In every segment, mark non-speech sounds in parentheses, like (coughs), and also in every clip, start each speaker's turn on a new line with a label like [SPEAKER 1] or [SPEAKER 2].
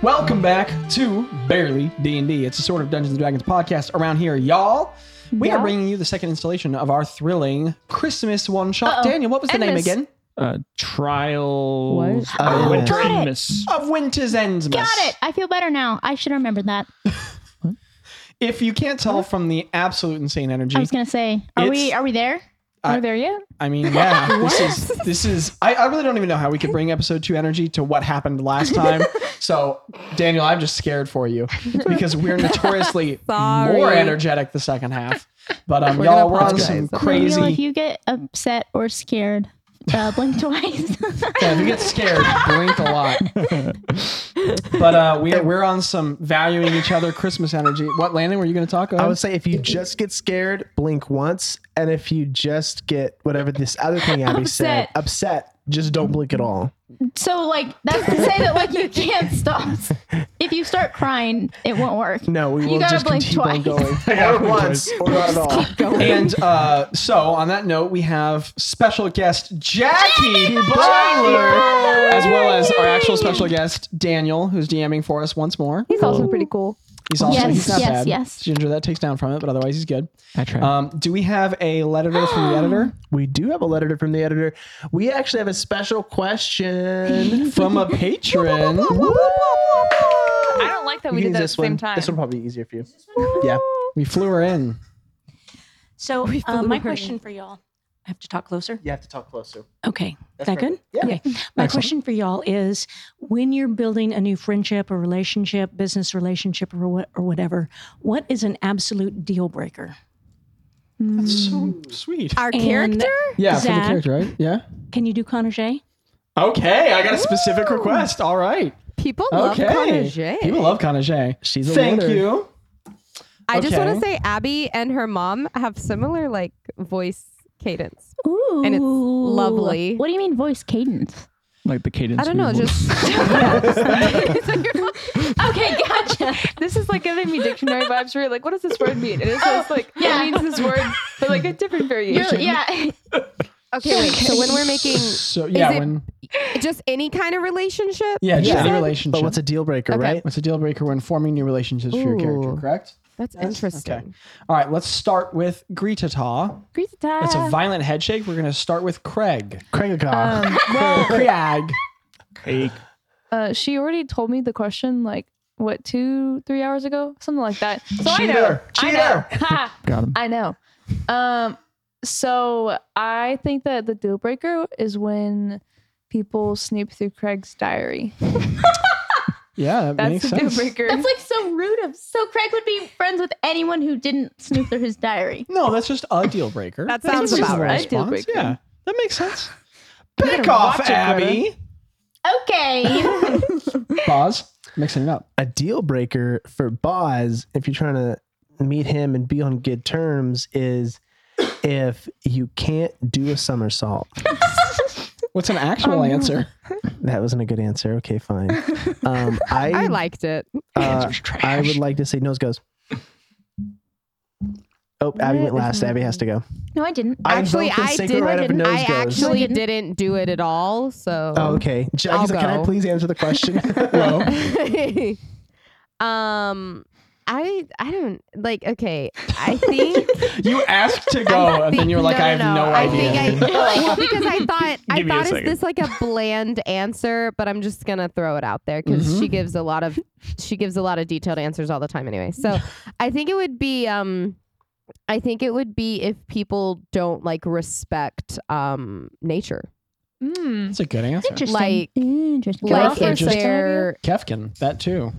[SPEAKER 1] Welcome back to Barely D&D. It's a sort of Dungeons & Dragons podcast around here, y'all. We are
[SPEAKER 2] Yeah.
[SPEAKER 1] bringing you the second installation of our thrilling Christmas one-shot.
[SPEAKER 2] Uh-oh.
[SPEAKER 1] Daniel, what was the name
[SPEAKER 2] Endless.
[SPEAKER 1] again?
[SPEAKER 3] uh, trials
[SPEAKER 2] What?
[SPEAKER 3] of
[SPEAKER 1] Oh,
[SPEAKER 3] Winter
[SPEAKER 2] got it.
[SPEAKER 3] Miss.
[SPEAKER 1] Of Winter's Ends.
[SPEAKER 2] Got it. I feel better now. I should remember that.
[SPEAKER 1] If you can't tell from the absolute insane energy,
[SPEAKER 2] I was gonna say, are we
[SPEAKER 1] It's-
[SPEAKER 2] are we there?
[SPEAKER 1] I-
[SPEAKER 2] Are we there yet?
[SPEAKER 1] I
[SPEAKER 2] (laughs)
[SPEAKER 1] mean, yeah, this is this is. I, I really don't even know how we could bring episode two energy to what happened last
[SPEAKER 2] (laughs)
[SPEAKER 1] time. So, Daniel, I'm just scared for you because
[SPEAKER 2] (laughs)
[SPEAKER 1] we're notoriously
[SPEAKER 4] Sorry.
[SPEAKER 1] more energetic the second half. But um,
[SPEAKER 4] We're gonna
[SPEAKER 1] y'all, we're on
[SPEAKER 4] apologize.
[SPEAKER 1] some
[SPEAKER 4] Daniel,
[SPEAKER 1] crazy.
[SPEAKER 2] Daniel, if you get upset or scared, uh, blink (laughs) twice.
[SPEAKER 1] yeah, if you get scared, blink a lot. but uh, we're we're on some valuing each other Christmas energy. What Landon were you going to talk? Go
[SPEAKER 5] I
[SPEAKER 4] Um,
[SPEAKER 1] ahead.
[SPEAKER 5] would say if you just get scared, blink once, and if you just get whatever this other thing Abby said,
[SPEAKER 2] Upset.
[SPEAKER 5] upset, just don't blink at all.
[SPEAKER 2] so like that's to say that like you can't stop.
[SPEAKER 5] (laughs)
[SPEAKER 2] If you start crying, it won't work.
[SPEAKER 5] No, we
[SPEAKER 2] You
[SPEAKER 5] will
[SPEAKER 2] gotta
[SPEAKER 5] just
[SPEAKER 2] blink
[SPEAKER 5] keep on
[SPEAKER 2] (laughs)
[SPEAKER 5] going,
[SPEAKER 2] twice.
[SPEAKER 5] (laughs) or once, or not at all.
[SPEAKER 1] And uh, so, on that note, we have special guest Jackie Butler, as well as our actual special guest Daniel, who's DMing for us once more.
[SPEAKER 4] He's also pretty cool.
[SPEAKER 1] He's also
[SPEAKER 2] Yes,
[SPEAKER 1] he's not
[SPEAKER 2] yes,
[SPEAKER 1] bad.
[SPEAKER 2] yes.
[SPEAKER 1] Ginger, that takes down from it, but otherwise he's good.
[SPEAKER 3] I tried.
[SPEAKER 1] Um, do we have a letter to- from the editor
[SPEAKER 5] We do have a letter from the editor. We actually have a special
[SPEAKER 4] (laughs)
[SPEAKER 5] question.
[SPEAKER 1] from a patron?
[SPEAKER 4] I don't like that we
[SPEAKER 5] You can
[SPEAKER 4] did that at
[SPEAKER 5] use
[SPEAKER 4] the same
[SPEAKER 5] one.
[SPEAKER 4] time.
[SPEAKER 5] This will probably be easier for you. Yeah.
[SPEAKER 1] we flew her in.
[SPEAKER 6] So, uh, my question for y'all. I have to talk closer.
[SPEAKER 5] You have to talk closer.
[SPEAKER 6] Okay. Is that good?
[SPEAKER 5] Yeah.
[SPEAKER 6] Okay. My question for y'all is when you're building a new friendship or relationship, business relationship or, what, or whatever, what is an absolute deal breaker?
[SPEAKER 1] That's so sweet.
[SPEAKER 4] Our
[SPEAKER 6] And-
[SPEAKER 4] character?
[SPEAKER 1] Yeah, for the
[SPEAKER 6] Zach.
[SPEAKER 1] character, right? Yeah.
[SPEAKER 6] Can you do Conage?
[SPEAKER 1] Okay, I got a specific request. All right.
[SPEAKER 4] People love
[SPEAKER 1] Okay.
[SPEAKER 4] Conagé.
[SPEAKER 1] People love Conagé.
[SPEAKER 5] She's a
[SPEAKER 1] Thank
[SPEAKER 5] winner.
[SPEAKER 1] you.
[SPEAKER 4] I just want
[SPEAKER 1] okay.
[SPEAKER 4] to say Abby and her mom have similar like voice cadence.
[SPEAKER 2] Ooh,
[SPEAKER 4] it's
[SPEAKER 5] (laughs)
[SPEAKER 4] lovely.
[SPEAKER 2] What do you mean voice cadence?
[SPEAKER 3] like the cadence.
[SPEAKER 4] I don't know,
[SPEAKER 3] we-
[SPEAKER 4] just (laughs)
[SPEAKER 3] (laughs)
[SPEAKER 4] yeah, just- it's like-
[SPEAKER 2] Okay, gotcha.
[SPEAKER 4] this is like giving me dictionary vibes where you're like, what does this word mean? And it's just like,
[SPEAKER 2] yeah.
[SPEAKER 4] it means this word, but like a different
[SPEAKER 2] (laughs) You're,
[SPEAKER 4] variation.
[SPEAKER 2] yeah. (laughs)
[SPEAKER 4] Okay, wait. So when we're making
[SPEAKER 1] So yeah,
[SPEAKER 4] it-
[SPEAKER 1] when
[SPEAKER 4] just any kind of relationship,
[SPEAKER 1] yeah, just
[SPEAKER 5] Yeah.
[SPEAKER 1] any relationship.
[SPEAKER 5] But what's a deal breaker,
[SPEAKER 4] Okay.
[SPEAKER 5] right?
[SPEAKER 1] What's a deal breaker when forming new relationships for your character,
[SPEAKER 4] Ooh.
[SPEAKER 1] correct?
[SPEAKER 4] that's interesting.
[SPEAKER 1] Okay. All right, let's start with Greta Taw.
[SPEAKER 4] Greet the time.
[SPEAKER 1] That's a violent head shake. We're going to start with Craig.
[SPEAKER 4] Uh,
[SPEAKER 5] Krengakoff.
[SPEAKER 1] Craig.
[SPEAKER 3] Hey,
[SPEAKER 7] Uh, she already told me the question like what two, three hours ago, something
[SPEAKER 2] (laughs)
[SPEAKER 7] like that. So I know.
[SPEAKER 1] Cheater.
[SPEAKER 7] I know. (laughs)
[SPEAKER 1] Cheater.
[SPEAKER 7] Ha!
[SPEAKER 3] got him.
[SPEAKER 7] I know. Um, so I think that the deal breaker is when people snoop through Craig's diary.
[SPEAKER 1] Yeah, that
[SPEAKER 7] That's
[SPEAKER 1] makes
[SPEAKER 7] the deal
[SPEAKER 1] sense.
[SPEAKER 7] breaker.
[SPEAKER 2] That's like so rude of. So Craig would be friends with anyone who didn't snoop through his diary.
[SPEAKER 1] No, that's just a deal breaker.
[SPEAKER 4] That sounds
[SPEAKER 1] That's just
[SPEAKER 4] about
[SPEAKER 1] the
[SPEAKER 4] right.
[SPEAKER 1] response.
[SPEAKER 7] Deal breaker.
[SPEAKER 1] Yeah, that makes sense. Back off, Abby.
[SPEAKER 5] (laughs)
[SPEAKER 2] Okay.
[SPEAKER 1] Pause. Mixing it up.
[SPEAKER 5] a deal breaker for Boz, if you're trying to meet him and be on good terms, is if you can't do a somersault.
[SPEAKER 1] What's an actual
[SPEAKER 4] Um,
[SPEAKER 1] answer?
[SPEAKER 5] That wasn't a good answer. Okay,
[SPEAKER 4] (laughs)
[SPEAKER 5] fine. Um, I,
[SPEAKER 4] I liked it.
[SPEAKER 5] uh,
[SPEAKER 3] (laughs)
[SPEAKER 5] I would like to say nose goes. Oh, Abby went last. Abby has to go.
[SPEAKER 2] no, I didn't.
[SPEAKER 4] Actually,
[SPEAKER 5] vote for
[SPEAKER 4] I
[SPEAKER 5] Sacred
[SPEAKER 4] didn't.
[SPEAKER 5] Right of Nose
[SPEAKER 4] I
[SPEAKER 5] Goes.
[SPEAKER 4] actually
[SPEAKER 2] Didn't.
[SPEAKER 4] didn't do it at all. So
[SPEAKER 5] Oh, okay. Jackie's
[SPEAKER 4] I'll
[SPEAKER 5] like, can I
[SPEAKER 4] go.
[SPEAKER 5] please answer
[SPEAKER 1] (laughs)
[SPEAKER 5] the question?
[SPEAKER 1] No.
[SPEAKER 4] (laughs) um, I I don't like. Okay,
[SPEAKER 3] (laughs)
[SPEAKER 4] I think
[SPEAKER 1] You asked to
[SPEAKER 4] I
[SPEAKER 1] go, and then
[SPEAKER 4] think-
[SPEAKER 1] you were like, I have no,
[SPEAKER 4] I
[SPEAKER 1] idea. (laughs)
[SPEAKER 4] think I well, because I
[SPEAKER 3] (laughs)
[SPEAKER 4] thought I
[SPEAKER 3] Give me a
[SPEAKER 4] thought is
[SPEAKER 3] second.
[SPEAKER 4] this like a bland answer, but I'm just gonna throw it out there because
[SPEAKER 3] Mm-hmm.
[SPEAKER 4] she gives a lot of she gives a lot of detailed answers all the time
[SPEAKER 3] (laughs)
[SPEAKER 4] anyway. So I think it would be um I think it would be if people don't like respect um nature.
[SPEAKER 7] Mm.
[SPEAKER 1] That's a good answer.
[SPEAKER 2] Interesting.
[SPEAKER 4] Like-
[SPEAKER 2] Interesting.
[SPEAKER 7] Like
[SPEAKER 4] Like
[SPEAKER 7] offer
[SPEAKER 4] if
[SPEAKER 7] sex interview?
[SPEAKER 4] they're
[SPEAKER 1] Kefkin, that too.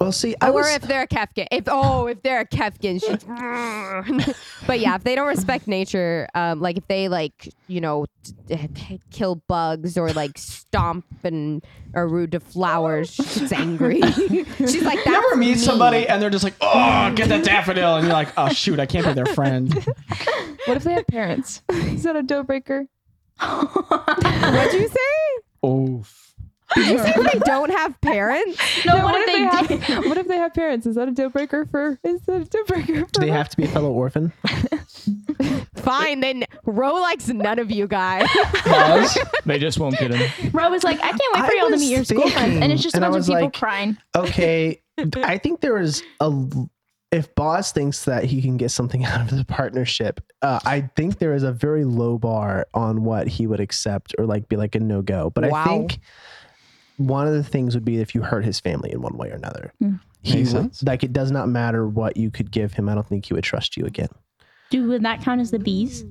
[SPEAKER 5] well, see, I
[SPEAKER 4] or
[SPEAKER 5] was,
[SPEAKER 4] if they're a Kefkin. If oh, if they're a Kefkin,
[SPEAKER 5] (laughs)
[SPEAKER 4] she's. (laughs) but yeah, if they don't respect nature, um, like if they like you know t- t- t- kill bugs or like stomp and are rude to flowers, she's angry. (laughs) she's like
[SPEAKER 1] You
[SPEAKER 4] that.
[SPEAKER 1] ever meet somebody and they're just like, oh, get that daffodil, and you're like, oh shoot, I can't be their
[SPEAKER 4] (laughs)
[SPEAKER 1] friend.
[SPEAKER 7] What if they
[SPEAKER 2] (laughs)
[SPEAKER 7] have (laughs) parents? is that a deal breaker?
[SPEAKER 5] (laughs)
[SPEAKER 4] What'd you say?
[SPEAKER 1] Oof.
[SPEAKER 4] Did you say they don't have parents?
[SPEAKER 7] No,
[SPEAKER 2] what if they
[SPEAKER 7] have, (laughs) what if they have parents? Is that a deal breaker for? Is that a deal breaker? For
[SPEAKER 5] Do they have to be a fellow orphan?
[SPEAKER 4] Fine, then Ro likes none of you
[SPEAKER 5] (laughs)
[SPEAKER 4] guys.
[SPEAKER 3] (laughs)
[SPEAKER 1] Pause.
[SPEAKER 3] They just won't get him.
[SPEAKER 2] (laughs) Ro was like, I can't wait
[SPEAKER 5] I
[SPEAKER 2] for y'all to
[SPEAKER 5] was
[SPEAKER 2] meet your school friends,
[SPEAKER 5] thinking,
[SPEAKER 2] and it's just a
[SPEAKER 5] and I
[SPEAKER 2] bunch of
[SPEAKER 5] was
[SPEAKER 2] people
[SPEAKER 5] like-
[SPEAKER 2] crying.
[SPEAKER 4] (laughs)
[SPEAKER 5] Okay, I think there is a. l- If Boz thinks that he can get something (laughs) out of the partnership, uh, I think there is a very low bar on what he would accept or like be like a no go. But
[SPEAKER 4] Wow.
[SPEAKER 5] I think one of the things would be if you hurt his family in one way or another.
[SPEAKER 4] Hmm.
[SPEAKER 5] He
[SPEAKER 1] Makes
[SPEAKER 5] would-
[SPEAKER 1] sense.
[SPEAKER 5] like it does not matter what you could give him. I don't think he would trust you again.
[SPEAKER 2] Do would that count as the bees?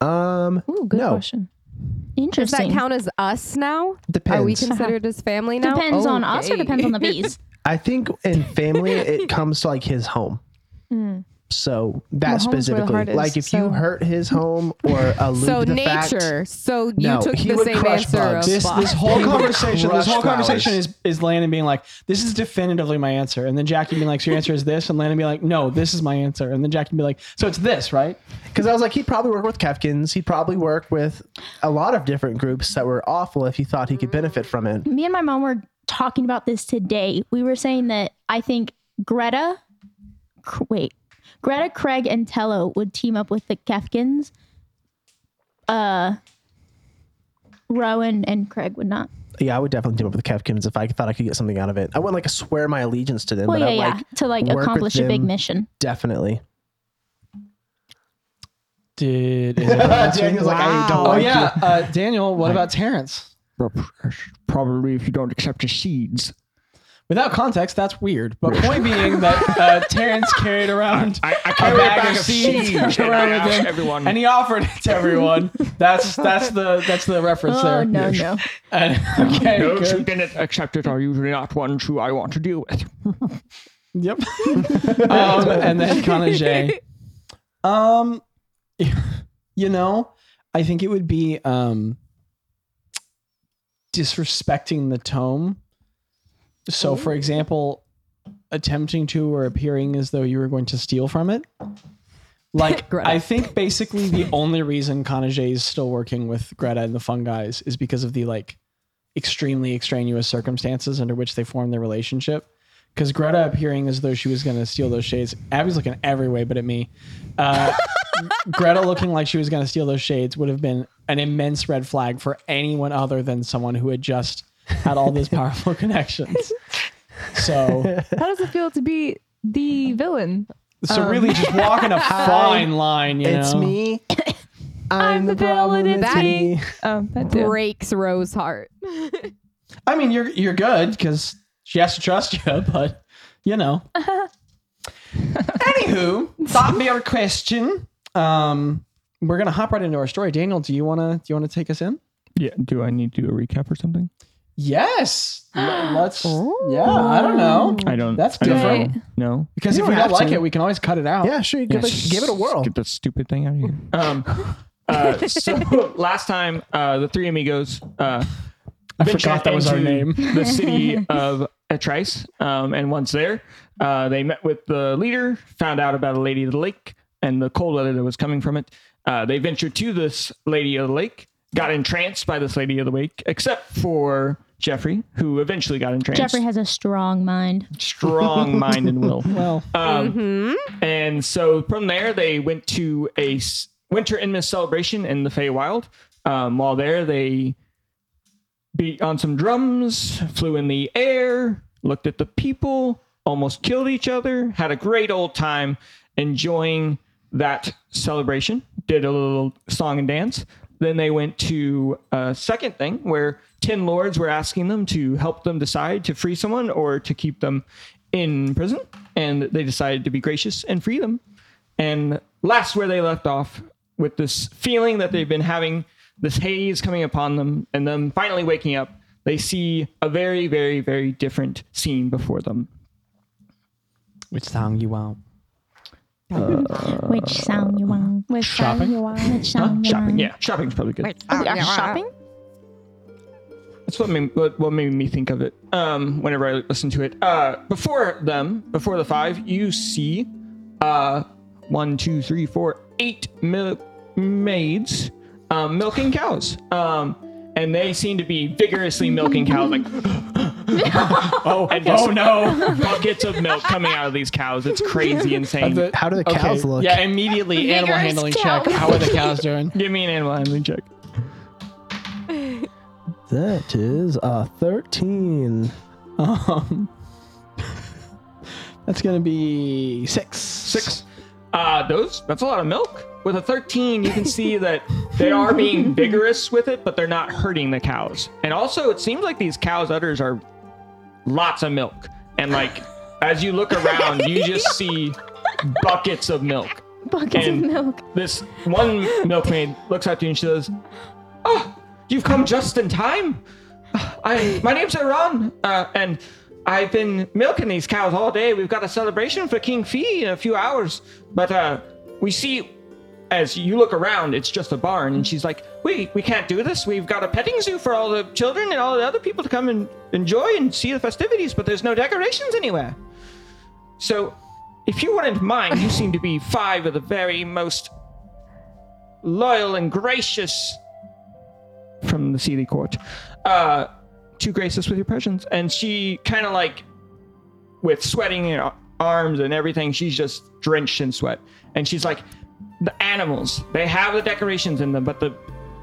[SPEAKER 5] Um,
[SPEAKER 7] Ooh, good
[SPEAKER 5] No.
[SPEAKER 7] question.
[SPEAKER 4] Does that
[SPEAKER 2] Interesting.
[SPEAKER 4] count as us now?
[SPEAKER 5] depends.
[SPEAKER 4] Are we considered as family now?
[SPEAKER 2] Depends on us or
[SPEAKER 4] Okay.
[SPEAKER 2] depends on the bees.
[SPEAKER 5] I think in
[SPEAKER 7] (laughs)
[SPEAKER 5] family it comes to like his home. So that
[SPEAKER 7] Hmm. Well, home's where the
[SPEAKER 5] specifically,
[SPEAKER 7] heart is,
[SPEAKER 5] like if
[SPEAKER 7] so-
[SPEAKER 5] you hurt his home
[SPEAKER 7] (laughs)
[SPEAKER 5] or allude
[SPEAKER 4] So
[SPEAKER 5] to the
[SPEAKER 4] nature.
[SPEAKER 5] fact,
[SPEAKER 4] so you
[SPEAKER 5] No,
[SPEAKER 4] took
[SPEAKER 5] he
[SPEAKER 4] the
[SPEAKER 5] would
[SPEAKER 4] same
[SPEAKER 5] crush
[SPEAKER 4] answer
[SPEAKER 5] bugs.
[SPEAKER 4] of
[SPEAKER 1] This
[SPEAKER 4] Boz.
[SPEAKER 1] this whole conversation, this
[SPEAKER 5] crushed
[SPEAKER 1] whole conversation
[SPEAKER 5] flowers.
[SPEAKER 1] is is Landon being like, "This is definitively my answer," and then Jackie being like, "So your answer is this," and Landon being like, "No, this is my answer," and then Jackie being like, "So it's this, right?"
[SPEAKER 5] because I was like, he'd probably work with Kefkins. He'd probably work with a lot of different groups that were awful if he thought he could benefit from
[SPEAKER 7] Mm.
[SPEAKER 5] it.
[SPEAKER 2] Me and my mom were talking about this today. We were saying that I think Greta, Cr- wait, Greta, Craig, and Tello would team up with the Kefkins. Uh, Rowan and Craig would not.
[SPEAKER 5] Yeah, I would definitely team up with Kefkins if I thought I could get something out of it. I wouldn't like swear my allegiance to them,
[SPEAKER 2] Well,
[SPEAKER 5] but
[SPEAKER 2] yeah,
[SPEAKER 5] I
[SPEAKER 2] yeah,
[SPEAKER 5] like
[SPEAKER 2] to like
[SPEAKER 5] work with
[SPEAKER 2] accomplish a big
[SPEAKER 5] them.
[SPEAKER 2] mission.
[SPEAKER 5] definitely.
[SPEAKER 1] Did is everyone else-
[SPEAKER 5] Daniel's like, I don't
[SPEAKER 1] oh
[SPEAKER 5] like
[SPEAKER 1] yeah, uh, Daniel? What about Terrence?
[SPEAKER 3] (laughs) Probably if you don't accept his seeds.
[SPEAKER 1] Without context, that's weird. But point being that
[SPEAKER 3] (laughs)
[SPEAKER 1] uh, Terrence carried around
[SPEAKER 3] I, I
[SPEAKER 1] a
[SPEAKER 3] carry a
[SPEAKER 1] bag
[SPEAKER 3] bag
[SPEAKER 1] of
[SPEAKER 3] of (laughs)
[SPEAKER 1] seeds
[SPEAKER 3] seeds and
[SPEAKER 1] around
[SPEAKER 3] I
[SPEAKER 1] with
[SPEAKER 3] asked
[SPEAKER 1] him,
[SPEAKER 3] everyone.
[SPEAKER 1] and he offered it to everyone. That's that's the that's the reference
[SPEAKER 2] Oh
[SPEAKER 1] there. (laughs)
[SPEAKER 2] no, no.
[SPEAKER 1] And, okay,
[SPEAKER 3] Those who
[SPEAKER 1] good.
[SPEAKER 3] didn't accept it are usually not ones who I want to deal with.
[SPEAKER 2] (laughs)
[SPEAKER 1] Yep. um, and then Kanaje. Um, (laughs) you know, I think it would be um disrespecting the tome. So, for example, attempting to or appearing as though you were going to steal from it. Like,
[SPEAKER 4] Greta.
[SPEAKER 1] I think basically the only reason Kanaje is still working with Greta and the Fungi's is because of the like extremely extraneous circumstances under which they formed their relationship. Because Greta appearing as though she was going to steal those shades, Abby's looking every way but at me. Uh, Greta looking like she was going to steal those shades would have been an immense red flag for anyone other than someone who had just had all those powerful connections. So,
[SPEAKER 7] How does it feel to be the villain?
[SPEAKER 1] so really just walking
[SPEAKER 5] (laughs)
[SPEAKER 1] a fine line, you
[SPEAKER 5] Um, Oh, It's
[SPEAKER 1] know?
[SPEAKER 5] me.
[SPEAKER 7] I'm the villain,
[SPEAKER 5] problem,
[SPEAKER 7] it's
[SPEAKER 5] it's
[SPEAKER 7] me.
[SPEAKER 5] me.
[SPEAKER 7] Oh, that too.
[SPEAKER 4] breaks Ro's heart.
[SPEAKER 1] I mean, you're you're good because she has to trust you, (laughs) but you
[SPEAKER 5] (laughs)
[SPEAKER 1] know. Anywho, that'd be our question. Um, we're gonna hop right into our story. Daniel, do you wanna do you wanna take us in?
[SPEAKER 3] Yeah. Do I need to do a recap or something?
[SPEAKER 5] (gasps)
[SPEAKER 1] Yes. L- Let's. Yeah, I don't know.
[SPEAKER 3] I don't.
[SPEAKER 1] That's
[SPEAKER 3] I don't
[SPEAKER 1] different.
[SPEAKER 3] know. No.
[SPEAKER 1] Because
[SPEAKER 5] You
[SPEAKER 1] if we
[SPEAKER 5] don't
[SPEAKER 1] don't
[SPEAKER 5] have
[SPEAKER 1] like
[SPEAKER 5] to.
[SPEAKER 1] it, we can always cut it out.
[SPEAKER 5] Yeah, sure. Give, it, give it a whirl.
[SPEAKER 3] Get that stupid thing out of here. Um,
[SPEAKER 5] (laughs)
[SPEAKER 3] uh, so last time, uh, the three amigos. Uh,
[SPEAKER 1] I
[SPEAKER 3] ventured
[SPEAKER 1] forgot that was our
[SPEAKER 3] into
[SPEAKER 1] name.
[SPEAKER 3] the city
[SPEAKER 5] (laughs)
[SPEAKER 3] of Etrice, um, and once there, uh, they met with the leader, found out about a lady of the lake and the cold weather that was coming from it. Uh, they ventured to this lady of the lake, got entranced by this lady of the lake, except for Jeffrey, who eventually got entranced.
[SPEAKER 2] Jeffrey has a strong mind.
[SPEAKER 3] strong mind and will.
[SPEAKER 1] Well,
[SPEAKER 3] Um, And so from there, they went to a s- Winter Inmas celebration in the Feywild. Um, while there, they beat on some drums, flew in the air, looked at the people, almost killed each other, had a great old time enjoying that celebration, did a little song and dance. Then they went to a second thing where 10 lords were asking them to help them decide to free someone or to keep them in prison. And they decided to be gracious and free them. And last, where they left off with this feeling that they've been having, this haze coming upon them, and them finally waking up, they see a very, very, very different scene before them.
[SPEAKER 1] which song you want?
[SPEAKER 2] Which sound you want?
[SPEAKER 7] With
[SPEAKER 1] Shopping?
[SPEAKER 2] Which sound you
[SPEAKER 3] Shopping,
[SPEAKER 2] want?
[SPEAKER 3] yeah, shopping's probably good.
[SPEAKER 2] Oh, we are shopping?
[SPEAKER 3] That's what made, what, what made me think of it. Um, whenever I listen to it, uh, before them, before the five, you see, uh, one, two, three, four, eight mil- maids, um, milking cows. Um, and they seem to be vigorously milking cows. Like, (laughs)
[SPEAKER 8] Oh,
[SPEAKER 3] and just, oh no, buckets of milk coming out of these cows. It's crazy, insane.
[SPEAKER 5] How do the cows look?
[SPEAKER 8] Yeah, immediately animal
[SPEAKER 7] Vigorous
[SPEAKER 8] handling
[SPEAKER 7] cow.
[SPEAKER 8] check. How are the cows doing?
[SPEAKER 3] Give me an animal handling check.
[SPEAKER 5] That is a 13.
[SPEAKER 8] Um, (laughs) that's gonna be six. Six.
[SPEAKER 3] Uh, those that's a lot of milk. With a 13, you can see that they are being vigorous with it, but they're not hurting the cows. And also, it seems like these cows' udders are lots of milk. And like, as you look around, you just see buckets of milk.
[SPEAKER 7] buckets
[SPEAKER 3] And-
[SPEAKER 7] of milk.
[SPEAKER 3] This one milkmaid looks at you and she says, "Oh, you've come just in time. I my name's Iran, uh, and I've been milking these cows all day. We've got a celebration for King Fee in a few hours, but uh, we see." As you look around, it's just a barn, and she's like, "We we can't do this. We've got a petting zoo for all the children and all the other people to come and enjoy and see the festivities, but there's no decorations anywhere." So, if you wouldn't mind, you seem to be five of the very most loyal and gracious from the Sealy court. Uh, too gracious with your presence. And she kind of like, with sweating in her arms and everything, she's just drenched in sweat. And she's like, the animals, they have the decorations in them, but the,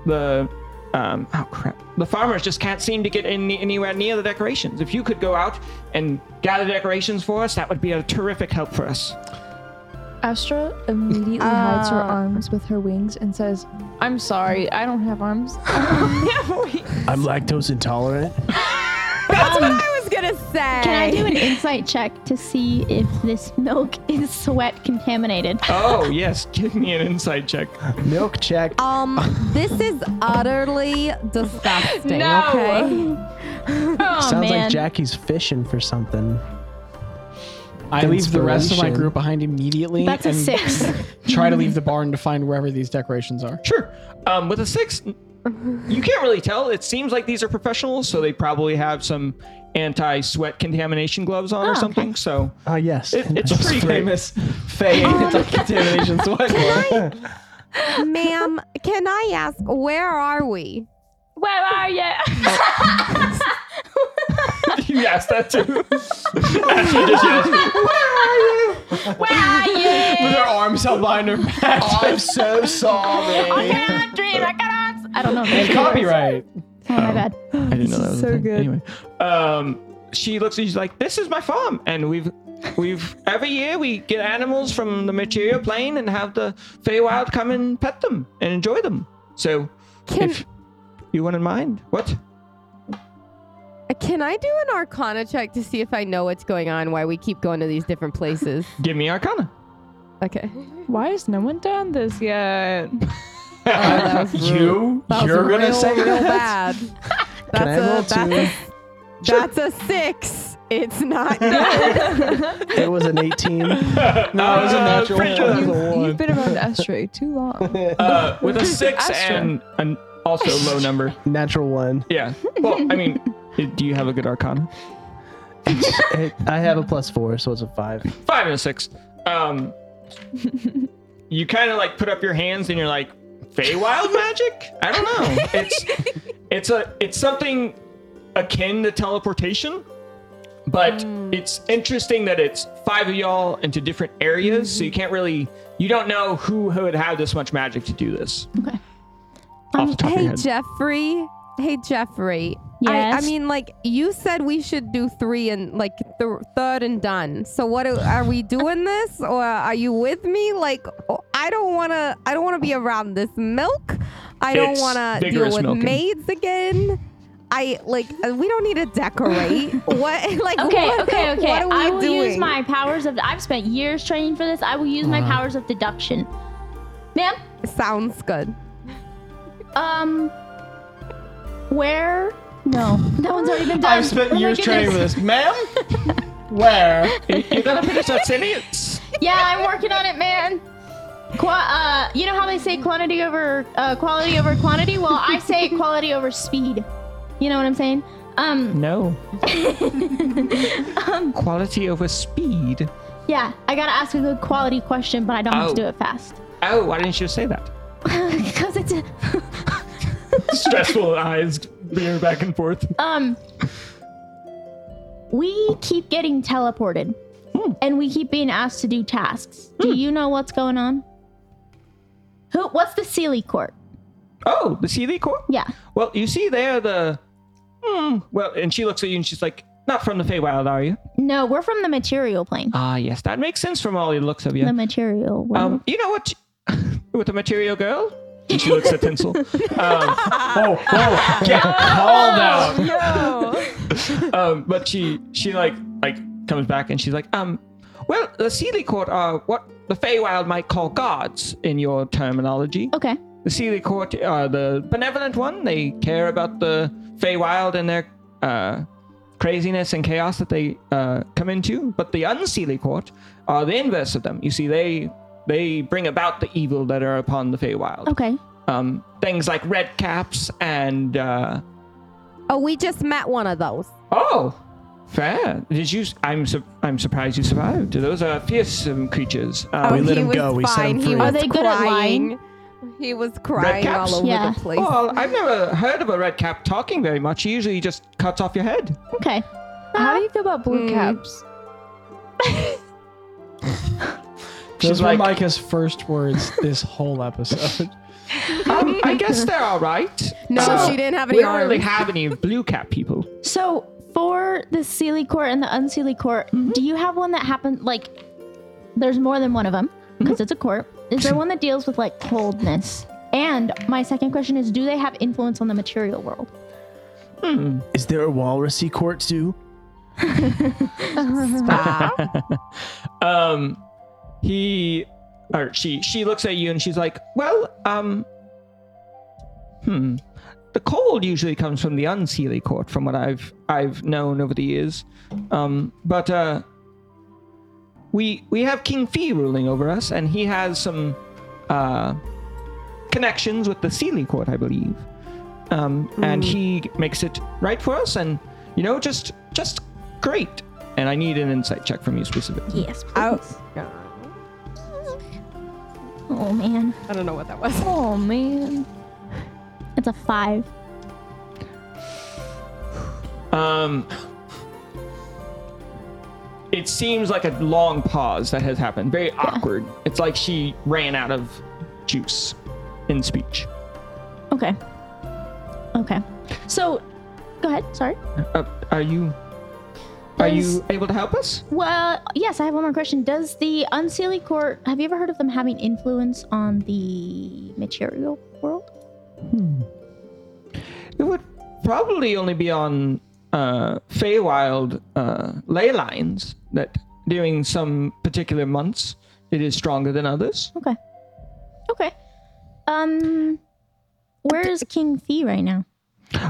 [SPEAKER 3] the, um, oh crap. The farmers just can't seem to get any, anywhere near the decorations. If you could go out and gather decorations for us, that would be a terrific help for us.
[SPEAKER 7] Astra immediately hides her
[SPEAKER 4] Ah.
[SPEAKER 7] arms with her wings and says, "I'm sorry, I don't have arms."
[SPEAKER 5] I'm lactose intolerant.
[SPEAKER 2] Oh,
[SPEAKER 4] That's what I was gonna say.
[SPEAKER 2] Can I (laughs) do an insight check to see if this milk (laughs) is sweat contaminated?
[SPEAKER 3] Oh, yes. Give me an inside check.
[SPEAKER 5] Milk check.
[SPEAKER 4] Um, this is utterly disgusting.
[SPEAKER 7] No.
[SPEAKER 4] Okay.
[SPEAKER 2] (laughs) Oh
[SPEAKER 5] Sounds
[SPEAKER 2] man,
[SPEAKER 5] like Jackie's fishing for something.
[SPEAKER 8] I leave the rest of my
[SPEAKER 5] Inspiration.
[SPEAKER 8] group behind immediately.
[SPEAKER 2] that's a
[SPEAKER 8] and
[SPEAKER 2] six. (laughs)
[SPEAKER 8] Try to leave the barn to find wherever these decorations are.
[SPEAKER 3] Sure. Um, with a six, you can't really tell. It seems like these are professionals, so they probably have some anti-sweat contamination gloves on or something. So
[SPEAKER 5] Ah,
[SPEAKER 3] (laughs)
[SPEAKER 5] yes.
[SPEAKER 3] it, it's pretty
[SPEAKER 8] (laughs)
[SPEAKER 3] famous. (laughs)
[SPEAKER 8] Faye,
[SPEAKER 3] Um,
[SPEAKER 8] anti-contamination sweat.
[SPEAKER 4] Ma'am, can I ask where are we?
[SPEAKER 7] Where are you?
[SPEAKER 3] you asked that (laughs) too. Ashley just yells, (laughs)
[SPEAKER 7] Where are you?
[SPEAKER 8] With her arms held behind her back.
[SPEAKER 5] I'm so sorry.
[SPEAKER 7] Cannot dream. I cannot.
[SPEAKER 2] I don't know.
[SPEAKER 8] And copyright.
[SPEAKER 2] Oh my bad.
[SPEAKER 3] I didn't know that was so good. Anyway, um, she looks and she's like, "This is my farm, and we've." We've every year we get animals from the material plane and have the Feywild come and pet them and enjoy them. So,
[SPEAKER 4] Can
[SPEAKER 3] if you wouldn't mind, what?
[SPEAKER 4] can I do an Arcana check to see if I know what's going on? Why we keep going to these different places?
[SPEAKER 3] Give me Arcana.
[SPEAKER 4] Okay.
[SPEAKER 7] (laughs) Why has no one done this yet?
[SPEAKER 8] You?
[SPEAKER 4] That was
[SPEAKER 8] You're gonna
[SPEAKER 4] real,
[SPEAKER 8] say
[SPEAKER 4] real
[SPEAKER 8] that?
[SPEAKER 4] bad.
[SPEAKER 5] Can I roll
[SPEAKER 4] That's a
[SPEAKER 5] two?
[SPEAKER 4] that's, that's a six. It's not good.
[SPEAKER 5] It was an 18.
[SPEAKER 8] No, it was a
[SPEAKER 3] Uh,
[SPEAKER 8] natural
[SPEAKER 3] pretty sure
[SPEAKER 8] one.
[SPEAKER 3] that's a
[SPEAKER 7] You've been around Astra too long.
[SPEAKER 3] Uh, with a six
[SPEAKER 7] Astra.
[SPEAKER 3] and an also low number.
[SPEAKER 5] Natural one.
[SPEAKER 3] (laughs) Yeah. Well, I mean, do you have a good arcana?
[SPEAKER 5] It- I have a plus four, so it's a five.
[SPEAKER 3] Five and a six. Um, you kind of like put up your hands and you're like, Feywild magic? I don't know. It's it's a it's something akin to teleportation, but it's interesting that it's five of y'all into different areas, so you can't really you don't know who would have this much magic to do this.
[SPEAKER 2] Okay.
[SPEAKER 3] Off the top of your
[SPEAKER 4] hey
[SPEAKER 3] head.
[SPEAKER 4] Jeffrey. Hey Jeffrey. I, I
[SPEAKER 2] Yes?
[SPEAKER 4] mean, like you said, we should do three and like th- third and done. So what do- are we doing this, or are you with me? Like, oh, I don't wanna, I don't wanna be around this milk. I don't
[SPEAKER 3] It's
[SPEAKER 4] wanna deal
[SPEAKER 3] vigorous
[SPEAKER 4] with
[SPEAKER 3] milking.
[SPEAKER 4] maids again. I like, uh, we don't need to decorate.
[SPEAKER 3] (laughs)
[SPEAKER 4] what, (laughs) like,
[SPEAKER 2] Okay,
[SPEAKER 4] what,
[SPEAKER 2] okay, okay.
[SPEAKER 4] What are we
[SPEAKER 2] I will
[SPEAKER 4] doing?
[SPEAKER 2] use my powers of. I've spent years training for this. I will use my powers of deduction. Ma'am,
[SPEAKER 4] Sounds good.
[SPEAKER 2] um, where? No, that one's already been done.
[SPEAKER 8] I've spent
[SPEAKER 2] Oh my
[SPEAKER 8] years training for
[SPEAKER 2] goodness.
[SPEAKER 8] this. Ma'am? Where?
[SPEAKER 3] You're gonna finish that sentence?
[SPEAKER 2] Yeah, I'm working on it, man. Qua- uh, you know how they say quantity over uh, quality over quantity? Well, I
[SPEAKER 3] (laughs)
[SPEAKER 2] say quality over speed. You know what I'm saying? Um,
[SPEAKER 3] No. Quality over speed.
[SPEAKER 2] yeah, I gotta ask a good quality question, but I don't have (laughs)
[SPEAKER 3] Oh.
[SPEAKER 2] to do it fast
[SPEAKER 3] Oh, why didn't you say that?
[SPEAKER 2] because it's. a-
[SPEAKER 3] stressful eyes veer back and forth.
[SPEAKER 2] Um, we keep getting teleported,
[SPEAKER 3] Hmm.
[SPEAKER 2] and we keep being asked to do tasks. Do you know what's going on? Who? What's the Sealy Court?
[SPEAKER 3] Oh, the Sealy Corp?
[SPEAKER 2] Yeah.
[SPEAKER 3] Well, you see there the. Hmm. Well, and she looks at you and she's like, not from the Feywild, are you?
[SPEAKER 2] No, we're from the material plane.
[SPEAKER 3] Ah, yes, that makes sense from all the looks of you.
[SPEAKER 2] The material world.
[SPEAKER 3] Um, you (laughs) know what? With the material girl? And she looks at Tinsel. Um,
[SPEAKER 5] Oh, oh,
[SPEAKER 3] get called out.
[SPEAKER 7] No.
[SPEAKER 3] um, but she she like like comes back and she's like, um, well, the Sealy Court are what the Feywild might call gods in your terminology.
[SPEAKER 2] okay.
[SPEAKER 3] The Sealy Court are the benevolent one. They care about the Feywild and their uh, craziness and chaos that they uh, come into. But the Unsealy Court are the inverse of them. You see, they they bring about the evil that are upon the Feywild.
[SPEAKER 2] Okay.
[SPEAKER 3] Um, things like red caps and. Uh,
[SPEAKER 4] Oh, we just met one of those.
[SPEAKER 3] Oh, fair. Did you? I'm su- I'm surprised you survived. Those are fearsome creatures. Uh,
[SPEAKER 4] Oh,
[SPEAKER 5] we let
[SPEAKER 4] he
[SPEAKER 5] him
[SPEAKER 4] was
[SPEAKER 5] go. We set him
[SPEAKER 4] fine. He
[SPEAKER 5] free.
[SPEAKER 4] was
[SPEAKER 2] Are they good at
[SPEAKER 4] crying. He was crying
[SPEAKER 3] caps? Oh.
[SPEAKER 4] all over
[SPEAKER 2] Yeah.
[SPEAKER 4] the place.
[SPEAKER 3] well, I've never heard of a red cap talking very much. He usually just cuts off your head.
[SPEAKER 2] Okay.
[SPEAKER 7] How do you feel about blue
[SPEAKER 4] Mm.
[SPEAKER 7] caps?
[SPEAKER 8] Those
[SPEAKER 3] She's
[SPEAKER 8] were
[SPEAKER 3] like-
[SPEAKER 8] Micah's first words this whole episode.
[SPEAKER 3] Um, I guess they're all right.
[SPEAKER 4] (laughs) No,
[SPEAKER 3] Uh,
[SPEAKER 4] she didn't have
[SPEAKER 3] We
[SPEAKER 4] any
[SPEAKER 3] don't really
[SPEAKER 4] arms.
[SPEAKER 3] have any blue cap people.
[SPEAKER 2] So for the Sealy Court and the Unsealy Court, do you have one that happened like? There's more than one of them because it's a court. Is there one that deals with like coldness? And my second question is, do they have influence on the material world?
[SPEAKER 5] is there a walrusy court too?
[SPEAKER 4] Stop.
[SPEAKER 3] Um, he or she she looks at you and she's like, well, um, hmm. The cold usually comes from the unseelie court, from what I've I've known over the years. Um, but uh, we we have King Fee ruling over us, and he has some uh, connections with the Sealy court, I believe. Um, And he makes it right for us, and you know, just just great. And I need an insight check from you specifically.
[SPEAKER 2] Yes. Please.
[SPEAKER 4] Ow.
[SPEAKER 2] Oh man,
[SPEAKER 4] I don't know what that was.
[SPEAKER 7] Oh man.
[SPEAKER 2] it's a five.
[SPEAKER 3] Um, it seems like a long pause that has happened. Very awkward. It's like she ran out of juice in speech.
[SPEAKER 2] Okay. Okay. So, go ahead. Sorry.
[SPEAKER 3] Uh, are you? Are
[SPEAKER 2] Does-
[SPEAKER 3] you able to help us?
[SPEAKER 2] Well, yes, I have one more question. Does the Unseelie Court have you ever heard of them having influence on the material world?
[SPEAKER 3] It would probably only be on uh, Feywild uh, ley lines that during some particular months it is stronger than others.
[SPEAKER 2] Okay. Okay. Um, where is King Fee right now?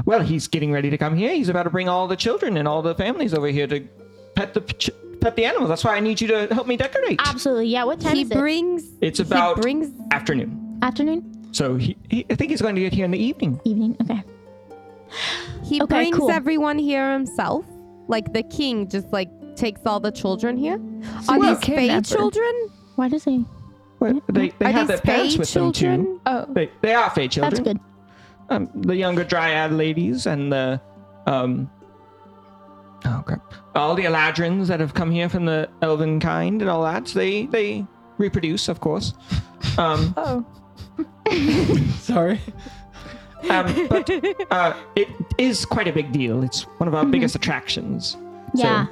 [SPEAKER 3] Well, he's getting ready to come here. He's about to bring all the children and all the families over here to pet the ch- pet the animals. That's why I need you to help me decorate.
[SPEAKER 2] Absolutely. Yeah. What time
[SPEAKER 4] He
[SPEAKER 2] is it?
[SPEAKER 4] brings.
[SPEAKER 3] It's
[SPEAKER 4] he
[SPEAKER 3] about
[SPEAKER 4] brings.
[SPEAKER 3] afternoon.
[SPEAKER 2] Afternoon,
[SPEAKER 3] So he, he, I think he's going to get here in the evening.
[SPEAKER 2] evening. Okay.
[SPEAKER 4] He
[SPEAKER 2] Okay,
[SPEAKER 4] brings
[SPEAKER 2] cool.
[SPEAKER 4] everyone here himself. Like the king just like takes all the children here. Are
[SPEAKER 7] what?
[SPEAKER 4] these fey
[SPEAKER 7] Kidnapper.
[SPEAKER 4] children?
[SPEAKER 2] Why does he?
[SPEAKER 3] Well, they they
[SPEAKER 4] Are
[SPEAKER 3] have
[SPEAKER 4] these
[SPEAKER 3] their parents
[SPEAKER 4] fey
[SPEAKER 3] with them too.
[SPEAKER 4] children?
[SPEAKER 7] Oh.
[SPEAKER 3] They, they are Fey children.
[SPEAKER 2] That's good.
[SPEAKER 3] Um, the younger Dryad ladies and the um. Oh crap! All the Eladrins that have come here from the Elven kind and all that. They they reproduce, of course. Um.
[SPEAKER 4] (laughs)
[SPEAKER 7] Oh.
[SPEAKER 8] Sorry.
[SPEAKER 3] um, but uh, it is quite a big deal. It's one
[SPEAKER 4] Mm-hmm.
[SPEAKER 3] of our biggest attractions.
[SPEAKER 2] Yeah.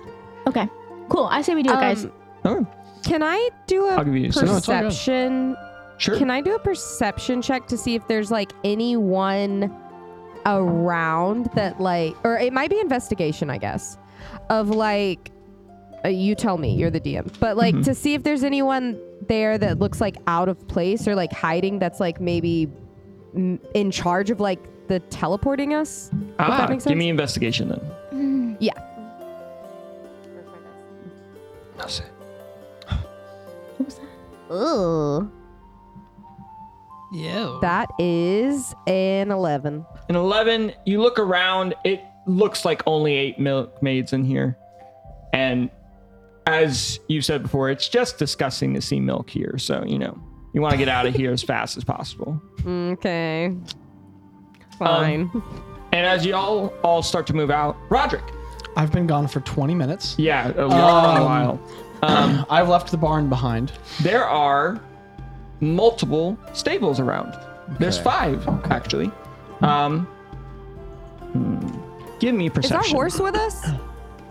[SPEAKER 2] Okay. Cool. I say we do it, guys.
[SPEAKER 4] Um,
[SPEAKER 3] Oh,
[SPEAKER 4] Can I do a
[SPEAKER 3] I'll give you- so no, it's all good.
[SPEAKER 4] perception?
[SPEAKER 3] sure.
[SPEAKER 4] Can I do a perception check to see if there's like anyone around that like, or it might be investigation, I guess, of like, uh, you tell me, you're the DM, but like to see if there's anyone there that looks like out of place or like hiding that's like maybe mm, in charge of like the teleporting us.
[SPEAKER 3] ah,
[SPEAKER 4] that makes
[SPEAKER 3] give
[SPEAKER 4] sense?
[SPEAKER 3] me investigation then.
[SPEAKER 4] Yeah.
[SPEAKER 3] No, sir.
[SPEAKER 4] Ugh.
[SPEAKER 1] Yeah.
[SPEAKER 4] That is an 11.
[SPEAKER 3] An eleven. You look around. It looks like only eight milkmaids in here, and as you said before, it's just disgusting to see milk here. So you know you want to get out of here as fast as possible.
[SPEAKER 4] Okay. Fine.
[SPEAKER 3] And as y'all all start to move out, Roderick.
[SPEAKER 8] I've been gone for 20 minutes.
[SPEAKER 3] Yeah, a long
[SPEAKER 8] Um,
[SPEAKER 3] while.
[SPEAKER 8] I've left the barn behind.
[SPEAKER 3] There are multiple stables around. There's five, actually. Um, hmm. give me
[SPEAKER 4] Is
[SPEAKER 3] perception.
[SPEAKER 4] our horse with us?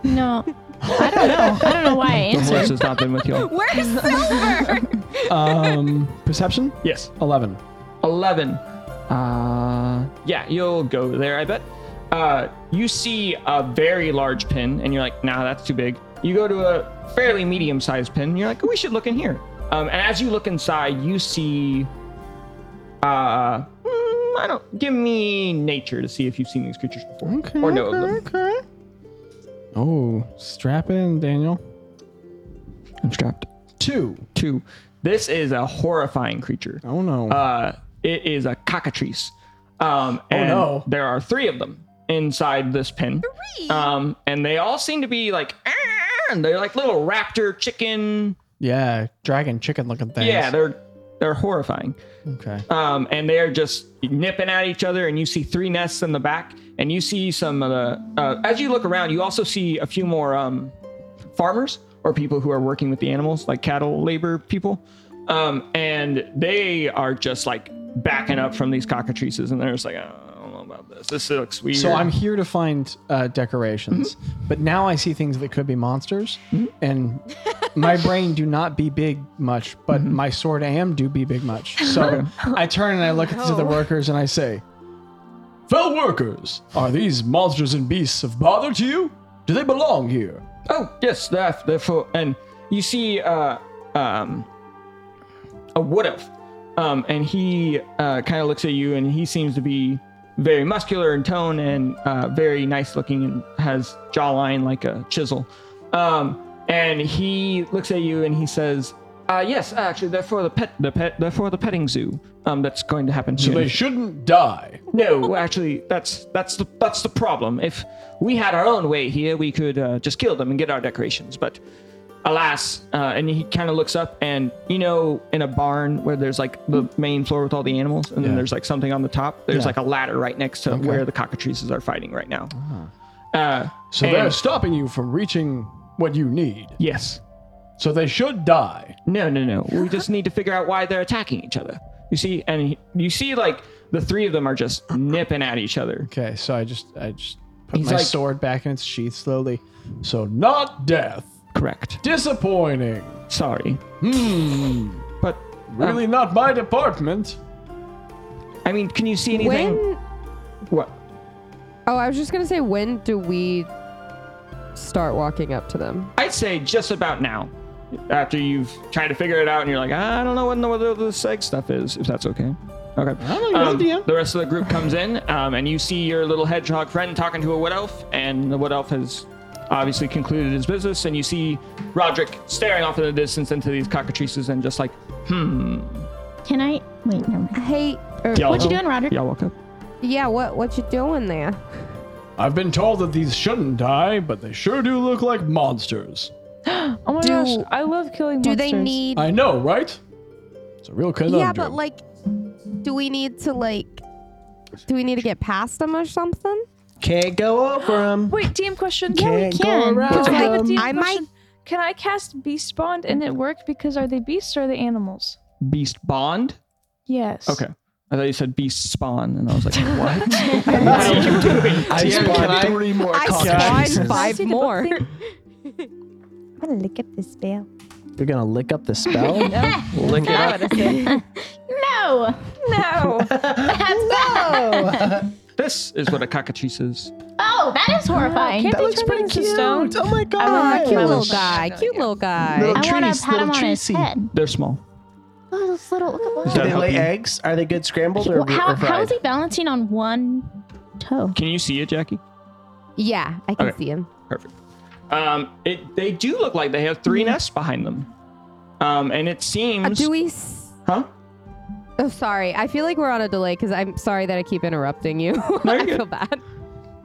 [SPEAKER 2] No, (laughs) I don't know. I don't know why I
[SPEAKER 3] The
[SPEAKER 5] (laughs)
[SPEAKER 3] horse
[SPEAKER 2] answered.
[SPEAKER 3] has not been with
[SPEAKER 4] (laughs)
[SPEAKER 3] y'all.
[SPEAKER 4] Where's Silver?
[SPEAKER 3] (laughs)
[SPEAKER 8] Um, perception?
[SPEAKER 3] Yes.
[SPEAKER 8] 11.
[SPEAKER 3] 11. Uh, yeah, you'll go there, I bet. Uh, you see a very large pin, and you're like, nah, that's too big. You go to a fairly medium sized pin, and you're like, we should look in here. Um, and as you look inside, you see. Uh, mm, I don't. Give me nature to see if you've seen these creatures before. Or know of them.
[SPEAKER 8] Oh, strap in, Daniel.
[SPEAKER 3] I'm strapped.
[SPEAKER 8] Two.
[SPEAKER 3] Two. This is a horrifying creature.
[SPEAKER 8] Oh no.
[SPEAKER 3] Uh, it is a cockatrice. Um, and
[SPEAKER 8] no.
[SPEAKER 3] There are three of them inside this pen. Three. Um, and they all seem to be like, "Ah," and they're like little raptor chicken.
[SPEAKER 8] yeah, dragon chicken looking things.
[SPEAKER 3] Yeah, they're they're horrifying.
[SPEAKER 8] okay.
[SPEAKER 3] Um, and they are just nipping at each other. And you see three nests in the back, and you see some of the. Uh, as you look around, you also see a few more um, farmers or people who are working with the animals, like cattle labor people. Um, and they are just like backing up from these cockatrices, and they're just like, I don't know about this. This looks weird.
[SPEAKER 8] So I'm here to find uh, decorations, but now I see things that could be monsters, and my brain do not be big much, but my sword am do be big much. So I turn and I look to the workers and I say, "Fellow workers, are these monsters and beasts of bother to you? Do they belong here?"
[SPEAKER 3] Oh yes, they're, they're for and you see uh um a wood elf, um and he uh kind of looks at you and he seems to be very muscular in tone and uh, very nice looking and has jawline like a chisel, um and he looks at you and he says. Uh, yes, actually, they're for the pet, the pet, they're for the petting zoo. Um, that's going to happen soon.
[SPEAKER 8] shouldn't die.
[SPEAKER 3] No, actually, that's that's the that's the problem. If we had our own way here, we could uh, just kill them and get our decorations. But alas, uh, and he kind of looks up, and you know, in a barn where there's like the main floor with all the animals, and then
[SPEAKER 8] Yeah.
[SPEAKER 3] there's like something on the top. There's
[SPEAKER 8] Yeah.
[SPEAKER 3] like a ladder right next to where the cockatrices are fighting right now.
[SPEAKER 8] Oh.
[SPEAKER 3] Uh,
[SPEAKER 8] So
[SPEAKER 3] they're
[SPEAKER 8] stopping you from reaching what you need.
[SPEAKER 3] yes.
[SPEAKER 8] So they should die.
[SPEAKER 3] No, no, no. We just need to figure out why they're attacking each other. You see, and he- you see, like the three of them are just nipping at each other.
[SPEAKER 8] Okay, so I just I just put
[SPEAKER 3] He's
[SPEAKER 8] my
[SPEAKER 3] like-
[SPEAKER 8] sword back in its sheath slowly. So not death.
[SPEAKER 3] Correct.
[SPEAKER 8] Disappointing.
[SPEAKER 3] Sorry,
[SPEAKER 8] Hmm.
[SPEAKER 3] but um,
[SPEAKER 8] Really not my department.
[SPEAKER 3] I mean, can you see anything?
[SPEAKER 4] When?
[SPEAKER 3] What?
[SPEAKER 4] Oh, I was just gonna say, when do we start walking up to them?
[SPEAKER 3] I'd say just about now. After you've tried to figure it out and you're like, I don't know what in the world this egg stuff is, if that's okay. Okay. Um,
[SPEAKER 8] don't know, you're the DM.
[SPEAKER 3] the rest of the group comes in, um, and you see your little hedgehog friend talking to a wood elf, and the wood elf has obviously concluded his business, and you see Roderick staring off in the distance into these cockatrices and just like, hmm.
[SPEAKER 2] Can I? Wait, no.
[SPEAKER 4] Hey, er,
[SPEAKER 2] What you
[SPEAKER 3] Y'all
[SPEAKER 5] Uh-huh.
[SPEAKER 3] go-
[SPEAKER 2] doing, Roderick?
[SPEAKER 3] Y'all walk up.
[SPEAKER 4] yeah, what what you doing there?
[SPEAKER 8] I've been told that these shouldn't die, but they sure do look like monsters.
[SPEAKER 7] Oh my
[SPEAKER 4] Do-
[SPEAKER 7] gosh, I love killing
[SPEAKER 4] Do
[SPEAKER 7] monsters.
[SPEAKER 4] they need?
[SPEAKER 8] I know, right? It's a real conundrum.
[SPEAKER 4] yeah, but like, do we need to like? Do we need to get past them or something?
[SPEAKER 5] Can't go over them.
[SPEAKER 7] Wait, DM question.
[SPEAKER 5] Can't go
[SPEAKER 2] can.
[SPEAKER 5] around
[SPEAKER 7] Because I have a
[SPEAKER 5] 'em.
[SPEAKER 7] DM
[SPEAKER 4] I might-
[SPEAKER 7] question. Can I cast Beast Bond and it work? Because are they beasts or are they animals?
[SPEAKER 3] Beast Bond?
[SPEAKER 7] Yes.
[SPEAKER 3] Okay. I thought you said beast spawn, and I was like, (laughs) what? What are you doing?
[SPEAKER 5] I
[SPEAKER 8] Yeah,
[SPEAKER 5] spawned
[SPEAKER 8] can I-
[SPEAKER 5] three more
[SPEAKER 4] I
[SPEAKER 5] cockatrices.
[SPEAKER 4] spawned
[SPEAKER 7] I
[SPEAKER 4] five
[SPEAKER 7] see the book
[SPEAKER 4] more. (laughs)
[SPEAKER 7] thing.
[SPEAKER 2] I'm gonna look at this spell.
[SPEAKER 5] You're gonna lick up
[SPEAKER 2] (laughs)
[SPEAKER 5] the spell.
[SPEAKER 3] Lick it up.
[SPEAKER 2] No,
[SPEAKER 7] No. Oh,
[SPEAKER 2] that's bad.
[SPEAKER 3] This is what a cockatrice is.
[SPEAKER 2] Oh, that is horrifying.
[SPEAKER 7] Can't they turn it into
[SPEAKER 5] (laughs)
[SPEAKER 7] stone?
[SPEAKER 5] Oh my
[SPEAKER 7] love
[SPEAKER 5] god!
[SPEAKER 7] that
[SPEAKER 4] Cute
[SPEAKER 7] Oh,
[SPEAKER 4] little
[SPEAKER 7] sh-
[SPEAKER 4] guy. Cute little guy.
[SPEAKER 2] I
[SPEAKER 5] Little
[SPEAKER 2] want
[SPEAKER 5] trees,
[SPEAKER 2] to pat him
[SPEAKER 5] little
[SPEAKER 2] on his
[SPEAKER 5] treesy.
[SPEAKER 2] head.
[SPEAKER 3] They're small.
[SPEAKER 2] Oh, those little. Look at
[SPEAKER 3] that
[SPEAKER 5] Do they
[SPEAKER 3] help
[SPEAKER 5] lay
[SPEAKER 3] you?
[SPEAKER 5] eggs? Are they good scrambled or,
[SPEAKER 2] Well, how,
[SPEAKER 5] or fried?
[SPEAKER 2] how is he balancing on one toe?
[SPEAKER 3] Can you see it, Jackie?
[SPEAKER 4] Yeah, I can
[SPEAKER 3] Okay.
[SPEAKER 4] see him.
[SPEAKER 3] Perfect. Um, it, they do look like they have
[SPEAKER 7] Mm-hmm.
[SPEAKER 3] three nests behind them. Um, and it
[SPEAKER 4] Uh,
[SPEAKER 3] seems.
[SPEAKER 4] do we? S-
[SPEAKER 3] Huh?
[SPEAKER 4] oh, sorry. I feel like we're on a delay because I'm sorry that I keep interrupting you.
[SPEAKER 3] No, you're
[SPEAKER 4] (laughs) I
[SPEAKER 3] good.
[SPEAKER 4] feel bad.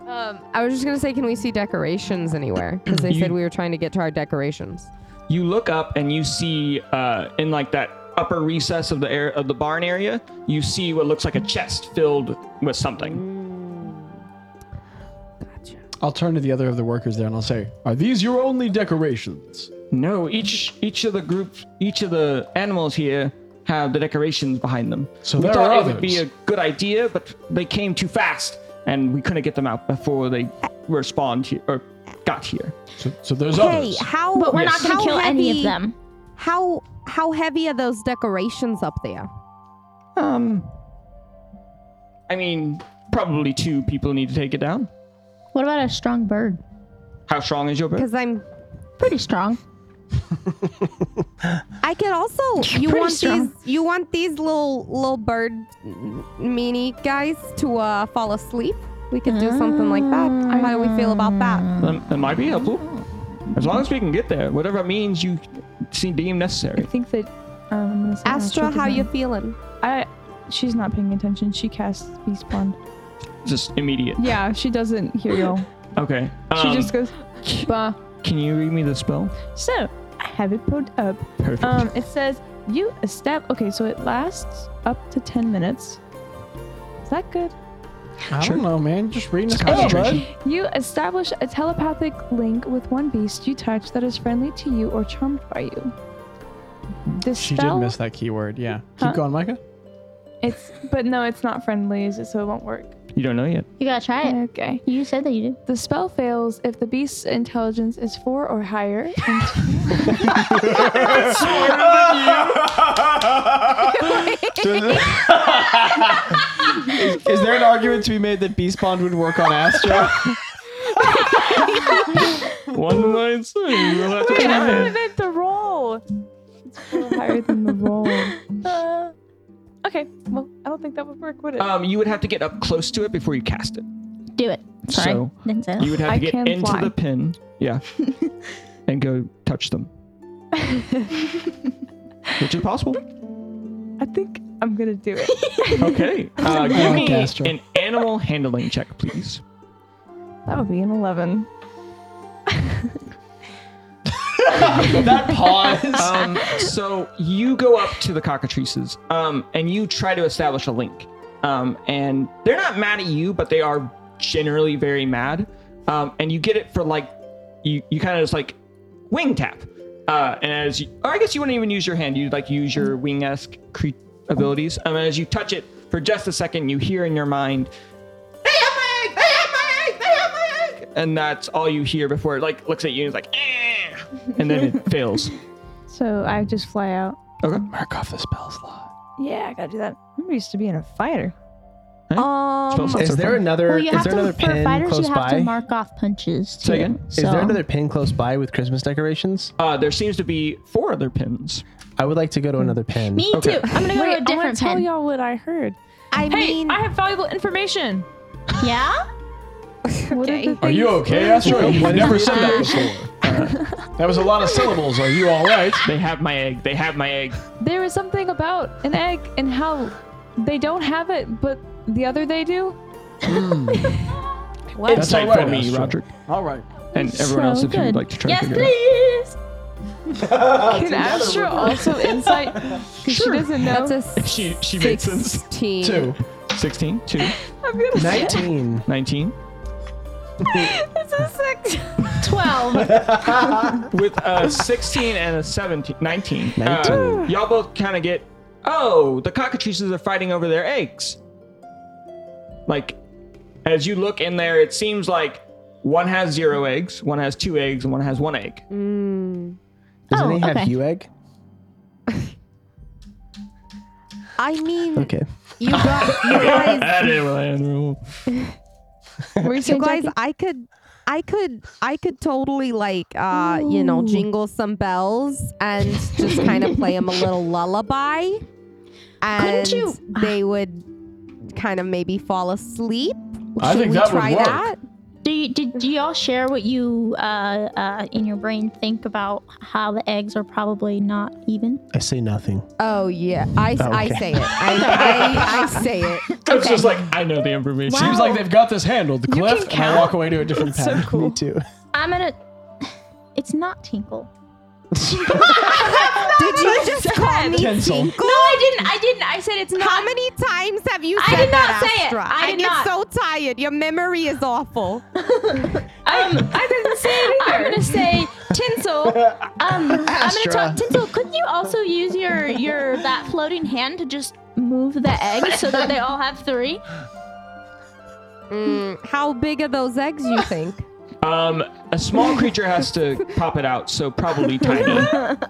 [SPEAKER 4] Um, I was just gonna say, can we see decorations anywhere? Because they
[SPEAKER 3] You-
[SPEAKER 4] said we were trying to get to our decorations.
[SPEAKER 3] You look up and you see uh, in like that upper recess of the air of the barn area, you see what looks like a chest filled with something.
[SPEAKER 4] Gotcha.
[SPEAKER 8] I'll turn to the other of the workers there and I'll say, "Are these your only decorations?"
[SPEAKER 3] No, each each of the group, each of the animals here have the decorations behind them.
[SPEAKER 8] So
[SPEAKER 3] we
[SPEAKER 8] there
[SPEAKER 3] thought
[SPEAKER 8] are
[SPEAKER 3] it would be a
[SPEAKER 8] others.
[SPEAKER 3] good idea, but they came too fast, and we couldn't get them out before they were spawned here or got here.
[SPEAKER 8] So, so there's
[SPEAKER 4] Hey,
[SPEAKER 8] others.
[SPEAKER 4] how?
[SPEAKER 2] But we're not going
[SPEAKER 4] how
[SPEAKER 2] to kill any
[SPEAKER 4] heavy-
[SPEAKER 2] of them.
[SPEAKER 4] How how heavy are those decorations up there?
[SPEAKER 3] Um, I mean, probably two people need to take it down.
[SPEAKER 2] What about a strong bird?
[SPEAKER 3] How strong is your bird?
[SPEAKER 4] Because I'm.
[SPEAKER 2] Pretty strong.
[SPEAKER 4] I can also.
[SPEAKER 2] (laughs)
[SPEAKER 4] You
[SPEAKER 2] Pretty
[SPEAKER 4] want
[SPEAKER 2] strong.
[SPEAKER 4] these? You want these little little bird m- mini guys to uh, fall asleep? We could do something like that. How do we feel about that?
[SPEAKER 3] That, that might be helpful. As long as we can get there, whatever means you see deem necessary.
[SPEAKER 7] I think that um, I'm gonna say no,
[SPEAKER 4] Astra,
[SPEAKER 7] she did
[SPEAKER 4] how you
[SPEAKER 7] not.
[SPEAKER 4] feeling?
[SPEAKER 7] I she's not paying attention. She casts beast bond.
[SPEAKER 3] Just immediate.
[SPEAKER 7] Yeah, she doesn't hear y'all.
[SPEAKER 3] Okay.
[SPEAKER 7] She
[SPEAKER 3] Um,
[SPEAKER 7] just goes, bah.
[SPEAKER 3] can you read me the spell?
[SPEAKER 7] So I have it pulled up.
[SPEAKER 3] Perfect.
[SPEAKER 7] Um, it says you estab. Okay, so it lasts up to ten minutes. Is that good?
[SPEAKER 8] I don't know, man. Just reading a spell,
[SPEAKER 3] Concentration.
[SPEAKER 8] bud.
[SPEAKER 7] You establish a telepathic link with one beast you touch that is friendly to you or charmed by you. This
[SPEAKER 8] She did
[SPEAKER 7] spell,
[SPEAKER 8] miss that keyword. Yeah.
[SPEAKER 7] Huh?
[SPEAKER 8] Keep going, Micah.
[SPEAKER 7] it's but no, it's not friendly, is it? So it won't work.
[SPEAKER 3] You don't know yet.
[SPEAKER 2] You got to try it.
[SPEAKER 7] Okay.
[SPEAKER 2] You said that you did.
[SPEAKER 7] The spell fails if the beast's intelligence is four or higher.
[SPEAKER 8] Is there an argument to be made that Beast Bond would work
[SPEAKER 7] (laughs)
[SPEAKER 8] on Astro?
[SPEAKER 3] One nine six. We'll have to
[SPEAKER 7] Wait, I
[SPEAKER 3] try it.
[SPEAKER 7] wanted it to roll. It's four higher than the roll. Uh, (laughs) okay. Well, I don't think that would work, would it?
[SPEAKER 3] Um, you would have to get up close to it before you cast it.
[SPEAKER 2] Do it. Sorry.
[SPEAKER 3] So-
[SPEAKER 2] Didn't say that.
[SPEAKER 3] You would have
[SPEAKER 7] I
[SPEAKER 3] to get
[SPEAKER 7] can
[SPEAKER 3] into
[SPEAKER 7] fly.
[SPEAKER 3] the pin.
[SPEAKER 7] (laughs)
[SPEAKER 3] Yeah. and go touch them. Which is possible.
[SPEAKER 7] (laughs) I think I'm gonna do (laughs) it.
[SPEAKER 3] Okay. Uh, give
[SPEAKER 8] like
[SPEAKER 3] me
[SPEAKER 8] Astro.
[SPEAKER 3] an animal handling check, please.
[SPEAKER 7] That would be an eleven.
[SPEAKER 8] that pause.
[SPEAKER 3] um, so you go up to the cockatrices um, and you try to establish a link. Um, and they're not mad at you, but they are generally very mad. Um, and you get it for like, you, you kind of just like wing tap. Uh, and as you, or I guess you wouldn't even use your hand, you'd like use your wing esque cre- abilities. Um, and as you touch it for just a second, you hear in your mind, they have my egg! They have my egg! They have my egg! And that's all you hear before it like looks at you and is like, eh! and then it fails.
[SPEAKER 7] So I just fly out.
[SPEAKER 3] Okay.
[SPEAKER 8] Mark off the spell slot.
[SPEAKER 7] Yeah, I gotta do that. I used to being a fighter.
[SPEAKER 4] Um,
[SPEAKER 3] Spell slots
[SPEAKER 5] Is
[SPEAKER 3] are
[SPEAKER 5] there
[SPEAKER 3] fun.
[SPEAKER 5] another?
[SPEAKER 2] well, you
[SPEAKER 5] is
[SPEAKER 2] have
[SPEAKER 5] there
[SPEAKER 2] to,
[SPEAKER 5] another
[SPEAKER 2] for
[SPEAKER 5] pin
[SPEAKER 2] fighters,
[SPEAKER 5] close
[SPEAKER 2] you have to
[SPEAKER 5] by?
[SPEAKER 2] mark off punches.
[SPEAKER 3] Say
[SPEAKER 2] too.
[SPEAKER 3] again?
[SPEAKER 5] is there another pin close by with Christmas decorations?
[SPEAKER 3] Uh, there seems to be four other pins.
[SPEAKER 5] I would like to go to another pin.
[SPEAKER 2] Me
[SPEAKER 3] Okay.
[SPEAKER 2] too. I'm gonna go to a
[SPEAKER 7] Wait, I want
[SPEAKER 2] different
[SPEAKER 7] to tell
[SPEAKER 2] pen.
[SPEAKER 7] y'all what I heard.
[SPEAKER 4] I
[SPEAKER 7] Hey,
[SPEAKER 4] mean,
[SPEAKER 7] I have valuable information.
[SPEAKER 2] Yeah.
[SPEAKER 4] (laughs)
[SPEAKER 7] What are the
[SPEAKER 8] Are you
[SPEAKER 7] things-
[SPEAKER 8] okay, Astro? You never said that (laughs)
[SPEAKER 5] before.
[SPEAKER 8] before. That was a lot of syllables. Are you all right?
[SPEAKER 3] They have my egg. They have my egg.
[SPEAKER 7] There was something about an egg and how they don't have it, but the other they do.
[SPEAKER 4] what?
[SPEAKER 8] That's
[SPEAKER 3] Insight
[SPEAKER 8] all right,
[SPEAKER 3] from me,
[SPEAKER 8] Astro.
[SPEAKER 3] Roderick,
[SPEAKER 8] All right.
[SPEAKER 3] and everyone else
[SPEAKER 7] So
[SPEAKER 3] if you would
[SPEAKER 7] good.
[SPEAKER 3] like to try.
[SPEAKER 2] Yes,
[SPEAKER 3] to figure it
[SPEAKER 2] please.
[SPEAKER 7] Can Astra also
[SPEAKER 8] (laughs)
[SPEAKER 7] insight? Because she doesn't know.
[SPEAKER 4] That's a
[SPEAKER 3] out. She she makes sense.
[SPEAKER 4] sixteen.
[SPEAKER 8] Two.
[SPEAKER 3] 16, (laughs) 2,
[SPEAKER 7] I'm gonna (laughs) say
[SPEAKER 2] (laughs)
[SPEAKER 5] 19.
[SPEAKER 3] 19.
[SPEAKER 4] That's a six.
[SPEAKER 2] Twelve.
[SPEAKER 3] With a 16 and a 17, 19. uh,
[SPEAKER 5] 19.
[SPEAKER 3] y'all both kind of get, oh, the cockatrices are fighting over their eggs. Like, as you look in there, it seems like one has zero eggs, one has two eggs, and one has one egg.
[SPEAKER 8] Mm-hmm.
[SPEAKER 5] Does
[SPEAKER 2] Oh,
[SPEAKER 5] any have
[SPEAKER 2] okay.
[SPEAKER 5] you egg?
[SPEAKER 4] I mean,
[SPEAKER 5] Okay.
[SPEAKER 4] you guys, you guys
[SPEAKER 7] Were you
[SPEAKER 4] So
[SPEAKER 7] saying
[SPEAKER 4] guys,
[SPEAKER 7] Jackie?
[SPEAKER 4] I could I could I could totally like uh you know jingle some bells and just kind of play them a little lullaby and
[SPEAKER 2] Couldn't you-
[SPEAKER 4] they would kind of maybe fall asleep.
[SPEAKER 8] I
[SPEAKER 4] Should
[SPEAKER 8] think
[SPEAKER 4] we
[SPEAKER 8] that would
[SPEAKER 4] try
[SPEAKER 8] work.
[SPEAKER 4] that?
[SPEAKER 2] do you, did do y'all share what you uh, uh, in your brain think about how the eggs are probably not even?
[SPEAKER 5] I say nothing.
[SPEAKER 4] Oh yeah, I, I
[SPEAKER 5] Okay.
[SPEAKER 4] say it. I, I, I say it.
[SPEAKER 3] It's just like, I know the information.
[SPEAKER 8] Seems like they've got this handled, Cliff.
[SPEAKER 2] Oh.
[SPEAKER 8] (laughs) And I walk away to a different path.
[SPEAKER 5] Me too.
[SPEAKER 2] I'm gonna. It's not Tinkle.
[SPEAKER 4] Did you just call me
[SPEAKER 8] Tinsel.
[SPEAKER 4] Tinkle?
[SPEAKER 2] No, I didn't. I didn't. I said it's not.
[SPEAKER 4] How many times have you
[SPEAKER 2] I
[SPEAKER 4] said
[SPEAKER 2] did
[SPEAKER 4] that
[SPEAKER 2] not say it.
[SPEAKER 4] Astra?
[SPEAKER 2] I did
[SPEAKER 4] get
[SPEAKER 2] not.
[SPEAKER 4] so tired. Your memory is awful.
[SPEAKER 2] Um, I didn't say it I'm gonna say tinsel. Um, I'm gonna
[SPEAKER 5] Astra.
[SPEAKER 2] talk tinsel. Couldn't you also use your your that floating hand to just move the eggs so that they all have three?
[SPEAKER 4] How big are those eggs, you think?
[SPEAKER 3] Um, a small creature has to pop it out, so probably tiny.
[SPEAKER 8] That's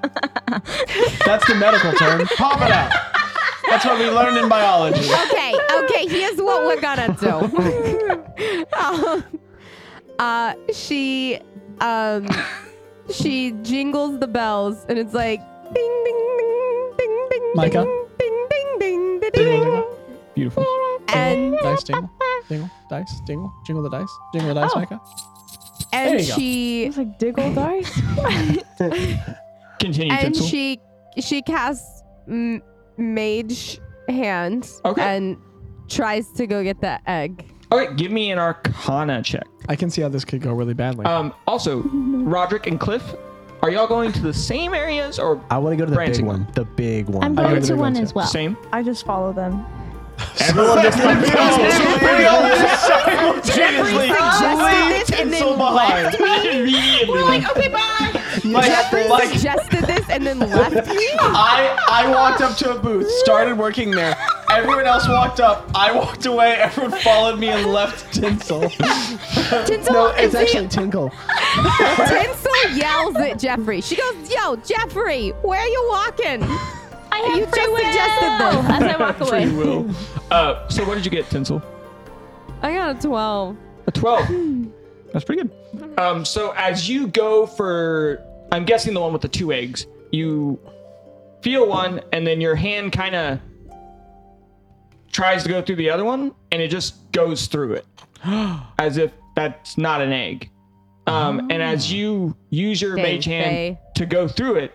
[SPEAKER 8] the medical
[SPEAKER 3] (laughs)
[SPEAKER 8] term. Pop it out. That's what we learned in biology.
[SPEAKER 4] (laughs) okay, okay, here's what we're gonna do. (laughs) um, uh, she um she jingles the bells and it's like ding ding ding ding ding
[SPEAKER 8] Micah?
[SPEAKER 4] ding ding ding ding ding
[SPEAKER 8] Beautiful.
[SPEAKER 4] and
[SPEAKER 8] Dice dingle. Dingle. Dice. Dingle. Jingle the dice. Jingle the dice, Micah.
[SPEAKER 4] and
[SPEAKER 8] you go.
[SPEAKER 4] she
[SPEAKER 7] It's like diggle dice.
[SPEAKER 3] Continue,
[SPEAKER 4] and
[SPEAKER 3] Tinsel.
[SPEAKER 4] she she casts m- mage hand
[SPEAKER 3] Okay.
[SPEAKER 4] and tries to go get that egg.
[SPEAKER 3] All right, give me an Arcana check.
[SPEAKER 8] I can see how this could go really badly.
[SPEAKER 3] Um, also, Roderick and Cliff, are y'all going to the same areas or
[SPEAKER 5] I want to go to the
[SPEAKER 3] Branson.
[SPEAKER 5] big one. The big one.
[SPEAKER 2] I'm
[SPEAKER 8] I
[SPEAKER 2] going
[SPEAKER 8] got
[SPEAKER 2] to
[SPEAKER 8] the
[SPEAKER 2] one
[SPEAKER 8] ones,
[SPEAKER 2] as well.
[SPEAKER 3] same?
[SPEAKER 7] I just follow them.
[SPEAKER 3] Everyone just
[SPEAKER 8] Simultaneously,
[SPEAKER 4] suggested this and then
[SPEAKER 8] behind. Immediately.
[SPEAKER 4] Like, okay, bye.
[SPEAKER 8] Like, like,
[SPEAKER 4] suggested this and
[SPEAKER 5] (laughs)
[SPEAKER 4] then left me.
[SPEAKER 8] I I walked up to a booth, started working there. Everyone else walked up. I walked away. Everyone followed me and left Tinsel.
[SPEAKER 4] Tinsel,
[SPEAKER 5] no, Oh, it's actually Tinkle.
[SPEAKER 4] Tinsel yells at Jeffrey. She goes, "Yo, Jeffrey, where are you walking?"
[SPEAKER 2] I have
[SPEAKER 4] You
[SPEAKER 2] free
[SPEAKER 4] just
[SPEAKER 2] will
[SPEAKER 4] suggested this.
[SPEAKER 2] as I walk
[SPEAKER 3] Free
[SPEAKER 2] away.
[SPEAKER 3] will. (laughs) Uh, so what did you get, Tinsel?
[SPEAKER 4] I got a twelve.
[SPEAKER 3] A 12. Hmm. That's pretty good. Um, so as you go for, I'm guessing the one with the two eggs, you feel one, and then your hand kind of tries to go through the other one, and it just goes through (gasps) it as if that's not an egg. Um, and as you use your
[SPEAKER 4] Dang,
[SPEAKER 3] mage hand
[SPEAKER 4] Faye.
[SPEAKER 3] to go through it,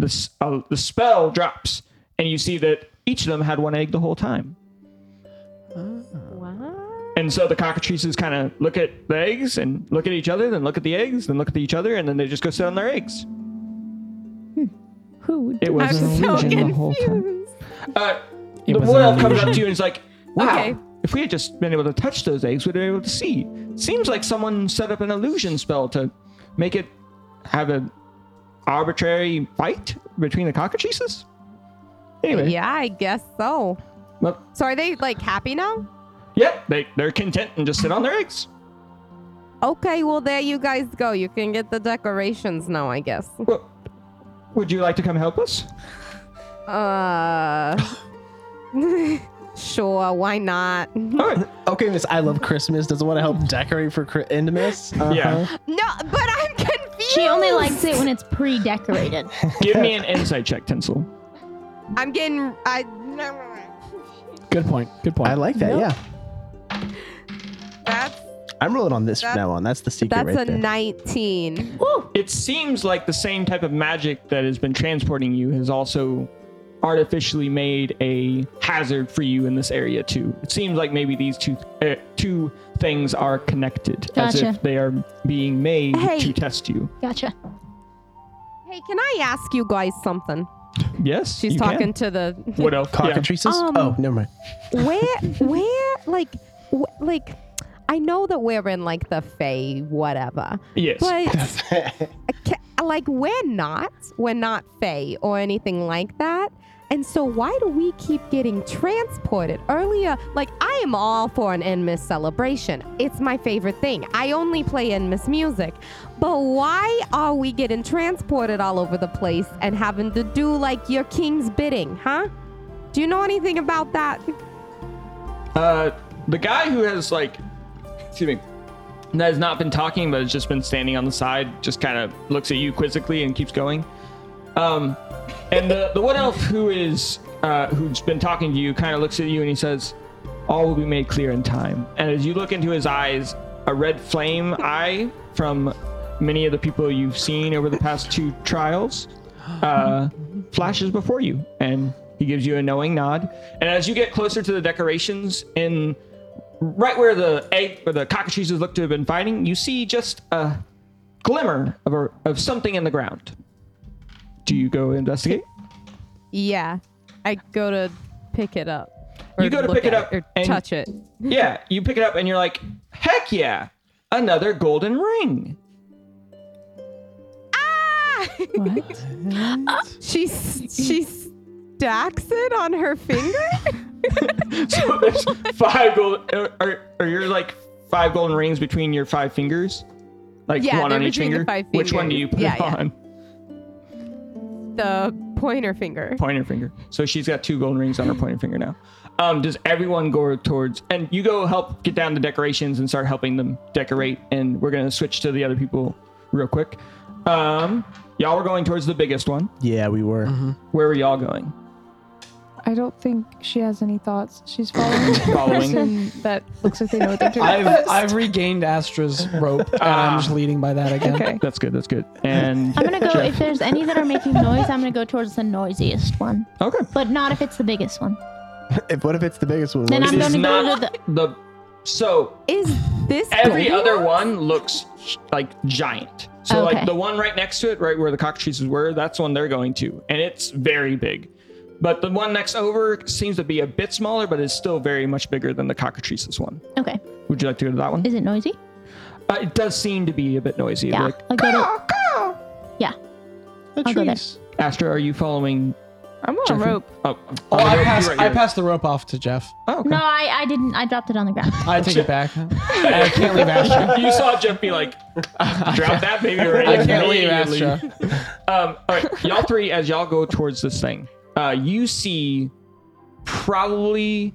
[SPEAKER 3] the, s- uh, the spell drops, and you see that each of them had one egg the whole time. And so the cockatrices kind of look at the eggs and look at each other, then look at the eggs, then look at each other, and then they just go sit on their eggs.
[SPEAKER 2] Who?
[SPEAKER 3] It was
[SPEAKER 4] I'm
[SPEAKER 3] an
[SPEAKER 4] so
[SPEAKER 3] illusion the whole time.
[SPEAKER 4] confused.
[SPEAKER 3] Uh, the
[SPEAKER 8] was
[SPEAKER 3] wood
[SPEAKER 8] an
[SPEAKER 3] elf comes up to you and is like, "Wow,
[SPEAKER 4] (laughs) Okay.
[SPEAKER 3] if we had just been able to touch those eggs, we'd have been able to see. Seems like someone set up an illusion spell to make it have an arbitrary fight between the cockatrices." Anyway,
[SPEAKER 4] Yeah, I guess so.
[SPEAKER 3] well,
[SPEAKER 4] So are they like happy now?
[SPEAKER 3] yeah, they they're content and just sit on their eggs.
[SPEAKER 4] Okay, well there you guys go. You can get the decorations now, I guess.
[SPEAKER 3] Well, would you like to come help us?
[SPEAKER 4] Uh, (laughs) sure. Why not?
[SPEAKER 3] All right.
[SPEAKER 5] Okay, Miss, I love Christmas. Doesn't want to help decorate for Chri- Endimus. Uh-huh.
[SPEAKER 3] Yeah.
[SPEAKER 4] No, but I'm confused.
[SPEAKER 2] She only likes it when it's pre-decorated.
[SPEAKER 3] Give (laughs) me an insight check, Tinsel.
[SPEAKER 4] I'm getting. I.
[SPEAKER 8] Good point. Good point.
[SPEAKER 5] I like that. Yeah,
[SPEAKER 4] That's
[SPEAKER 5] I'm rolling on this
[SPEAKER 4] That's-
[SPEAKER 5] from now on. That's the secret
[SPEAKER 4] that's
[SPEAKER 5] right
[SPEAKER 4] a
[SPEAKER 5] there.
[SPEAKER 4] 19.
[SPEAKER 3] It seems like the same type of magic that has been transporting you has also artificially made a hazard for you in this area too. It seems like maybe these two uh, two things are connected as
[SPEAKER 2] Gotcha.
[SPEAKER 3] if they are being made
[SPEAKER 4] Hey.
[SPEAKER 3] to test you.
[SPEAKER 2] Gotcha.
[SPEAKER 4] Hey, can I ask you guys something?
[SPEAKER 3] Yes.
[SPEAKER 4] She's
[SPEAKER 3] you can.
[SPEAKER 4] talking to the
[SPEAKER 3] What else?
[SPEAKER 5] Cockatrices?
[SPEAKER 4] Um,
[SPEAKER 5] oh, never mind.
[SPEAKER 4] where where like wh- like I know that we're in like the Fey whatever,
[SPEAKER 3] Yeah. Yes.
[SPEAKER 4] but ca- like we're not we're not Fey or anything like that. And so why do we keep getting transported? Earlier, like I am all for an Enmis celebration. It's my favorite thing. I only play Enmis music. But why are we getting transported all over the place and having to do like your king's bidding, huh? Do you know anything about that?
[SPEAKER 3] Uh, the guy who has like, excuse me, that has not been talking but has just been standing on the side, just kind of looks at you quizzically and keeps going. Um, and the the wood elf who is uh, who's been talking to you kind of looks at you and he says, "All will be made clear in time." And as you look into his eyes, a red flame eye from many of the people you've seen over the past two trials uh, flashes before you, and he gives you a knowing nod. And as you get closer to the decorations, in right where the egg or the cockatrices look to have been fighting, you see just a glimmer of a, of something in the ground. do you go investigate?
[SPEAKER 4] Yeah, I go to pick it up. Or
[SPEAKER 3] You go to
[SPEAKER 4] look
[SPEAKER 3] pick it
[SPEAKER 4] at
[SPEAKER 3] up
[SPEAKER 4] or
[SPEAKER 3] and-
[SPEAKER 4] touch it.
[SPEAKER 3] Yeah, you pick it up and you're like, heck yeah, another golden ring. (laughs)
[SPEAKER 7] What?
[SPEAKER 4] She s- she stacks it on her finger.
[SPEAKER 3] So there's five gold, or, or, or you're like five golden rings between your five fingers, like
[SPEAKER 4] Yeah,
[SPEAKER 3] one
[SPEAKER 4] they're
[SPEAKER 3] on each
[SPEAKER 4] between the
[SPEAKER 3] finger.
[SPEAKER 4] five
[SPEAKER 3] Which one do
[SPEAKER 4] fingers.
[SPEAKER 3] you put
[SPEAKER 4] Yeah,
[SPEAKER 3] it
[SPEAKER 4] yeah.
[SPEAKER 3] on?
[SPEAKER 4] the pointer finger.
[SPEAKER 3] Pointer finger. So she's got two golden rings on her pointer finger now. Um, does everyone go towards? And you go help get down the decorations and start helping them decorate. And we're gonna switch to the other people real quick. Um, y'all were going towards the biggest one.
[SPEAKER 5] Yeah, we were.
[SPEAKER 3] Where were y'all going?
[SPEAKER 7] I don't think she has any thoughts. She's
[SPEAKER 3] (laughs)
[SPEAKER 7] following the
[SPEAKER 3] Following.
[SPEAKER 7] person that looks like they know what they're doing.
[SPEAKER 8] I've I've regained Astra's rope, and I'm just leading by that again.
[SPEAKER 7] okay.
[SPEAKER 3] That's good. That's good. And
[SPEAKER 2] I'm gonna go. If there's any that are making noise, I'm gonna go towards the noisiest one,
[SPEAKER 3] okay,
[SPEAKER 2] but not if it's the biggest one.
[SPEAKER 5] (laughs) If, what if it's the biggest one?
[SPEAKER 2] Then
[SPEAKER 5] What
[SPEAKER 2] I'm
[SPEAKER 5] if-
[SPEAKER 3] It is
[SPEAKER 2] gonna go
[SPEAKER 3] not
[SPEAKER 2] to the.
[SPEAKER 3] the so
[SPEAKER 4] Is this
[SPEAKER 3] every
[SPEAKER 4] Goldilocks?
[SPEAKER 3] other one looks like giant. So
[SPEAKER 2] Okay.
[SPEAKER 3] like the one right next to it, right where the cockatrices were, that's the one they're going to, and it's very big. But the one next over seems to be a bit smaller, but is still very much bigger than the cockatrices one.
[SPEAKER 2] Okay.
[SPEAKER 3] Would you like to go to that one?
[SPEAKER 2] Is it noisy?
[SPEAKER 3] Uh, it does seem to be a bit noisy.
[SPEAKER 2] Yeah.
[SPEAKER 3] Like,
[SPEAKER 2] I'll go to, yeah. I'll go there.
[SPEAKER 3] Astra, are you following?
[SPEAKER 7] I'm on
[SPEAKER 3] Jeffrey?
[SPEAKER 7] a rope.
[SPEAKER 3] Oh,
[SPEAKER 8] Oh,
[SPEAKER 3] oh,
[SPEAKER 8] I
[SPEAKER 3] you're
[SPEAKER 8] passed.
[SPEAKER 3] right,
[SPEAKER 8] I
[SPEAKER 3] you're right.
[SPEAKER 8] passed the rope off to Jeff.
[SPEAKER 3] Oh, okay.
[SPEAKER 2] No, I, I didn't. I dropped it on the ground.
[SPEAKER 8] I take (laughs) it back. I can't leave Astra.
[SPEAKER 3] you saw Jeff be like, drop that baby right
[SPEAKER 8] I can't leave Astra.
[SPEAKER 3] Um, all right, y'all three, as y'all go towards this thing, uh, you see probably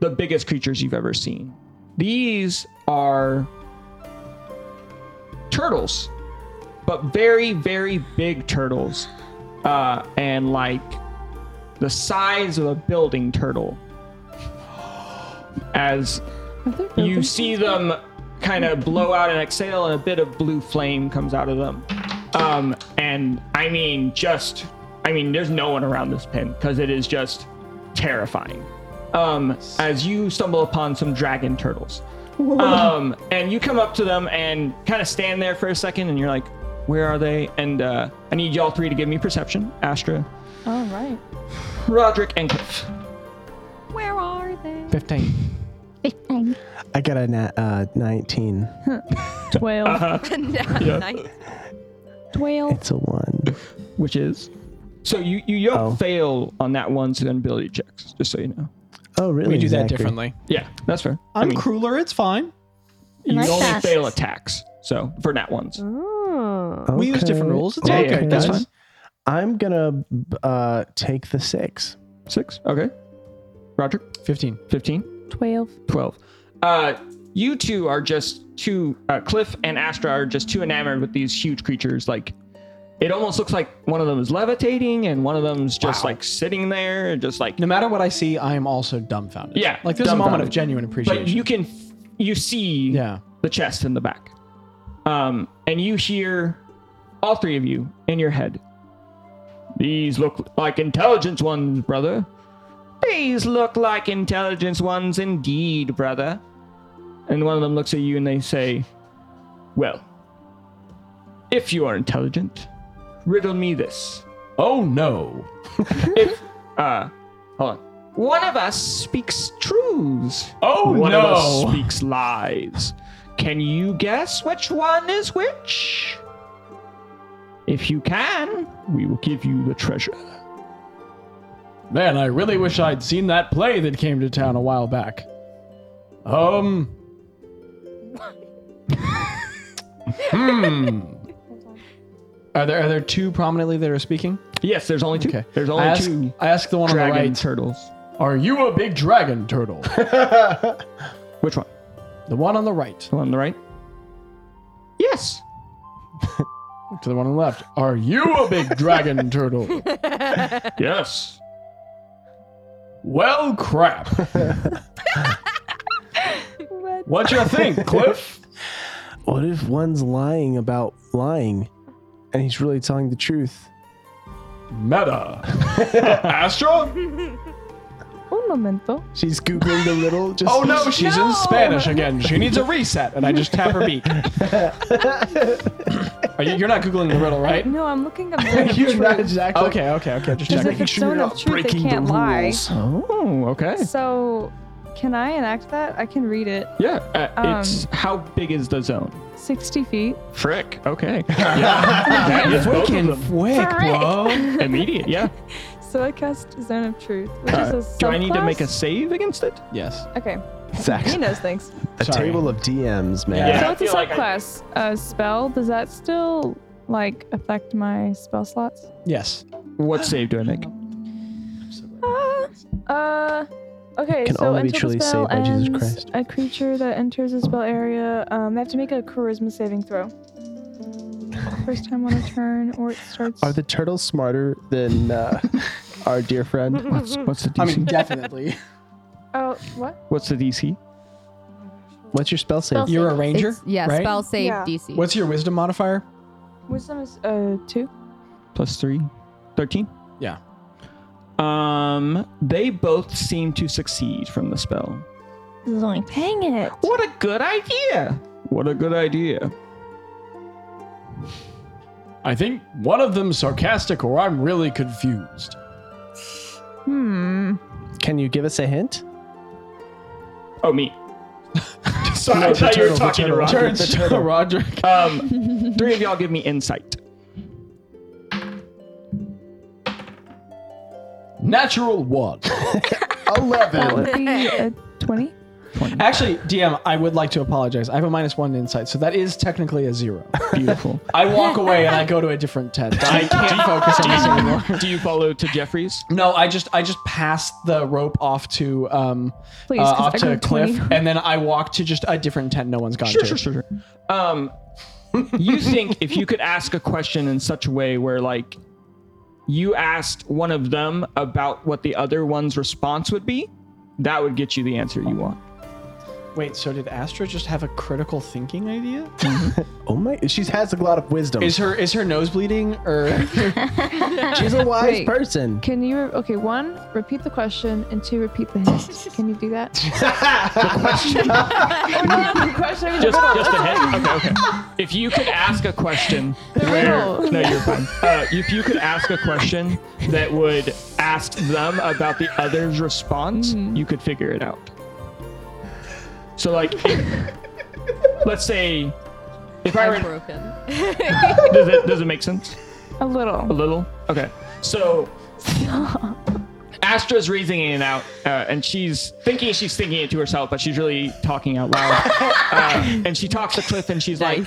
[SPEAKER 3] the biggest creatures you've ever seen. These are turtles, but very, very big turtles, uh, and like the size of a building turtle. (gasps) As you see them kind of blow out and exhale, and a bit of blue flame comes out of them. Um, and I mean, just, I mean, there's no one around this pin because it is just terrifying. Um, as you stumble upon some dragon turtles, um, and you come up to them and kind of stand there for a second, and you're like, "Where are they?" And uh, I need y'all three to give me perception: Astra,
[SPEAKER 7] All right.
[SPEAKER 3] Roderick, and Cliff.
[SPEAKER 4] Where are (laughs) they?
[SPEAKER 8] Fifteen.
[SPEAKER 2] Fifteen.
[SPEAKER 5] I got a nat, uh, 19.
[SPEAKER 7] 12.
[SPEAKER 3] Uh-huh.
[SPEAKER 4] Nice.
[SPEAKER 7] 12.
[SPEAKER 5] It's a
[SPEAKER 8] (laughs)
[SPEAKER 5] one.
[SPEAKER 3] which is so you you don't
[SPEAKER 5] Oh.
[SPEAKER 3] fail on that one suitability checks just so you know
[SPEAKER 5] Oh, really?
[SPEAKER 8] We do that
[SPEAKER 5] Zachary?
[SPEAKER 8] differently.
[SPEAKER 3] yeah that's fair
[SPEAKER 8] I'm
[SPEAKER 3] mean,
[SPEAKER 8] crueler. It's fine.
[SPEAKER 3] you
[SPEAKER 2] like
[SPEAKER 3] only
[SPEAKER 2] that.
[SPEAKER 3] fail attacks so for nat ones
[SPEAKER 4] Oh.
[SPEAKER 8] We use different
[SPEAKER 5] Okay.
[SPEAKER 8] rules. It's
[SPEAKER 3] Yeah,
[SPEAKER 8] okay.
[SPEAKER 3] yeah,
[SPEAKER 8] That's
[SPEAKER 3] guys.
[SPEAKER 8] fine.
[SPEAKER 5] I'm gonna uh, take the six.
[SPEAKER 3] six okay roger
[SPEAKER 8] Fifteen.
[SPEAKER 3] 15
[SPEAKER 7] 12.
[SPEAKER 3] 12. Uh, you two are just two, uh, Cliff and Astra are just too enamored with these huge creatures. Like, it almost looks like one of them is levitating and one of them's just
[SPEAKER 8] Wow.
[SPEAKER 3] like sitting there, just like.
[SPEAKER 8] No matter what I see, I am also dumbfounded.
[SPEAKER 3] Yeah,
[SPEAKER 8] Like there's a moment
[SPEAKER 3] dumbfounded.
[SPEAKER 8] of genuine appreciation.
[SPEAKER 3] But you can, you see
[SPEAKER 8] yeah.
[SPEAKER 3] the chest and the back. Um, and you hear all three of you in your head. These look like intelligence ones, brother. These look like intelligence ones indeed, brother. And one of them looks at you and they say, Well, if you are intelligent, riddle me this.
[SPEAKER 1] Oh no.
[SPEAKER 3] If, uh, hold on. One of us speaks truths.
[SPEAKER 1] Oh
[SPEAKER 3] One
[SPEAKER 1] no.
[SPEAKER 3] of us speaks lies. Can you guess which one is which? If you can, we will give you the treasure.
[SPEAKER 8] Man, I really wish I'd seen that play that came to town a while back. Um. hmm. Are there are there two prominently that are speaking?
[SPEAKER 3] Yes, there's only two.
[SPEAKER 8] Okay.
[SPEAKER 3] There's only
[SPEAKER 8] I ask,
[SPEAKER 3] two
[SPEAKER 8] I ask the one
[SPEAKER 3] dragon
[SPEAKER 8] on the right.
[SPEAKER 3] turtles.
[SPEAKER 8] Are you a big dragon turtle?
[SPEAKER 3] Which one?
[SPEAKER 8] (laughs) the one on the right.
[SPEAKER 3] The one on the right? Yes.
[SPEAKER 8] To the one on the left. Are you a big dragon turtle?
[SPEAKER 1] Yes.
[SPEAKER 8] Well, crap.
[SPEAKER 1] What you
[SPEAKER 4] (laughs)
[SPEAKER 1] think, Cliff?
[SPEAKER 5] What if one's lying about lying, and he's really telling the truth?
[SPEAKER 1] Meta. Astra?
[SPEAKER 7] Oh momento.
[SPEAKER 5] She's googling the riddle. Just
[SPEAKER 8] Oh no, she's
[SPEAKER 7] No.
[SPEAKER 8] in Spanish again. She needs a reset, and I just tap her
[SPEAKER 3] (laughs)
[SPEAKER 8] beak. (laughs) Are you, you're not googling the riddle, right?
[SPEAKER 7] No,
[SPEAKER 3] (laughs)
[SPEAKER 7] I'm looking at zone of
[SPEAKER 5] You're not
[SPEAKER 7] truth.
[SPEAKER 5] exactly.
[SPEAKER 8] Okay, okay, okay. Just
[SPEAKER 7] Because
[SPEAKER 8] checking.
[SPEAKER 7] if it's zone of truth, it can't lie.
[SPEAKER 3] Oh, okay.
[SPEAKER 7] So, can I enact that? I can read it.
[SPEAKER 3] Yeah. Uh,
[SPEAKER 7] Um,
[SPEAKER 3] it's how big is the zone?
[SPEAKER 7] 60 feet.
[SPEAKER 3] Frick. Okay.
[SPEAKER 8] (laughs)
[SPEAKER 3] Yeah. that is both of them.
[SPEAKER 8] Quick, bro.
[SPEAKER 3] Immediate.
[SPEAKER 8] (laughs)
[SPEAKER 3] Yeah.
[SPEAKER 7] So I cast Zone of Truth, which
[SPEAKER 3] Uh,
[SPEAKER 7] is a
[SPEAKER 3] do I need to
[SPEAKER 7] subclass?
[SPEAKER 3] make a save against it?
[SPEAKER 8] Yes.
[SPEAKER 7] Okay,
[SPEAKER 5] Zach,
[SPEAKER 7] he knows things.
[SPEAKER 5] a
[SPEAKER 8] Sorry.
[SPEAKER 5] table of DMs, man.
[SPEAKER 8] Yeah.
[SPEAKER 7] so it's a
[SPEAKER 3] feel like I-
[SPEAKER 7] subclass uh, spell. Does that still like affect my spell slots?
[SPEAKER 8] Yes.
[SPEAKER 3] What save do I
[SPEAKER 8] (laughs)
[SPEAKER 3] make?
[SPEAKER 7] Uh, uh okay.
[SPEAKER 5] Can
[SPEAKER 7] so
[SPEAKER 5] only be
[SPEAKER 7] until
[SPEAKER 5] truly
[SPEAKER 7] the spell
[SPEAKER 5] saved by Jesus
[SPEAKER 7] ends,
[SPEAKER 5] Christ.
[SPEAKER 7] A creature that enters the spell area, um, they have to make a charisma saving throw. First time on a turn, or it starts.
[SPEAKER 5] Are the turtles smarter than
[SPEAKER 8] (laughs)
[SPEAKER 5] uh, our dear friend?
[SPEAKER 3] What's, what's the DC?
[SPEAKER 8] I mean, definitely.
[SPEAKER 7] oh, what?
[SPEAKER 3] what's the DC?
[SPEAKER 5] What's your spell save?
[SPEAKER 2] Spell
[SPEAKER 8] You're a ranger,
[SPEAKER 4] It's- yeah,
[SPEAKER 8] right?
[SPEAKER 4] spell save
[SPEAKER 7] Yeah.
[SPEAKER 4] DC.
[SPEAKER 8] What's your wisdom modifier?
[SPEAKER 7] Wisdom is uh two.
[SPEAKER 3] Plus three. 13?
[SPEAKER 8] Yeah.
[SPEAKER 3] Um, they both seem to succeed from the spell.
[SPEAKER 2] This is only dang it.
[SPEAKER 3] What a good idea! What a good idea.
[SPEAKER 8] I think one of them's sarcastic, or I'm really confused.
[SPEAKER 2] Hmm.
[SPEAKER 5] Can you give us a hint?
[SPEAKER 3] Oh, (laughs) me. Sorry,
[SPEAKER 8] No,
[SPEAKER 3] I
[SPEAKER 8] the
[SPEAKER 3] thought you were
[SPEAKER 8] turtle, the
[SPEAKER 3] talking to
[SPEAKER 8] turtle.
[SPEAKER 3] Roger.
[SPEAKER 8] Turns to Roderick.
[SPEAKER 3] Um, three of y'all give me insight.
[SPEAKER 8] Natural one.
[SPEAKER 7] That would be a twenty.
[SPEAKER 8] Actually, DM, I would like to apologize. I have a minus one insight, so that is technically a zero.
[SPEAKER 3] Beautiful.
[SPEAKER 8] (laughs) I walk away and I go to a different tent. I can't focus on this anymore.
[SPEAKER 3] Ah. Do you follow to Jeffries?
[SPEAKER 8] No, I just I just passed the rope off to um
[SPEAKER 7] Please,
[SPEAKER 8] uh,
[SPEAKER 7] 'cause
[SPEAKER 8] off
[SPEAKER 7] I
[SPEAKER 8] to
[SPEAKER 7] got
[SPEAKER 8] Cliff,
[SPEAKER 7] 20.
[SPEAKER 8] and then I walk to just a different tent no one's gone to.
[SPEAKER 3] sure. Um, (laughs) you think if you could ask a question in such a way where, like, you asked one of them about what the other one's response would be, that would get you the answer you want.
[SPEAKER 8] Wait, so did Astra just have a critical thinking idea?
[SPEAKER 5] Oh my! She has a lot of wisdom.
[SPEAKER 8] Is her is her nose bleeding or
[SPEAKER 5] She's a wise
[SPEAKER 7] Wait.
[SPEAKER 5] person.
[SPEAKER 7] Can you? Re- okay, one, repeat the question, and two, repeat the hint. Can you
[SPEAKER 3] (laughs)
[SPEAKER 7] do that? (laughs) Or not the question. I mean the (laughs)
[SPEAKER 3] Just,
[SPEAKER 7] riddle.
[SPEAKER 3] just a hint. Okay, okay. If you could ask a question
[SPEAKER 7] The
[SPEAKER 3] where,
[SPEAKER 7] riddle.
[SPEAKER 3] no, you're fine. Uh, if you could ask a question that would ask them about the other's response, you could figure it out. So, like, if- let's say, if I
[SPEAKER 4] I'm
[SPEAKER 3] were,
[SPEAKER 4] broken.
[SPEAKER 3] does it does it make sense?
[SPEAKER 7] A little.
[SPEAKER 3] A little. Okay. So (laughs) Astra's reasoning it out, uh, and she's thinking she's thinking it to herself, but she's really talking out loud. uh, and she talks to Cliff, and she's like,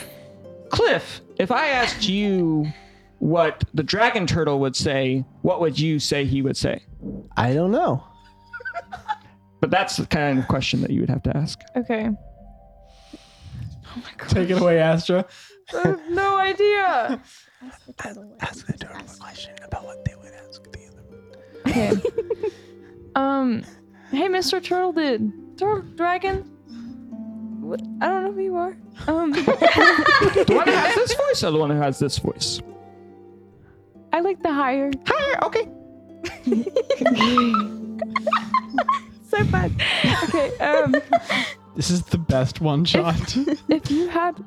[SPEAKER 3] "Cliff, if I asked you what the dragon turtle would say, what would you say he would say?"
[SPEAKER 5] I don't know.
[SPEAKER 3] But that's the kind of question that you would have to ask.
[SPEAKER 7] Okay.
[SPEAKER 5] (laughs)
[SPEAKER 8] take it away, Astra?
[SPEAKER 7] Oh I have no idea.
[SPEAKER 5] Ask the turtle a question about what they would ask the other.
[SPEAKER 7] Okay. (laughs) um, hey, Mr. Turtle, did Turtle Dragon? What? I don't know who you are. Um, (laughs)
[SPEAKER 3] The one who has this voice, or the one who has this voice.
[SPEAKER 7] I like the higher.
[SPEAKER 3] Higher. Okay.
[SPEAKER 7] (laughs) So bad. Okay. Um,
[SPEAKER 8] This is the best one shot.
[SPEAKER 4] (laughs)
[SPEAKER 7] if you had,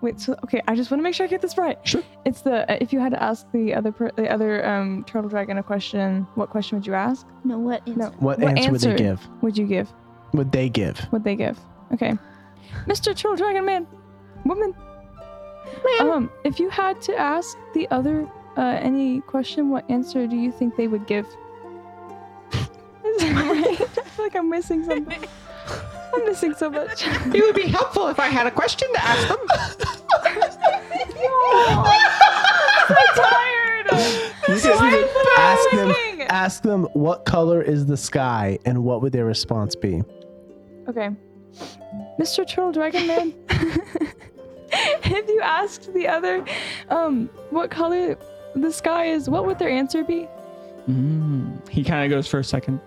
[SPEAKER 7] wait. So okay, I just want to make sure I get this right.
[SPEAKER 3] Sure.
[SPEAKER 7] It's the uh, if you had to ask the other per, the other um Turtle Dragon a question, what question would you ask?
[SPEAKER 2] No, what is
[SPEAKER 7] No.
[SPEAKER 5] What,
[SPEAKER 7] What
[SPEAKER 5] answer, would
[SPEAKER 7] answer?
[SPEAKER 5] they give?
[SPEAKER 7] Would you give?
[SPEAKER 5] Would they give?
[SPEAKER 7] What they give? Okay. Mr. Turtle Dragon Man, woman. Um, if you had to ask the other uh, any question, what answer do you think they would give? (laughs) Is that right? I feel like I'm missing something. I'm missing so much.
[SPEAKER 3] It would be helpful if I had a question to ask
[SPEAKER 7] (laughs)
[SPEAKER 3] them.
[SPEAKER 7] I'm tired.
[SPEAKER 5] You can
[SPEAKER 7] Why is that
[SPEAKER 5] ask them.
[SPEAKER 7] happening?
[SPEAKER 5] Ask them what color is the sky, and what would their response be?
[SPEAKER 7] Okay. Mr. Turtle Dragon Man, (laughs) if you asked the other um, what color the sky is, what would their answer be?
[SPEAKER 3] Mm. He kind of goes for a second.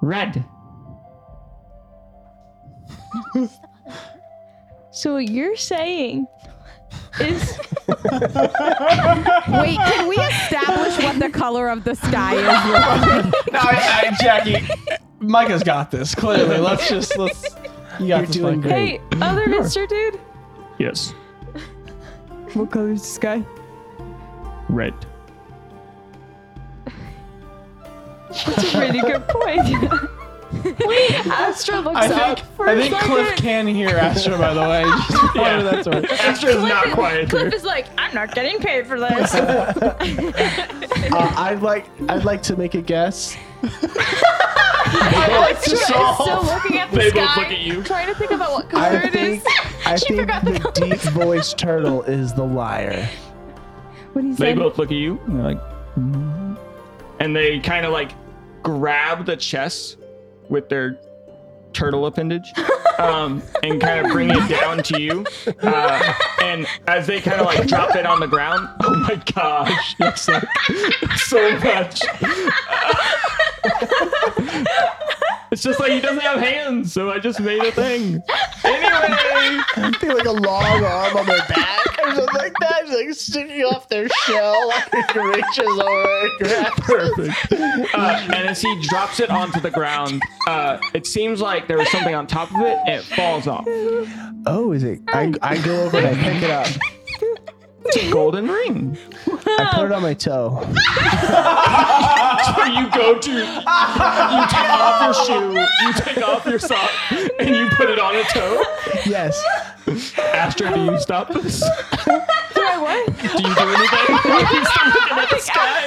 [SPEAKER 3] Red.
[SPEAKER 9] (laughs)
[SPEAKER 7] So what you're saying is
[SPEAKER 4] Wait, can we establish what the color of the sky is?
[SPEAKER 8] No, I, I,
[SPEAKER 3] (laughs)
[SPEAKER 8] Jackie, Micah's got this. Clearly, let's just let's. You got
[SPEAKER 5] You're
[SPEAKER 8] this,
[SPEAKER 5] doing
[SPEAKER 8] Micah.
[SPEAKER 7] Hey, other Mr. Dude.
[SPEAKER 3] Yes.
[SPEAKER 7] What color is the sky?
[SPEAKER 3] Red.
[SPEAKER 7] That's a really good point.
[SPEAKER 9] (laughs)
[SPEAKER 7] Wait, Astra looks
[SPEAKER 8] I
[SPEAKER 7] up
[SPEAKER 8] think
[SPEAKER 7] for
[SPEAKER 8] I
[SPEAKER 7] a
[SPEAKER 8] think
[SPEAKER 7] second.
[SPEAKER 8] Cliff can hear Astro. By the way, Just- (laughs)
[SPEAKER 3] Yeah.
[SPEAKER 9] (laughs)
[SPEAKER 8] that's all right.
[SPEAKER 3] Astro's not quiet.
[SPEAKER 9] Cliff is like, I'm not getting paid for this.
[SPEAKER 5] Uh, I'd like I'd like to make a guess.
[SPEAKER 7] (laughs)
[SPEAKER 9] Is still looking at the
[SPEAKER 3] They both
[SPEAKER 9] sky.
[SPEAKER 3] look
[SPEAKER 8] e-
[SPEAKER 3] at you.
[SPEAKER 7] trying to think about what color
[SPEAKER 5] I
[SPEAKER 7] it is. (laughs)
[SPEAKER 5] think I
[SPEAKER 9] She
[SPEAKER 5] think
[SPEAKER 9] forgot the
[SPEAKER 5] the
[SPEAKER 9] colors.
[SPEAKER 5] deep voice turtle is the liar.
[SPEAKER 7] What he
[SPEAKER 3] They
[SPEAKER 7] said.
[SPEAKER 3] both look at you. And they're like, "Mhm." and they kind of like grab the chest with their turtle appendage um, and kind of bring it down to you. Uh, and as they kind of like drop it on the ground, (laughs) oh my gosh, it's like so much. (laughs) it's just like he doesn't have hands, so I just made a thing. Anyway.
[SPEAKER 5] I feel like a long arm on their back or something like that, It's like sticking off their shell. Like it reaches over and grabs.
[SPEAKER 3] Perfect. Uh, and as he drops it onto the ground, uh, it seems like there was something on top of it, and it falls off.
[SPEAKER 5] Oh, is it? I, I go over and I pick it up.
[SPEAKER 3] It's a golden ring.
[SPEAKER 5] I put it on my toe.
[SPEAKER 3] So you go to, you take off your shoe, you take off your sock, and you put it on a toe.
[SPEAKER 5] Yes.
[SPEAKER 3] Astrid, do you stop this? Do I what? Do you do anything? (laughs) you start looking at the sky.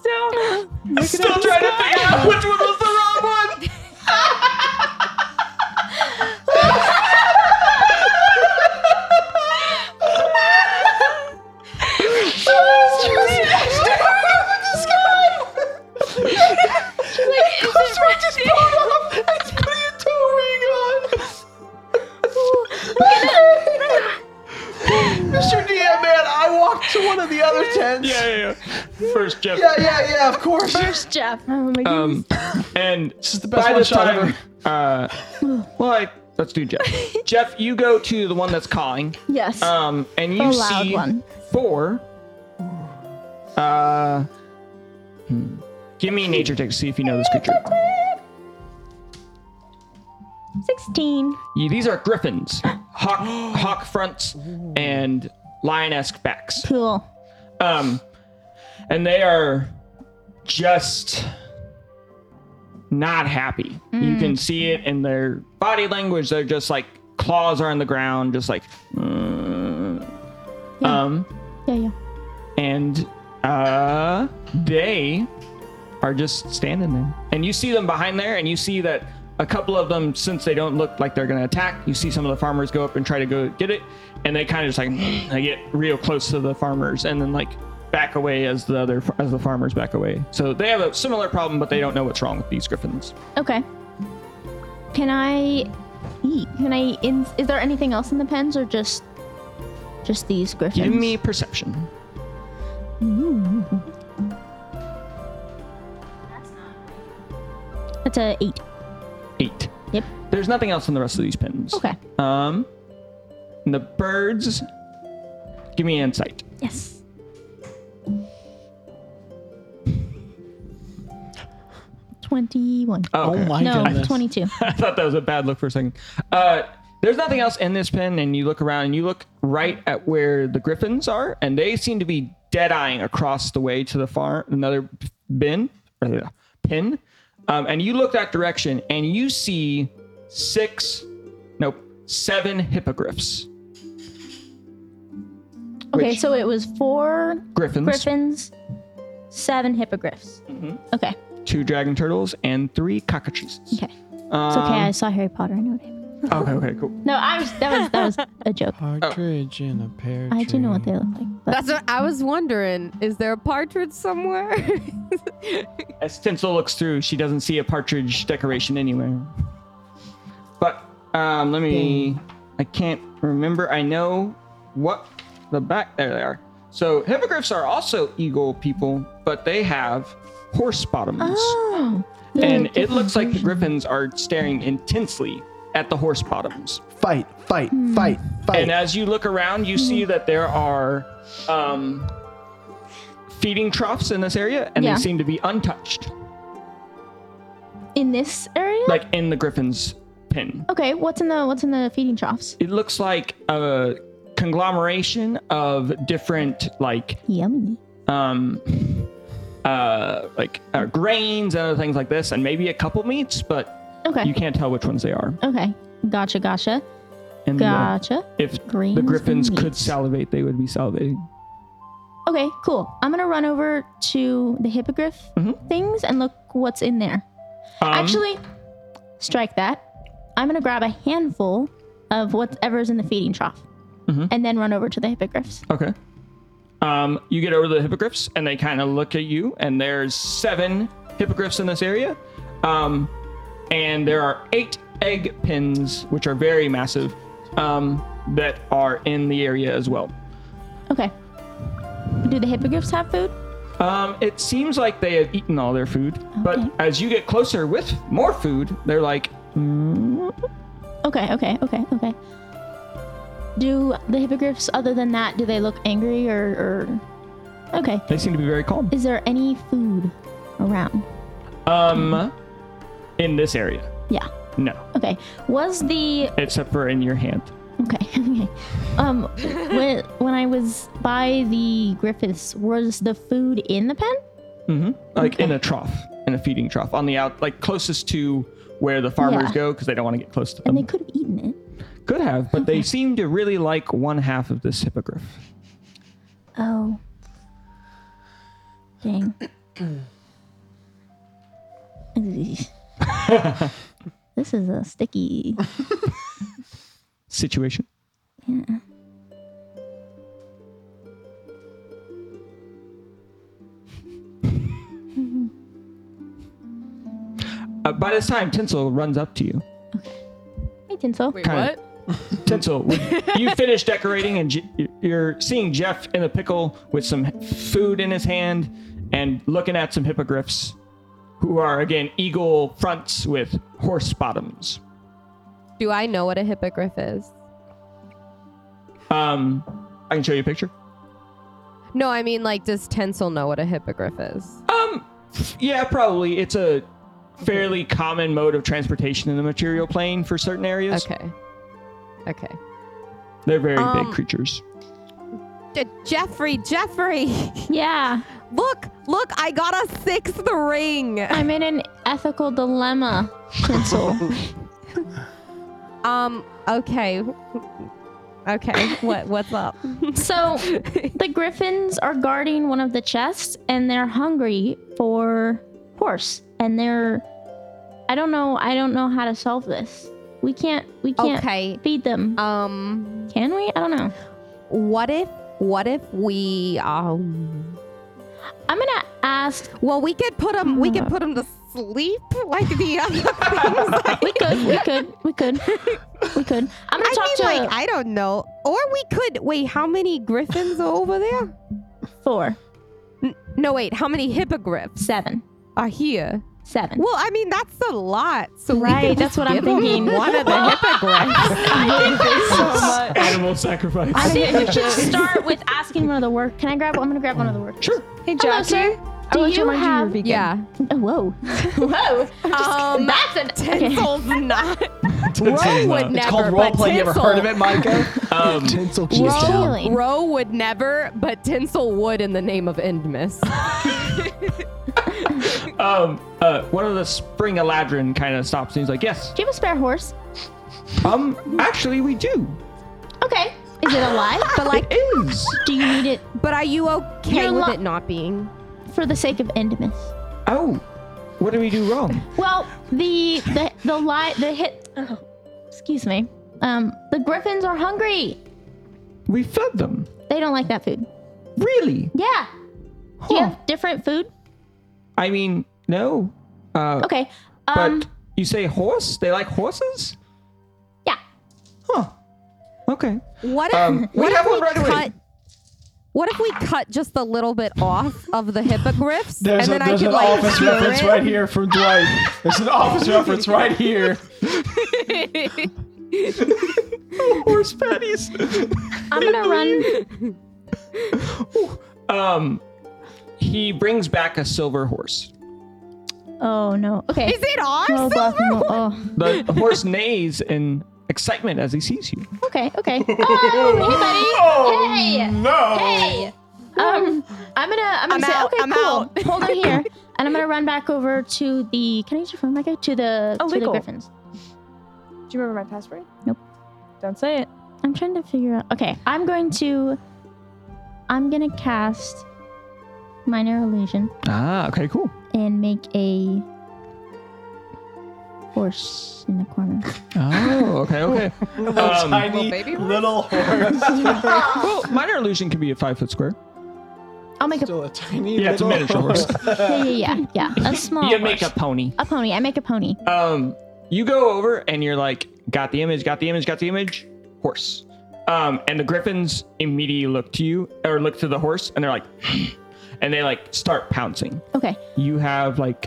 [SPEAKER 3] Still trying to figure out which one was the wrong one.
[SPEAKER 5] Mr. DM, man, I walked to one of the other tents.
[SPEAKER 3] Yeah, yeah, yeah. First, Jeff.
[SPEAKER 5] yeah, yeah, of course.
[SPEAKER 9] First Jeff.
[SPEAKER 3] Um, and
[SPEAKER 8] the best
[SPEAKER 3] by
[SPEAKER 8] one
[SPEAKER 3] the
[SPEAKER 8] shot
[SPEAKER 3] time, uh, well, I, let's do Jeff. Jeff, you go to the one that's calling,
[SPEAKER 2] Yes.
[SPEAKER 3] um, and you
[SPEAKER 2] The loud
[SPEAKER 3] see
[SPEAKER 2] one.
[SPEAKER 3] four. Uh, hmm. give me a nature check to see if you know this creature.
[SPEAKER 2] 16.
[SPEAKER 3] Yeah, these are griffins, (gasps) hawk, hawk fronts, and lion-esque backs.
[SPEAKER 2] Cool.
[SPEAKER 3] Um, and they are just not happy. You can see it in their body language. They're just like claws are on the ground, just like. "Mm."
[SPEAKER 2] Yeah.
[SPEAKER 3] Um,
[SPEAKER 2] Yeah, yeah.
[SPEAKER 3] and uh, they are just standing there. And you see them behind there, and you see that a couple of them, since they don't look like they're going to attack, you see some of the farmers go up and try to go get it, and they kind of just like (clears throat) they get real close to the farmers, and then like back away as the other as the farmers back away. So they have a similar problem, but they don't know what's wrong with these griffins.
[SPEAKER 2] Okay. Can I eat? Can I in is there anything else in the pens or just just these griffins?
[SPEAKER 3] Give me perception.
[SPEAKER 2] That's a 8.
[SPEAKER 3] Eight.
[SPEAKER 2] Yep.
[SPEAKER 3] There's nothing else in the rest of these pins.
[SPEAKER 2] Okay.
[SPEAKER 3] Um, and the birds. Give me insight.
[SPEAKER 2] Yes. Twenty-one.
[SPEAKER 3] Oh, okay.
[SPEAKER 8] Oh my
[SPEAKER 2] no,
[SPEAKER 8] goodness.
[SPEAKER 3] (laughs)
[SPEAKER 2] twenty-two.
[SPEAKER 3] I thought that was a bad look for a second. Uh, there's nothing else in this pen, and you look around and you look right at where the griffins are, and they seem to be dead eyeing across the way to the farm, another bin, or, uh, pin. Um, and you look that direction, and you see six, nope, seven hippogriffs.
[SPEAKER 2] Okay,
[SPEAKER 3] Which-
[SPEAKER 2] so it was four
[SPEAKER 3] Griffins,
[SPEAKER 2] griffins, seven hippogriffs.
[SPEAKER 3] Mm-hmm.
[SPEAKER 2] Okay,
[SPEAKER 3] two dragon turtles, and three cockatrices.
[SPEAKER 2] okay, it's okay.
[SPEAKER 3] Um,
[SPEAKER 2] I saw Harry Potter. I know it.
[SPEAKER 3] Okay, okay, cool.
[SPEAKER 2] No, I was that was that was a joke.
[SPEAKER 8] Partridge in a pear
[SPEAKER 2] I do know what they look like. But
[SPEAKER 4] (laughs) That's what I was wondering. Is there a partridge somewhere?
[SPEAKER 3] As Tinsel looks through, she doesn't see a partridge decoration anywhere. But um, let me. I can't remember. I know what the back. There they are. So hippogriffs are also eagle people, but they have horse bottoms,
[SPEAKER 2] oh,
[SPEAKER 3] and it looks like the griffins are staring intensely at the horse bottoms.
[SPEAKER 5] Fight, fight, fight, fight.
[SPEAKER 3] And as you look around, you
[SPEAKER 2] Hmm.
[SPEAKER 3] see that there are um, feeding troughs in this area, and
[SPEAKER 2] Yeah.
[SPEAKER 3] they seem to be untouched,
[SPEAKER 2] in this area.
[SPEAKER 3] like in the griffin's pen.
[SPEAKER 2] okay, what's in the what's in the feeding troughs?
[SPEAKER 3] It looks like a conglomeration of different, like,
[SPEAKER 2] Yummy.
[SPEAKER 3] um, uh, like uh, grains and other things like this, and maybe a couple meats, but
[SPEAKER 2] Okay.
[SPEAKER 3] you can't tell which ones they are.
[SPEAKER 2] Okay. Gotcha. Gotcha.
[SPEAKER 3] And uh,
[SPEAKER 2] Gotcha.
[SPEAKER 3] if
[SPEAKER 2] Grains
[SPEAKER 3] the
[SPEAKER 2] and
[SPEAKER 3] griffins could
[SPEAKER 2] meats.
[SPEAKER 3] salivate, they would be salivating.
[SPEAKER 2] Okay, cool. I'm gonna run over to the hippogriff things and look what's in there.
[SPEAKER 3] Um,
[SPEAKER 2] Actually, strike that. I'm gonna grab a handful of whatever's in the feeding trough, and then run over to the hippogriffs.
[SPEAKER 3] Okay. Um, you get over to the hippogriffs, and they kind of look at you, and there's seven hippogriffs in this area. Um, and there are eight egg pins, which are very massive, um, that are in the area as well.
[SPEAKER 2] Okay. Do the hippogriffs have food?
[SPEAKER 3] Um, it seems like they have eaten all their food,
[SPEAKER 2] Okay.
[SPEAKER 3] but as you get closer with more food, they're like,
[SPEAKER 2] Okay, okay, okay, okay. Do the hippogriffs, other than that, do they look angry or? or... Okay.
[SPEAKER 3] they seem to be very calm.
[SPEAKER 2] Is there any food around?
[SPEAKER 3] Um, in this area,
[SPEAKER 2] Yeah.
[SPEAKER 3] no,
[SPEAKER 2] Okay. Was the
[SPEAKER 3] except for in your hand.
[SPEAKER 2] Okay. (laughs) Okay. Um, when when I was by the Griffiths, was the food in the pen?
[SPEAKER 3] like in a trough, in a feeding trough, on the out, like closest to where the farmers
[SPEAKER 2] Yeah.
[SPEAKER 3] go because they don't want to get close to them.
[SPEAKER 2] And they could have eaten it.
[SPEAKER 3] could have, but they seem to really like one half of this hippogriff.
[SPEAKER 2] Oh. Dang. (laughs) this is a sticky.
[SPEAKER 3] Situation. (laughs) Uh, by this time, Tinsel runs up to you.
[SPEAKER 2] Hey, Tinsel.
[SPEAKER 4] Wait,
[SPEAKER 3] Kinda. (laughs)
[SPEAKER 4] what?
[SPEAKER 3] Tinsel, would- you finish decorating, and J- you're seeing Jeff in a pickle with some food in his hand and looking at some hippogriffs, who are again eagle fronts with horse bottoms.
[SPEAKER 4] (laughs) Do I know what a hippogriff is?
[SPEAKER 3] Um, I can show you a picture.
[SPEAKER 4] No, I mean like, does Tinsel know what a hippogriff is?
[SPEAKER 3] Um, yeah, probably. It's a fairly common mode of transportation in the material plane for certain areas.
[SPEAKER 4] Okay. Okay.
[SPEAKER 3] They're very
[SPEAKER 4] Um,
[SPEAKER 3] big creatures.
[SPEAKER 4] Je- Jeffrey, Jeffrey, (laughs)
[SPEAKER 2] Yeah,
[SPEAKER 4] look, look! I got a sixth ring.
[SPEAKER 2] I'm in an ethical dilemma, Tinsel.
[SPEAKER 4] Um. Okay.
[SPEAKER 2] (laughs)
[SPEAKER 4] Okay. What? What's up? (laughs)
[SPEAKER 2] so, the Griffins are guarding one of the chests, and they're hungry for horse, and they're. I don't know. I don't know how to solve this. We can't. We can't
[SPEAKER 4] Okay.
[SPEAKER 2] feed them.
[SPEAKER 4] Um.
[SPEAKER 2] Can we? I don't know.
[SPEAKER 4] What if? What if we? Um.
[SPEAKER 2] I'm gonna ask.
[SPEAKER 4] Well, we could put him. We
[SPEAKER 2] Hmm.
[SPEAKER 4] could put him to sleep like the other things. (laughs)
[SPEAKER 2] We could. We could. We could. We could. I'm gonna
[SPEAKER 4] I
[SPEAKER 2] talk
[SPEAKER 4] mean,
[SPEAKER 2] to
[SPEAKER 4] like, I don't know. Or we could wait. How many griffins are over there?
[SPEAKER 2] four,
[SPEAKER 4] No, wait. How many hippogriffs
[SPEAKER 2] seven,
[SPEAKER 4] are here?
[SPEAKER 2] seven.
[SPEAKER 4] Well, I mean, that's a lot. So we
[SPEAKER 2] Right,
[SPEAKER 4] could
[SPEAKER 2] that's
[SPEAKER 4] just
[SPEAKER 2] what I'm
[SPEAKER 4] give him
[SPEAKER 2] thinking.
[SPEAKER 4] One of (laughs) the hippogriffs.
[SPEAKER 7] so much.
[SPEAKER 3] Animal sacrifice.
[SPEAKER 4] (laughs)
[SPEAKER 2] I think we should start with asking one of the work. Can I grab? I'm gonna grab one of the work.
[SPEAKER 3] Sure.
[SPEAKER 7] Hey,
[SPEAKER 2] Hello,
[SPEAKER 7] Jackie.
[SPEAKER 2] sir. Do
[SPEAKER 7] want to
[SPEAKER 2] you
[SPEAKER 7] remind you you're
[SPEAKER 2] have?
[SPEAKER 7] vegan.
[SPEAKER 4] yeah.
[SPEAKER 2] Oh, whoa. whoa. (laughs)
[SPEAKER 4] Um,
[SPEAKER 2] That's an. Okay.
[SPEAKER 4] Tinsel's not.
[SPEAKER 5] Tinsel's
[SPEAKER 4] Roe
[SPEAKER 5] not.
[SPEAKER 4] would
[SPEAKER 5] It's
[SPEAKER 4] never.
[SPEAKER 8] It's called
[SPEAKER 4] but
[SPEAKER 8] roleplay. You ever
[SPEAKER 4] Tinsel-
[SPEAKER 8] heard of it, Micah?
[SPEAKER 3] Um,
[SPEAKER 5] Tinsel cheese down.
[SPEAKER 2] Roll.
[SPEAKER 4] Roe would never, but Tinsel would in the name of
[SPEAKER 8] (laughs)
[SPEAKER 4] Endmas.
[SPEAKER 3] um, uh, one of the spring Aladrin kind of stops and he's like, "Yes,
[SPEAKER 2] Do you have a spare horse?
[SPEAKER 3] um, actually, we do.
[SPEAKER 2] Okay. Is it
[SPEAKER 3] (laughs)
[SPEAKER 2] alive?
[SPEAKER 4] but like,
[SPEAKER 3] It is.
[SPEAKER 2] Do you need it
[SPEAKER 4] but are you okay
[SPEAKER 2] You're
[SPEAKER 4] with
[SPEAKER 2] lo-
[SPEAKER 4] it not being?
[SPEAKER 2] for the sake of Endemis?
[SPEAKER 3] Oh, what did we do wrong?
[SPEAKER 2] Well, the the the li- the hit. Oh, excuse me. Um, the griffins are hungry.
[SPEAKER 3] We fed them.
[SPEAKER 2] They don't like that food.
[SPEAKER 3] Really?
[SPEAKER 2] Yeah. Do you
[SPEAKER 3] Huh.
[SPEAKER 2] have different food?
[SPEAKER 3] I mean, no. Uh,
[SPEAKER 2] Okay.
[SPEAKER 3] but
[SPEAKER 2] Um.
[SPEAKER 3] you say horse? They like horses?
[SPEAKER 2] yeah.
[SPEAKER 3] Huh. Okay.
[SPEAKER 4] What if?
[SPEAKER 3] Um, we
[SPEAKER 4] what
[SPEAKER 3] have
[SPEAKER 8] Um,
[SPEAKER 3] one
[SPEAKER 4] if we
[SPEAKER 3] right away.
[SPEAKER 4] cut? What if we cut just a little bit off of the hippogriffs, and
[SPEAKER 8] There's, a,
[SPEAKER 4] then I
[SPEAKER 8] there's
[SPEAKER 4] could
[SPEAKER 8] an
[SPEAKER 4] like
[SPEAKER 8] office
[SPEAKER 4] hear
[SPEAKER 8] reference
[SPEAKER 4] it?
[SPEAKER 8] right here from Dwight. There's
[SPEAKER 4] (laughs)
[SPEAKER 8] an office reference right here.
[SPEAKER 3] Horse patties.
[SPEAKER 2] I'm gonna run.
[SPEAKER 3] (laughs) Um, he brings back a silver horse.
[SPEAKER 2] Oh no. Okay.
[SPEAKER 4] Is it ours?
[SPEAKER 2] No bluff. No. Oh.
[SPEAKER 3] The horse neighs in excitement as he sees you.
[SPEAKER 2] Okay. Okay. Oh, hey buddy. Hey.
[SPEAKER 1] No!
[SPEAKER 2] Hey. Um, I'm gonna. I'm gonna
[SPEAKER 4] I'm
[SPEAKER 2] say
[SPEAKER 4] out,
[SPEAKER 2] okay.
[SPEAKER 4] I'm
[SPEAKER 2] cool.
[SPEAKER 4] out.
[SPEAKER 2] Hold her here, and I'm gonna run back over to the. Can I use your phone, Micah? To the to the
[SPEAKER 7] Illegal.
[SPEAKER 2] griffins.
[SPEAKER 7] Do you remember my password?
[SPEAKER 2] Nope.
[SPEAKER 7] Don't say it.
[SPEAKER 2] I'm trying to figure out. Okay, I'm going to. I'm gonna cast minor illusion
[SPEAKER 3] Ah, okay, cool.
[SPEAKER 2] and make a horse in the corner.
[SPEAKER 3] Oh, okay, okay. Um,
[SPEAKER 8] Tiny
[SPEAKER 4] baby horse?
[SPEAKER 8] little horse.
[SPEAKER 3] well, minor illusion can be a five foot square.
[SPEAKER 2] I'll (laughs) make a
[SPEAKER 8] Still a tiny
[SPEAKER 3] Yeah, it's a
[SPEAKER 8] little
[SPEAKER 3] miniature horse.
[SPEAKER 2] yeah yeah yeah, yeah. a small
[SPEAKER 3] You make a
[SPEAKER 2] horse.
[SPEAKER 3] pony.
[SPEAKER 2] a pony. I make a pony.
[SPEAKER 3] Um, you go over and you're like, got the image, got the image, got the image, horse. Um, and the griffins immediately look to you or look to the horse and they're like, (gasps) and they like start pouncing.
[SPEAKER 2] Okay.
[SPEAKER 3] You have like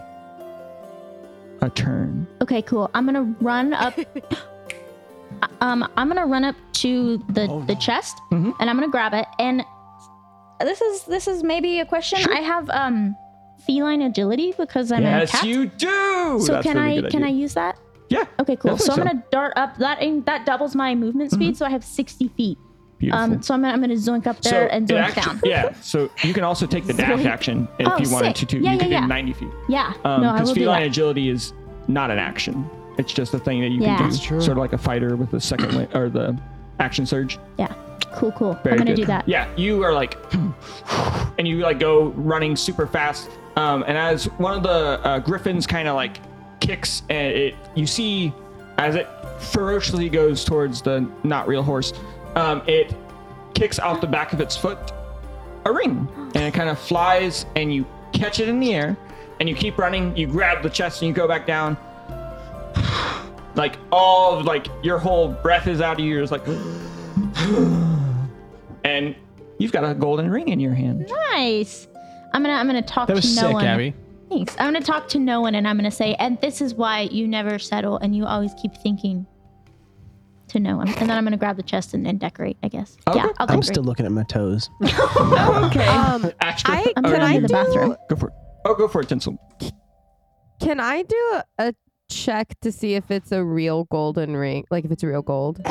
[SPEAKER 3] a turn.
[SPEAKER 2] Okay, cool. I'm gonna run up. um, I'm gonna run up to the
[SPEAKER 3] Oh,
[SPEAKER 2] the chest,
[SPEAKER 3] Mm-hmm.
[SPEAKER 2] and I'm gonna grab it. And this is this is maybe a question. I have um feline agility because I'm a
[SPEAKER 3] yes,
[SPEAKER 2] cat.
[SPEAKER 3] you do.
[SPEAKER 2] so
[SPEAKER 3] That's
[SPEAKER 2] can
[SPEAKER 3] really
[SPEAKER 2] I
[SPEAKER 3] good
[SPEAKER 2] can I
[SPEAKER 3] idea.
[SPEAKER 2] use that?
[SPEAKER 3] Yeah.
[SPEAKER 2] Okay, cool.
[SPEAKER 3] Definitely
[SPEAKER 2] So I'm
[SPEAKER 3] so. Mm-hmm.
[SPEAKER 2] gonna dart up. That in- that doubles my movement speed, so I have 60 feet.
[SPEAKER 3] Beautiful.
[SPEAKER 2] Um, so I'm gonna, I'm gonna zoink up there
[SPEAKER 3] So
[SPEAKER 2] and
[SPEAKER 3] it
[SPEAKER 2] zoink
[SPEAKER 3] actu-
[SPEAKER 2] down.
[SPEAKER 3] Yeah. So you can
[SPEAKER 2] (laughs)
[SPEAKER 3] also take the dash
[SPEAKER 2] Zoink.
[SPEAKER 3] action if
[SPEAKER 2] Oh,
[SPEAKER 3] you
[SPEAKER 2] sick.
[SPEAKER 3] wanted to. too.
[SPEAKER 2] Yeah,
[SPEAKER 3] you
[SPEAKER 2] yeah,
[SPEAKER 3] could
[SPEAKER 2] yeah.
[SPEAKER 3] do 90 feet.
[SPEAKER 2] Yeah.
[SPEAKER 3] Um,
[SPEAKER 2] no, I will do
[SPEAKER 3] feline
[SPEAKER 2] that.
[SPEAKER 3] agility is not an action. It's just a thing that you
[SPEAKER 2] Yeah.
[SPEAKER 3] can do.
[SPEAKER 2] That's
[SPEAKER 3] Sort of like a fighter with
[SPEAKER 2] (clears throat)
[SPEAKER 3] the second win- or the action surge.
[SPEAKER 2] Yeah. Cool, cool.
[SPEAKER 3] Very
[SPEAKER 2] I'm gonna
[SPEAKER 3] good.
[SPEAKER 2] do that.
[SPEAKER 3] Yeah, you are like, (sighs) and you like go running super fast. Um, and as one of the uh, griffins kind of like kicks, and it you see as it ferociously goes towards the not real horse, um, it kicks out the back of its foot a ring, and it kind of flies, and you catch it in the air, and you keep running. You grab the chest, and you go back down. (sighs) Like all of like your whole breath is out of you. It's like and you've got a golden ring in your hand.
[SPEAKER 2] Nice. I'm gonna I'm gonna talk
[SPEAKER 8] That was
[SPEAKER 2] to no
[SPEAKER 8] sick,
[SPEAKER 2] one.
[SPEAKER 8] Abby.
[SPEAKER 2] Thanks. I'm gonna talk to no one and I'm gonna say, and this is why you never settle and you always keep thinking to no one. And then I'm gonna grab the chest and, and decorate, I guess.
[SPEAKER 3] Okay.
[SPEAKER 2] Yeah, I'll decorate.
[SPEAKER 5] I'm still looking at my toes.
[SPEAKER 4] Um,
[SPEAKER 2] (laughs)
[SPEAKER 3] Actually,
[SPEAKER 4] I
[SPEAKER 2] I'm
[SPEAKER 4] can
[SPEAKER 2] going
[SPEAKER 4] I
[SPEAKER 2] to the
[SPEAKER 4] do
[SPEAKER 2] bathroom.
[SPEAKER 3] go for it. Oh, go for it, Tinsel.
[SPEAKER 4] can I do a check to see if it's a real golden ring, like if it's real gold?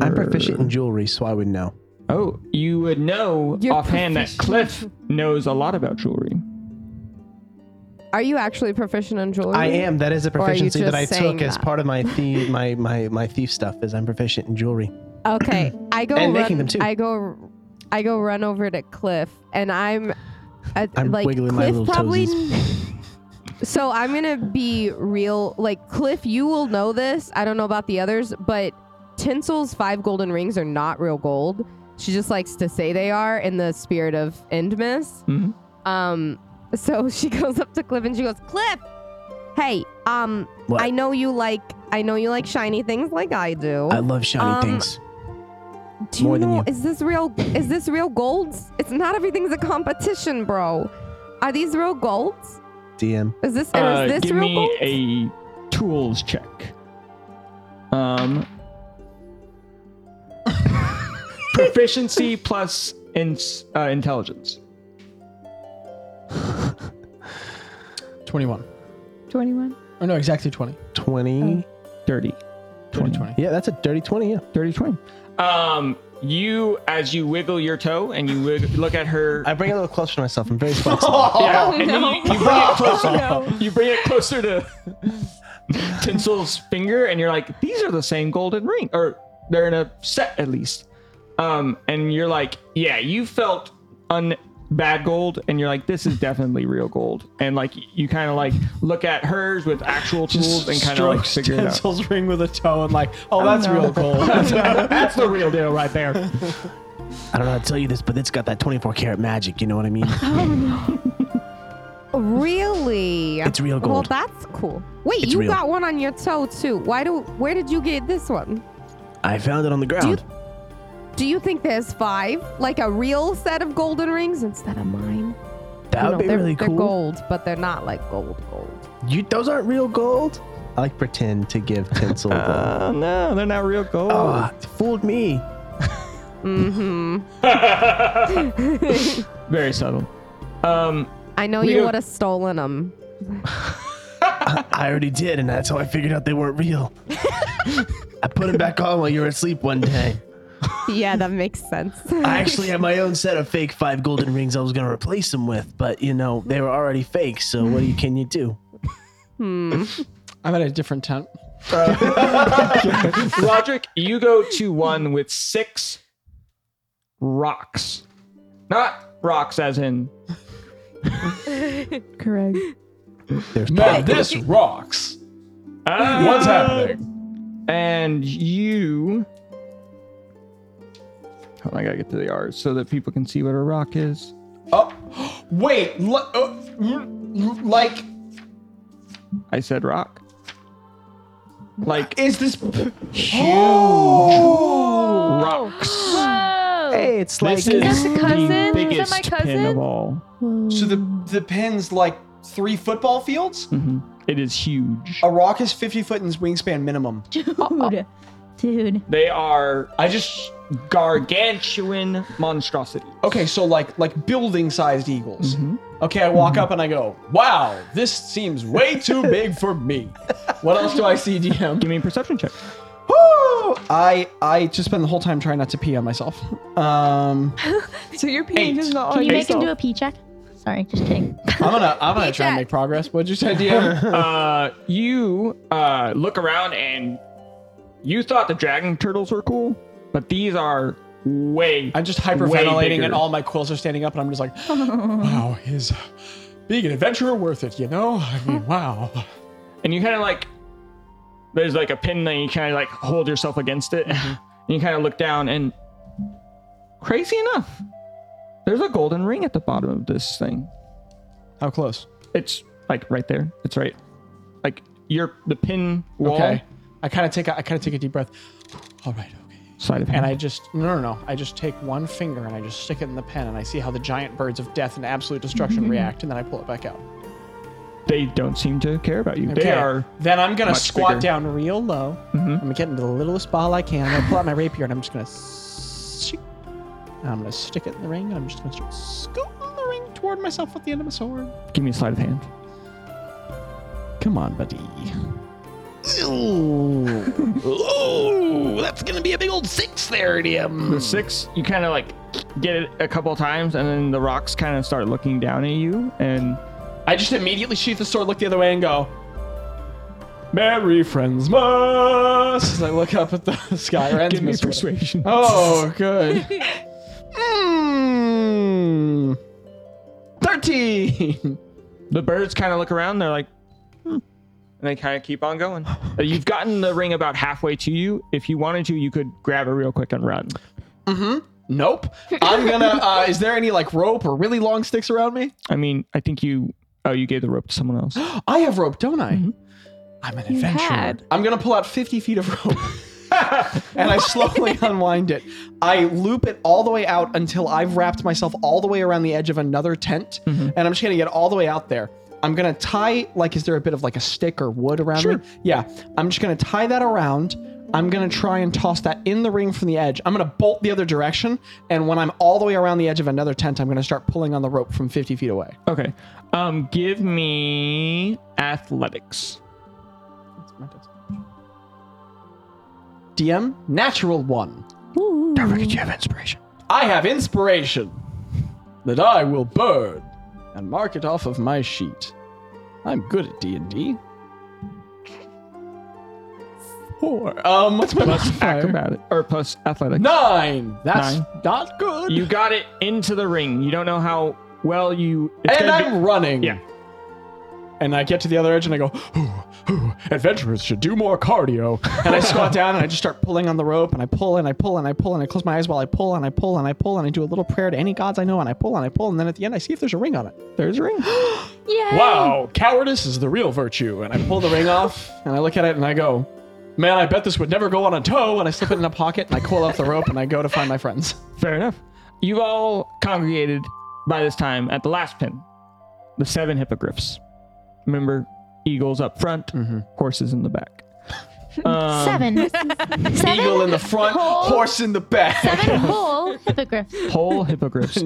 [SPEAKER 5] I'm proficient in jewelry, so I would know.
[SPEAKER 3] Oh, you would know
[SPEAKER 4] You're
[SPEAKER 3] offhand that Cliff knows a lot about jewelry.
[SPEAKER 4] Are you actually proficient in jewelry?
[SPEAKER 5] I am. That is a
[SPEAKER 4] Mm-hmm. Or are you
[SPEAKER 5] proficiency that
[SPEAKER 4] just
[SPEAKER 5] I
[SPEAKER 4] saying
[SPEAKER 5] took as
[SPEAKER 4] that?
[SPEAKER 5] part of my thief, my, my my thief stuff. Is I'm proficient in jewelry. (clears throat)
[SPEAKER 4] Okay, I go
[SPEAKER 5] And
[SPEAKER 4] run,
[SPEAKER 5] making them too.
[SPEAKER 4] I go, I go run over to Cliff, and I'm, I,
[SPEAKER 5] I'm
[SPEAKER 4] like
[SPEAKER 5] wiggling my
[SPEAKER 4] Cliff
[SPEAKER 5] little
[SPEAKER 4] probably.
[SPEAKER 5] toesies.
[SPEAKER 4] so I'm gonna be real, like Cliff. You will know this. I don't know about the others, but Tinsel's five golden rings are not real gold. She just likes to say they are in the spirit of Endmas.
[SPEAKER 5] Mm-hmm.
[SPEAKER 3] Mhm.
[SPEAKER 4] Um, so (laughs) she goes up to Cliff and she goes, Cliff, hey, um,
[SPEAKER 5] What?
[SPEAKER 4] I know you like, I know you like shiny things like I do.
[SPEAKER 5] I love shiny
[SPEAKER 4] Um,
[SPEAKER 5] things.
[SPEAKER 4] Do you
[SPEAKER 5] More than
[SPEAKER 4] know?
[SPEAKER 5] you.
[SPEAKER 4] Is this real? Is this real golds? It's not everything's a competition, bro. Are these real golds?
[SPEAKER 5] DM.
[SPEAKER 4] Is this?
[SPEAKER 3] Uh,
[SPEAKER 4] Oh, is this
[SPEAKER 3] give
[SPEAKER 4] real
[SPEAKER 3] me
[SPEAKER 4] golds?
[SPEAKER 3] a tools check.
[SPEAKER 4] (laughs)
[SPEAKER 3] Um, proficiency plus in, uh, intelligence.
[SPEAKER 8] 21.
[SPEAKER 7] 21.
[SPEAKER 8] Or Oh, no, exactly 20.
[SPEAKER 5] Twenty.
[SPEAKER 4] oh.
[SPEAKER 3] Dirty.
[SPEAKER 8] 20. 20.
[SPEAKER 5] Yeah, that's a dirty twenty. Yeah.
[SPEAKER 3] Dirty 20. Um, you, as you wiggle your toe and you wig- look at her
[SPEAKER 5] I bring it a little closer to myself. I'm
[SPEAKER 4] (laughs)
[SPEAKER 5] very flexible.
[SPEAKER 8] Oh,
[SPEAKER 3] Yeah, and then you, you bring it closer.
[SPEAKER 8] (laughs)
[SPEAKER 3] You bring it closer to Tinsel's finger, and you're like, "These are the same golden ring, or they're in a set at least." Um, and you're like, "Yeah, you felt un bad gold, and you're like, this is definitely real gold." And like, you kind of like look at hers with actual tools and kind of like
[SPEAKER 8] Strokes
[SPEAKER 3] figure it out.
[SPEAKER 8] Tinsel's ring with a toe and like, oh, that's real cool.
[SPEAKER 3] That's the real deal right there.
[SPEAKER 5] I don't know how to tell you this, but it's got that 24 karat magic. You know what I mean?
[SPEAKER 4] Uh-huh. Really?
[SPEAKER 5] It's real
[SPEAKER 4] Well,
[SPEAKER 5] gold.
[SPEAKER 4] that's cool. Wait,
[SPEAKER 5] It's
[SPEAKER 4] you
[SPEAKER 5] real.
[SPEAKER 4] got one on your toe too. Why do? Where did you get this one?
[SPEAKER 5] I found it on the ground.
[SPEAKER 4] Do you think there's five, like a real set of golden rings instead of mine?
[SPEAKER 5] That
[SPEAKER 4] You
[SPEAKER 5] would
[SPEAKER 4] know,
[SPEAKER 5] be
[SPEAKER 4] they're,
[SPEAKER 5] really
[SPEAKER 4] they're
[SPEAKER 5] cool.
[SPEAKER 4] gold, but they're not like gold gold.
[SPEAKER 5] You those aren't real gold. I like pretend to give tinsel gold.
[SPEAKER 3] Oh no, they're not real gold.
[SPEAKER 5] Ah, fooled me.
[SPEAKER 4] Mm-hmm.
[SPEAKER 3] Very subtle. Um,
[SPEAKER 4] I know
[SPEAKER 3] We
[SPEAKER 4] you
[SPEAKER 3] don't-
[SPEAKER 4] would have stolen them.
[SPEAKER 5] I already did, and that's how I figured out they weren't
[SPEAKER 4] (laughs)
[SPEAKER 5] real. I put them back on while you were asleep one day.
[SPEAKER 4] yeah, that makes (laughs) sense.
[SPEAKER 3] (laughs)
[SPEAKER 5] I actually had my own set of fake five golden rings I was gonna replace them with, but you know they were already fake. So what do you, can you do?
[SPEAKER 8] I'm at a different tent.
[SPEAKER 3] (laughs) Roderick, you go to one with six rocks. Not rocks as in
[SPEAKER 7] Correct.
[SPEAKER 1] Now this rocks. What's happening?
[SPEAKER 3] Ah. and you Hold on, Oh, I gotta get to the R's so that people can see what a rock is.
[SPEAKER 1] Oh, wait. li- uh, mm, like,
[SPEAKER 3] I said rock. Like
[SPEAKER 1] is this? p-
[SPEAKER 3] huge rocks.
[SPEAKER 5] Hey, it's like
[SPEAKER 8] This is
[SPEAKER 7] that the cousin? Oh.
[SPEAKER 3] the
[SPEAKER 7] Is that my
[SPEAKER 3] biggest pin of
[SPEAKER 7] cousin?
[SPEAKER 3] all.
[SPEAKER 1] So the the pin's like three football fields.
[SPEAKER 3] It is huge.
[SPEAKER 8] A rock is 50 foot in its wingspan minimum.
[SPEAKER 2] Dude. Dude.
[SPEAKER 3] They are
[SPEAKER 8] I just
[SPEAKER 3] gargantuan monstrosities.
[SPEAKER 8] okay, so like like building sized eagles. Okay, I walk up and I go, wow, this seems way too big for me. What else do I see, DM?
[SPEAKER 3] Give me a perception check.
[SPEAKER 8] Woo! (laughs) I I just spend the whole time trying not to pee on myself. Um,
[SPEAKER 7] (laughs) So your peeing is not
[SPEAKER 2] Can
[SPEAKER 7] on
[SPEAKER 2] you make him
[SPEAKER 7] yourself.
[SPEAKER 2] do a pee check? Sorry, just kidding.
[SPEAKER 8] I'm gonna I'm gonna try
[SPEAKER 4] check.
[SPEAKER 8] and make progress. What'd you say, (laughs) DM?
[SPEAKER 3] uh, you uh, look around and you thought the dragon turtles were cool, but these are way.
[SPEAKER 8] I'm just
[SPEAKER 3] way
[SPEAKER 8] hyperventilating
[SPEAKER 3] bigger.
[SPEAKER 8] and all my quills are standing up and I'm just like, wow, is being an adventurer worth it? You know, I mean, wow.
[SPEAKER 3] And you kind of like, there's like a pin that you kind of like hold yourself against it,
[SPEAKER 8] Mm-hmm.
[SPEAKER 3] and (laughs) you kind of look down and, crazy enough, there's a golden ring at the bottom of this thing.
[SPEAKER 8] How close?
[SPEAKER 3] It's like right there. It's right, like your the pin wall
[SPEAKER 8] Okay. I kind of take a, I kind of take a deep breath. All right, okay.
[SPEAKER 3] side of hand.
[SPEAKER 8] And I just no no no. I just take one finger and I just stick it in the pen and I see how the giant birds of death and absolute destruction react and then I pull it back out.
[SPEAKER 3] they don't seem to care about you. They
[SPEAKER 8] Okay.
[SPEAKER 3] are
[SPEAKER 8] Then I'm gonna
[SPEAKER 3] much
[SPEAKER 8] squat
[SPEAKER 3] bigger.
[SPEAKER 8] down real low. I'm gonna get into the littlest ball I can. I'm gonna pull out my rapier and I'm just gonna. s- and I'm gonna stick it in the ring and I'm just gonna start scooting the ring toward myself with the end of my sword.
[SPEAKER 3] Give me a sleight of hand.
[SPEAKER 8] Come on, buddy.
[SPEAKER 3] The six, you kind of like get it a couple times, and then the rocks kind of start looking down at you. And
[SPEAKER 8] I just immediately sheath the sword, look the other way, and go. Merry friends must. As I look up at the (laughs) sky, Rand's
[SPEAKER 3] give me
[SPEAKER 8] miss-
[SPEAKER 3] persuasion. (laughs)
[SPEAKER 8] Oh, good. Mmm. Thirteen.
[SPEAKER 3] The birds kind of look around. They're like, hmm. and they kind of keep on
[SPEAKER 8] (sighs)
[SPEAKER 3] going. Uh, You've gotten the ring about halfway to you. If you wanted to, you could grab it real quick and run.
[SPEAKER 8] Nope. I'm gonna. Uh, is there any like rope or really long sticks around me?
[SPEAKER 3] I mean, I think you. Oh, you gave the rope to someone
[SPEAKER 8] (gasps)
[SPEAKER 3] else.
[SPEAKER 8] I have rope, don't I? I'm an adventurer.
[SPEAKER 7] had.
[SPEAKER 8] I'm gonna pull out 50 feet of rope. and I slowly unwind it. I loop it all the way out until I've wrapped myself all the way around the edge of another tent, and I'm just gonna get all the way out there. I'm gonna tie like, is there a bit of like a stick or wood around me? Yeah. I'm just gonna tie that around. I'm gonna try and toss that in the ring from the edge. I'm gonna bolt the other direction, and when I'm all the way around the edge of another tent, I'm gonna start pulling on the rope from 50 feet away.
[SPEAKER 3] Okay. Um, give me athletics.
[SPEAKER 8] DM, natural one.
[SPEAKER 1] Don't forget you have inspiration.
[SPEAKER 8] I have inspiration that I will burn and mark it off of my sheet. I'm good at D and D. Four. Um, what's my modifier?
[SPEAKER 3] Acrobatic or plus athletics.
[SPEAKER 8] Nine. That's
[SPEAKER 3] Nine.
[SPEAKER 8] not good.
[SPEAKER 3] You got it into the ring. You don't know how well you. it's
[SPEAKER 8] and
[SPEAKER 3] gonna be-
[SPEAKER 8] I'm running.
[SPEAKER 3] Yeah.
[SPEAKER 8] And I get to the other edge and I go, ooh, ooh, adventurers should do more
[SPEAKER 3] (laughs)
[SPEAKER 8] cardio. And I squat down and I just start pulling on the rope and I pull and I pull and I pull and I close my eyes while I pull and I pull and I pull and I do a little prayer to any gods I know and I pull and I pull and then at the end I see if there's a ring on it.
[SPEAKER 3] There's
[SPEAKER 8] (gasps)
[SPEAKER 3] a ring.
[SPEAKER 8] Wow, cowardice is the real virtue. And I pull the ring off and I look at it and I go, man, I bet this would never go on a toe. And I slip it in a pocket and I coil up the rope and I go to find my friends.
[SPEAKER 3] Fair enough. You've all congregated by this time at the last pin, the seven hippogriffs. Remember, eagles up front,
[SPEAKER 8] Mm-hmm.
[SPEAKER 3] horses in the back.
[SPEAKER 2] seven. seven.
[SPEAKER 1] in the front,
[SPEAKER 2] Whole-
[SPEAKER 1] horse in the back.
[SPEAKER 2] Seven whole hippogriffs.
[SPEAKER 3] Whole hippogriffs.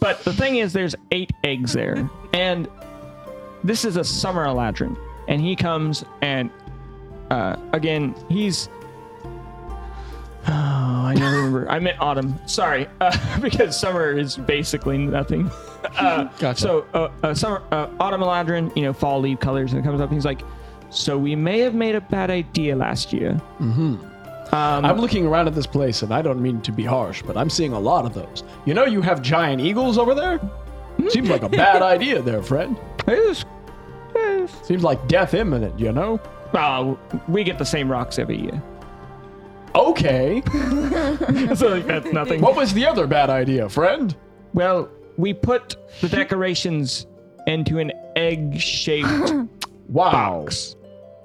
[SPEAKER 3] but the thing is, there's eight eggs there, and this is a summer aladrin, and he comes and uh, again he's. Oh, I never remember. I meant autumn. Sorry, uh, (laughs) because summer is basically nothing. (laughs)
[SPEAKER 8] Gotcha.
[SPEAKER 3] So uh, uh, summer, uh, autumn eladrin, you know, fall leaf colors, and it comes up. And he's like, "So we may have made a bad idea last year."
[SPEAKER 8] I'm looking around at this place, and I don't mean to be harsh, but I'm seeing a lot of those. You know, you have giant eagles over there.
[SPEAKER 3] Hmm? (laughs)
[SPEAKER 8] Seems like a bad idea, there, friend.
[SPEAKER 3] Yes. Yes.
[SPEAKER 8] Seems like death imminent. You know.
[SPEAKER 3] Uh, we get the same rocks every year. (laughs)
[SPEAKER 8] Okay.
[SPEAKER 3] so like, that's nothing.
[SPEAKER 8] What was the other bad idea, friend?
[SPEAKER 3] Well, we put the decorations into an
[SPEAKER 8] (gasps)
[SPEAKER 3] egg-shaped
[SPEAKER 8] Wow.
[SPEAKER 3] box.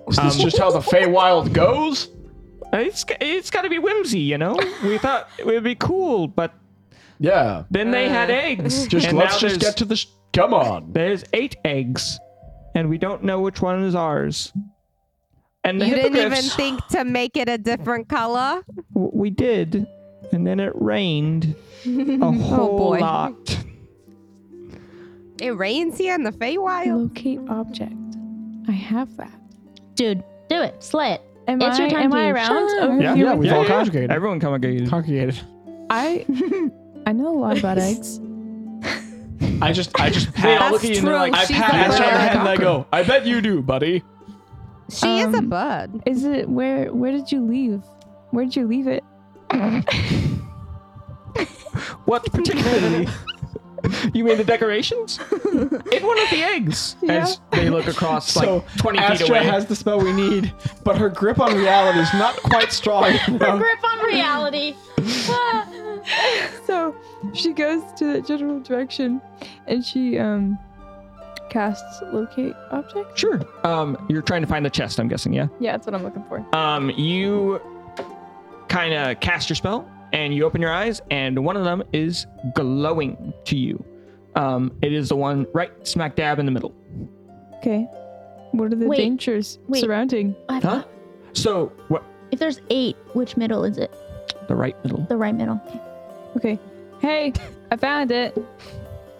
[SPEAKER 8] Is this just how the Feywild goes?
[SPEAKER 3] It's it's got to be whimsy, you know. We thought it would be cool, but
[SPEAKER 8] Yeah.
[SPEAKER 3] then they had eggs.
[SPEAKER 8] Uh, Just
[SPEAKER 3] and
[SPEAKER 8] let's
[SPEAKER 3] now
[SPEAKER 8] just
[SPEAKER 3] there's-
[SPEAKER 8] get to the. Sh- Come on.
[SPEAKER 3] There's eight eggs, and we don't know which one is ours. And the
[SPEAKER 4] You didn't even
[SPEAKER 3] hippogriffs,
[SPEAKER 4] think to make it a different color.
[SPEAKER 3] w- we did, and then it
[SPEAKER 4] (laughs)
[SPEAKER 3] rained a whole
[SPEAKER 4] Oh, boy.
[SPEAKER 8] (laughs)
[SPEAKER 3] lot.
[SPEAKER 4] It rains here in the Feywild.
[SPEAKER 7] Locate object. I have that.
[SPEAKER 2] Dude, do it. Slay it.
[SPEAKER 7] Am
[SPEAKER 2] It's your
[SPEAKER 7] I,
[SPEAKER 2] time
[SPEAKER 7] am
[SPEAKER 2] to
[SPEAKER 7] I around?
[SPEAKER 2] shine.
[SPEAKER 7] Oh,
[SPEAKER 8] Yeah,
[SPEAKER 7] you-
[SPEAKER 8] yeah, we've all congregated.
[SPEAKER 3] Everyone congregated.
[SPEAKER 8] Congregated.
[SPEAKER 7] I (laughs) I know a lot (laughs) about eggs.
[SPEAKER 8] I just, I just pat.
[SPEAKER 4] That's true.
[SPEAKER 8] I
[SPEAKER 4] She's
[SPEAKER 8] pat
[SPEAKER 4] the
[SPEAKER 8] Ash on the
[SPEAKER 4] rare
[SPEAKER 8] head and I go. I bet you do, buddy.
[SPEAKER 4] She is a
[SPEAKER 7] Um,
[SPEAKER 4] bud.
[SPEAKER 7] Is it where where did you leave? Where did you leave it?
[SPEAKER 3] What particularly? (laughs) you mean the decorations? In one of the eggs. As they look across
[SPEAKER 8] so
[SPEAKER 3] like 20 feet
[SPEAKER 8] Astra
[SPEAKER 3] away.
[SPEAKER 8] has the spell we need, but her grip on reality is not quite strong enough.
[SPEAKER 2] Grip on reality.
[SPEAKER 7] So she goes to the general direction and she um casts locate object.
[SPEAKER 3] sure. Um, you're trying to find the chest, I'm guessing, yeah?
[SPEAKER 7] Yeah, that's what I'm looking for.
[SPEAKER 3] Um, you kind of cast your spell and you open your eyes, and one of them is glowing to you. Um, it is the one right smack dab in the middle.
[SPEAKER 7] Okay. What are the
[SPEAKER 2] Wait,
[SPEAKER 7] dangers
[SPEAKER 2] wait.
[SPEAKER 7] surrounding?
[SPEAKER 2] I
[SPEAKER 3] Huh?
[SPEAKER 2] thought-
[SPEAKER 3] So, what?
[SPEAKER 2] If there's eight, which middle is it?
[SPEAKER 3] The right middle.
[SPEAKER 2] The right middle. Okay.
[SPEAKER 7] Okay. Hey, I found it.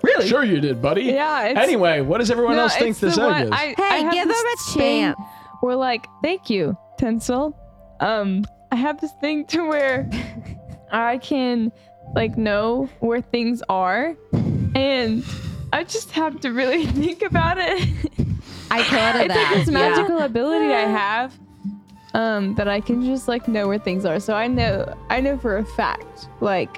[SPEAKER 8] Really? Sure you did, buddy.
[SPEAKER 7] Yeah, it's
[SPEAKER 8] Anyway, what does everyone
[SPEAKER 7] no,
[SPEAKER 8] else think
[SPEAKER 7] it's the
[SPEAKER 8] this
[SPEAKER 7] one-
[SPEAKER 8] egg is?
[SPEAKER 7] I, I
[SPEAKER 4] Hey,
[SPEAKER 7] have
[SPEAKER 4] give them
[SPEAKER 7] this
[SPEAKER 4] a
[SPEAKER 7] thing
[SPEAKER 4] chance.
[SPEAKER 7] we're like, thank you, Tinsel. Um, I have this thing to where I can like know where things are, and I just have to really (laughs) think about it.
[SPEAKER 4] I (laughs) thought of
[SPEAKER 7] it's like
[SPEAKER 4] that.
[SPEAKER 7] this
[SPEAKER 4] yeah.
[SPEAKER 7] magical ability I have, um, that I can just like know where things are. So I know, I know for a fact, like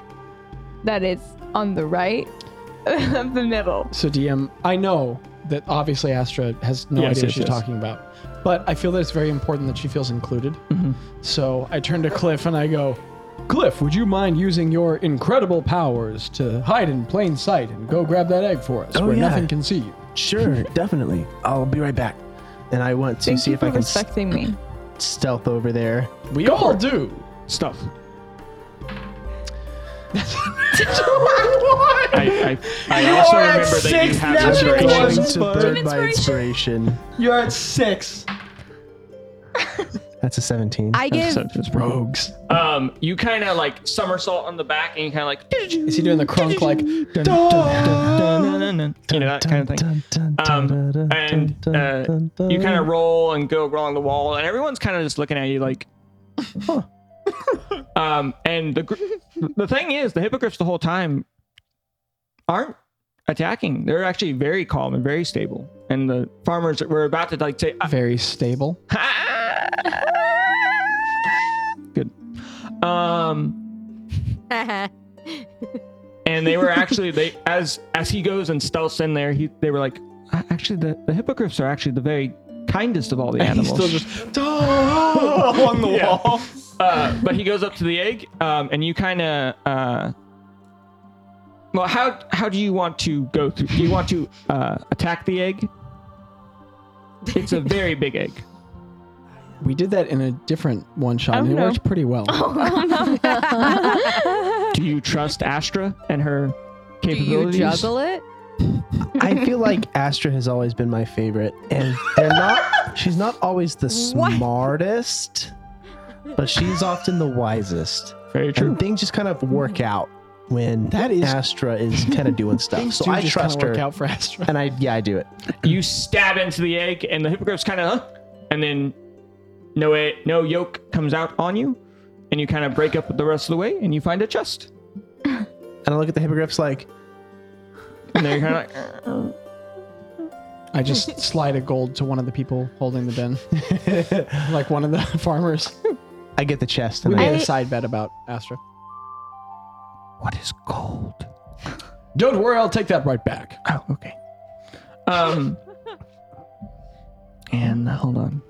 [SPEAKER 7] that it's on the right (laughs) of the middle.
[SPEAKER 8] So DM, I know that obviously Astra has no
[SPEAKER 3] Yes,
[SPEAKER 8] idea what
[SPEAKER 3] yes,
[SPEAKER 8] she's
[SPEAKER 3] yes.
[SPEAKER 8] talking about, but I feel that it's very important that she feels included. So I turn to Cliff and I go, Cliff, would you mind using your incredible powers to hide in plain sight and go grab that egg for us
[SPEAKER 5] Oh,
[SPEAKER 8] where
[SPEAKER 5] yeah.
[SPEAKER 8] nothing can see you?
[SPEAKER 5] Sure, definitely. I'll be right back. And I want to
[SPEAKER 7] Thank
[SPEAKER 5] see
[SPEAKER 7] you
[SPEAKER 5] if
[SPEAKER 7] for
[SPEAKER 5] I can s-
[SPEAKER 7] respecting me.
[SPEAKER 5] stealth over there.
[SPEAKER 8] We all do.
[SPEAKER 3] Stuff.
[SPEAKER 1] What?
[SPEAKER 3] I, I, I
[SPEAKER 1] You
[SPEAKER 3] also
[SPEAKER 1] are at
[SPEAKER 3] remember that you
[SPEAKER 1] six
[SPEAKER 3] have
[SPEAKER 1] now,
[SPEAKER 5] I'm
[SPEAKER 1] Magic
[SPEAKER 3] inspiration.
[SPEAKER 5] going
[SPEAKER 1] ones,
[SPEAKER 5] to
[SPEAKER 1] bud.
[SPEAKER 5] burn my inspiration.
[SPEAKER 1] You're at six.
[SPEAKER 5] That's a 17.
[SPEAKER 4] I give (laughs)
[SPEAKER 3] So it's pretty-
[SPEAKER 8] Rogues.
[SPEAKER 3] Um, you kind of like somersault on the back, and you kind of like
[SPEAKER 8] Is he doing the crunk like,
[SPEAKER 5] Dun, dun, dun,
[SPEAKER 3] you know that kind of thing.
[SPEAKER 5] dun, dun, dun, dun,
[SPEAKER 3] Um,
[SPEAKER 5] dun,
[SPEAKER 3] and
[SPEAKER 5] dun,
[SPEAKER 3] uh,
[SPEAKER 5] dun, dun.
[SPEAKER 3] you kind of roll and go along the wall, and everyone's kind of just looking at you like, huh. um, and the gr- the thing is, the hippogriffs the whole time aren't attacking. They're actually very calm and very stable. And the farmers were about to like say, "Ah,
[SPEAKER 8] very stable?
[SPEAKER 3] (laughs) good. Um, and they were actually they as as he goes and stealths in there he they were like "A- actually the, the hippogriffs are actually the very kindest of all the
[SPEAKER 8] (laughs) He's
[SPEAKER 3] animals (laughs)
[SPEAKER 8] still just
[SPEAKER 1] along the
[SPEAKER 3] Yeah.
[SPEAKER 1] wall.
[SPEAKER 3] uh, but he goes up to the egg um, and you kind of uh, well how how do you want to go through do you want to uh, attack the egg it's a very big egg
[SPEAKER 8] We did that in a different one shot,
[SPEAKER 7] Oh,
[SPEAKER 8] and it
[SPEAKER 7] no. Oh.
[SPEAKER 8] worked pretty well.
[SPEAKER 3] Do you trust Astra and her
[SPEAKER 4] Do you
[SPEAKER 3] capabilities?
[SPEAKER 4] juggle it?
[SPEAKER 5] I feel like Astra has always been my favorite, and they're
[SPEAKER 3] (laughs)
[SPEAKER 5] not. She's not always the smartest, but she's often the wisest.
[SPEAKER 3] Very true.
[SPEAKER 5] And things just kind of
[SPEAKER 4] Mm-hmm.
[SPEAKER 5] work out when
[SPEAKER 8] That is-
[SPEAKER 5] Astra is
[SPEAKER 8] (laughs)
[SPEAKER 5] kind of doing stuff.
[SPEAKER 8] Things
[SPEAKER 5] So
[SPEAKER 8] do
[SPEAKER 5] I
[SPEAKER 8] just
[SPEAKER 5] trust
[SPEAKER 8] kinda
[SPEAKER 5] her,
[SPEAKER 8] Work out for Astra.
[SPEAKER 5] and I yeah I do it.
[SPEAKER 3] You stab into the egg, and the hippogriff's kind of, huh? and then no e- no yolk comes out on you, and you kind of break up the rest of the way, and you find a chest.
[SPEAKER 5] And I look at the hippogriffs like
[SPEAKER 3] And then you're kind of like,
[SPEAKER 8] I just slide a gold to one of the people holding the bin, (laughs) like one of the farmers.
[SPEAKER 5] I get the chest,
[SPEAKER 8] We
[SPEAKER 5] and
[SPEAKER 8] made
[SPEAKER 5] I,
[SPEAKER 8] a side bet about Astra.
[SPEAKER 3] what is gold?
[SPEAKER 8] Don't worry, I'll take that right back.
[SPEAKER 3] Oh, okay. Um, and uh, hold on.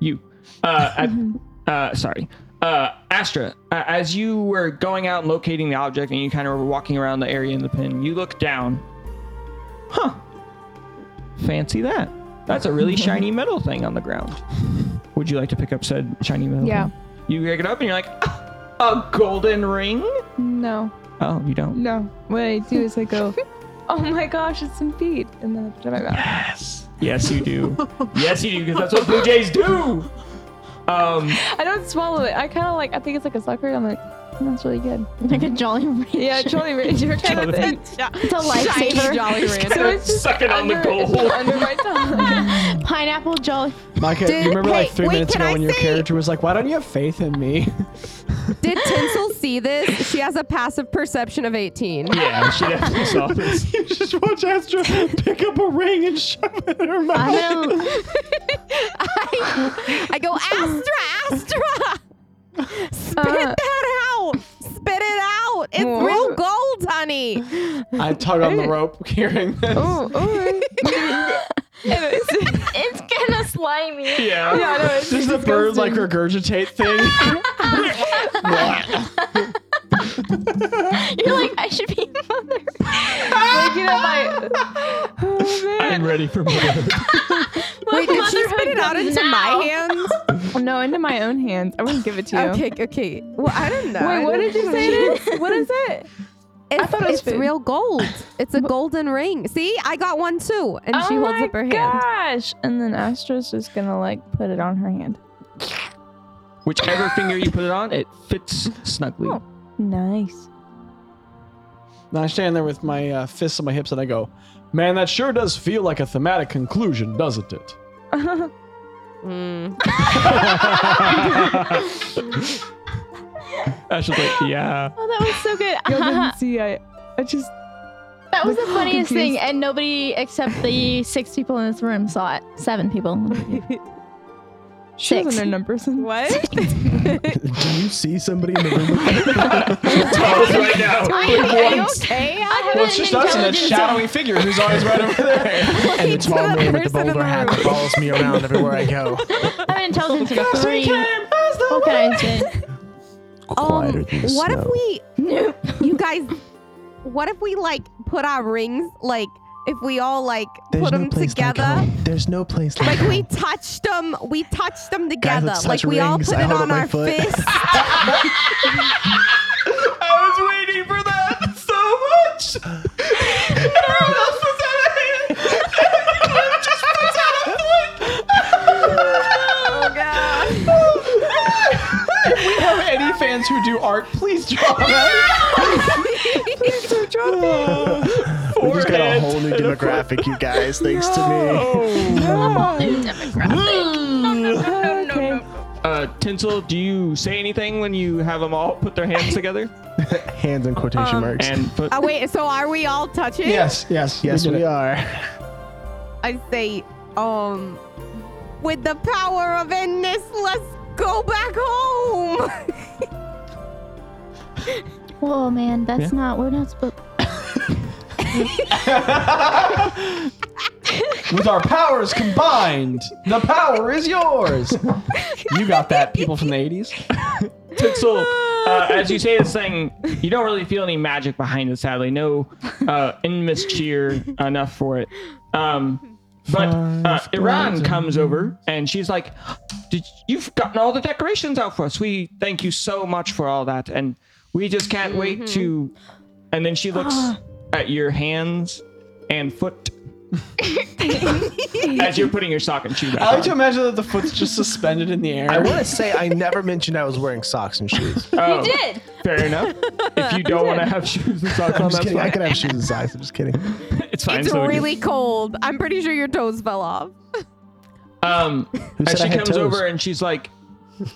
[SPEAKER 3] You, uh, (laughs) at, uh, sorry, uh, Astra. Uh, as you were going out and locating the object, and you kind of were walking around the area in the pin, you look down. Huh. Fancy that. That's a (laughs) really shiny metal thing on the ground. Would you like to pick up said shiny metal?
[SPEAKER 7] Yeah.
[SPEAKER 3] thing? You pick it up and you're like, "Ah, a golden ring.
[SPEAKER 7] No,
[SPEAKER 3] Oh, you don't.
[SPEAKER 7] no. What I do is I go, oh my gosh, it's some feet. And then I put it in my mouth.
[SPEAKER 3] Yes. Yes, you
[SPEAKER 8] (laughs)
[SPEAKER 3] do. yes, you do, because that's what Blue Jays do. Um,
[SPEAKER 7] I don't swallow it. I kind of like, I think it's like a sucker. I'm like, "Mm, that's really good.
[SPEAKER 2] like a Jolly (laughs) Rancher.
[SPEAKER 7] Yeah, Jolly Ranger kind of thing.
[SPEAKER 2] it's (laughs) a lifesaver.
[SPEAKER 4] Jolly Rancher.
[SPEAKER 7] (laughs) So it's just
[SPEAKER 3] Sucking on the
[SPEAKER 7] under-
[SPEAKER 3] (laughs)
[SPEAKER 7] it's
[SPEAKER 3] gold.
[SPEAKER 7] Under my tongue.
[SPEAKER 2] Pineapple Jolly.
[SPEAKER 8] Micah,
[SPEAKER 4] Did-
[SPEAKER 8] you remember like
[SPEAKER 4] hey,
[SPEAKER 8] three
[SPEAKER 4] wait,
[SPEAKER 8] minutes
[SPEAKER 4] can
[SPEAKER 8] ago
[SPEAKER 4] I
[SPEAKER 8] when your
[SPEAKER 4] say-
[SPEAKER 8] character was like, "Why don't you have faith in
[SPEAKER 5] (laughs)
[SPEAKER 8] me?"
[SPEAKER 4] Did Tinsel see this? She has a passive perception of 18.
[SPEAKER 3] yeah, she definitely saw this.
[SPEAKER 8] you just watch (laughs) Astra pick up a ring and (laughs) shove it in her mouth.
[SPEAKER 2] I (laughs) know.
[SPEAKER 4] I go, Astra, Astra! Spit
[SPEAKER 7] Uh.
[SPEAKER 4] that out! Spit it out! It's
[SPEAKER 7] What?
[SPEAKER 4] real gold, honey!
[SPEAKER 8] I tug on the rope, hearing this.
[SPEAKER 7] Oh, oh.
[SPEAKER 9] It's kind of slimy.
[SPEAKER 3] Yeah.
[SPEAKER 8] Does the bird like regurgitate thing?
[SPEAKER 2] You're like, I should be a mother.
[SPEAKER 7] Waking up my. (laughs) Oh, man.
[SPEAKER 3] I'm ready for more.
[SPEAKER 4] Wait, did she spit it out
[SPEAKER 2] comes
[SPEAKER 4] into my (laughs) hands?
[SPEAKER 7] No, into my own hands. I wouldn't give it to you.
[SPEAKER 4] Okay, okay. Well, I don't know.
[SPEAKER 7] Wait, what did you say it is? What is (laughs) it?
[SPEAKER 4] It's,
[SPEAKER 7] thought it was
[SPEAKER 4] it's
[SPEAKER 7] food.
[SPEAKER 4] real gold. It's a golden ring. See, I got one too. And she
[SPEAKER 7] Oh
[SPEAKER 4] holds
[SPEAKER 7] my
[SPEAKER 4] up her hand.
[SPEAKER 7] gosh. And then Astra's just gonna like put it on her hand.
[SPEAKER 3] Whichever finger you put it on, it fits snugly.
[SPEAKER 8] Oh.
[SPEAKER 7] Nice.
[SPEAKER 8] and I stand there with my uh, fists on my hips and I go, "Man, that sure does feel like a thematic conclusion, doesn't it?"
[SPEAKER 4] Mm.
[SPEAKER 3] Ash is like, yeah.
[SPEAKER 2] Oh, that was so good.
[SPEAKER 7] Y'all didn't
[SPEAKER 2] (laughs)
[SPEAKER 7] see. I, I just.
[SPEAKER 2] That was the funniest thing,
[SPEAKER 7] confused.
[SPEAKER 2] and nobody except the six people in this room saw it. Seven people.
[SPEAKER 7] (laughs) She
[SPEAKER 2] Six.
[SPEAKER 7] wasn't a number person. (laughs) What?
[SPEAKER 5] do you see somebody in the
[SPEAKER 4] (laughs)
[SPEAKER 5] room? with you?"
[SPEAKER 3] Tell us right now.
[SPEAKER 2] Are you okay? I have
[SPEAKER 8] Well, it's just us and that shadowy figure who's always right over there.
[SPEAKER 5] and the tall man with the
[SPEAKER 4] person in the
[SPEAKER 5] boulder hat that follows me around everywhere I
[SPEAKER 4] (laughs)
[SPEAKER 5] go.
[SPEAKER 2] I have an intelligence of three. What can I
[SPEAKER 8] (laughs)
[SPEAKER 2] say?
[SPEAKER 5] Quieter than the
[SPEAKER 4] Um, what if
[SPEAKER 5] snow.
[SPEAKER 4] we
[SPEAKER 5] (laughs)
[SPEAKER 4] you guys what if we like put our rings like if we all like
[SPEAKER 5] There's
[SPEAKER 4] put
[SPEAKER 5] no
[SPEAKER 4] them
[SPEAKER 5] place like
[SPEAKER 4] together
[SPEAKER 5] home. There's no place like
[SPEAKER 4] like we
[SPEAKER 5] home.
[SPEAKER 4] touched them we touched them
[SPEAKER 5] Guys
[SPEAKER 4] together
[SPEAKER 5] with
[SPEAKER 4] like
[SPEAKER 5] such
[SPEAKER 4] we all
[SPEAKER 5] rings,
[SPEAKER 4] put
[SPEAKER 5] I
[SPEAKER 4] it
[SPEAKER 5] hold up
[SPEAKER 4] on
[SPEAKER 5] my
[SPEAKER 4] our
[SPEAKER 5] foot. (laughs)
[SPEAKER 4] fists (laughs)
[SPEAKER 3] I was waiting for that so much. Everyone else was out of hand. Everyone just was out of
[SPEAKER 4] oh god
[SPEAKER 8] If we have any fans who do art, please
[SPEAKER 3] (laughs)
[SPEAKER 8] draw that.
[SPEAKER 5] we just got a
[SPEAKER 3] forehead
[SPEAKER 5] whole new demographic, you guys, thanks to me.
[SPEAKER 7] okay.
[SPEAKER 3] Uh, Tinsel, do you say anything when you have them all put their hands together?
[SPEAKER 5] Hands in quotation marks.
[SPEAKER 3] And put,
[SPEAKER 4] oh wait so are we all touching
[SPEAKER 8] Yes, yes,
[SPEAKER 5] yes,
[SPEAKER 8] did
[SPEAKER 5] we
[SPEAKER 8] it.
[SPEAKER 5] are.
[SPEAKER 4] i say um with the power of Ennis let's go back home (laughs)
[SPEAKER 2] Whoa, man, that's not. We're not supposed.
[SPEAKER 8] With our powers combined, the power is yours. You got that, people from the 80s.
[SPEAKER 3] Tinsel, uh, as you say this thing, you don't really feel any magic behind it, sadly. No uh, Inmus cheer enough for it. Um, But uh, Iran comes over and she's like, Did, "You've gotten all the decorations out for us. We thank you so much for all that, and we just can't wait to." And then she looks at your hands and foot as you're putting your sock and shoe back.
[SPEAKER 8] I like to
[SPEAKER 3] on.
[SPEAKER 8] imagine that the foot's just
[SPEAKER 4] (laughs)
[SPEAKER 8] suspended in the air.
[SPEAKER 5] I want to say I never mentioned I was wearing socks and shoes.
[SPEAKER 3] Oh,
[SPEAKER 9] You did.
[SPEAKER 3] Fair enough. If you don't want to have shoes and socks
[SPEAKER 5] I'm
[SPEAKER 3] on,
[SPEAKER 5] just
[SPEAKER 3] that's
[SPEAKER 5] kidding. I
[SPEAKER 3] fine.
[SPEAKER 5] could have shoes and socks. I'm just kidding.
[SPEAKER 3] It's fine.
[SPEAKER 4] It's
[SPEAKER 3] so it is.
[SPEAKER 4] really cold. I'm pretty sure your toes fell off. (laughs)
[SPEAKER 3] Um,
[SPEAKER 5] said
[SPEAKER 3] and
[SPEAKER 5] I
[SPEAKER 3] she
[SPEAKER 5] had
[SPEAKER 3] comes
[SPEAKER 5] toes?
[SPEAKER 3] over and she's like,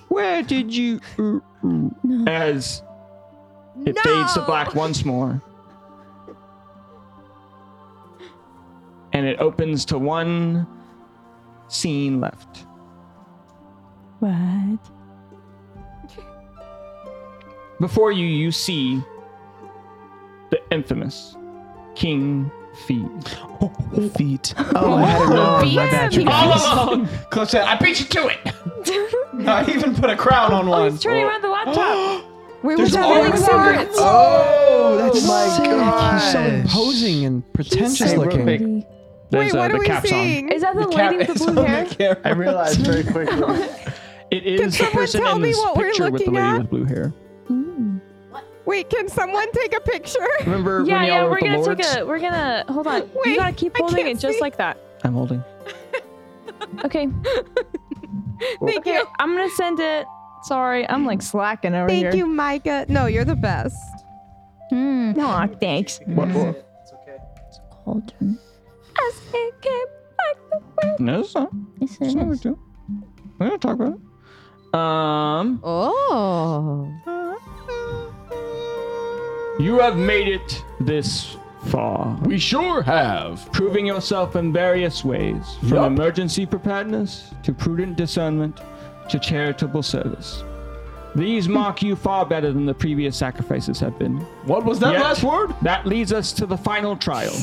[SPEAKER 3] "Where did
[SPEAKER 4] (laughs)
[SPEAKER 3] you?" As it fades to
[SPEAKER 4] No.
[SPEAKER 3] black once more, and it opens to one scene left.
[SPEAKER 7] What?
[SPEAKER 3] Before you, you see the infamous King Feed.
[SPEAKER 5] Feet. Oh, I had it wrong. My bad, you guys.
[SPEAKER 1] along. Cliff said, I beat you to
[SPEAKER 7] (laughs)
[SPEAKER 1] it. I even put a crown on one.
[SPEAKER 7] Oh, He's turning around
[SPEAKER 2] (gasps)
[SPEAKER 7] the laptop.
[SPEAKER 4] Where was that?
[SPEAKER 1] always
[SPEAKER 4] Where was that?
[SPEAKER 5] Oh, that's
[SPEAKER 8] Sick.
[SPEAKER 5] my
[SPEAKER 8] He's so
[SPEAKER 5] god.
[SPEAKER 8] imposing and pretentious looking.
[SPEAKER 3] There's, uh,
[SPEAKER 4] Wait, what
[SPEAKER 3] the
[SPEAKER 4] are we
[SPEAKER 3] caps on.
[SPEAKER 4] seeing?
[SPEAKER 7] Is that the,
[SPEAKER 8] Cap
[SPEAKER 7] lady with
[SPEAKER 8] is
[SPEAKER 7] the blue
[SPEAKER 8] on
[SPEAKER 7] hair?
[SPEAKER 8] camera.
[SPEAKER 5] I realized very quickly.
[SPEAKER 3] It is the
[SPEAKER 4] someone
[SPEAKER 3] person
[SPEAKER 4] tell
[SPEAKER 3] in
[SPEAKER 4] me
[SPEAKER 3] this
[SPEAKER 4] what we're
[SPEAKER 3] picture with the
[SPEAKER 4] looking
[SPEAKER 3] lady
[SPEAKER 4] at?
[SPEAKER 3] with blue hair.
[SPEAKER 4] Wait, can someone take a picture?
[SPEAKER 3] (laughs) Remember
[SPEAKER 7] Yeah,
[SPEAKER 3] when y'all
[SPEAKER 7] yeah,
[SPEAKER 3] were
[SPEAKER 7] we're
[SPEAKER 3] with the
[SPEAKER 7] gonna
[SPEAKER 3] lords?
[SPEAKER 7] take a. We're gonna hold on. you
[SPEAKER 4] Wait,
[SPEAKER 7] gotta keep
[SPEAKER 4] I
[SPEAKER 7] holding
[SPEAKER 4] can't
[SPEAKER 7] it just
[SPEAKER 4] see.
[SPEAKER 7] like that.
[SPEAKER 3] I'm holding.
[SPEAKER 7] Okay.
[SPEAKER 4] Thank
[SPEAKER 7] Okay,
[SPEAKER 4] you.
[SPEAKER 7] I'm gonna send it. Sorry, I'm like slacking over here.
[SPEAKER 4] Thank you, Micah. No, you're the best.
[SPEAKER 2] Mm,
[SPEAKER 7] Aw, thanks.
[SPEAKER 3] What? what?
[SPEAKER 2] cauldron.
[SPEAKER 3] No, it's not.
[SPEAKER 2] Yes, it
[SPEAKER 3] It's not a big
[SPEAKER 2] is.
[SPEAKER 3] deal. We don't talk about it. Um,
[SPEAKER 4] Oh.
[SPEAKER 3] you have made it this far,
[SPEAKER 1] We sure have.
[SPEAKER 3] proving yourself in various ways, from
[SPEAKER 1] Yup.
[SPEAKER 3] emergency preparedness to prudent discernment to charitable service. These mark you far better than the previous sacrifices have been.
[SPEAKER 1] What was that
[SPEAKER 3] Yet-
[SPEAKER 1] last word?
[SPEAKER 3] That leads us to the final trial,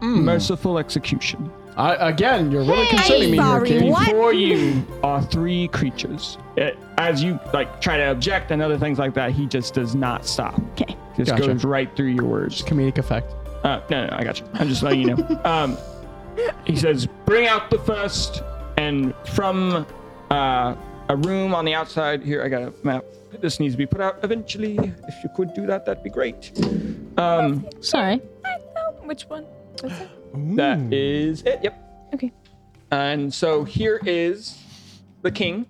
[SPEAKER 3] merciful execution.
[SPEAKER 1] I, again, you're really concerning me
[SPEAKER 4] sorry,
[SPEAKER 1] here, Katie.
[SPEAKER 4] what?
[SPEAKER 3] Before you are three creatures. It- as you like try to object and other things like that, he just does not stop.
[SPEAKER 2] Okay.
[SPEAKER 3] Just
[SPEAKER 1] Gotcha.
[SPEAKER 3] goes right through your words.
[SPEAKER 8] Comedic effect.
[SPEAKER 3] Uh, no, no, I got you. I'm just letting you (laughs) know. Um, he says, "Bring out the first, and from uh, a room on the outside here, I got a map. This needs to be put out eventually. If you could do that, that'd be great. Um,
[SPEAKER 2] Sorry.
[SPEAKER 7] Which one?
[SPEAKER 3] that is it. Yep.
[SPEAKER 7] Okay.
[SPEAKER 3] And so here is the king.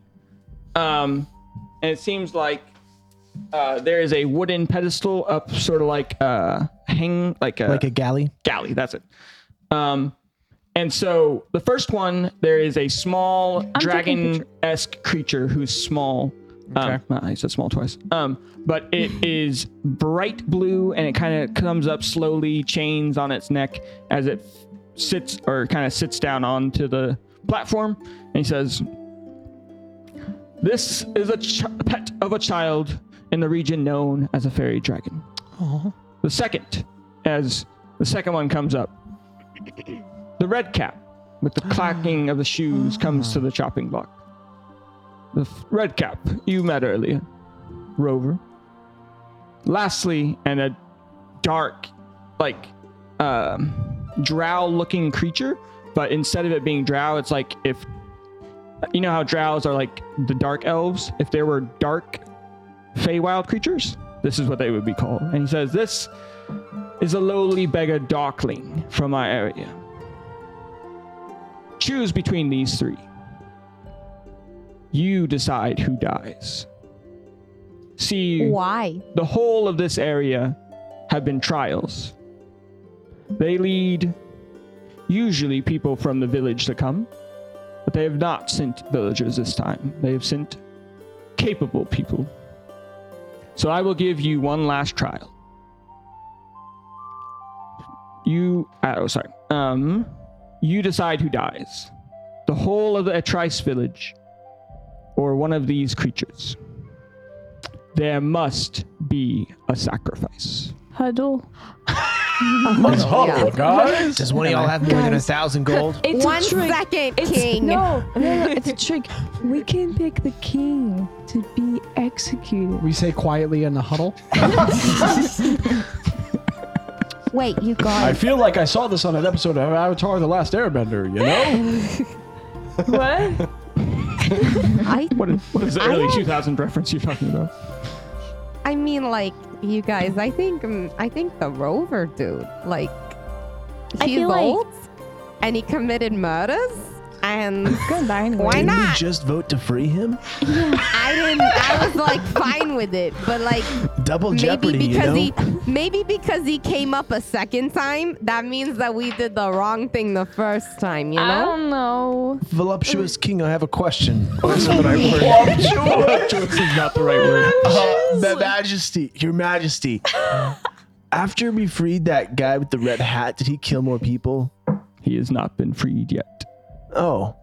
[SPEAKER 3] Um, and it seems like uh, there is a wooden pedestal up, sort of like uh, hang, like a,
[SPEAKER 5] Like a galley.
[SPEAKER 3] galley. That's it. Um, and so the first one, there is a small dragon esque creature who's small. Um, uh, I said small twice. Um, but it is bright blue and it kind of comes up slowly, chains on its neck as it sits or kind of sits down onto the platform. And he says, This is a ch- pet of a child in the region known as a fairy dragon. The second, as the second one comes up, the red cap with the clacking of the shoes comes to the chopping block. The f- red cap you met earlier, Rover. Lastly, and a dark, like, um, drow-looking creature, but instead of it being drow, it's like if you know how drows are like the dark elves. If there were dark Feywild creatures, this is what they would be called. And he says, "This is a lowly beggar darkling from our area. Choose between these three. You decide who dies. See,
[SPEAKER 4] Why?
[SPEAKER 3] the whole of this area have been trials. They lead usually people from the village to come, but they have not sent villagers this time. They have sent capable people. So I will give you one last trial. You, uh, oh, sorry. Um, you decide who dies. The whole of the Atrice village, or one of these creatures there must be a sacrifice.
[SPEAKER 7] Huddle.
[SPEAKER 1] What's
[SPEAKER 3] Oh,
[SPEAKER 1] horrible, guys?
[SPEAKER 5] Does one of y'all have more than a thousand gold?
[SPEAKER 7] It's
[SPEAKER 4] One
[SPEAKER 7] a trick.
[SPEAKER 4] second,
[SPEAKER 7] It's,
[SPEAKER 4] king.
[SPEAKER 7] No, no, no, it's a trick. We can pick the king to be executed.
[SPEAKER 8] We say quietly in the huddle.
[SPEAKER 3] (laughs)
[SPEAKER 4] Wait, you
[SPEAKER 8] I
[SPEAKER 4] guys.
[SPEAKER 8] feel like I saw this on an episode of Avatar: The Last Airbender. You know,
[SPEAKER 4] (laughs)
[SPEAKER 7] What? (laughs)
[SPEAKER 4] I,
[SPEAKER 3] (laughs) What is, what is the early
[SPEAKER 4] don't-
[SPEAKER 3] 2000 reference you're talking about?
[SPEAKER 4] I mean, like you guys. I think um, I think the rover dude. Like
[SPEAKER 2] I
[SPEAKER 4] he's
[SPEAKER 2] feel like-
[SPEAKER 4] old, and he committed murders. And
[SPEAKER 7] Gonna die anyway.
[SPEAKER 4] why
[SPEAKER 5] Didn't we
[SPEAKER 4] not?
[SPEAKER 5] just vote to free him?
[SPEAKER 4] I didn't. I was like fine with it, but like
[SPEAKER 5] Double
[SPEAKER 4] maybe
[SPEAKER 5] jeopardy, you know?
[SPEAKER 4] because he (laughs) maybe because he came up a second time. That means that we did the wrong thing the first time. You
[SPEAKER 7] I
[SPEAKER 4] know.
[SPEAKER 7] don't know.
[SPEAKER 5] Voluptuous king, I have a question. That's not the right word.
[SPEAKER 3] Voluptuous is not the right word.
[SPEAKER 5] Uh, Ma- Majesty, Your Majesty. After we freed that guy with the red hat, did he kill more people?
[SPEAKER 3] He has not been freed yet.
[SPEAKER 5] Oh,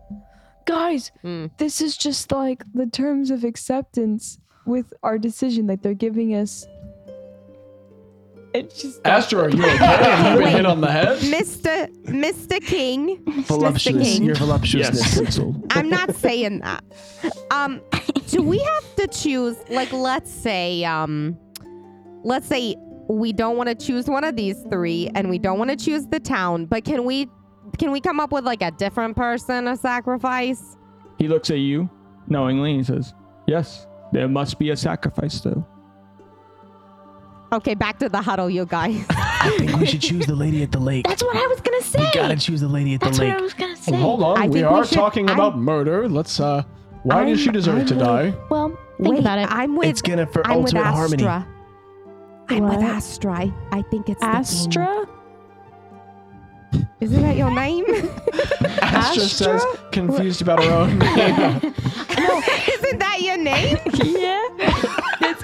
[SPEAKER 7] Guys,
[SPEAKER 3] Hmm.
[SPEAKER 7] this is just like the terms of acceptance with our decision. Like they're giving us. It's just.
[SPEAKER 8] Astro, are you okay? You've been hit on the head.
[SPEAKER 4] Mr. Mr. King, Mr.
[SPEAKER 5] voluptuous.
[SPEAKER 4] King.
[SPEAKER 5] Your voluptuousness.
[SPEAKER 4] I'm not saying that. Um, do we have to choose? Like, let's say, um, let's say we don't want to choose one of these three, and we don't want to choose the town. But can we, can we come up with like a different person a sacrifice?
[SPEAKER 3] He looks at you knowingly and he says, Yes, there must be a sacrifice, though.
[SPEAKER 4] Okay, back to the huddle, you guys.
[SPEAKER 5] I think we should choose the lady at the lake.
[SPEAKER 2] That's what I was gonna say.
[SPEAKER 5] We gotta choose the lady at the
[SPEAKER 2] That's what
[SPEAKER 5] lake.
[SPEAKER 2] I was gonna say.
[SPEAKER 8] Well, hold on,
[SPEAKER 4] I
[SPEAKER 8] we
[SPEAKER 4] think
[SPEAKER 8] are
[SPEAKER 4] we should-
[SPEAKER 8] talking
[SPEAKER 4] I'm-
[SPEAKER 8] about murder. Let's. uh Why does
[SPEAKER 4] I'm-
[SPEAKER 8] she deserve
[SPEAKER 4] I'm
[SPEAKER 8] to
[SPEAKER 4] really-
[SPEAKER 8] die?
[SPEAKER 2] Well, think
[SPEAKER 4] Wait,
[SPEAKER 2] about it.
[SPEAKER 4] I'm with.
[SPEAKER 5] It's gonna for
[SPEAKER 4] I'm with
[SPEAKER 5] ultimate
[SPEAKER 4] Astra.
[SPEAKER 5] harmony.
[SPEAKER 4] I'm with
[SPEAKER 7] What?
[SPEAKER 4] Astra. I- I think it's the king.
[SPEAKER 7] Astra?
[SPEAKER 4] Isn't that your
[SPEAKER 7] (laughs)
[SPEAKER 4] name?
[SPEAKER 8] Astro says, confused about her own.
[SPEAKER 4] Isn't that your name?
[SPEAKER 7] (laughs) yeah. It's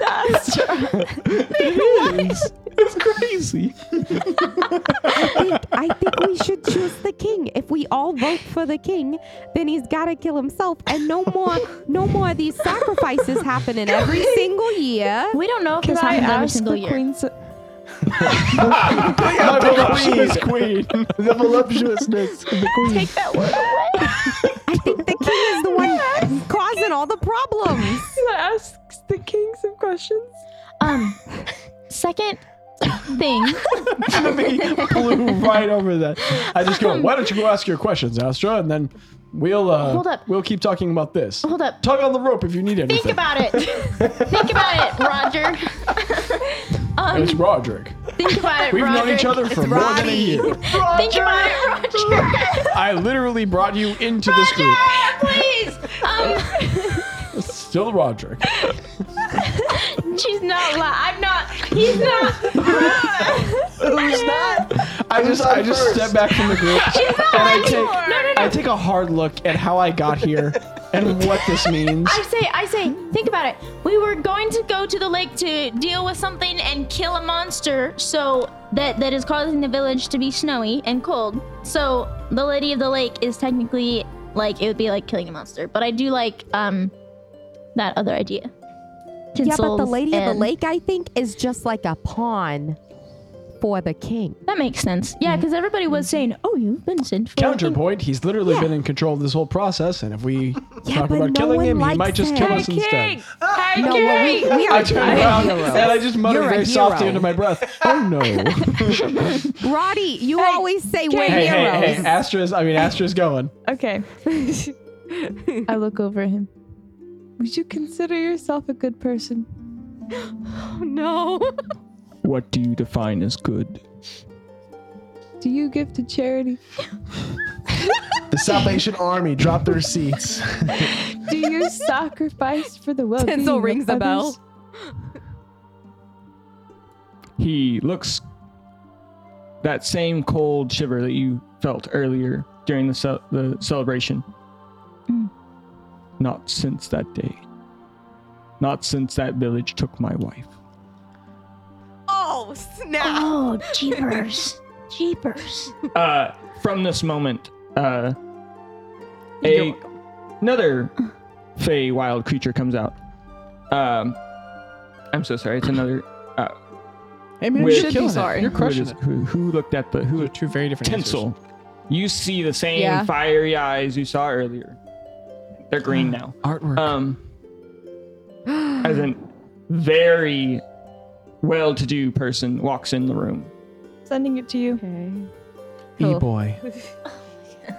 [SPEAKER 4] (laughs)
[SPEAKER 7] Astra.
[SPEAKER 3] It's crazy.
[SPEAKER 4] think- I think we should choose the king. If we all vote for the king, then he's got to kill himself, and no more, no more of these sacrifices
[SPEAKER 7] (laughs)
[SPEAKER 4] happening every single year.
[SPEAKER 2] we don't know if
[SPEAKER 7] Can
[SPEAKER 2] this
[SPEAKER 7] I
[SPEAKER 2] happens every
[SPEAKER 7] ask
[SPEAKER 2] single
[SPEAKER 7] the
[SPEAKER 2] year.
[SPEAKER 7] queen? So-
[SPEAKER 8] My voluptuous queen.
[SPEAKER 5] The voluptuousness. of the queen.
[SPEAKER 2] Take that word away.
[SPEAKER 4] I think the king is the one causing all the problems.
[SPEAKER 7] Can I ask the king some questions?
[SPEAKER 2] (laughs) Um, second
[SPEAKER 8] (laughs)
[SPEAKER 2] thing.
[SPEAKER 8] Flew right over that. I
[SPEAKER 4] (laughs)
[SPEAKER 8] just go, why don't you go ask your questions, Astra? And then we'll uh,
[SPEAKER 2] Hold up.
[SPEAKER 8] we'll keep talking about this.
[SPEAKER 2] Hold up.
[SPEAKER 8] Tug on the rope if you need anything.
[SPEAKER 2] Think about it. Think about it,
[SPEAKER 8] (laughs)
[SPEAKER 2] Roger. Um,
[SPEAKER 8] it's Roderick.
[SPEAKER 2] Think about it,
[SPEAKER 8] We've
[SPEAKER 2] Roger.
[SPEAKER 8] known each other for more than a year.
[SPEAKER 2] Think about it,
[SPEAKER 8] (laughs)
[SPEAKER 2] Roger.
[SPEAKER 8] I literally brought you into this group.
[SPEAKER 2] Please. Um,
[SPEAKER 8] Still Roderick.
[SPEAKER 2] she's not. Li- I'm not. He's not.
[SPEAKER 5] Who's that?
[SPEAKER 8] I just
[SPEAKER 5] on
[SPEAKER 8] I just
[SPEAKER 5] first?
[SPEAKER 8] step back from
[SPEAKER 4] (laughs)
[SPEAKER 8] the group and I take I take a hard look at how I got here and what this means.
[SPEAKER 2] I say, I say, think about it. We were going to go to the lake to deal with something and kill a monster, so that that is causing the village to be snowy and cold. So the lady of the lake is technically like it would be like killing a monster, but I do like um that other idea.
[SPEAKER 4] Yeah, but the
[SPEAKER 2] Tinsels
[SPEAKER 4] lady of the
[SPEAKER 2] and-
[SPEAKER 4] lake, I think, is just like a pawn for the king.
[SPEAKER 2] That makes sense. Yeah, because everybody was saying, "Oh, you've been sent for a thing."
[SPEAKER 8] Counterpoint, he's literally
[SPEAKER 4] Yeah.
[SPEAKER 8] been in control of this whole process, and if we talk
[SPEAKER 4] but
[SPEAKER 8] about
[SPEAKER 4] no
[SPEAKER 8] killing
[SPEAKER 4] one
[SPEAKER 8] him, he
[SPEAKER 4] likes
[SPEAKER 8] might just
[SPEAKER 4] that.
[SPEAKER 8] kill
[SPEAKER 4] Hey,
[SPEAKER 8] us instead.
[SPEAKER 7] Hi,
[SPEAKER 4] No, well, we, we
[SPEAKER 8] I
[SPEAKER 4] are
[SPEAKER 8] turn around
[SPEAKER 4] heroes.
[SPEAKER 8] and I just mutter
[SPEAKER 4] You're a
[SPEAKER 8] very softly
[SPEAKER 4] hero.
[SPEAKER 8] under my breath, oh
[SPEAKER 4] (laughs)
[SPEAKER 8] no.
[SPEAKER 4] Roddy, you always say we're
[SPEAKER 8] hey,
[SPEAKER 4] heroes.
[SPEAKER 8] hey, hey, Astra's, I mean, Astra's going.
[SPEAKER 7] (laughs) Okay. I look over at him. Would you consider yourself a good person?
[SPEAKER 4] Oh, No.
[SPEAKER 3] What do you define as good?
[SPEAKER 7] Do you give to charity?
[SPEAKER 5] The Salvation Army dropped their
[SPEAKER 4] (laughs)
[SPEAKER 5] receipts.
[SPEAKER 7] Do (laughs) you sacrifice for the well being
[SPEAKER 4] Tinsel rings
[SPEAKER 7] of
[SPEAKER 4] a bell.
[SPEAKER 7] others?
[SPEAKER 3] He looks that same cold shiver that you felt earlier during the, ce- the celebration. Not since that day. Not since that village took my wife.
[SPEAKER 4] Oh snap!
[SPEAKER 2] (laughs) Oh, jeepers, jeepers.
[SPEAKER 3] uh, from this moment, uh, a, another fey wild creature comes out. Um, I'm so sorry. It's another. Uh,
[SPEAKER 8] Hey man,
[SPEAKER 3] We're-
[SPEAKER 8] you should
[SPEAKER 3] Should
[SPEAKER 8] be
[SPEAKER 3] be
[SPEAKER 8] sorry. You're
[SPEAKER 3] who
[SPEAKER 8] crushing
[SPEAKER 3] is-
[SPEAKER 8] it.
[SPEAKER 3] Who, who looked at the who?
[SPEAKER 8] Two very different
[SPEAKER 3] Tinsel. You see the same
[SPEAKER 4] Yeah.
[SPEAKER 3] fiery eyes you saw earlier. They're green now.
[SPEAKER 8] Mm. Artwork.
[SPEAKER 3] Um, as a very well-to-do person walks in the room.
[SPEAKER 7] Sending it to you.
[SPEAKER 4] Okay.
[SPEAKER 8] E
[SPEAKER 4] Cool.
[SPEAKER 8] boy,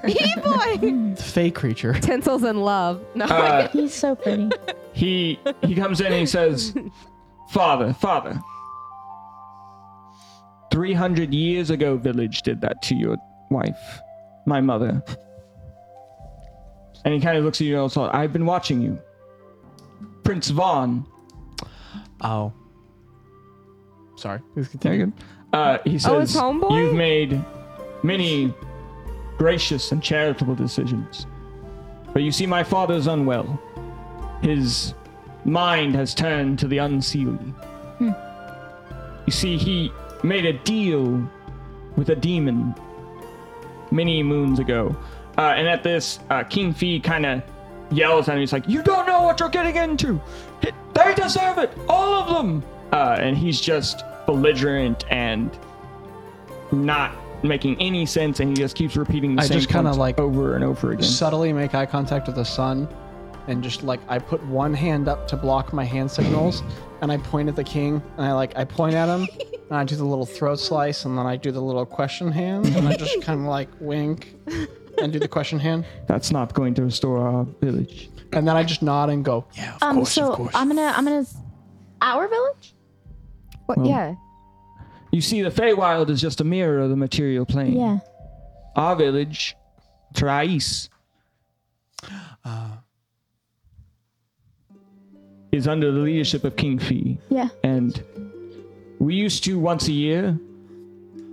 [SPEAKER 4] Hey boy.
[SPEAKER 5] (laughs)
[SPEAKER 8] the fey creature.
[SPEAKER 4] Tinsels in love. No.
[SPEAKER 3] Uh,
[SPEAKER 2] He's so pretty.
[SPEAKER 3] he he comes in and he says, "Father, father, three hundred years ago, village did that to your wife, my mother." And he kind of looks at you and says, "I've been watching you, Prince Vaughn."
[SPEAKER 8] Oh, sorry.
[SPEAKER 3] Very good. Uh, he says,
[SPEAKER 4] Oh, it's homeboy?
[SPEAKER 3] "You've made many gracious and charitable decisions, but you see, my father's unwell. His mind has turned to the unseelie. You see, he made a deal with a demon many moons ago, uh, and at this, uh, King Fee kind of." Yells at him. He's like, "You don't know what you're getting into. They deserve it, all of them." uh, and he's just belligerent and not making any sense, and he just keeps repeating the
[SPEAKER 8] I
[SPEAKER 3] same
[SPEAKER 8] just kinda,
[SPEAKER 3] points
[SPEAKER 8] like,
[SPEAKER 3] over and over again.
[SPEAKER 8] subtly make eye contact with the sun and just like I put one hand up to block my hand signals and I point at the king and I like I point at him and I do the little throat slice and then I do the little question hand and I just kind of like wink and do the question hand
[SPEAKER 3] That's not going to restore our village.
[SPEAKER 8] and then I just nod and go yeah
[SPEAKER 2] um, so I'm gonna, I'm gonna, our village.
[SPEAKER 4] What- yeah.
[SPEAKER 3] You see, the Feywild is just a mirror of the material plane.
[SPEAKER 2] Yeah.
[SPEAKER 3] Our village, Trais, uh, is under the leadership of King Fee.
[SPEAKER 2] Yeah.
[SPEAKER 3] And we used to once a year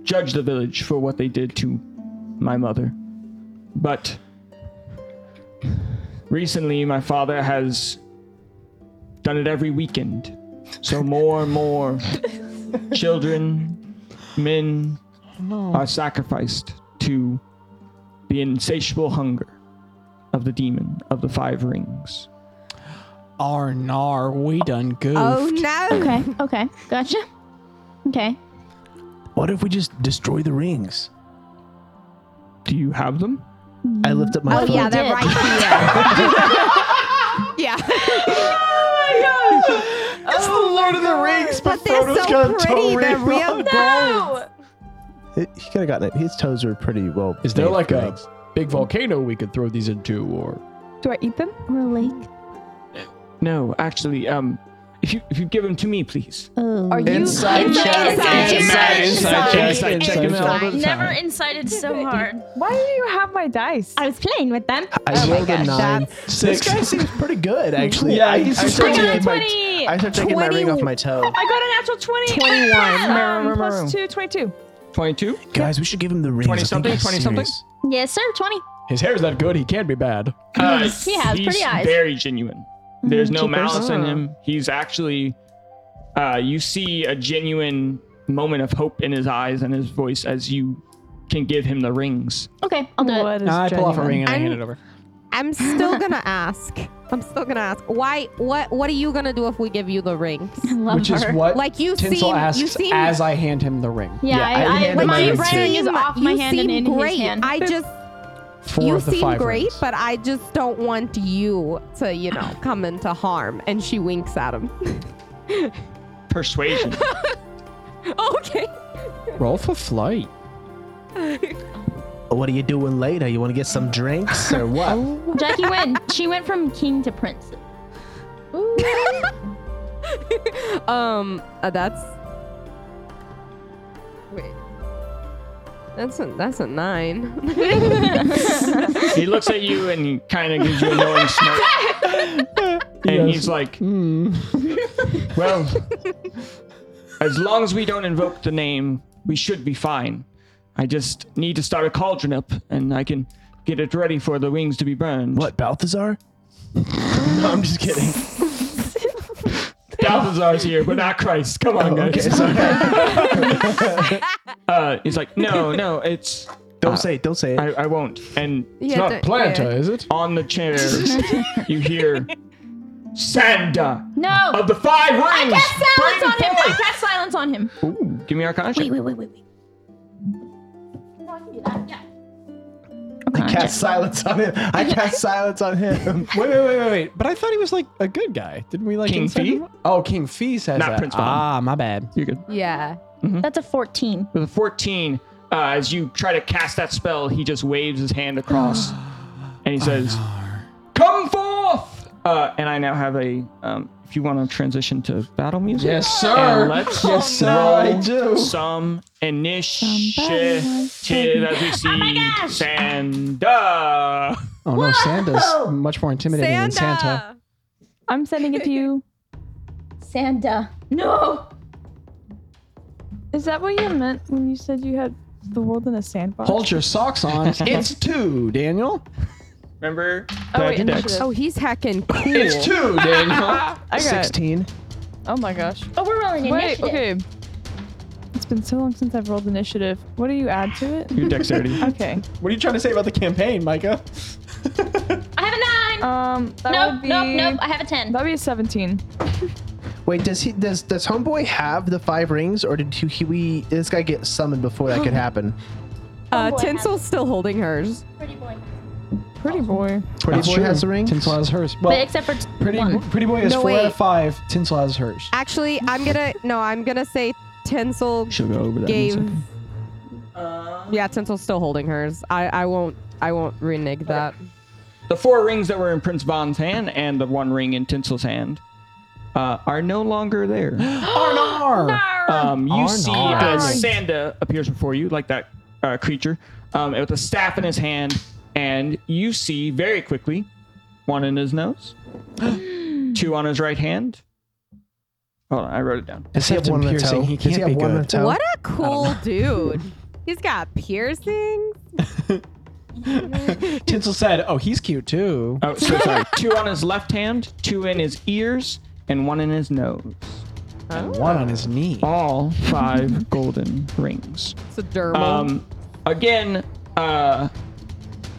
[SPEAKER 3] judge the village for what they did to my mother. But recently, my father has done it every weekend. So more
[SPEAKER 2] (laughs)
[SPEAKER 3] and more children, men are sacrificed to the insatiable hunger of the demon of the five rings.
[SPEAKER 8] arnar we done goofed
[SPEAKER 4] Oh no.
[SPEAKER 2] Okay. Okay. Gotcha. Okay.
[SPEAKER 5] What if we just destroy the rings?
[SPEAKER 3] Do you have them?
[SPEAKER 5] I lift up my
[SPEAKER 4] Oh
[SPEAKER 5] phone.
[SPEAKER 4] yeah, they're
[SPEAKER 2] did.
[SPEAKER 4] (laughs) right here. (laughs) yeah.
[SPEAKER 5] It's the Lord of the Rings,
[SPEAKER 4] But they're so pretty. They're
[SPEAKER 8] (laughs)
[SPEAKER 4] real gold.
[SPEAKER 5] It, he could have gotten it. His toes are pretty well.
[SPEAKER 8] is there
[SPEAKER 5] made
[SPEAKER 8] like a
[SPEAKER 5] legs.
[SPEAKER 8] big volcano we could throw these into or
[SPEAKER 7] Do I eat them?
[SPEAKER 2] Or a lake.
[SPEAKER 3] No, actually, um, if you if you give them to me, please.
[SPEAKER 2] Oh.
[SPEAKER 4] Are you
[SPEAKER 9] Inside check.
[SPEAKER 4] Inside
[SPEAKER 9] Inside
[SPEAKER 8] Inside
[SPEAKER 4] check.
[SPEAKER 8] check.
[SPEAKER 3] Inside check him out all the
[SPEAKER 9] Never
[SPEAKER 3] time.
[SPEAKER 9] incited so hard.
[SPEAKER 7] Why do you have my dice?
[SPEAKER 2] (laughs) I was playing with them.
[SPEAKER 5] I
[SPEAKER 4] Oh my
[SPEAKER 5] rolled a
[SPEAKER 4] gosh,
[SPEAKER 5] nine. This guy seems pretty
[SPEAKER 4] (laughs)
[SPEAKER 5] good, actually. Yeah, I, I, start
[SPEAKER 9] I got a
[SPEAKER 5] taking my-
[SPEAKER 9] 20.
[SPEAKER 5] I start taking my ring off my toe.
[SPEAKER 7] I got a natural 20.
[SPEAKER 4] 21.
[SPEAKER 7] Um, plus 2, 22.
[SPEAKER 3] Twenty-two.
[SPEAKER 5] Guys, we should give him the rings. I think
[SPEAKER 3] 20-something,
[SPEAKER 5] he's
[SPEAKER 3] 20-something?
[SPEAKER 5] serious.
[SPEAKER 2] (laughs) Yes, sir. Twenty.
[SPEAKER 8] his hair's that good he can't be bad
[SPEAKER 3] Uh,
[SPEAKER 2] He has
[SPEAKER 3] he's
[SPEAKER 2] pretty eyes. Mm-hmm.
[SPEAKER 3] Very genuine. There's no
[SPEAKER 2] Keepers. Uh-huh.
[SPEAKER 3] malice in him. He's actually, uh, you see a genuine moment of hope in his eyes and his voice as you can give him the rings.
[SPEAKER 2] Okay. I'll do it.
[SPEAKER 7] What is
[SPEAKER 8] I pull off a
[SPEAKER 7] genuine?
[SPEAKER 8] ring and I
[SPEAKER 4] I'm-
[SPEAKER 8] hand it over
[SPEAKER 4] I'm
[SPEAKER 8] (laughs)
[SPEAKER 4] still gonna ask. I'm still gonna ask. Why? What? What are you gonna do if we give you the rings?
[SPEAKER 2] Love
[SPEAKER 8] which is
[SPEAKER 2] her.
[SPEAKER 8] what
[SPEAKER 4] Like, you
[SPEAKER 8] tinsel
[SPEAKER 4] seem- you
[SPEAKER 8] asks
[SPEAKER 4] seem-
[SPEAKER 8] as I hand him the ring
[SPEAKER 2] Yeah.
[SPEAKER 5] Yeah, I
[SPEAKER 2] I, I,
[SPEAKER 5] handed
[SPEAKER 2] my
[SPEAKER 5] mine
[SPEAKER 2] ring
[SPEAKER 5] over to
[SPEAKER 2] is
[SPEAKER 4] Seem-
[SPEAKER 2] off my
[SPEAKER 4] you
[SPEAKER 2] hand and
[SPEAKER 4] seem
[SPEAKER 2] in
[SPEAKER 4] great.
[SPEAKER 2] his hand.
[SPEAKER 4] I just
[SPEAKER 8] four
[SPEAKER 4] you
[SPEAKER 8] of the
[SPEAKER 4] seem
[SPEAKER 8] five
[SPEAKER 4] great,
[SPEAKER 8] rings.
[SPEAKER 4] but I just don't want you to,
[SPEAKER 2] (coughs)
[SPEAKER 4] you know, come into harm. And she winks at him. (laughs)
[SPEAKER 2] (laughs)
[SPEAKER 3] Persuasion.
[SPEAKER 4] okay. (laughs)
[SPEAKER 8] Roll for flight.
[SPEAKER 5] Oh, What are you doing later? You want to get some drinks or
[SPEAKER 4] (laughs)
[SPEAKER 5] what?
[SPEAKER 2] Jackie went. She went from king to prince.
[SPEAKER 4] um, uh, that's wait. That's a that's a nine. (laughs)
[SPEAKER 3] he looks at you and he kind of gives you a
[SPEAKER 4] (laughs)
[SPEAKER 3] knowing smirk. And he's like,
[SPEAKER 5] Hmm.
[SPEAKER 3] well, as long as we don't invoke the name, we should be fine. I just need to start a cauldron up and I can get it ready for the wings to be burned.
[SPEAKER 5] What, Balthazar? no, I'm just kidding.
[SPEAKER 3] Balthazar's here, but not Christ. Come
[SPEAKER 5] Oh,
[SPEAKER 3] on, guys. (laughs) uh, he's like, no, no, it's. uh,
[SPEAKER 5] Don't
[SPEAKER 4] Uh,
[SPEAKER 5] say it. Don't say it.
[SPEAKER 3] I, I won't. And
[SPEAKER 4] Yeah, don't- yeah.
[SPEAKER 8] is it?
[SPEAKER 3] on the chair,
[SPEAKER 4] (laughs)
[SPEAKER 3] you hear Sanda
[SPEAKER 2] No.
[SPEAKER 3] of the Five Rings.
[SPEAKER 2] Silence
[SPEAKER 3] bring
[SPEAKER 2] on him.
[SPEAKER 3] forth."
[SPEAKER 2] I cast silence on him.
[SPEAKER 3] Ooh, give me our
[SPEAKER 2] Wait,
[SPEAKER 3] contract.
[SPEAKER 2] wait, wait, wait, wait. No, I can do that. Yeah.
[SPEAKER 5] I cast silence on him. I cast silence on him.
[SPEAKER 8] Wait, wait, wait, wait, wait. But I thought he was like a good guy. Didn't we like
[SPEAKER 3] King
[SPEAKER 8] insult
[SPEAKER 3] Fee?
[SPEAKER 8] him? Oh, King Fee says
[SPEAKER 3] Not
[SPEAKER 8] that.
[SPEAKER 3] Prince Vaughn.
[SPEAKER 8] ah, my bad.
[SPEAKER 3] You're good.
[SPEAKER 4] yeah.
[SPEAKER 2] That's a 14.
[SPEAKER 3] With a 14, uh, as you try to cast that spell, he just waves his hand (sighs) across and he says, Come forth! Uh, and I now have a. Um, if you want to transition to battle music.
[SPEAKER 1] Yes,
[SPEAKER 3] And
[SPEAKER 1] sir.
[SPEAKER 3] (laughs) let's
[SPEAKER 1] yes, sir. I do.
[SPEAKER 3] roll some initiative as we
[SPEAKER 2] Oh
[SPEAKER 3] see Sanda.
[SPEAKER 8] Oh no, Santa's much more intimidating than Santa.
[SPEAKER 7] I'm sending it to you.
[SPEAKER 2] Santa. No.
[SPEAKER 7] (laughs) Is that what you meant when you said you had the world in a sandbox?
[SPEAKER 8] Hold your socks (laughs) on. It's two, Daniel.
[SPEAKER 3] Remember?
[SPEAKER 7] oh, wait,
[SPEAKER 8] Dex.
[SPEAKER 7] initiative.
[SPEAKER 4] Oh, he's hacking cool.
[SPEAKER 1] It's two, Daniel.
[SPEAKER 7] I got it.
[SPEAKER 5] 16.
[SPEAKER 7] Oh my gosh.
[SPEAKER 9] Oh, we're rolling
[SPEAKER 7] Wait,
[SPEAKER 9] initiative.
[SPEAKER 7] okay. It's been so long since I've rolled initiative. What do you add to it?
[SPEAKER 3] Your dexterity.
[SPEAKER 7] (laughs) Okay.
[SPEAKER 8] What are you trying to say about the campaign, Micah?
[SPEAKER 9] I have a
[SPEAKER 2] Uh,
[SPEAKER 9] nine.
[SPEAKER 7] Um, that
[SPEAKER 9] nope,
[SPEAKER 7] would be,
[SPEAKER 9] nope, nope. I have a ten.
[SPEAKER 7] That'd be a 17.
[SPEAKER 5] Wait, does he does does homeboy have the five rings, or did he, we this guy get summoned before (gasps) that could happen?
[SPEAKER 4] Uh,
[SPEAKER 9] boy,
[SPEAKER 4] Tinsel's still holding hers.
[SPEAKER 9] Pretty boy. Oh.
[SPEAKER 7] Pretty boy.
[SPEAKER 5] Pretty boy has the rings.
[SPEAKER 8] Tinsel has hers.
[SPEAKER 2] But
[SPEAKER 8] Well,
[SPEAKER 2] except for t-
[SPEAKER 8] pretty
[SPEAKER 2] one.
[SPEAKER 8] pretty boy has
[SPEAKER 4] No,
[SPEAKER 8] four out
[SPEAKER 4] wait.
[SPEAKER 8] of five. Tinsel has hers.
[SPEAKER 4] Actually, I'm gonna no, I'm gonna say Tinsel
[SPEAKER 3] She'll go over that.
[SPEAKER 4] gave. Yeah, Tinsel's still holding hers. I I won't I won't renege that.
[SPEAKER 3] The four rings that were in Prince Von's hand and the one ring in Tinsel's hand uh, are no longer there.
[SPEAKER 8] (gasps) Arnar!
[SPEAKER 3] Um, you
[SPEAKER 8] Arnar.
[SPEAKER 3] see as Sanda appears before you, like that uh, creature, um, with a staff in his hand, and you see very quickly one in his
[SPEAKER 8] (gasps)
[SPEAKER 3] nose, two on his right hand. Hold on, I wrote it down.
[SPEAKER 5] Does he have one
[SPEAKER 8] Septum
[SPEAKER 5] on the
[SPEAKER 8] piercing,
[SPEAKER 5] toe?
[SPEAKER 8] he
[SPEAKER 5] Does
[SPEAKER 8] can't
[SPEAKER 5] he have
[SPEAKER 8] be
[SPEAKER 5] one on the
[SPEAKER 8] good.
[SPEAKER 5] toe?
[SPEAKER 4] What a cool dude. He's got piercings.
[SPEAKER 8] Tinsel said, "Oh, he's cute too."
[SPEAKER 3] Oh, so sorry. (laughs) two on his left hand, two in his ears, and one in his nose.
[SPEAKER 8] One on his knee.
[SPEAKER 3] All
[SPEAKER 8] (laughs)
[SPEAKER 3] five golden rings.
[SPEAKER 4] It's a dermal.
[SPEAKER 3] Um, again, uh,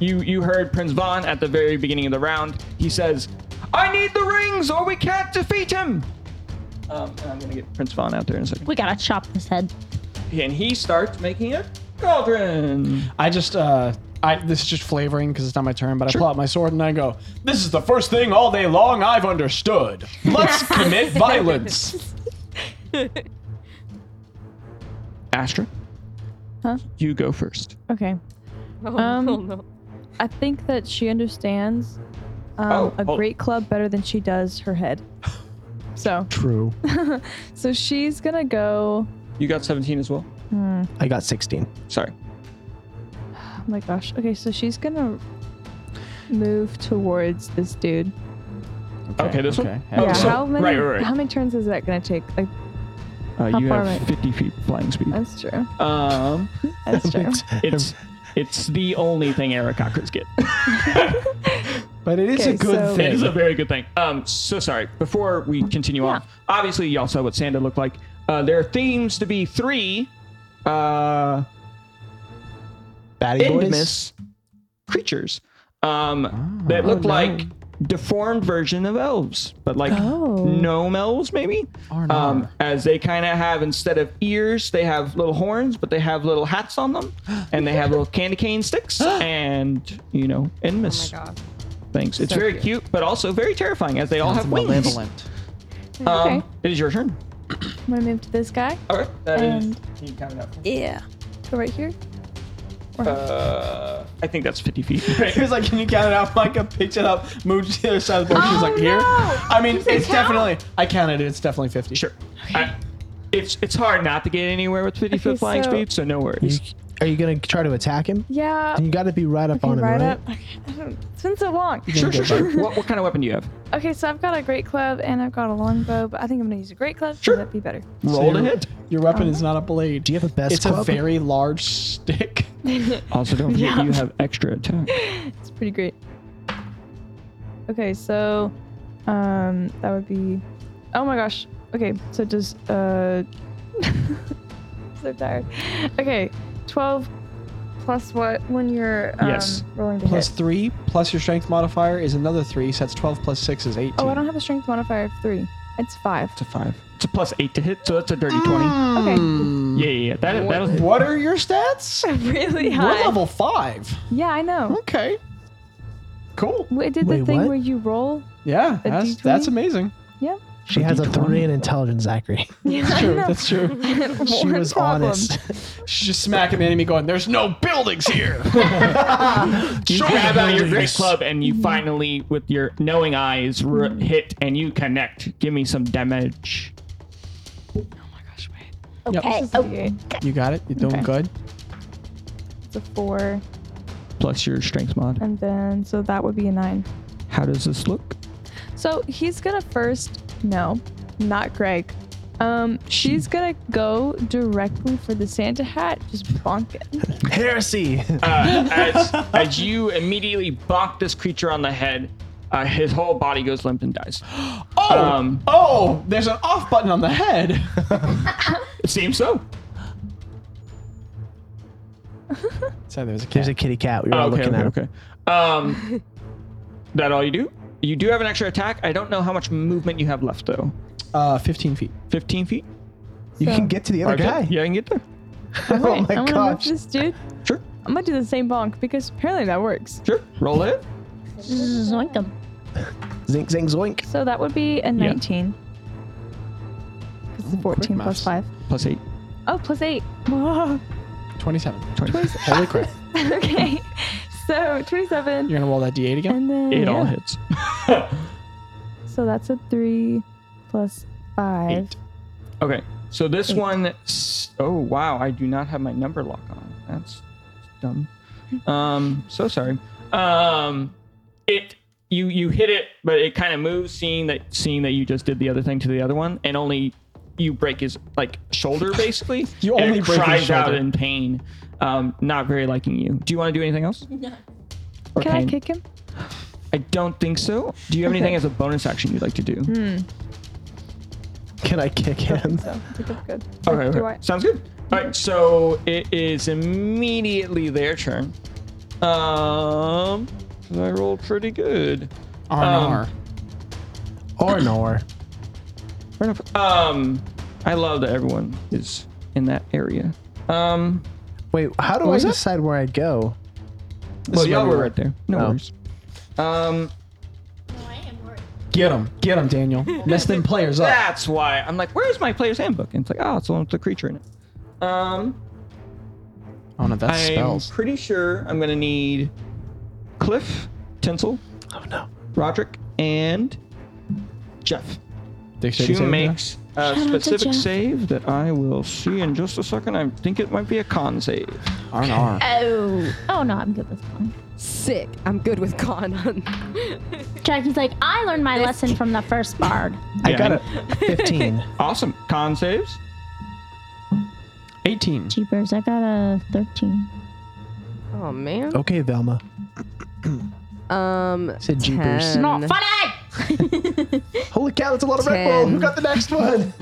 [SPEAKER 3] you you heard Prince Vaughn at the very beginning of the round. He says, "I need the rings, or we can't defeat him." Um, and I'm gonna get Prince Vaughn out there in a second.
[SPEAKER 2] we gotta chop this head.
[SPEAKER 3] And he starts making a cauldron.
[SPEAKER 8] I just uh I this is just flavoring because it's not my turn, but I pull out my sword and I go, This is the first thing all day long I've understood.
[SPEAKER 7] (laughs)
[SPEAKER 8] Let's commit violence.
[SPEAKER 3] Astra,
[SPEAKER 7] Huh?
[SPEAKER 3] You go first.
[SPEAKER 9] (laughs)
[SPEAKER 7] Okay.
[SPEAKER 9] Oh,
[SPEAKER 7] um, I think that she understands um,
[SPEAKER 3] Oh,
[SPEAKER 7] a
[SPEAKER 3] hold-
[SPEAKER 7] great club better than she does
[SPEAKER 3] (laughs)
[SPEAKER 7] her head. So,
[SPEAKER 5] True.
[SPEAKER 7] (laughs) so she's gonna go.
[SPEAKER 3] You got 17 as well.
[SPEAKER 5] I got 16.
[SPEAKER 3] Sorry.
[SPEAKER 7] Oh my gosh. Okay, so she's gonna move towards this dude.
[SPEAKER 3] Okay, this one.
[SPEAKER 8] Yeah.
[SPEAKER 3] Oh, so-
[SPEAKER 7] how many?
[SPEAKER 3] right, right, right.
[SPEAKER 7] How many turns is that gonna take? Like,
[SPEAKER 3] Uh,
[SPEAKER 7] How
[SPEAKER 3] you
[SPEAKER 7] far
[SPEAKER 3] have
[SPEAKER 7] am I?
[SPEAKER 3] 50 feet flying speed.
[SPEAKER 5] (laughs)
[SPEAKER 7] that's true.
[SPEAKER 3] Um,
[SPEAKER 7] That's true.
[SPEAKER 3] it's it's the only thing Eric Cockers get.
[SPEAKER 8] But it is
[SPEAKER 7] Okay,
[SPEAKER 8] a good
[SPEAKER 7] so-
[SPEAKER 8] thing.
[SPEAKER 3] It is a very good thing. Um, so sorry. Before we continue on, obviously y'all saw what Santa looked like. Uh, there seems to be three uh,
[SPEAKER 5] Batty boys.
[SPEAKER 3] endemous creatures um, that look like deformed version of elves, but like
[SPEAKER 7] Oh.
[SPEAKER 3] gnome elves maybe.
[SPEAKER 8] Arnar.
[SPEAKER 3] Um, as they kind of have instead of ears, they have little horns, but they have little hats on (gasps) them, and they have little candy cane (gasps) sticks and you know endemous
[SPEAKER 4] God.
[SPEAKER 3] things. It's very cute. but also very terrifying as they all have wings. Um,
[SPEAKER 7] Okay.
[SPEAKER 3] It is your turn.
[SPEAKER 7] I'm gonna move to this guy.
[SPEAKER 3] All right. That is.
[SPEAKER 7] And-
[SPEAKER 3] Can you count it out?
[SPEAKER 7] Yeah. Go right here.
[SPEAKER 3] Uh, I think that's 50 feet.
[SPEAKER 8] (laughs) He was like, Can you count it out? Micah picked it up, moved to the other side of the board. She
[SPEAKER 3] Oh,
[SPEAKER 8] was like, Here? I mean, it's definitely, I counted it. It's definitely 50.
[SPEAKER 3] sure. I, it's it's hard not to get anywhere with 50
[SPEAKER 7] Okay,
[SPEAKER 3] foot flying
[SPEAKER 7] so-
[SPEAKER 3] speed, so no
[SPEAKER 5] You-
[SPEAKER 3] worries.
[SPEAKER 5] Are you gonna try to attack him?
[SPEAKER 7] Yeah.
[SPEAKER 5] You got to be right up
[SPEAKER 7] Okay,
[SPEAKER 5] on him,
[SPEAKER 7] right
[SPEAKER 5] right?
[SPEAKER 7] up. (laughs) Okay, I don't- It's been so long.
[SPEAKER 3] Sure, sure, sure. what, what kind of weapon do you have?
[SPEAKER 7] Okay, so I've got a great club and I've got a longbow, but I think I'm gonna use a great club. 'cause
[SPEAKER 3] Sure.
[SPEAKER 7] That'd be better.
[SPEAKER 3] Roll to hit.
[SPEAKER 8] Your weapon is not a blade.
[SPEAKER 5] Do you have a best
[SPEAKER 8] it's a
[SPEAKER 5] club?
[SPEAKER 8] very large stick.
[SPEAKER 3] Also, don't forget you have extra (laughs) attack.
[SPEAKER 7] It's pretty great. Okay, so um that would be Oh my gosh. Okay, so just uh (laughs) so tired. Okay, 12 plus what when you're um
[SPEAKER 3] Yes.
[SPEAKER 7] rolling the
[SPEAKER 8] Plus
[SPEAKER 7] hit.
[SPEAKER 8] three, plus your strength modifier is another three. So that's 12 plus six is 18.
[SPEAKER 7] Oh, I don't have a strength modifier of 3. It's 5. (laughs)
[SPEAKER 3] It's a five. It's a plus eight to hit, so that's a dirty 20. Yeah,
[SPEAKER 7] Okay.
[SPEAKER 3] yeah, yeah. That, that'll hit.
[SPEAKER 8] (laughs) Hmm. What are your stats?
[SPEAKER 7] really
[SPEAKER 8] We're level five.
[SPEAKER 7] Yeah, I know.
[SPEAKER 8] Okay. Cool.
[SPEAKER 7] It did
[SPEAKER 5] Wait,
[SPEAKER 7] the thing
[SPEAKER 5] what?
[SPEAKER 7] where you roll
[SPEAKER 8] Yeah,
[SPEAKER 7] A
[SPEAKER 8] that's,
[SPEAKER 7] D20?
[SPEAKER 8] that's amazing.
[SPEAKER 7] Yeah.
[SPEAKER 5] She has a three in intelligence, Zachary.
[SPEAKER 7] Yeah,
[SPEAKER 8] True, (laughs) that's true.
[SPEAKER 5] (laughs)
[SPEAKER 7] (laughs)
[SPEAKER 5] she was honest.
[SPEAKER 8] She's just smacking the enemy, going, "There's no
[SPEAKER 7] (laughs)
[SPEAKER 8] buildings here." (laughs)
[SPEAKER 3] You
[SPEAKER 8] Show me
[SPEAKER 3] grab
[SPEAKER 8] the
[SPEAKER 3] out your great
[SPEAKER 8] buildings.
[SPEAKER 3] club and you finally, with your knowing eyes, r- hit and you connect. Give me some damage.
[SPEAKER 9] Okay.
[SPEAKER 7] It's a
[SPEAKER 9] Oh,
[SPEAKER 7] D8.
[SPEAKER 8] You got it. You're doing
[SPEAKER 7] Okay.
[SPEAKER 8] good.
[SPEAKER 7] It's a four,
[SPEAKER 3] Plus your strength mod.
[SPEAKER 7] and then so that would be a nine.
[SPEAKER 3] How does this look?
[SPEAKER 7] So he's gonna first. No, not Greg. Um, she's gonna go directly for the Santa hat, just bonk
[SPEAKER 5] (laughs) (laughs)
[SPEAKER 7] it.
[SPEAKER 5] Heresy.
[SPEAKER 3] Uh, as, as you immediately bonk this creature on the head, uh, his whole body goes limp and
[SPEAKER 5] (gasps)
[SPEAKER 3] dies.
[SPEAKER 8] Oh,
[SPEAKER 3] Um,
[SPEAKER 8] oh, there's an off button on the (laughs) head.
[SPEAKER 3] It seems so.
[SPEAKER 8] so there's a kid.
[SPEAKER 5] There's a kitty cat we were
[SPEAKER 3] Oh,
[SPEAKER 5] all
[SPEAKER 3] okay,
[SPEAKER 5] looking
[SPEAKER 3] okay,
[SPEAKER 5] at.
[SPEAKER 3] okay. Um, (laughs) that all you do? You do have an extra attack. I don't know how much movement you have left though.
[SPEAKER 8] Uh, 15 feet.
[SPEAKER 3] 15 feet.
[SPEAKER 5] You
[SPEAKER 7] So-
[SPEAKER 5] can get to the other
[SPEAKER 3] Okay.
[SPEAKER 5] guy. (laughs)
[SPEAKER 3] Yeah, I can get there.
[SPEAKER 5] Oh
[SPEAKER 7] I'm
[SPEAKER 5] my
[SPEAKER 7] gonna move
[SPEAKER 5] gosh.
[SPEAKER 7] this dude.
[SPEAKER 3] Sure,
[SPEAKER 7] I'm gonna do the same bonk because apparently that works.
[SPEAKER 3] sure. Roll it.
[SPEAKER 2] Zoink 'em.
[SPEAKER 5] Zink, zing, zoink.
[SPEAKER 7] So that would be a 19. 'Cause it's 14 plus
[SPEAKER 8] maths.
[SPEAKER 7] 5.
[SPEAKER 3] Plus eight.
[SPEAKER 7] Oh, plus 8. Whoa.
[SPEAKER 8] 27.
[SPEAKER 3] 20.
[SPEAKER 8] Holy crap.
[SPEAKER 7] (laughs) okay. So 27.
[SPEAKER 8] (laughs) You're going to roll that d8 again?
[SPEAKER 7] (laughs) And then.
[SPEAKER 3] It
[SPEAKER 7] yeah.
[SPEAKER 3] all hits.
[SPEAKER 7] So that's a 3 plus 5.
[SPEAKER 8] Eight.
[SPEAKER 3] Okay. So this one s Oh wow! I do not have my number lock on. That's dumb. Um, so sorry. Um, it you you hit it, but it kind of moves, seeing that seeing that you just did the other thing to the other one, and only you break his like
[SPEAKER 8] (laughs)
[SPEAKER 3] shoulder basically.
[SPEAKER 8] You
[SPEAKER 3] and
[SPEAKER 8] only
[SPEAKER 3] it
[SPEAKER 8] break his
[SPEAKER 3] cries out
[SPEAKER 8] shoulder.
[SPEAKER 3] in pain. Um, not very liking you. Do you want to do anything else? No. Or
[SPEAKER 7] Can I
[SPEAKER 3] pain?
[SPEAKER 7] kick him?
[SPEAKER 3] I don't think so. Do you have anything as a bonus action you'd like to do?
[SPEAKER 5] Can I kick him?
[SPEAKER 7] So I think that's good.
[SPEAKER 3] Okay,
[SPEAKER 7] Do
[SPEAKER 3] okay.
[SPEAKER 7] I-
[SPEAKER 3] sounds good. All right, so it is immediately their turn. Um, I rolled pretty good.
[SPEAKER 8] (laughs) R and
[SPEAKER 3] Um,
[SPEAKER 8] R.
[SPEAKER 5] Or nor.
[SPEAKER 3] Fair enough. Um, I love that everyone is in that area. Um,
[SPEAKER 5] Wait, how do I decide where I go?
[SPEAKER 3] well,
[SPEAKER 8] is where
[SPEAKER 3] y'all
[SPEAKER 8] we
[SPEAKER 3] were
[SPEAKER 8] were.
[SPEAKER 3] right there. No
[SPEAKER 5] Oh.
[SPEAKER 3] worries. Um,
[SPEAKER 8] Get him. Get him, Daniel. Mess them players up.
[SPEAKER 3] that's why I'm like, where's my player's handbook? And it's like, oh, it's the one with the creature in it. Um,
[SPEAKER 8] Oh, no, that's
[SPEAKER 3] I'm
[SPEAKER 8] spells.
[SPEAKER 3] pretty sure I'm gonna need Cliff, Tinsel,
[SPEAKER 5] Oh no.
[SPEAKER 3] Roderick, and Jeff. She
[SPEAKER 8] Dexterity saving throw?
[SPEAKER 3] makes a specific save that I will see in just a second. I think it might be a con save.
[SPEAKER 8] R and R.
[SPEAKER 2] Oh. Oh no, I'm good with one.
[SPEAKER 4] Sick. I'm good with con.
[SPEAKER 2] Jackie's like, I learned my lesson from the first bard.
[SPEAKER 5] I
[SPEAKER 3] Yeah.
[SPEAKER 5] got a
[SPEAKER 3] (laughs)
[SPEAKER 5] 15.
[SPEAKER 3] Awesome. Con saves.
[SPEAKER 8] 18.
[SPEAKER 2] Jeepers, I got a 13.
[SPEAKER 4] oh man.
[SPEAKER 5] okay, Velma.
[SPEAKER 4] Um.
[SPEAKER 5] Said jeepers.
[SPEAKER 4] ten.
[SPEAKER 2] Not funny!
[SPEAKER 5] Holy cow, that's a lot of Red Bull. Who got the next
[SPEAKER 8] (laughs)
[SPEAKER 5] one?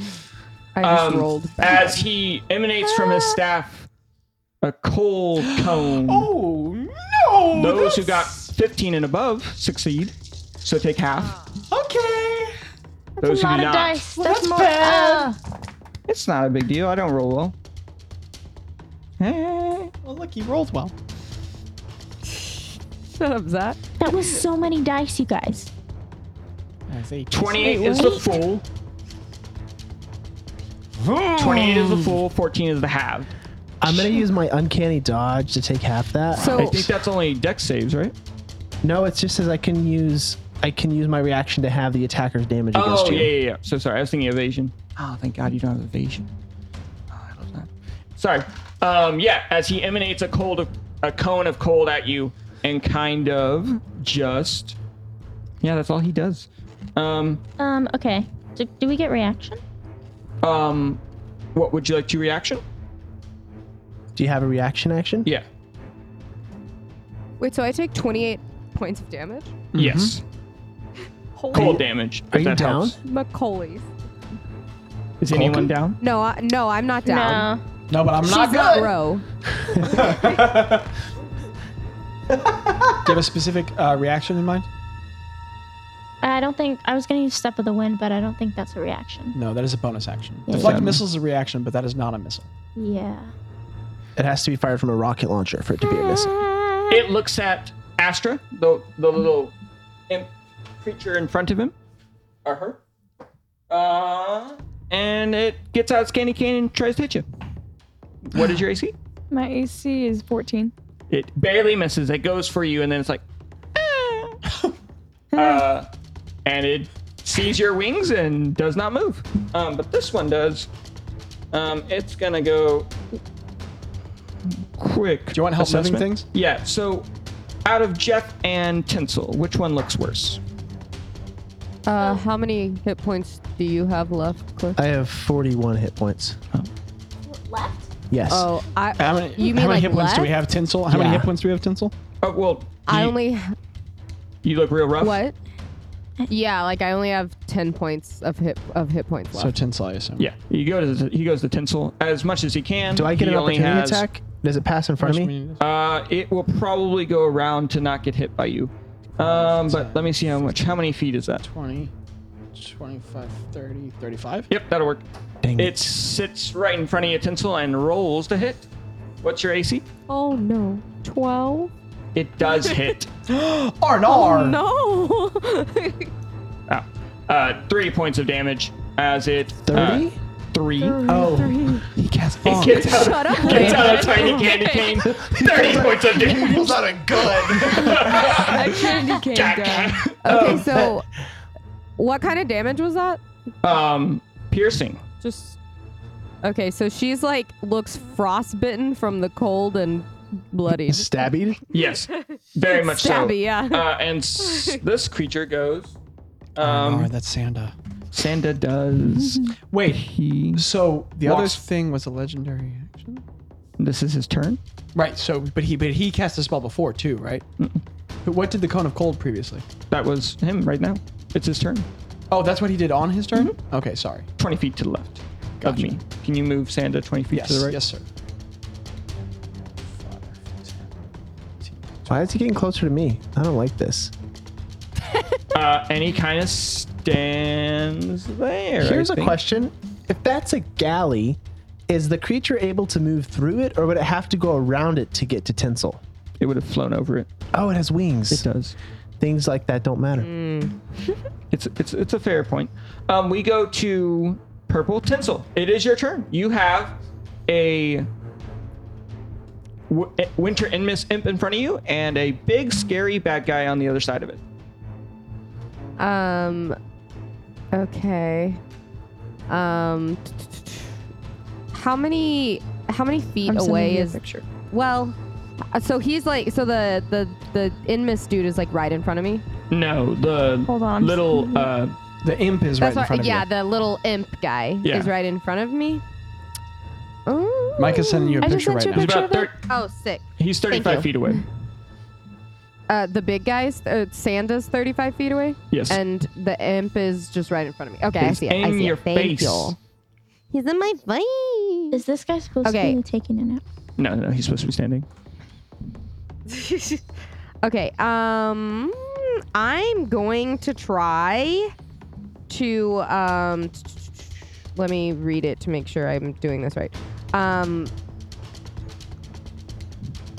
[SPEAKER 4] I just
[SPEAKER 3] Um,
[SPEAKER 4] rolled.
[SPEAKER 3] As he emanates from his staff a cold (gasps) cone.
[SPEAKER 8] Oh, no.
[SPEAKER 3] Those who got 15 and above succeed, so take half.
[SPEAKER 8] Okay.
[SPEAKER 3] Those who
[SPEAKER 2] lot
[SPEAKER 3] do
[SPEAKER 2] of
[SPEAKER 3] not,
[SPEAKER 2] dice. That's,
[SPEAKER 8] that's
[SPEAKER 2] more.
[SPEAKER 8] bad.
[SPEAKER 2] uh,
[SPEAKER 3] it's not a big deal. I don't roll well. Eh,
[SPEAKER 8] Well, look, he rolled well.
[SPEAKER 4] Shut up, Zach.
[SPEAKER 2] that was so many dice, you guys.
[SPEAKER 8] That's eight.
[SPEAKER 3] 28 is the full. 28 is the full, 14 is the half.
[SPEAKER 5] I'm going to use my uncanny dodge to take half that.
[SPEAKER 4] So-
[SPEAKER 3] I think that's only deck saves, right?
[SPEAKER 5] no, it's just as I can use I can use my reaction to have the attacker's damage against
[SPEAKER 3] Oh,
[SPEAKER 5] you.
[SPEAKER 3] yeah, yeah, yeah. So sorry. I was thinking evasion. Oh, thank God you don't have evasion. Oh, I love that. Sorry. Um, yeah, as he emanates a cold, a cone of cold at you, and kind of just, yeah, that's all he does. Um,
[SPEAKER 2] Um, okay. Do, do we get reaction?
[SPEAKER 3] um, what would you like to reaction?
[SPEAKER 5] Do you have a reaction action?
[SPEAKER 3] Yeah.
[SPEAKER 4] Wait. So I take 28 points of damage.
[SPEAKER 3] Yes.
[SPEAKER 4] Holy
[SPEAKER 3] Cold damage. if
[SPEAKER 5] Mm-hmm. Are you
[SPEAKER 3] that
[SPEAKER 5] down?
[SPEAKER 3] helps.
[SPEAKER 4] Macaulay's.
[SPEAKER 3] Is anyone
[SPEAKER 5] Colgan?
[SPEAKER 3] down?
[SPEAKER 4] No. I, no. I'm not down.
[SPEAKER 2] No.
[SPEAKER 8] No, but I'm not
[SPEAKER 4] She's
[SPEAKER 8] good.
[SPEAKER 4] not bro.
[SPEAKER 8] Do you have a specific uh, reaction in mind?
[SPEAKER 2] I don't think I was gonna use step of the wind, but I don't think that's a reaction.
[SPEAKER 8] No, that is a bonus action.
[SPEAKER 2] Yeah.
[SPEAKER 8] Deflect
[SPEAKER 3] Yeah.
[SPEAKER 8] missile is a reaction, but that is not a missile.
[SPEAKER 2] Yeah.
[SPEAKER 5] It has to be fired from a rocket launcher for it to be a miss.
[SPEAKER 3] It looks at Astra, the the little imp creature in front of him, or Uh, her, Uh, and it gets out its candy cane and tries to hit you. What is your AC?
[SPEAKER 7] My AC is 14.
[SPEAKER 3] It barely misses. It goes for you, and then it's (laughs) like, "Ah." uh, and it sees your wings and does not move. Um, but this one does. Um, it's gonna go quick.
[SPEAKER 8] Do you want help moving
[SPEAKER 3] assessment.
[SPEAKER 8] things?
[SPEAKER 3] Yeah. So, out of Jeff and Tinsel, which one looks worse?
[SPEAKER 4] Uh, how many hit points do you have left, Cliff?
[SPEAKER 5] I have 41 hit points.
[SPEAKER 9] Left?
[SPEAKER 5] Yes.
[SPEAKER 4] oh, I.
[SPEAKER 8] How many,
[SPEAKER 4] You mean
[SPEAKER 8] how many
[SPEAKER 4] like
[SPEAKER 8] hit points do we
[SPEAKER 4] left?
[SPEAKER 8] have, Tinsel? How many
[SPEAKER 5] Yeah.
[SPEAKER 8] hit points do we have, Tinsel?
[SPEAKER 3] Oh well,
[SPEAKER 4] I
[SPEAKER 3] you-
[SPEAKER 4] only
[SPEAKER 3] you look real rough.
[SPEAKER 4] what? Yeah, like I only have ten points of hit of hit points
[SPEAKER 8] So
[SPEAKER 4] left.
[SPEAKER 8] Tinsel, I assume.
[SPEAKER 3] Yeah, he goes. He goes to tinsel as much as he can.
[SPEAKER 5] Do I get
[SPEAKER 3] he
[SPEAKER 5] an
[SPEAKER 3] only
[SPEAKER 5] opportunity
[SPEAKER 3] has-
[SPEAKER 5] attack? Does it pass in front of me?
[SPEAKER 3] Uh, it will probably go around to not get hit by you. Um, but let me see how much. How many feet is that?
[SPEAKER 8] 20, 25, 30, 35.
[SPEAKER 3] Yep, that'll work.
[SPEAKER 5] Dang
[SPEAKER 3] It sits right in front of your tinsel and rolls to hit. What's your AC?
[SPEAKER 7] Oh no. 12?
[SPEAKER 3] It
[SPEAKER 4] (laughs)
[SPEAKER 3] does hit.
[SPEAKER 7] Uh.
[SPEAKER 8] Arnar!
[SPEAKER 7] No! (laughs)
[SPEAKER 3] Oh. Uh, three points of damage as it. uh,
[SPEAKER 5] 30?
[SPEAKER 3] three.
[SPEAKER 5] oh. He cast bomb.
[SPEAKER 3] It
[SPEAKER 8] (laughs)
[SPEAKER 3] gets out,
[SPEAKER 4] (laughs)
[SPEAKER 3] gets out a tiny (laughs) candy cane. Thirty points of damage.
[SPEAKER 1] Pulls out a
[SPEAKER 8] (laughs)
[SPEAKER 1] gun.
[SPEAKER 7] I candy cane guy.
[SPEAKER 4] Okay,
[SPEAKER 8] (laughs)
[SPEAKER 4] so what kind of damage was that?
[SPEAKER 3] (laughs) um, piercing.
[SPEAKER 4] Just okay. So she's like looks frostbitten from the cold and bloody.
[SPEAKER 5] Stabbied?
[SPEAKER 3] Yes, very much so.
[SPEAKER 4] Stabby, yeah.
[SPEAKER 3] Uh, and
[SPEAKER 4] (laughs)
[SPEAKER 3] s- this creature goes. Um,
[SPEAKER 8] Arnar, that's Sanda.
[SPEAKER 3] Sanda
[SPEAKER 4] (laughs)
[SPEAKER 3] does.
[SPEAKER 8] Wait,
[SPEAKER 3] He.
[SPEAKER 8] so the other
[SPEAKER 3] Wasp.
[SPEAKER 8] thing was a legendary action?
[SPEAKER 3] This is his turn.
[SPEAKER 8] Right, so, but he but he cast a spell before too, right? But what did the Cone of Cold previously?
[SPEAKER 3] That was him right now. It's his turn.
[SPEAKER 8] Oh, that's what he did on his turn? Okay, sorry.
[SPEAKER 3] Twenty feet to the left
[SPEAKER 8] Gotcha.
[SPEAKER 3] of me. Can you move Sanda twenty feet
[SPEAKER 8] Yes,
[SPEAKER 3] to the right?
[SPEAKER 8] yes, sir.
[SPEAKER 5] Why is he getting closer to me? I don't like this.
[SPEAKER 3] Uh, and he kind of stands there. I
[SPEAKER 5] Here's a
[SPEAKER 3] think.
[SPEAKER 5] question. If that's a galley, is the creature able to move through it or would it have to go around it to get to tinsel?
[SPEAKER 3] It would have flown over it.
[SPEAKER 5] Oh, it has wings.
[SPEAKER 3] It does.
[SPEAKER 5] Things like that don't matter.
[SPEAKER 3] It's it's it's a fair point. Um, we go to purple tinsel. It is your turn. You have a w- winter inmis imp in front of you and a big scary bad guy on the other side of it.
[SPEAKER 4] Um. Okay. Um. How many? How many feet
[SPEAKER 7] I'm sending
[SPEAKER 4] away
[SPEAKER 7] you a
[SPEAKER 4] is?
[SPEAKER 7] picture.
[SPEAKER 4] Well, uh, so he's like, so the the the Inmis dude is like right in front of me.
[SPEAKER 3] No, the
[SPEAKER 7] Hold on.
[SPEAKER 3] little uh,
[SPEAKER 8] The imp is right in
[SPEAKER 4] what-
[SPEAKER 8] front of
[SPEAKER 4] yeah,
[SPEAKER 8] you.
[SPEAKER 4] the little imp guy
[SPEAKER 3] Yeah.
[SPEAKER 4] is right in front of me. Oh.
[SPEAKER 8] Mike is sending you a
[SPEAKER 7] I just
[SPEAKER 8] picture
[SPEAKER 7] sent
[SPEAKER 8] right
[SPEAKER 7] you a
[SPEAKER 8] now.
[SPEAKER 3] he's
[SPEAKER 7] picture
[SPEAKER 3] about
[SPEAKER 7] of it?
[SPEAKER 3] thir-
[SPEAKER 4] Oh, sick.
[SPEAKER 3] he's thirty
[SPEAKER 4] Thank
[SPEAKER 3] five
[SPEAKER 4] you.
[SPEAKER 3] feet away.
[SPEAKER 4] Uh, the big guy's uh, Sanda's thirty-five feet away.
[SPEAKER 3] Yes.
[SPEAKER 4] And the imp is just right in front of me. Okay, I
[SPEAKER 3] He's
[SPEAKER 4] see it. I
[SPEAKER 3] in
[SPEAKER 4] see
[SPEAKER 3] your
[SPEAKER 4] it. Thank
[SPEAKER 3] face.
[SPEAKER 4] you. He's in my face.
[SPEAKER 2] Is this guy supposed
[SPEAKER 4] Okay.
[SPEAKER 2] to be taking a nap?
[SPEAKER 3] No, no, he's supposed to be standing.
[SPEAKER 4] (laughs) Okay. Um, I'm going to try to um. t- t- t- Let me read it to make sure I'm doing this right. Um,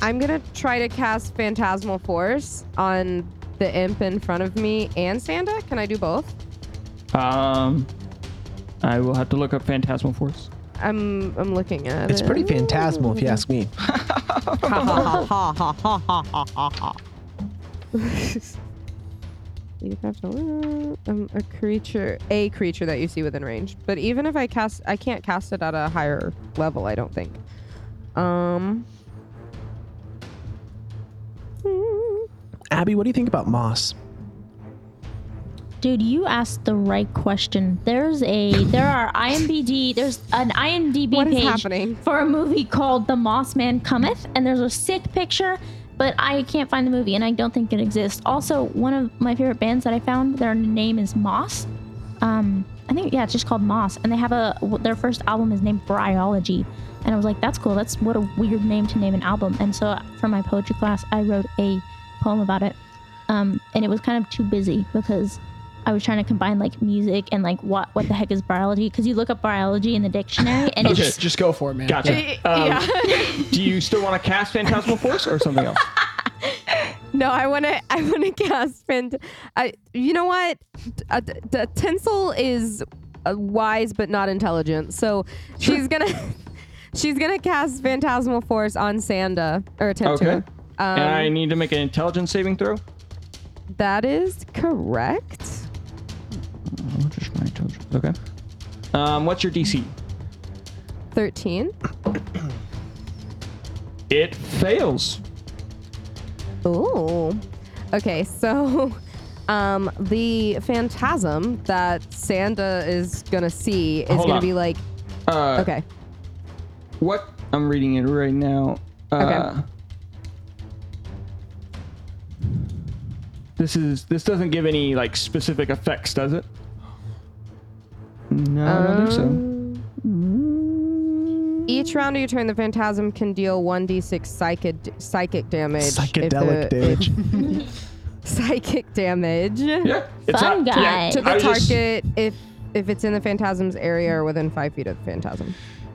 [SPEAKER 4] I'm gonna try to cast Phantasmal Force on the imp in front of me and Sanda. Can I do both?
[SPEAKER 3] Um, I will have to look up Phantasmal Force.
[SPEAKER 4] I'm I'm looking at
[SPEAKER 5] It's
[SPEAKER 4] it.
[SPEAKER 5] pretty phantasmal if you ask me.
[SPEAKER 4] You have to- um, a creature, a creature that you see within range. But even if I cast, I can't cast it at a higher level. I don't think. Um.
[SPEAKER 5] Abby, what do you think about moss?
[SPEAKER 2] Dude, you asked the right question. There's a there are IMBD there's an IMDb
[SPEAKER 4] What is
[SPEAKER 2] page
[SPEAKER 4] happening?
[SPEAKER 2] for a movie called The Moss Man Cometh, and there's a sick picture, but I can't find the movie and I don't think it exists. Also, one of my favorite bands that I found, their name is Moss. Um, I think yeah, it's just called Moss, and they have a their first album is named Bryology, and I was like, that's cool. That's what a weird name to name an album. And so for my poetry class, I wrote a poem about it, um, and it was kind of too busy because I was trying to combine like music and like what what the heck is biology? Because you look up biology in the dictionary and it's
[SPEAKER 8] Oh, Just, just go for it, man.
[SPEAKER 3] Gotcha. Um,
[SPEAKER 4] yeah.
[SPEAKER 3] do you still want to cast Phantasmal Force or something else?
[SPEAKER 4] No, I want to. (laughs) I want to cast Fant. I. You know what? D- uh, d- d- tinsel is uh, wise but not intelligent. So (laughs) she's gonna she's gonna cast Phantasmal Force on Sanda or attempt
[SPEAKER 3] Okay.
[SPEAKER 4] to. Um,
[SPEAKER 3] and I need to make an intelligence saving throw.
[SPEAKER 4] that is correct.
[SPEAKER 3] What is my intelligence? Okay. Um, what's your DC?
[SPEAKER 4] 13.
[SPEAKER 3] It fails.
[SPEAKER 4] Ooh. Okay, so (laughs) um, the phantasm that Sanda is gonna see is
[SPEAKER 3] Hold
[SPEAKER 4] gonna
[SPEAKER 3] on.
[SPEAKER 4] be like,
[SPEAKER 3] Uh,
[SPEAKER 4] okay,
[SPEAKER 3] What? I'm reading it right now. Uh,
[SPEAKER 4] Okay.
[SPEAKER 3] This is this doesn't give any like specific effects, does it? No, I don't think
[SPEAKER 4] Um,
[SPEAKER 3] so.
[SPEAKER 4] each round of your turn, the phantasm can deal 1d6 psychic psychic damage. if
[SPEAKER 5] Psychedelic
[SPEAKER 4] the- if-
[SPEAKER 5] damage.
[SPEAKER 4] (laughs) psychic damage
[SPEAKER 3] Yeah, it's
[SPEAKER 2] Fun
[SPEAKER 3] not-
[SPEAKER 2] guy.
[SPEAKER 4] to the
[SPEAKER 3] I was just-
[SPEAKER 4] target if if it's in the phantasm's area or within five feet of the phantasm.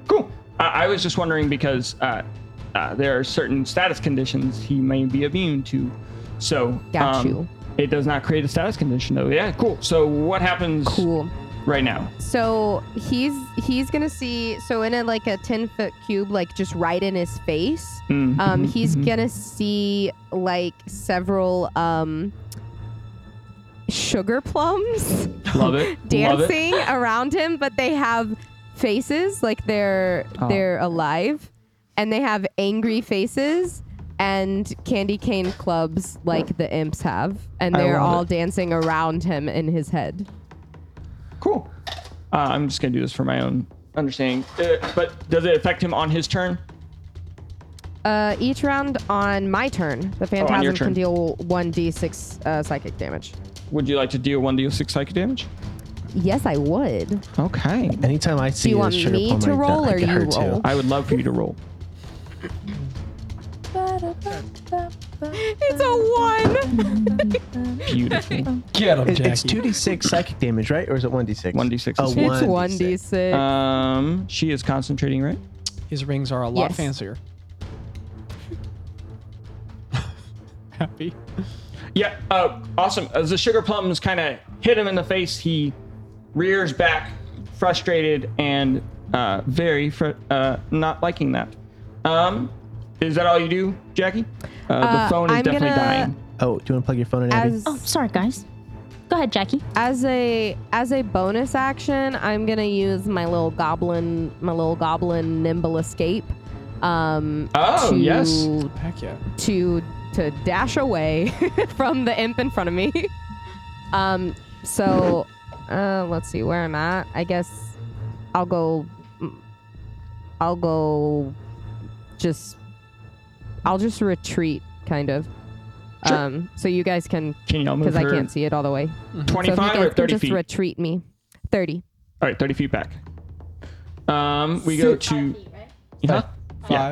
[SPEAKER 3] Cool. I I was just wondering because uh, uh, there are certain status conditions he may be immune to. So um,
[SPEAKER 4] Got you.
[SPEAKER 3] it does not create a status condition though. Yeah, cool. So what happens
[SPEAKER 4] Cool.
[SPEAKER 3] right now?
[SPEAKER 4] So he's he's gonna see so in a like a ten foot cube, like just right in his face.
[SPEAKER 3] Mm,
[SPEAKER 4] Um, he's gonna see like several um sugar plums (laughs)
[SPEAKER 3] Love it. Love it.
[SPEAKER 4] dancing around him, but they have faces like they're
[SPEAKER 3] Oh.
[SPEAKER 4] they're alive, and they have angry faces and candy cane clubs like the imps have, and
[SPEAKER 3] I
[SPEAKER 4] they're
[SPEAKER 3] love
[SPEAKER 4] all
[SPEAKER 3] it.
[SPEAKER 4] dancing around him in his head.
[SPEAKER 3] Cool. Uh, I'm just gonna do this for my own understanding. Uh, but does it affect him on his turn?
[SPEAKER 4] Uh, each round Oh, on my turn, the phantasm
[SPEAKER 3] your
[SPEAKER 4] can
[SPEAKER 3] turn.
[SPEAKER 4] deal one d six uh, psychic damage.
[SPEAKER 3] Would you like to deal one d six psychic damage?
[SPEAKER 4] Yes, I would.
[SPEAKER 3] Okay.
[SPEAKER 5] Anytime I see
[SPEAKER 4] you
[SPEAKER 5] a
[SPEAKER 4] want
[SPEAKER 5] sugar
[SPEAKER 4] me
[SPEAKER 5] plum
[SPEAKER 4] to
[SPEAKER 5] like that,
[SPEAKER 4] roll
[SPEAKER 5] I
[SPEAKER 4] or
[SPEAKER 5] get
[SPEAKER 4] you
[SPEAKER 5] hurt too.
[SPEAKER 4] roll?
[SPEAKER 3] I would love for you to roll.
[SPEAKER 4] (laughs) It's a one. (laughs)
[SPEAKER 3] Beautiful.
[SPEAKER 1] Get him,
[SPEAKER 5] It-
[SPEAKER 1] Jackie.
[SPEAKER 5] it's 2d6 psychic damage, right? Or is it 1d6?
[SPEAKER 3] 1d6.
[SPEAKER 5] Oh,
[SPEAKER 3] It's
[SPEAKER 4] It's one d
[SPEAKER 5] 1d6.
[SPEAKER 4] six. Uh,
[SPEAKER 3] Um, she is concentrating, right?
[SPEAKER 8] His rings are a lot
[SPEAKER 4] Yes.
[SPEAKER 8] fancier. Happy.
[SPEAKER 3] Yeah. Uh, awesome. As the sugar plums kind of hit him in the face, he rears back, frustrated and uh, very fr- uh, not liking that. Um, is that all you do, Jackie? Uh, the
[SPEAKER 4] Uh,
[SPEAKER 3] phone is
[SPEAKER 4] I'm
[SPEAKER 3] definitely
[SPEAKER 4] gonna-
[SPEAKER 3] dying.
[SPEAKER 5] Oh, do you want to plug your phone in, Abby?
[SPEAKER 4] As
[SPEAKER 2] Oh, sorry, guys. Go ahead, Jackie.
[SPEAKER 4] as a as a bonus action, I'm gonna use my little goblin my little goblin nimble escape. Um,
[SPEAKER 3] Oh,
[SPEAKER 4] to,
[SPEAKER 3] yes.
[SPEAKER 8] Heck yeah.
[SPEAKER 4] to to dash away (laughs) from the imp in front of me. (laughs) Um, so uh, let's see where I'm at. I guess I'll go. mm, I'll go. Just I'll just retreat, kind of.
[SPEAKER 3] Sure.
[SPEAKER 4] Um, so you guys can
[SPEAKER 3] Can you all move
[SPEAKER 4] because I
[SPEAKER 3] her
[SPEAKER 4] can't see it all the way. So if you
[SPEAKER 3] 25
[SPEAKER 4] guys
[SPEAKER 3] or
[SPEAKER 4] can
[SPEAKER 3] 30
[SPEAKER 4] just
[SPEAKER 3] feet?
[SPEAKER 4] retreat me. 30.
[SPEAKER 3] all right, 30 feet back. Um, we go to. Huh? Yeah,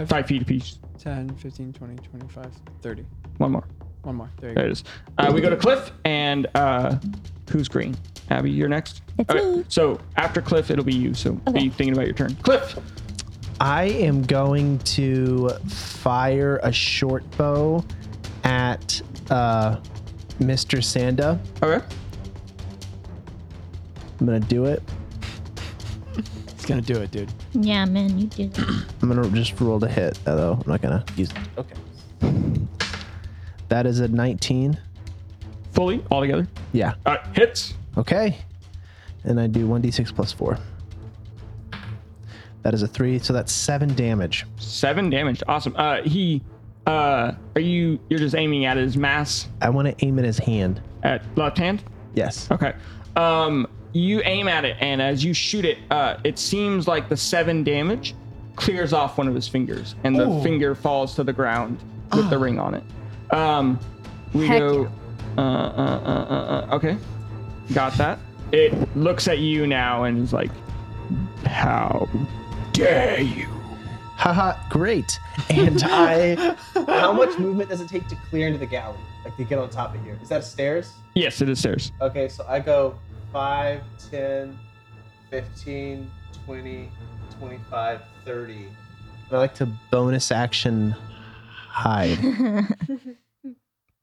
[SPEAKER 8] Five.
[SPEAKER 3] five feet apiece.
[SPEAKER 8] 10, 15, 20, 25, 30.
[SPEAKER 3] One more.
[SPEAKER 8] One more. There you
[SPEAKER 3] There it is. Uh, we go to Cliff and uh, who's green? Abby, you're next.
[SPEAKER 2] It's me.
[SPEAKER 3] So after Cliff, it'll be you. So
[SPEAKER 2] Okay.
[SPEAKER 3] be thinking about your turn. Cliff.
[SPEAKER 5] I am going to fire a short bow at uh, Mr. Sanda.
[SPEAKER 3] Okay.
[SPEAKER 5] I'm going to do it.
[SPEAKER 8] It's going to do it, dude.
[SPEAKER 2] Yeah, man, you did. (coughs) it.
[SPEAKER 5] I'm going to just roll to hit, though. I'm not going to use it. Okay. That is a 19.
[SPEAKER 3] Fully, all together.
[SPEAKER 5] Yeah.
[SPEAKER 3] All right, hits.
[SPEAKER 5] Okay. And I do 1d6 plus 4. That is a 3, so that's 7 damage.
[SPEAKER 3] Seven damage. Awesome. Uh, he. Uh, are you? You're just aiming at his mass
[SPEAKER 5] I want to aim at his hand.
[SPEAKER 3] at left hand.
[SPEAKER 5] Yes.
[SPEAKER 3] Okay. Um, you aim at it, and as you shoot it, uh, it seems like the seven damage clears off one of his fingers, and the finger falls to the ground with the ring on it. Um, we
[SPEAKER 4] Heck
[SPEAKER 3] go. Uh, uh, uh, uh, uh, okay, got that. It looks at you now and is like, "How dare you?"
[SPEAKER 5] Haha, great. And I.
[SPEAKER 10] How much movement does it take to clear into the galley? Like to get on top of here? Is that stairs?
[SPEAKER 3] Yes, it is stairs.
[SPEAKER 10] Okay, so I go 5, 10, 15, 20, 25, 30.
[SPEAKER 5] I like to bonus action hide.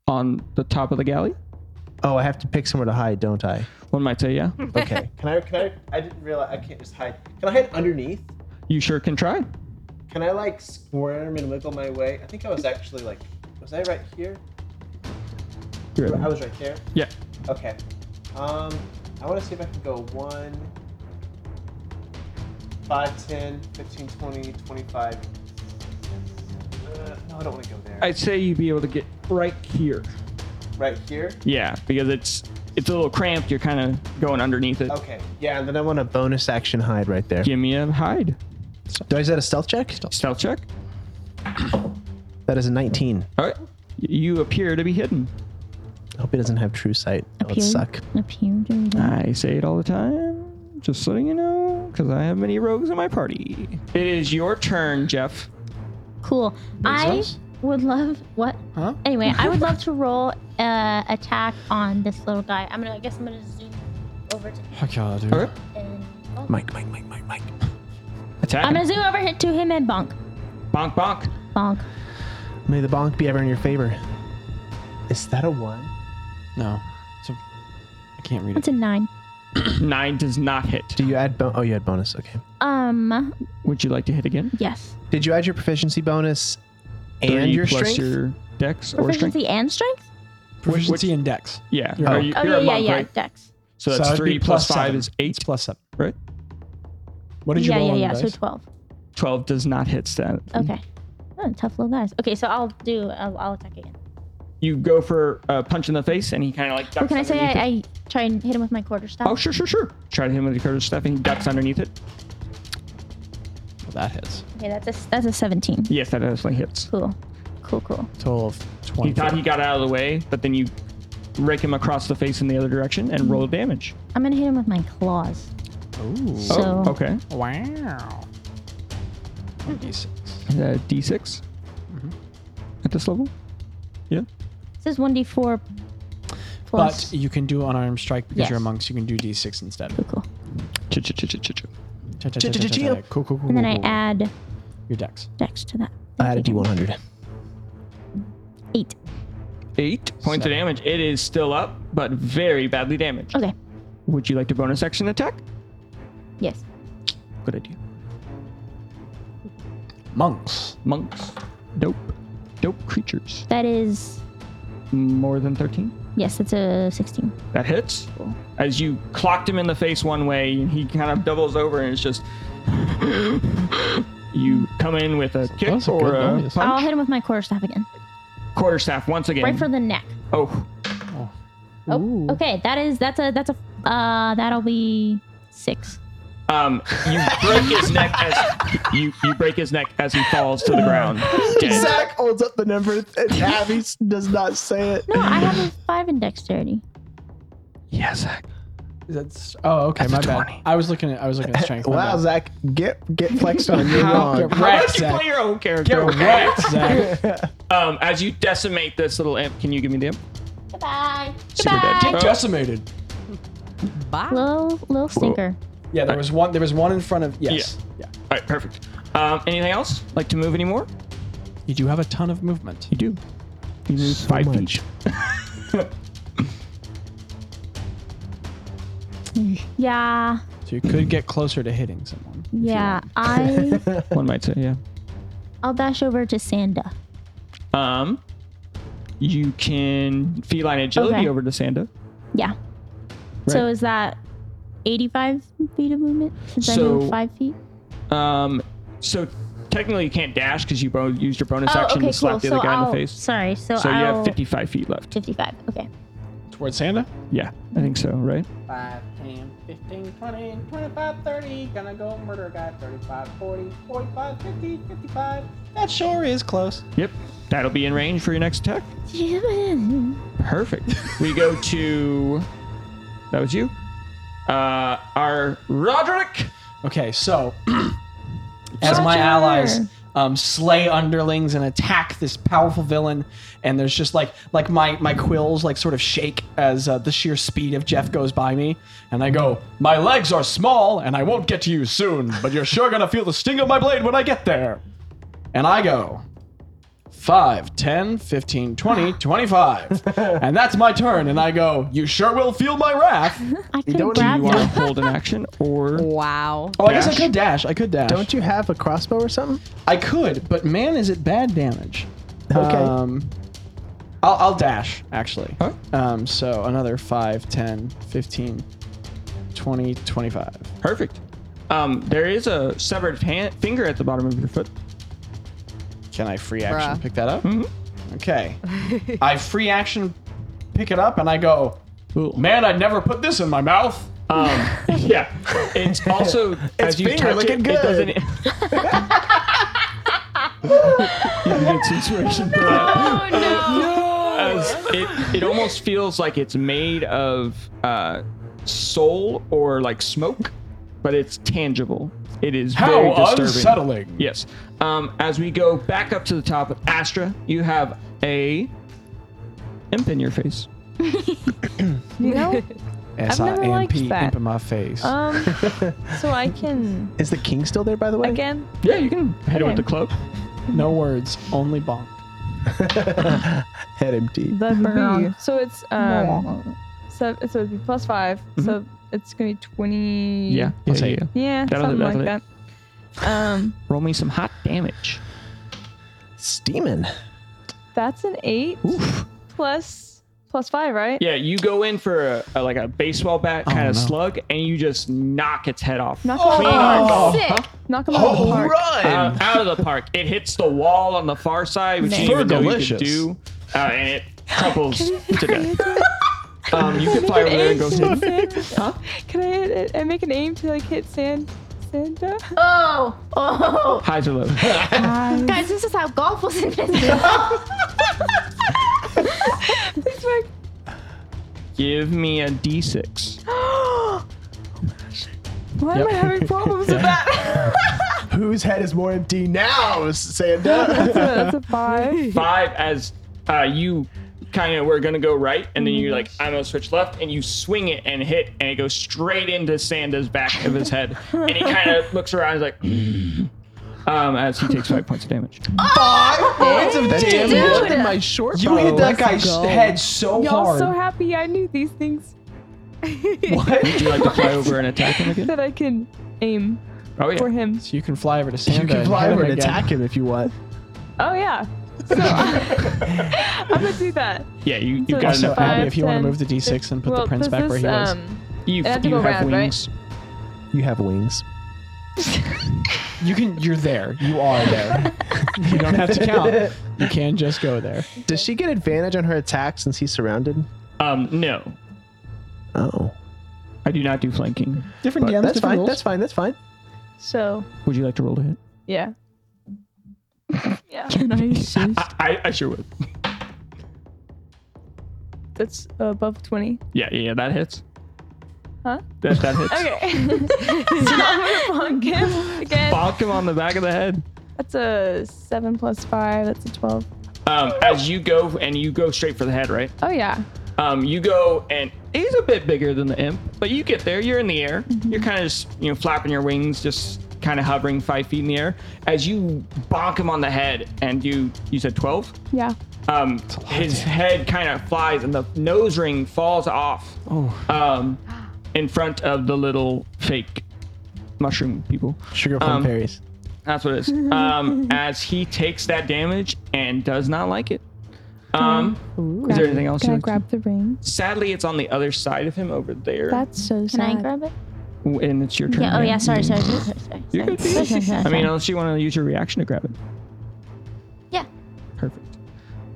[SPEAKER 3] On the top of the galley.
[SPEAKER 5] Oh, I have to pick somewhere to hide, don't I?
[SPEAKER 3] One might say, yeah.
[SPEAKER 5] Okay.
[SPEAKER 10] (laughs) Can I? Can I? I didn't realize I can't just hide. Can I hide underneath?
[SPEAKER 3] You sure can try.
[SPEAKER 10] Can I like squirm and wiggle my way? I think I was actually like, was I right here?
[SPEAKER 3] You're
[SPEAKER 10] I
[SPEAKER 3] right.
[SPEAKER 10] was right there.
[SPEAKER 3] Yeah.
[SPEAKER 10] Okay. Um, I want to see if I can go 1, 5, 10, 15, 20, 25. Uh, no, I don't want to go there.
[SPEAKER 3] I'd say you'd be able to get right here.
[SPEAKER 10] Right here?
[SPEAKER 3] Yeah, because it's it's a little cramped. You're kind of going underneath it.
[SPEAKER 10] Okay. Yeah,
[SPEAKER 5] And then I want a bonus action hide right there.
[SPEAKER 3] Give me a hide.
[SPEAKER 5] Do I is that a stealth check?
[SPEAKER 3] Stealth check.
[SPEAKER 5] That is a 19.
[SPEAKER 3] All right. You appear to be hidden.
[SPEAKER 5] I hope he doesn't have true sight. That would
[SPEAKER 2] Appeared-
[SPEAKER 5] suck.
[SPEAKER 2] appeared in the-
[SPEAKER 3] I say it all the time. Just letting you know, because I have many rogues in my party. It is your turn, Jeff.
[SPEAKER 2] Cool. I
[SPEAKER 8] Bezos?
[SPEAKER 2] would love what?
[SPEAKER 8] Huh?
[SPEAKER 2] Anyway, I would
[SPEAKER 8] (laughs)
[SPEAKER 2] love to roll uh, attack on this little guy. I'm gonna. I guess I'm gonna zoom over to
[SPEAKER 8] Oh god, dude.
[SPEAKER 3] Okay.
[SPEAKER 2] and. bonk.
[SPEAKER 5] Mike, Mike, Mike, Mike, Mike.
[SPEAKER 3] Attack.
[SPEAKER 2] I'm gonna zoom over hit to him and bonk,
[SPEAKER 3] bonk bonk.
[SPEAKER 2] bonk.
[SPEAKER 5] May the bonk be ever in your favor. Is that a one?
[SPEAKER 8] No. It's a, I can't read
[SPEAKER 2] That's
[SPEAKER 8] it.
[SPEAKER 2] a nine.
[SPEAKER 3] Nine does not hit.
[SPEAKER 5] Do you add bon- Oh, you add bonus. Okay.
[SPEAKER 2] Um.
[SPEAKER 3] Would you like to hit again?
[SPEAKER 2] Yes.
[SPEAKER 5] Did you add your proficiency bonus and
[SPEAKER 3] Three
[SPEAKER 5] your
[SPEAKER 3] plus
[SPEAKER 5] strength?
[SPEAKER 3] your dex or strength.
[SPEAKER 2] Proficiency and strength.
[SPEAKER 8] Proficiency in dex.
[SPEAKER 3] Yeah.
[SPEAKER 8] You're
[SPEAKER 3] Are
[SPEAKER 8] right.
[SPEAKER 3] you-
[SPEAKER 2] Oh
[SPEAKER 3] you're
[SPEAKER 2] yeah,
[SPEAKER 3] a
[SPEAKER 2] yeah,
[SPEAKER 3] monk,
[SPEAKER 2] yeah.
[SPEAKER 3] right?
[SPEAKER 2] Dex.
[SPEAKER 3] So that's
[SPEAKER 8] So it'd be
[SPEAKER 3] three plus
[SPEAKER 8] plus
[SPEAKER 3] five
[SPEAKER 8] seven.
[SPEAKER 3] is eight.
[SPEAKER 8] It's plus seven.
[SPEAKER 3] Right.
[SPEAKER 8] What did you
[SPEAKER 2] yeah,
[SPEAKER 8] roll
[SPEAKER 2] yeah,
[SPEAKER 8] on
[SPEAKER 2] yeah.
[SPEAKER 8] the
[SPEAKER 2] So
[SPEAKER 8] dice?
[SPEAKER 2] twelve.
[SPEAKER 3] Twelve does not hit stat.
[SPEAKER 2] Okay. Oh, tough little guys. Okay, so I'll do. I'll, I'll attack again.
[SPEAKER 3] You go for a punch in the face, and he kind of like.
[SPEAKER 2] Or
[SPEAKER 3] Ducks
[SPEAKER 2] can I say
[SPEAKER 3] underneath
[SPEAKER 2] I,
[SPEAKER 3] it.
[SPEAKER 2] I try and hit him with my quarter staff?
[SPEAKER 3] Oh sure, sure, sure. Try to hit him with your curve stuff, and he ducks underneath it.
[SPEAKER 8] Well, that hits.
[SPEAKER 2] Okay, that's a that's a seventeen.
[SPEAKER 3] Yes, that definitely hits.
[SPEAKER 2] Cool, cool, cool.
[SPEAKER 8] Total of
[SPEAKER 3] He
[SPEAKER 8] 20.
[SPEAKER 3] thought he got out of the way, but then you rake him across the face in the other direction and roll damage.
[SPEAKER 2] I'm gonna hit him with my claws.
[SPEAKER 8] Ooh.
[SPEAKER 2] So
[SPEAKER 3] Oh, okay.
[SPEAKER 8] Wow. 1d6.
[SPEAKER 3] Uh, D6 at this level. Yeah.
[SPEAKER 2] this is one d four
[SPEAKER 8] But
[SPEAKER 2] plus.
[SPEAKER 8] you can do unarmed strike because
[SPEAKER 2] Yes.
[SPEAKER 8] you're amongst. You can do d6 instead.
[SPEAKER 2] cool, cool.
[SPEAKER 3] Ch-ch-ch-ch-ch-ch.
[SPEAKER 8] Cha- cha- cha- cha- cha- cha. Cool, cool, cool.
[SPEAKER 2] And then
[SPEAKER 8] cool,
[SPEAKER 2] I
[SPEAKER 8] cool.
[SPEAKER 2] add
[SPEAKER 8] your dex.
[SPEAKER 2] dex to that.
[SPEAKER 5] I added D100.
[SPEAKER 2] Eight.
[SPEAKER 3] Eight points of
[SPEAKER 8] Seven.
[SPEAKER 3] damage. It is still up, but very badly damaged.
[SPEAKER 2] Okay.
[SPEAKER 3] Would you like to bonus action attack?
[SPEAKER 2] Yes.
[SPEAKER 3] Good idea.
[SPEAKER 8] Monks.
[SPEAKER 3] Monks. Dope. Dope creatures.
[SPEAKER 2] That is
[SPEAKER 3] More than 13.
[SPEAKER 2] yes. That's a sixteen.
[SPEAKER 3] That hits. As you clocked him in the face one way, he kind of doubles over and it's just. you come in with a kick
[SPEAKER 8] was a
[SPEAKER 3] or uh,
[SPEAKER 8] good
[SPEAKER 3] a
[SPEAKER 8] noise.
[SPEAKER 2] I'll
[SPEAKER 3] punch.
[SPEAKER 2] hit him with my quarter staff again.
[SPEAKER 3] Quarterstaff once again.
[SPEAKER 2] Right for the neck.
[SPEAKER 3] oh,
[SPEAKER 2] Oh, okay. That is that's a that's a uh that'll be six.
[SPEAKER 3] Um, you break his neck as you, you break his neck as he falls to
[SPEAKER 2] (laughs)
[SPEAKER 3] the ground. Dead.
[SPEAKER 5] Zach holds up the number and Abby s- does not say it.
[SPEAKER 2] No, Oh, I
[SPEAKER 3] (sighs)
[SPEAKER 2] have a five in dexterity.
[SPEAKER 3] Yeah, Zach.
[SPEAKER 8] That's oh okay.
[SPEAKER 3] That's a
[SPEAKER 8] my bad.
[SPEAKER 3] 20.
[SPEAKER 8] I was looking at I was (laughs) looking at strength. my
[SPEAKER 5] Wow,
[SPEAKER 8] bad.
[SPEAKER 5] Zach, get get flexed on. You're
[SPEAKER 8] How-
[SPEAKER 5] wrong.
[SPEAKER 8] get
[SPEAKER 3] How
[SPEAKER 8] wrecked,
[SPEAKER 3] about you
[SPEAKER 8] Zach.
[SPEAKER 3] play your own character?
[SPEAKER 8] Get
[SPEAKER 3] okay?
[SPEAKER 8] wrecked, Zach.
[SPEAKER 3] (laughs) Um, as you decimate this little imp, can you give me the imp?
[SPEAKER 2] Goodbye.
[SPEAKER 3] Super dead. Oh,
[SPEAKER 8] Decimated.
[SPEAKER 3] Ah.
[SPEAKER 4] Bye.
[SPEAKER 2] Little little stinker.
[SPEAKER 8] Yeah, there was one. There was one in front of. Yes. Yeah.
[SPEAKER 3] All right, perfect. Um, anything else? Like to move anymore?
[SPEAKER 8] You do have a ton of movement.
[SPEAKER 3] You do. You move five feet.
[SPEAKER 2] Yeah.
[SPEAKER 8] So you could get closer to hitting someone. if you
[SPEAKER 2] Yeah.
[SPEAKER 3] (laughs)
[SPEAKER 8] want.
[SPEAKER 2] I
[SPEAKER 3] One might say, yeah.
[SPEAKER 2] I'll dash over to Sanda.
[SPEAKER 3] Um, you can feline agility
[SPEAKER 2] Okay.
[SPEAKER 3] over to Sanda.
[SPEAKER 2] Yeah. So
[SPEAKER 3] Right.
[SPEAKER 2] is that 85 feet of movement since I
[SPEAKER 3] So-
[SPEAKER 2] moved five feet?
[SPEAKER 3] Um, so technically you can't dash because you bo- used your bonus
[SPEAKER 2] Oh,
[SPEAKER 3] action
[SPEAKER 2] okay,
[SPEAKER 3] to slap
[SPEAKER 2] cool.
[SPEAKER 3] the other
[SPEAKER 2] so
[SPEAKER 3] guy
[SPEAKER 2] I'll,
[SPEAKER 3] in the face.
[SPEAKER 2] Sorry. So,
[SPEAKER 3] So you
[SPEAKER 2] I'll,
[SPEAKER 3] have 55 feet left.
[SPEAKER 2] 55. Okay.
[SPEAKER 8] Towards Sanda.
[SPEAKER 3] Yeah, I think so, right?
[SPEAKER 1] 5, 10, 15, 20, 25, 30. Gonna go murder a guy. 35, 40, 45, 50, 55.
[SPEAKER 8] That sure is close.
[SPEAKER 3] Yep. That'll be in range for your next attack.
[SPEAKER 2] (laughs)
[SPEAKER 3] Perfect. we go to. That was you. Uh, our Roderick.
[SPEAKER 8] Okay, so (clears throat) as my
[SPEAKER 2] Roger.
[SPEAKER 8] allies um, slay underlings and attack this powerful villain, and there's just like like my my quills like sort of shake as uh, the sheer speed of Jeff goes by me, and I go, my legs are small and I won't get to you soon, but you're sure gonna feel the sting of my blade when I get there, and I go 5, 10, 15, 20, 25. and that's my turn. And I go, You sure will feel my wrath.
[SPEAKER 2] I could have
[SPEAKER 5] don't
[SPEAKER 3] Do you
[SPEAKER 2] grabbed
[SPEAKER 3] want to
[SPEAKER 2] (laughs) him.
[SPEAKER 3] hold an action or
[SPEAKER 4] Wow.
[SPEAKER 8] Oh, I guess I
[SPEAKER 3] Dash?
[SPEAKER 8] could dash. I could dash.
[SPEAKER 5] Don't you have a crossbow or something?
[SPEAKER 8] I could, but man, is it bad damage.
[SPEAKER 5] Okay.
[SPEAKER 8] Um, I'll, I'll dash, actually.
[SPEAKER 3] Huh?
[SPEAKER 8] Um, so another 5, 10, 15, 20, 25.
[SPEAKER 3] perfect? Um, there is a severed hand, finger at the bottom of your foot.
[SPEAKER 8] Can I free action
[SPEAKER 4] Bruh.
[SPEAKER 8] pick that up? Okay. I free action pick it up and I go, Man, I'd never put this in my mouth.
[SPEAKER 3] Um, yeah, it's
[SPEAKER 2] (laughs)
[SPEAKER 3] also as you
[SPEAKER 5] finger
[SPEAKER 3] touch
[SPEAKER 5] looking
[SPEAKER 3] it,
[SPEAKER 5] good.
[SPEAKER 3] it doesn't. you can get situation for that.
[SPEAKER 7] Oh no!
[SPEAKER 3] as it, it almost feels like it's made of uh, soul or like smoke, but it's tangible. It is very
[SPEAKER 8] How
[SPEAKER 3] disturbing.
[SPEAKER 8] unsettling.
[SPEAKER 3] Yes. Um, as we go back up to the top, Astra, you have a imp in your face.
[SPEAKER 7] You (laughs) know,
[SPEAKER 8] S I
[SPEAKER 7] never
[SPEAKER 8] M
[SPEAKER 7] liked
[SPEAKER 8] P
[SPEAKER 7] that.
[SPEAKER 8] imp in my face.
[SPEAKER 7] um, so I (laughs) can
[SPEAKER 5] Is the king still there, by the way?
[SPEAKER 7] again.
[SPEAKER 3] Yeah, you can hit him with
[SPEAKER 7] Okay.
[SPEAKER 3] the club.
[SPEAKER 8] no words, only bonk.
[SPEAKER 5] Head empty.
[SPEAKER 7] That would be so it's um, so, so it'd be plus 5 So it's gonna be twenty.
[SPEAKER 3] Yeah. Let's say
[SPEAKER 7] Yeah,
[SPEAKER 3] That'll-
[SPEAKER 7] something
[SPEAKER 3] that'll-
[SPEAKER 7] like that. Um,
[SPEAKER 3] Roll me some hot damage.
[SPEAKER 5] Steaming.
[SPEAKER 7] that's an eight plus plus five, right?
[SPEAKER 3] Yeah, you go in for a, a- like a baseball bat kind of
[SPEAKER 8] no.
[SPEAKER 3] slug, and you just knock its head off. Oh,
[SPEAKER 7] Knock 'em out of the park.
[SPEAKER 4] Sick.
[SPEAKER 7] Knock 'em out of the park.
[SPEAKER 3] Uh, out of the park. It hits the wall on the far side, which you
[SPEAKER 8] Nice.
[SPEAKER 3] didn't even know you could
[SPEAKER 8] Delicious.
[SPEAKER 3] do, uh, and it crumples to death. Um, you can fly over there and go.
[SPEAKER 7] Aim
[SPEAKER 3] save.
[SPEAKER 7] to (laughs) sand- Can I, hit- I make an aim to like hit sand, (laughs) Santa?
[SPEAKER 9] Oh, oh.
[SPEAKER 3] Highs or lows?
[SPEAKER 9] Guys, this is how golf was invented.
[SPEAKER 7] Please work.
[SPEAKER 3] Give me a d6.
[SPEAKER 7] Why am I having problems
[SPEAKER 3] (laughs)
[SPEAKER 7] with that?
[SPEAKER 5] Whose head is more empty now, Sanda?
[SPEAKER 7] that's, a, that's a five.
[SPEAKER 3] Five as uh, you kind of were gonna go right, and then you're like, I'm gonna switch left, and you swing it and hit, and it goes straight into Sanda's back of his head, and he kind of looks around, he's like. Um, as he takes five points of damage.
[SPEAKER 5] Points of damage in my short
[SPEAKER 1] Oh,
[SPEAKER 8] You hit that guy's head so
[SPEAKER 7] Y'all
[SPEAKER 8] hard.
[SPEAKER 7] so happy I knew these things
[SPEAKER 3] Would you like to fly over and attack him again?
[SPEAKER 7] (laughs) that I can aim
[SPEAKER 3] Oh
[SPEAKER 7] for
[SPEAKER 3] yeah.
[SPEAKER 7] him.
[SPEAKER 8] so you can fly over to Sanda
[SPEAKER 5] You can
[SPEAKER 8] and
[SPEAKER 5] fly
[SPEAKER 8] hit him
[SPEAKER 5] over and
[SPEAKER 8] again.
[SPEAKER 5] attack him if you want.
[SPEAKER 7] Oh yeah. So
[SPEAKER 3] (laughs)
[SPEAKER 7] I, am gonna do that.
[SPEAKER 3] Yeah, you, you
[SPEAKER 7] So
[SPEAKER 3] got
[SPEAKER 8] Also,
[SPEAKER 3] enough.
[SPEAKER 7] five,
[SPEAKER 8] Abby, if you want to
[SPEAKER 7] 10,
[SPEAKER 8] move the d6 and put the prince
[SPEAKER 7] does
[SPEAKER 8] back where he was.
[SPEAKER 7] Um,
[SPEAKER 3] You,
[SPEAKER 7] It had to
[SPEAKER 3] you
[SPEAKER 7] go
[SPEAKER 3] have
[SPEAKER 7] round, right?
[SPEAKER 3] wings.
[SPEAKER 5] You have wings.
[SPEAKER 8] You can. You're there. You are there. you don't have to (laughs) count. You can just go there.
[SPEAKER 5] Does she get advantage on her attack since he's surrounded?
[SPEAKER 3] Um, no,
[SPEAKER 5] Oh.
[SPEAKER 3] I do not do flanking.
[SPEAKER 8] Different
[SPEAKER 5] But
[SPEAKER 8] DMs,
[SPEAKER 5] that's
[SPEAKER 8] different
[SPEAKER 5] fine.
[SPEAKER 8] rules.
[SPEAKER 5] That's fine. That's fine.
[SPEAKER 7] so
[SPEAKER 3] Would you like to roll to hit? (laughs)
[SPEAKER 7] yeah. yeah.
[SPEAKER 2] Can I assist?
[SPEAKER 3] I, I, I sure would.
[SPEAKER 7] That's
[SPEAKER 3] (laughs)
[SPEAKER 7] above twenty. (laughs)
[SPEAKER 3] Yeah, yeah, yeah, that hits.
[SPEAKER 7] Huh?
[SPEAKER 3] That, that hits.
[SPEAKER 7] Okay. so I'm gonna bonk him again.
[SPEAKER 3] Bonk him on the back of the head.
[SPEAKER 7] That's a seven plus five. That's a twelve.
[SPEAKER 3] Um, as you go and you go straight for the head, right?
[SPEAKER 7] Oh yeah.
[SPEAKER 3] Um, you go and he's a bit bigger than the imp, but you get there. You're in the air.
[SPEAKER 7] Mm-hmm.
[SPEAKER 3] You're kind of just you know flapping your wings, just kind of hovering five feet in the air. As you bonk him on the head, and you you said twelve.
[SPEAKER 7] Yeah.
[SPEAKER 3] um, his head kind of flies and the nose ring falls off
[SPEAKER 7] Oh.
[SPEAKER 3] um, in front of the little fake mushroom people.
[SPEAKER 5] Sugar plum
[SPEAKER 3] Um,
[SPEAKER 5] fairies.
[SPEAKER 3] That's what it is.
[SPEAKER 2] (laughs)
[SPEAKER 3] Um, as he takes that damage and does not like it. Um, is there anything else?
[SPEAKER 7] Can
[SPEAKER 3] you
[SPEAKER 7] I
[SPEAKER 3] like to-
[SPEAKER 7] grab the ring?
[SPEAKER 3] Sadly, it's on the other side of him over there,
[SPEAKER 7] That's so
[SPEAKER 2] Can
[SPEAKER 7] sad.
[SPEAKER 2] I grab it?
[SPEAKER 3] and it's your turn.
[SPEAKER 2] Yeah. Oh
[SPEAKER 3] right?
[SPEAKER 2] yeah. Sorry. Sorry. Sorry. Sorry. sorry,
[SPEAKER 3] You're good.
[SPEAKER 2] sorry, sorry, (laughs) sorry,
[SPEAKER 3] I mean,
[SPEAKER 2] sorry.
[SPEAKER 3] unless you want to use your reaction to grab it.
[SPEAKER 2] Yeah.
[SPEAKER 3] Perfect.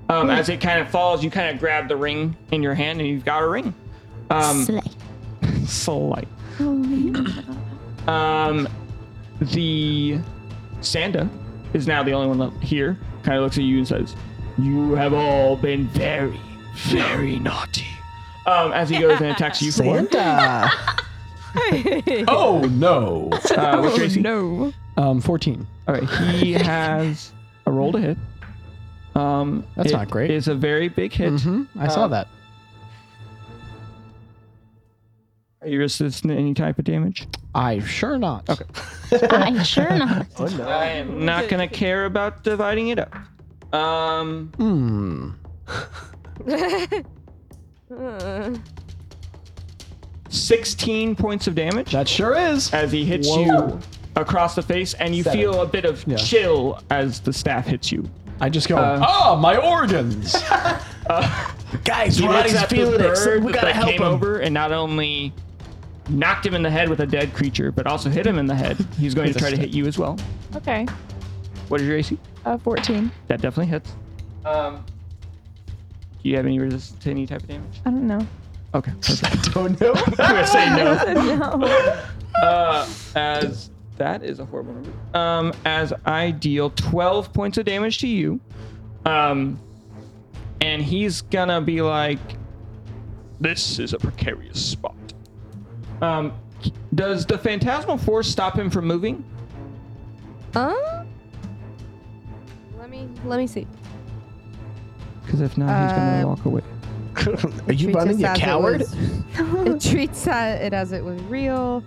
[SPEAKER 3] Um, as it kind of falls, you kind of grab the ring in your hand, and you've got a ring. Um,
[SPEAKER 2] Slay.
[SPEAKER 3] soul light. um, the Sanda is now the only one left here. Kind of looks at you and says, "You have all been very, very naughty." Um, as he goes and attacks you for one.
[SPEAKER 5] Santa.
[SPEAKER 8] Oh no.
[SPEAKER 3] Uh, what's your AC?
[SPEAKER 7] No.
[SPEAKER 8] Um, 14.
[SPEAKER 3] All right,
[SPEAKER 8] (laughs)
[SPEAKER 3] he has a roll to hit. Um,
[SPEAKER 8] That's
[SPEAKER 3] it
[SPEAKER 8] not great.
[SPEAKER 3] Is a very big hit.
[SPEAKER 8] hmm I
[SPEAKER 4] Oh.
[SPEAKER 8] saw that.
[SPEAKER 3] Are you resistant to any type of damage?
[SPEAKER 8] I sure not. Okay.
[SPEAKER 2] I sure not.
[SPEAKER 3] I am not gonna care about dividing it up. Um,
[SPEAKER 8] Hmm.
[SPEAKER 4] Uh,
[SPEAKER 3] 16 points of damage
[SPEAKER 8] That sure is.
[SPEAKER 3] as he hits you across the face, and you
[SPEAKER 8] Seven.
[SPEAKER 3] feel a bit of
[SPEAKER 8] Yeah.
[SPEAKER 3] chill as the staff hits you.
[SPEAKER 8] I just go, ah, my organs. Guys,
[SPEAKER 3] He looks
[SPEAKER 8] Roddy's
[SPEAKER 3] at the
[SPEAKER 8] feeling it. so
[SPEAKER 3] bird
[SPEAKER 8] We
[SPEAKER 3] that
[SPEAKER 8] gotta help
[SPEAKER 3] came
[SPEAKER 8] him.
[SPEAKER 3] over and not only knocked him in the head with a dead creature, but also hit him in the head. He's going to try to hit you as well.
[SPEAKER 7] Okay.
[SPEAKER 3] What is your AC?
[SPEAKER 7] Uh, 14.
[SPEAKER 3] That definitely hits.
[SPEAKER 10] Um,
[SPEAKER 3] Do you have any resistance to any type of damage?
[SPEAKER 7] I don't know.
[SPEAKER 3] (laughs) Okay.
[SPEAKER 5] I don't know.
[SPEAKER 3] I'm gonna say
[SPEAKER 4] (laughs)
[SPEAKER 3] no.
[SPEAKER 7] no.
[SPEAKER 3] (laughs) Uh, as that is a horrible number. Um, as I deal 12 points of damage to you. Um, and he's gonna be like, this is a precarious spot. Um, does the phantasmal force stop him from moving?
[SPEAKER 4] uh, let me let me see.
[SPEAKER 3] Because if not, he's gonna
[SPEAKER 4] Uh,
[SPEAKER 3] walk away.
[SPEAKER 5] (laughs) Are you
[SPEAKER 4] Treats
[SPEAKER 5] running, you
[SPEAKER 4] us as it
[SPEAKER 5] coward?
[SPEAKER 4] was- (laughs) it treats uh, it as it was real.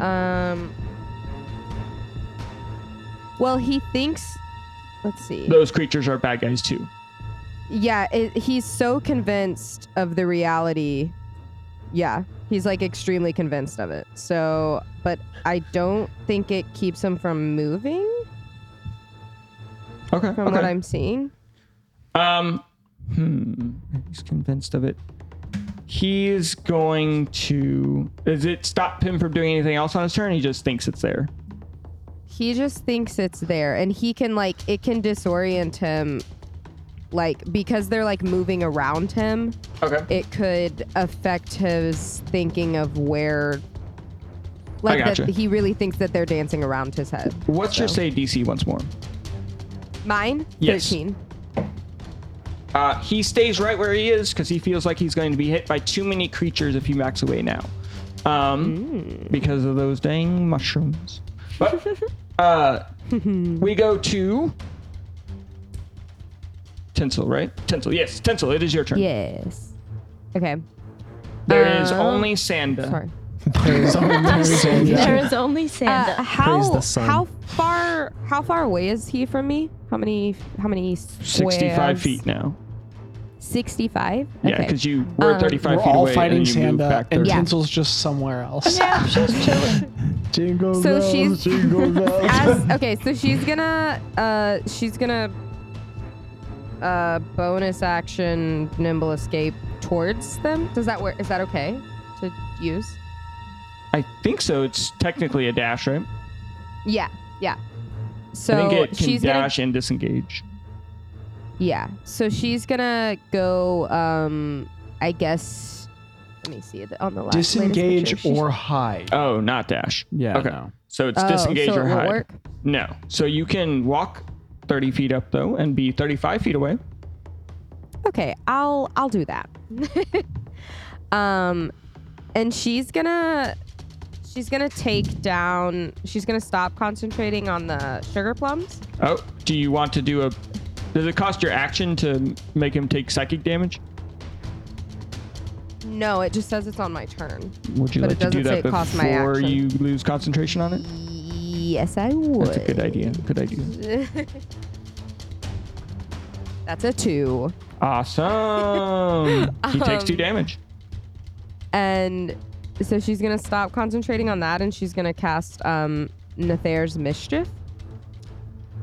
[SPEAKER 4] Um. Well, he thinks. Let's see.
[SPEAKER 3] Those creatures are bad guys too.
[SPEAKER 4] Yeah, it, he's so convinced of the reality. Yeah, he's like extremely convinced of it. So, but I don't think it keeps him from moving
[SPEAKER 3] Okay.
[SPEAKER 4] from what I'm seeing.
[SPEAKER 3] Um, hmm. He's convinced of it. He's going to. Does it stop him from doing anything else on his turn? He just thinks it's there.
[SPEAKER 4] He just thinks it's there and he can like it can disorient him like because they're like moving around him.
[SPEAKER 3] Okay.
[SPEAKER 4] it could affect his thinking of where like
[SPEAKER 3] gotcha.
[SPEAKER 4] that he really thinks that they're dancing around his head.
[SPEAKER 3] What's your say DC once more?
[SPEAKER 4] Mine?
[SPEAKER 3] Yes.
[SPEAKER 4] 13.
[SPEAKER 3] Uh, he stays right where he is because he feels like he's going to be hit by too many creatures if he backs away now, um, because of those dang mushrooms. But uh, we go to Tinsel, right? Tinsel, yes, Tinsel. It is your turn.
[SPEAKER 4] Yes. Okay.
[SPEAKER 3] There is
[SPEAKER 4] Uh,
[SPEAKER 3] only Sanda.
[SPEAKER 4] Sorry.
[SPEAKER 5] (laughs)
[SPEAKER 2] There is only
[SPEAKER 4] Uh,
[SPEAKER 2] Santa.
[SPEAKER 5] Praise
[SPEAKER 4] how
[SPEAKER 5] the sun.
[SPEAKER 4] how far how far away is he from me? How many how many
[SPEAKER 3] 65
[SPEAKER 4] squares?
[SPEAKER 3] feet now.
[SPEAKER 4] 65?
[SPEAKER 3] Yeah,
[SPEAKER 4] Okay.
[SPEAKER 3] because you were
[SPEAKER 4] Um,
[SPEAKER 3] 35
[SPEAKER 8] We're
[SPEAKER 3] feet
[SPEAKER 8] all
[SPEAKER 3] away
[SPEAKER 8] fighting
[SPEAKER 3] and you moved
[SPEAKER 8] Sanda,
[SPEAKER 3] back
[SPEAKER 8] and
[SPEAKER 3] 30.
[SPEAKER 4] Yeah.
[SPEAKER 8] Tinsel's just somewhere else.
[SPEAKER 5] Jingle
[SPEAKER 4] So
[SPEAKER 5] bells,
[SPEAKER 4] she's-
[SPEAKER 5] jingle
[SPEAKER 4] (laughs)
[SPEAKER 5] bells.
[SPEAKER 4] As, okay, so she's gonna uh she's gonna uh bonus action nimble escape towards them. Does that work? Is that okay to use?
[SPEAKER 3] I think so. It's technically a dash, right?
[SPEAKER 4] Yeah, yeah.
[SPEAKER 3] I
[SPEAKER 4] So
[SPEAKER 3] think it can
[SPEAKER 4] she's
[SPEAKER 3] dash and disengage.
[SPEAKER 4] gonna yeah. So she's gonna go um I guess let me see it on the last latest picture.
[SPEAKER 8] Disengage
[SPEAKER 4] She's-
[SPEAKER 8] or hide.
[SPEAKER 3] Oh, not dash.
[SPEAKER 8] Yeah.
[SPEAKER 3] okay.
[SPEAKER 8] no.
[SPEAKER 3] So it's
[SPEAKER 4] Oh,
[SPEAKER 3] disengage
[SPEAKER 4] so it
[SPEAKER 3] or
[SPEAKER 4] won't
[SPEAKER 3] hide.
[SPEAKER 4] work?
[SPEAKER 3] No. So you can walk 30 feet up, though, and be 35 feet away.
[SPEAKER 4] okay i'll i'll do (laughs) that um and she's gonna she's gonna take down she's gonna stop concentrating on the sugar plums
[SPEAKER 3] Oh, do you want to do a. Does it cost your action to make him take psychic damage?
[SPEAKER 4] no it just says it's on my turn
[SPEAKER 3] Would you
[SPEAKER 4] But
[SPEAKER 3] like
[SPEAKER 4] it
[SPEAKER 3] to do
[SPEAKER 4] doesn't say
[SPEAKER 3] that
[SPEAKER 4] it costs my
[SPEAKER 3] before
[SPEAKER 4] action.
[SPEAKER 3] you lose concentration on it?
[SPEAKER 4] yes i would
[SPEAKER 3] That's a good idea. Good idea.
[SPEAKER 4] that's a two
[SPEAKER 3] Awesome. he takes two
[SPEAKER 4] (laughs) Um,
[SPEAKER 3] damage.
[SPEAKER 4] and so she's gonna stop concentrating on that and she's gonna cast um nathair's mischief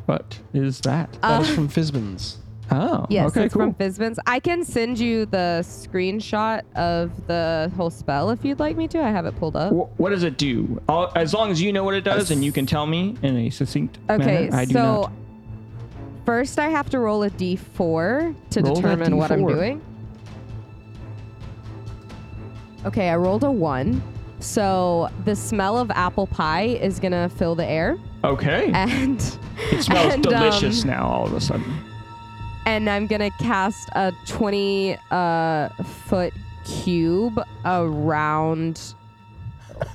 [SPEAKER 3] What is that?
[SPEAKER 8] That was from Fizbin's.
[SPEAKER 3] (laughs) Oh,
[SPEAKER 4] Uh, Yes,
[SPEAKER 3] okay,
[SPEAKER 4] it's
[SPEAKER 3] cool.
[SPEAKER 4] from Fizbin's. I can send you the screenshot of the whole spell if you'd like me to. I have it pulled up.
[SPEAKER 3] Wh- what does it do? I'll, as long as you know what it does and you can tell me in a succinct
[SPEAKER 4] Okay,
[SPEAKER 3] manner, I do
[SPEAKER 4] so
[SPEAKER 3] not.
[SPEAKER 4] first I have to roll a d4 to
[SPEAKER 3] Roll that
[SPEAKER 4] determine what I'm
[SPEAKER 3] D4.
[SPEAKER 4] doing. Okay, I rolled a 1. So the smell of apple pie is going to fill the air (laughs)
[SPEAKER 3] Okay.
[SPEAKER 4] and
[SPEAKER 3] it smells
[SPEAKER 4] and, um,
[SPEAKER 3] delicious now all of a sudden.
[SPEAKER 4] and I'm gonna cast a 20 uh, foot cube around.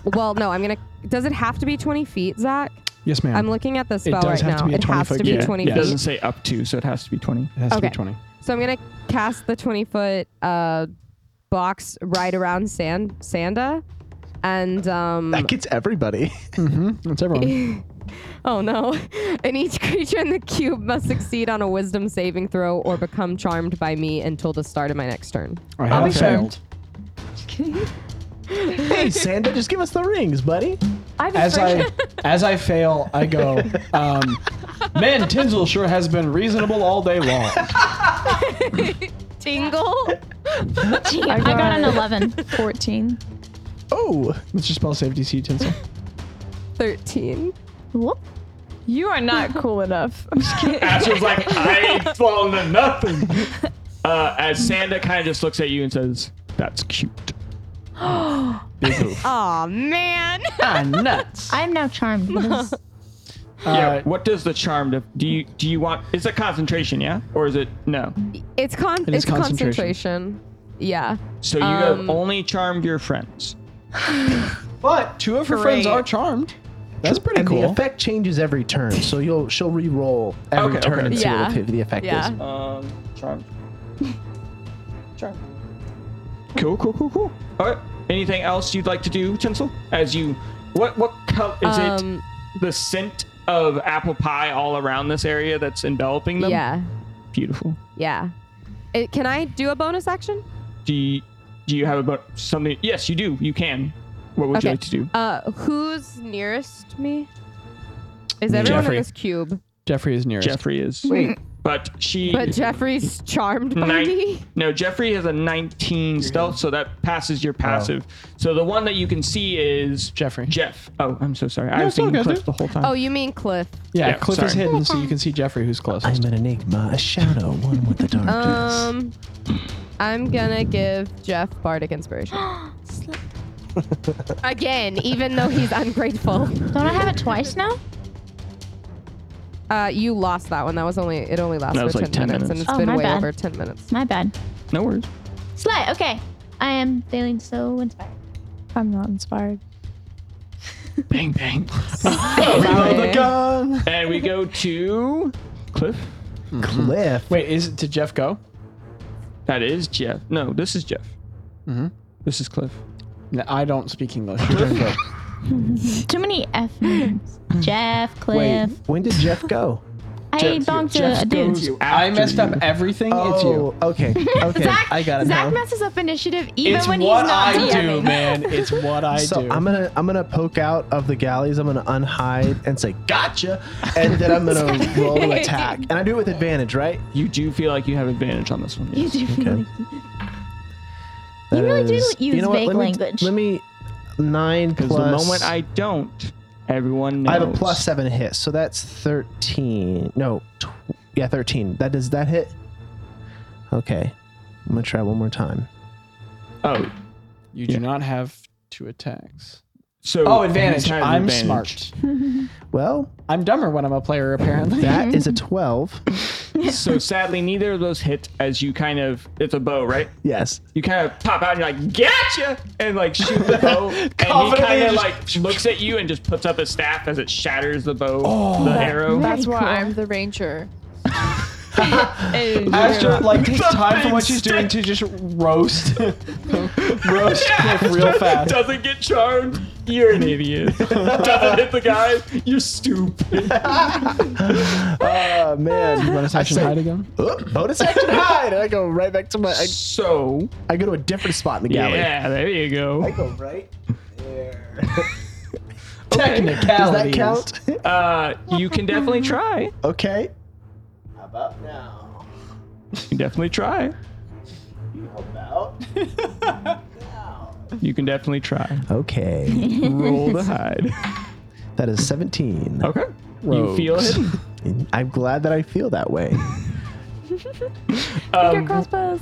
[SPEAKER 4] Well, no, I'm gonna. Does it have to be 20 feet, Zach?
[SPEAKER 8] Yes, ma'am.
[SPEAKER 4] I'm looking at the spell
[SPEAKER 8] does
[SPEAKER 4] right
[SPEAKER 8] have to
[SPEAKER 4] now.
[SPEAKER 8] be a
[SPEAKER 4] It
[SPEAKER 8] 20
[SPEAKER 4] has
[SPEAKER 8] foot
[SPEAKER 4] to be
[SPEAKER 8] cube.
[SPEAKER 3] Yeah,
[SPEAKER 4] 20
[SPEAKER 3] yeah. It doesn't
[SPEAKER 4] feet.
[SPEAKER 3] say up to, so it has to be (laughs) 20.
[SPEAKER 8] it has to
[SPEAKER 4] okay.
[SPEAKER 8] be 20.
[SPEAKER 4] So I'm gonna cast the 20 foot uh, box right around Sand Sanda, and
[SPEAKER 3] (laughs)
[SPEAKER 4] um,
[SPEAKER 5] That gets everybody.
[SPEAKER 4] (laughs)
[SPEAKER 8] That's everyone.
[SPEAKER 4] Oh no. (laughs) And each creature in the cube must succeed on a wisdom saving throw or become charmed by me until the start of my next turn.
[SPEAKER 8] I have
[SPEAKER 7] be
[SPEAKER 8] failed.
[SPEAKER 5] hey, Santa, just give us the rings, buddy.
[SPEAKER 7] I've been
[SPEAKER 8] As
[SPEAKER 7] afraid.
[SPEAKER 8] I as I fail, I go, um, man, Tinsel sure has been reasonable all day long.
[SPEAKER 7] (laughs)
[SPEAKER 4] Tingle?
[SPEAKER 2] I got an 11.
[SPEAKER 7] 14.
[SPEAKER 5] Oh,
[SPEAKER 8] What's your spell save DC, Tinsel?
[SPEAKER 4] 13.
[SPEAKER 2] Whoop.
[SPEAKER 7] You are not cool enough. (laughs) I'm just kidding.
[SPEAKER 3] Asher's like, I ain't falling to nothing. (laughs) Uh, as Sanda kind of just looks at you and says, That's
[SPEAKER 4] (gasps)
[SPEAKER 3] cute. Big oof.
[SPEAKER 4] Aw, man.
[SPEAKER 8] ah, nuts.
[SPEAKER 2] I am now charmed. (laughs) What is-
[SPEAKER 3] yeah,
[SPEAKER 8] Uh,
[SPEAKER 3] what does the charm do? Do you do you want? It's a concentration, yeah, or is it no?
[SPEAKER 4] (laughs) It's con
[SPEAKER 8] It
[SPEAKER 4] it's
[SPEAKER 8] is
[SPEAKER 4] concentration.
[SPEAKER 8] concentration.
[SPEAKER 4] Yeah.
[SPEAKER 3] So you
[SPEAKER 4] Um,
[SPEAKER 3] have only charmed your friends.
[SPEAKER 8] but two of her friends
[SPEAKER 4] Great.
[SPEAKER 8] are charmed. That's pretty
[SPEAKER 5] and the
[SPEAKER 8] cool.
[SPEAKER 5] effect changes every turn, so you'll she'll re-roll every
[SPEAKER 3] Okay,
[SPEAKER 5] turn
[SPEAKER 3] okay.
[SPEAKER 5] and see
[SPEAKER 4] Yeah.
[SPEAKER 5] what the, the effect
[SPEAKER 4] Yeah.
[SPEAKER 5] is.
[SPEAKER 3] Um,
[SPEAKER 8] (laughs)
[SPEAKER 3] charmed. charmed. Cool, cool, cool, cool. All right. Anything else you'd like to do, Tinsel? As you, what what color is
[SPEAKER 4] Um,
[SPEAKER 3] it? The scent of apple pie all around this area that's enveloping them.
[SPEAKER 4] Yeah.
[SPEAKER 3] Beautiful.
[SPEAKER 4] Yeah. It, can I do a bonus action?
[SPEAKER 3] Do you, do you have about something? Yes, you do. You can. What would you like to do?
[SPEAKER 4] Uh, who's nearest me? Is everyone
[SPEAKER 8] Jeffrey.
[SPEAKER 4] in this cube?
[SPEAKER 8] Jeffrey is nearest.
[SPEAKER 3] Jeffrey is.
[SPEAKER 10] Wait.
[SPEAKER 3] But she. (laughs)
[SPEAKER 4] But Jeffrey's charmed by
[SPEAKER 3] Nine-
[SPEAKER 4] me.
[SPEAKER 3] No, Jeffrey has a 19 stealth, so that passes your passive. So the one that you can see is
[SPEAKER 8] Jeffrey.
[SPEAKER 3] Jeff. Oh, I'm so sorry. I
[SPEAKER 8] No,
[SPEAKER 3] was
[SPEAKER 8] it's all
[SPEAKER 3] thinking
[SPEAKER 8] good,
[SPEAKER 3] Cliff
[SPEAKER 8] dude.
[SPEAKER 3] the whole time.
[SPEAKER 4] Oh, you mean Cliff?
[SPEAKER 8] Yeah,
[SPEAKER 3] Yeah,
[SPEAKER 8] Cliff is
[SPEAKER 3] sorry.
[SPEAKER 8] hidden, so you can see Jeffrey, who's closest.
[SPEAKER 5] I'm an enigma, a shadow, one with the darkness.
[SPEAKER 4] Um, I'm gonna give Jeff bardic
[SPEAKER 2] (gasps)
[SPEAKER 4] inspiration
[SPEAKER 2] Slip.
[SPEAKER 4] again, even though
[SPEAKER 3] (laughs)
[SPEAKER 4] he's ungrateful.
[SPEAKER 2] Don't I have it twice now?
[SPEAKER 4] Uh, you lost that one. That was only it only lasted
[SPEAKER 3] That was
[SPEAKER 4] for
[SPEAKER 3] like 10
[SPEAKER 4] 10, minutes, and
[SPEAKER 3] minutes.
[SPEAKER 4] it's
[SPEAKER 2] Oh,
[SPEAKER 4] been
[SPEAKER 2] my
[SPEAKER 4] way
[SPEAKER 2] bad.
[SPEAKER 4] over 10
[SPEAKER 3] (laughs)
[SPEAKER 4] minutes.
[SPEAKER 2] My bad.
[SPEAKER 3] No
[SPEAKER 2] (laughs)
[SPEAKER 3] worries.
[SPEAKER 2] Slay. Okay. I am feeling so inspired.
[SPEAKER 7] I'm not inspired.
[SPEAKER 3] Bang, bang. Oh,
[SPEAKER 4] Okay.
[SPEAKER 3] and we go to Cliff.
[SPEAKER 5] Cliff.
[SPEAKER 8] Wait, is did Jeff go?
[SPEAKER 3] That is Jeff. No, this is Jeff.
[SPEAKER 8] Mhm.
[SPEAKER 3] This is Cliff.
[SPEAKER 8] No, I don't speak English.
[SPEAKER 2] Too many (laughs) F names. Jeff, Cliff.
[SPEAKER 5] When did Jeff (laughs) go?
[SPEAKER 2] I
[SPEAKER 3] Jeff-
[SPEAKER 2] bonked
[SPEAKER 8] Jeff
[SPEAKER 2] a dude.
[SPEAKER 8] goes I
[SPEAKER 3] after
[SPEAKER 8] messed up
[SPEAKER 3] you.
[SPEAKER 8] everything. it's you.
[SPEAKER 5] Oh, okay. Okay.
[SPEAKER 9] Zach,
[SPEAKER 5] I got it.
[SPEAKER 9] Zach
[SPEAKER 5] now.
[SPEAKER 9] messes up initiative even
[SPEAKER 8] It's
[SPEAKER 9] when he's
[SPEAKER 8] what
[SPEAKER 9] not
[SPEAKER 8] I do,
[SPEAKER 9] DMing.
[SPEAKER 8] man. It's what (laughs) I
[SPEAKER 5] so
[SPEAKER 8] do.
[SPEAKER 5] I'm gonna I'm gonna poke out of the galleys. I'm gonna unhide and say gotcha, and then I'm gonna
[SPEAKER 2] (laughs)
[SPEAKER 5] roll to attack. And I do it with advantage, right?
[SPEAKER 3] You do feel like you have advantage on this one.
[SPEAKER 2] You
[SPEAKER 3] yes.
[SPEAKER 2] do feel
[SPEAKER 5] Okay.
[SPEAKER 2] like You really do
[SPEAKER 5] That
[SPEAKER 2] use vague
[SPEAKER 5] Let me,
[SPEAKER 2] language.
[SPEAKER 5] Let me nine
[SPEAKER 3] Because
[SPEAKER 5] plus.
[SPEAKER 3] the moment I don't, everyone knows.
[SPEAKER 5] I have a plus seven hit, so that's thirteen. No, tw- yeah, thirteen. That does that hit? Okay, I'm gonna try one more time.
[SPEAKER 3] Oh,
[SPEAKER 8] you do
[SPEAKER 3] Yeah.
[SPEAKER 8] not have two attacks.
[SPEAKER 3] so
[SPEAKER 8] Oh, advantage.
[SPEAKER 3] you have
[SPEAKER 8] I'm
[SPEAKER 3] advantage.
[SPEAKER 8] smart.
[SPEAKER 5] Well,
[SPEAKER 8] I'm dumber when I'm a player, apparently. (laughs)
[SPEAKER 2] (laughs)
[SPEAKER 5] that is a twelve.
[SPEAKER 3] So sadly, neither of those hit as you kind of. It's a bow, right?
[SPEAKER 5] Yes.
[SPEAKER 3] You kind of pop out and you're like, "Gotcha!" and like shoot the bow, and he
[SPEAKER 8] Confidently
[SPEAKER 3] kind of
[SPEAKER 8] just-
[SPEAKER 3] like looks at you and just puts up his staff as it shatters the bow,
[SPEAKER 8] Oh,
[SPEAKER 3] the arrow.
[SPEAKER 7] That's
[SPEAKER 2] Very
[SPEAKER 7] why
[SPEAKER 2] cool.
[SPEAKER 7] I'm the ranger.
[SPEAKER 8] Astra like (laughs) takes
[SPEAKER 3] The
[SPEAKER 8] time from
[SPEAKER 3] big
[SPEAKER 8] what she's doing to just roast, roast Cliff real fast.
[SPEAKER 3] Doesn't get charmed. You're an idiot.
[SPEAKER 8] (laughs)
[SPEAKER 3] Doesn't hit the guy. You're stupid.
[SPEAKER 5] Oh (laughs) man. You
[SPEAKER 8] Bonus action
[SPEAKER 5] I say,
[SPEAKER 8] hide again.
[SPEAKER 5] Oop, bonus action hide. And I go right back to my. I,
[SPEAKER 3] So
[SPEAKER 5] I go to a different spot in the gallery.
[SPEAKER 3] yeah, there you
[SPEAKER 10] I
[SPEAKER 3] go.
[SPEAKER 10] go right there.
[SPEAKER 5] Does that
[SPEAKER 8] Technicalities.
[SPEAKER 5] count? (laughs)
[SPEAKER 3] Uh, you can
[SPEAKER 8] (laughs)
[SPEAKER 3] definitely try.
[SPEAKER 5] okay.
[SPEAKER 10] How about now?
[SPEAKER 3] You can definitely try.
[SPEAKER 10] How about
[SPEAKER 3] You can definitely try.
[SPEAKER 5] Okay.
[SPEAKER 3] Roll to hide.
[SPEAKER 5] That is 17.
[SPEAKER 3] Okay. You feel
[SPEAKER 5] Rogues.
[SPEAKER 3] hidden.
[SPEAKER 5] I'm glad that I feel that way.
[SPEAKER 7] Your crossbows.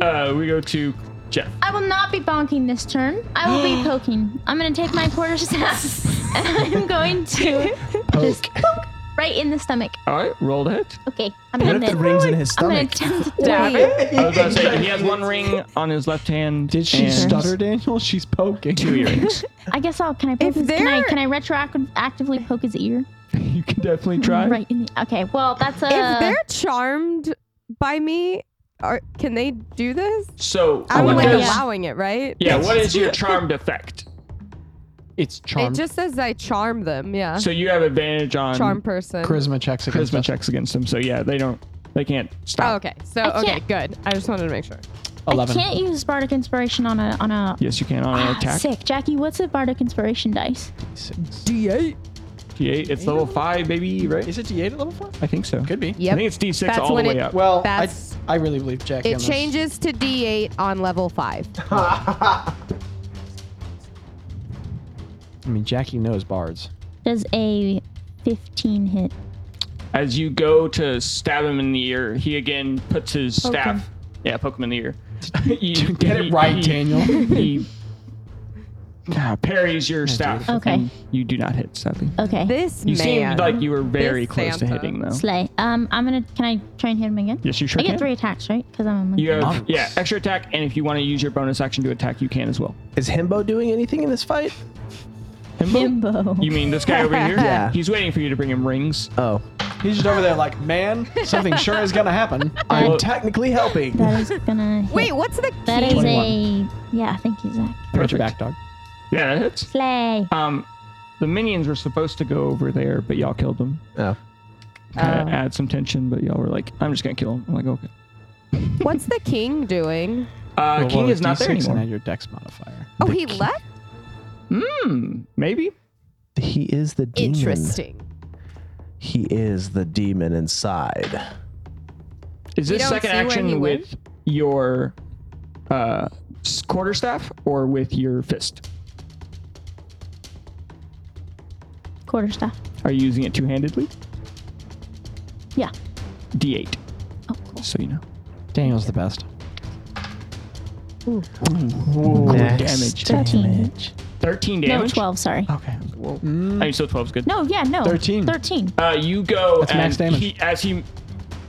[SPEAKER 3] Uh, we go to Jeff.
[SPEAKER 2] I will not be bonking this turn. I will (gasps) be poking. I'm going to take my (laughs) quarter staff and I'm going to just poke right in the stomach.
[SPEAKER 3] All right, roll to hit.
[SPEAKER 2] Okay, I'm
[SPEAKER 5] What
[SPEAKER 2] going
[SPEAKER 5] if
[SPEAKER 2] to.
[SPEAKER 5] the ring's in his
[SPEAKER 2] I'm going
[SPEAKER 5] stomach?
[SPEAKER 2] to attempt to dab it.
[SPEAKER 3] I was about to say Uh, he has one ring on his left hand.
[SPEAKER 8] Did she
[SPEAKER 3] and
[SPEAKER 8] stutter, Daniel? She's poking.
[SPEAKER 3] Two earrings.
[SPEAKER 2] I guess I'll. Can I poke
[SPEAKER 4] If
[SPEAKER 2] his, can I
[SPEAKER 4] they're-
[SPEAKER 2] can I retroactively poke his ear?
[SPEAKER 3] (laughs) you can definitely try.
[SPEAKER 2] Right in the. Okay, well that's a.
[SPEAKER 4] if they're charmed by me, are, can they do this?
[SPEAKER 3] So
[SPEAKER 4] I'm
[SPEAKER 3] what
[SPEAKER 4] like
[SPEAKER 3] is-
[SPEAKER 2] guess.
[SPEAKER 4] allowing it, right?
[SPEAKER 3] yeah, what is your charmed effect?
[SPEAKER 8] It's charm.
[SPEAKER 4] It just says I charm them. Yeah.
[SPEAKER 3] So you have advantage on
[SPEAKER 4] charm person.
[SPEAKER 8] charisma checks against
[SPEAKER 3] charisma
[SPEAKER 8] us.
[SPEAKER 3] checks against them. So yeah, they don't. They can't
[SPEAKER 4] Oh,
[SPEAKER 3] stop.
[SPEAKER 4] okay. So
[SPEAKER 2] I
[SPEAKER 4] okay,
[SPEAKER 2] can't-
[SPEAKER 4] good. I just wanted to make sure.
[SPEAKER 8] Eleven.
[SPEAKER 2] I can't use Bardic Inspiration on a on a.
[SPEAKER 3] Yes, you can on an
[SPEAKER 2] Ah,
[SPEAKER 3] attack.
[SPEAKER 2] Sick, Jackie. What's a Bardic Inspiration dice?
[SPEAKER 8] Six.
[SPEAKER 4] D8.
[SPEAKER 3] D8. It's level five, baby. Right?
[SPEAKER 8] Is it D8 at level four?
[SPEAKER 3] I think so.
[SPEAKER 8] Could be.
[SPEAKER 3] I
[SPEAKER 4] Yep.
[SPEAKER 3] think it's D6
[SPEAKER 4] That's
[SPEAKER 3] all the
[SPEAKER 4] when
[SPEAKER 3] way
[SPEAKER 4] it-
[SPEAKER 3] up.
[SPEAKER 8] Well, I,
[SPEAKER 4] That's-
[SPEAKER 8] I really believe Jackie.
[SPEAKER 4] It
[SPEAKER 8] on this.
[SPEAKER 4] changes to D8 on level five.
[SPEAKER 8] I mean, Jackie knows bards.
[SPEAKER 2] Does a 15 hit?
[SPEAKER 3] As you go to stab him in the ear, he again puts his staff. Yeah, poke him in the
[SPEAKER 8] (laughs)
[SPEAKER 3] ear. You-
[SPEAKER 8] Get
[SPEAKER 3] he-
[SPEAKER 8] it right,
[SPEAKER 3] he-
[SPEAKER 8] Daniel.
[SPEAKER 4] (laughs)
[SPEAKER 3] He ah, parries your staff.
[SPEAKER 2] Okay.
[SPEAKER 3] and You do not hit, sadly.
[SPEAKER 2] Okay.
[SPEAKER 4] This
[SPEAKER 3] You
[SPEAKER 4] man.
[SPEAKER 3] seemed like you were very
[SPEAKER 4] This
[SPEAKER 3] close
[SPEAKER 4] Santa.
[SPEAKER 3] to hitting, though.
[SPEAKER 2] Slay. Um, I'm gonna. Can I try and hit him again?
[SPEAKER 3] Yes, you sure
[SPEAKER 2] I get
[SPEAKER 3] can.
[SPEAKER 2] three attacks, right? Because I'm.
[SPEAKER 3] You have
[SPEAKER 8] Monks.
[SPEAKER 3] yeah extra attack, and if you want to use your bonus action to attack, you can as well.
[SPEAKER 5] Is Himbo doing anything in this fight?
[SPEAKER 3] Himbo?
[SPEAKER 2] Imbo.
[SPEAKER 3] You mean this guy
[SPEAKER 4] (laughs)
[SPEAKER 3] over here?
[SPEAKER 5] Yeah.
[SPEAKER 3] He's waiting for you to bring him rings.
[SPEAKER 4] Uh,
[SPEAKER 5] Oh,
[SPEAKER 8] He's just over there like, man, something sure is gonna (laughs) happen. I
[SPEAKER 5] I'm technically helping.
[SPEAKER 2] That is
[SPEAKER 4] (laughs)
[SPEAKER 2] gonna. Hit.
[SPEAKER 4] Wait, what's the key?
[SPEAKER 2] That is
[SPEAKER 8] 21.
[SPEAKER 2] a. Yeah, thank you, Zach.
[SPEAKER 8] got your back, dog.
[SPEAKER 3] Yeah, that hits.
[SPEAKER 2] Slay.
[SPEAKER 3] Um, the minions were supposed to go over there, but y'all killed them.
[SPEAKER 5] Oh.
[SPEAKER 4] Oh.
[SPEAKER 3] Kinda add some tension, but y'all were like, "I'm just gonna kill him." I'm like, "Okay."
[SPEAKER 4] Uh, What's the king doing?
[SPEAKER 3] Uh,
[SPEAKER 8] Well,
[SPEAKER 3] King
[SPEAKER 8] roll a
[SPEAKER 3] is not there
[SPEAKER 8] D6 and
[SPEAKER 3] anymore.
[SPEAKER 8] add your dex modifier.
[SPEAKER 4] Oh, he left.
[SPEAKER 3] Hmm, maybe.
[SPEAKER 5] He is the demon.
[SPEAKER 4] Interesting.
[SPEAKER 5] He is the demon inside.
[SPEAKER 3] Is this
[SPEAKER 4] don't
[SPEAKER 3] second
[SPEAKER 4] see where he
[SPEAKER 3] action
[SPEAKER 4] went?
[SPEAKER 3] with your uh, s- quarterstaff or with your fist?
[SPEAKER 2] Quarter staff.
[SPEAKER 3] Are you using it two-handedly?
[SPEAKER 2] Yeah.
[SPEAKER 3] D8,
[SPEAKER 2] Oh, cool.
[SPEAKER 3] so you know.
[SPEAKER 8] Daniel's the best.
[SPEAKER 5] Next.
[SPEAKER 2] Thirteen.
[SPEAKER 3] 13
[SPEAKER 2] No,
[SPEAKER 3] damage. Oh.
[SPEAKER 2] twelve. Sorry.
[SPEAKER 3] Okay. Well, I mean, so 12 is good.
[SPEAKER 2] No, yeah, no.
[SPEAKER 8] 13.
[SPEAKER 2] Thirteen.
[SPEAKER 3] Uh, you go
[SPEAKER 8] That's
[SPEAKER 3] and
[SPEAKER 8] max damage.
[SPEAKER 3] He, as he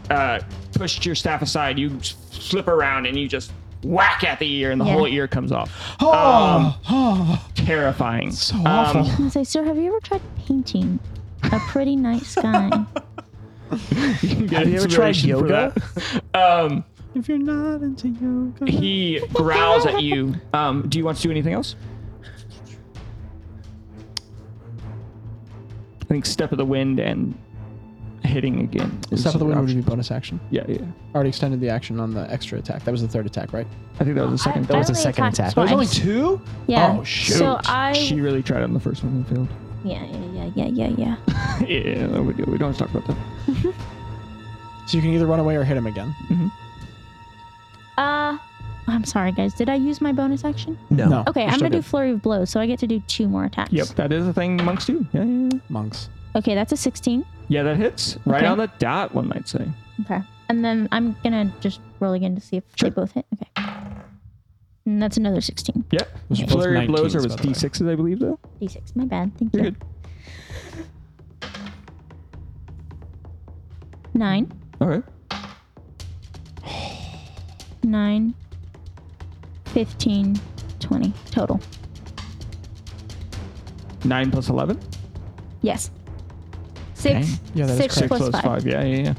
[SPEAKER 3] uh, pushed your staff aside, you s- flip around and you just whack at the ear, and the
[SPEAKER 2] Yeah.
[SPEAKER 3] whole ear comes
[SPEAKER 8] (sighs)
[SPEAKER 3] off. Um,
[SPEAKER 8] Oh, oh,
[SPEAKER 3] Terrifying. Um,
[SPEAKER 8] so awful.
[SPEAKER 2] I was like, sir, have you ever tried painting a pretty nice sky?
[SPEAKER 8] (laughs)
[SPEAKER 3] Have
[SPEAKER 5] you ever tried yoga?
[SPEAKER 3] (laughs) um,
[SPEAKER 8] if you're not into yoga,
[SPEAKER 3] he growls at you. Um, do you want to do anything else? I think step of the wind and hitting again. is
[SPEAKER 8] step of the wind would
[SPEAKER 3] option.
[SPEAKER 8] be bonus action.
[SPEAKER 3] Yeah, yeah.
[SPEAKER 8] Already extended the action on the extra attack. That was the third attack, right?
[SPEAKER 3] I think that was the second.
[SPEAKER 2] I
[SPEAKER 5] was the
[SPEAKER 2] only
[SPEAKER 5] second
[SPEAKER 2] attacked
[SPEAKER 5] attack. There
[SPEAKER 8] There's only
[SPEAKER 2] twice.
[SPEAKER 8] two.
[SPEAKER 2] Yeah.
[SPEAKER 8] Oh shoot!
[SPEAKER 2] So I.
[SPEAKER 3] she really tried on the first one and failed.
[SPEAKER 2] yeah, yeah, yeah, yeah, yeah, yeah.
[SPEAKER 3] Yeah, we, do. we don't have to talk about that.
[SPEAKER 8] So you can either run away or hit him again.
[SPEAKER 2] Uh, I'm sorry, guys. Did I use my bonus action?
[SPEAKER 5] No.
[SPEAKER 8] No.
[SPEAKER 2] Okay,
[SPEAKER 8] you're
[SPEAKER 2] I'm
[SPEAKER 8] still
[SPEAKER 2] gonna do
[SPEAKER 8] good.
[SPEAKER 2] flurry of blows, so I get to do two more attacks.
[SPEAKER 3] Yep, that is a thing monks do. Yeah, yeah, yeah.
[SPEAKER 8] monks.
[SPEAKER 2] Okay, that's a 16.
[SPEAKER 3] yeah that hits right
[SPEAKER 2] Okay.
[SPEAKER 3] on the dot. One might say.
[SPEAKER 2] Okay. And then I'm gonna just roll again to see if they both hit. Okay. And that's another 16.
[SPEAKER 3] Yep.
[SPEAKER 8] Those are both
[SPEAKER 3] Flurry of blows
[SPEAKER 8] 19s,
[SPEAKER 3] or was
[SPEAKER 8] by the way.
[SPEAKER 3] d sixes, I believe, though.
[SPEAKER 2] D6. My bad. Thank
[SPEAKER 3] You're
[SPEAKER 2] you.
[SPEAKER 3] good.
[SPEAKER 2] Nine.
[SPEAKER 3] All right.
[SPEAKER 2] Nine. 15. 20 total.
[SPEAKER 3] Nine plus eleven.
[SPEAKER 2] Yes. Six.
[SPEAKER 8] Dang. Yeah, that is
[SPEAKER 2] six
[SPEAKER 8] correct.
[SPEAKER 2] plus five.
[SPEAKER 3] Yeah, yeah, yeah.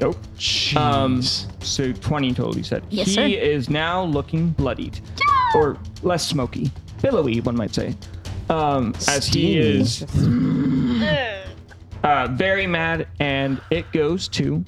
[SPEAKER 3] Nope. Um,
[SPEAKER 8] Jeez.
[SPEAKER 3] so twenty total. You said.
[SPEAKER 2] Yes,
[SPEAKER 3] he
[SPEAKER 2] sir.
[SPEAKER 3] is now looking bloodied, or less smoky, billowy, one might say. Um, as he is uh, very mad, and it goes to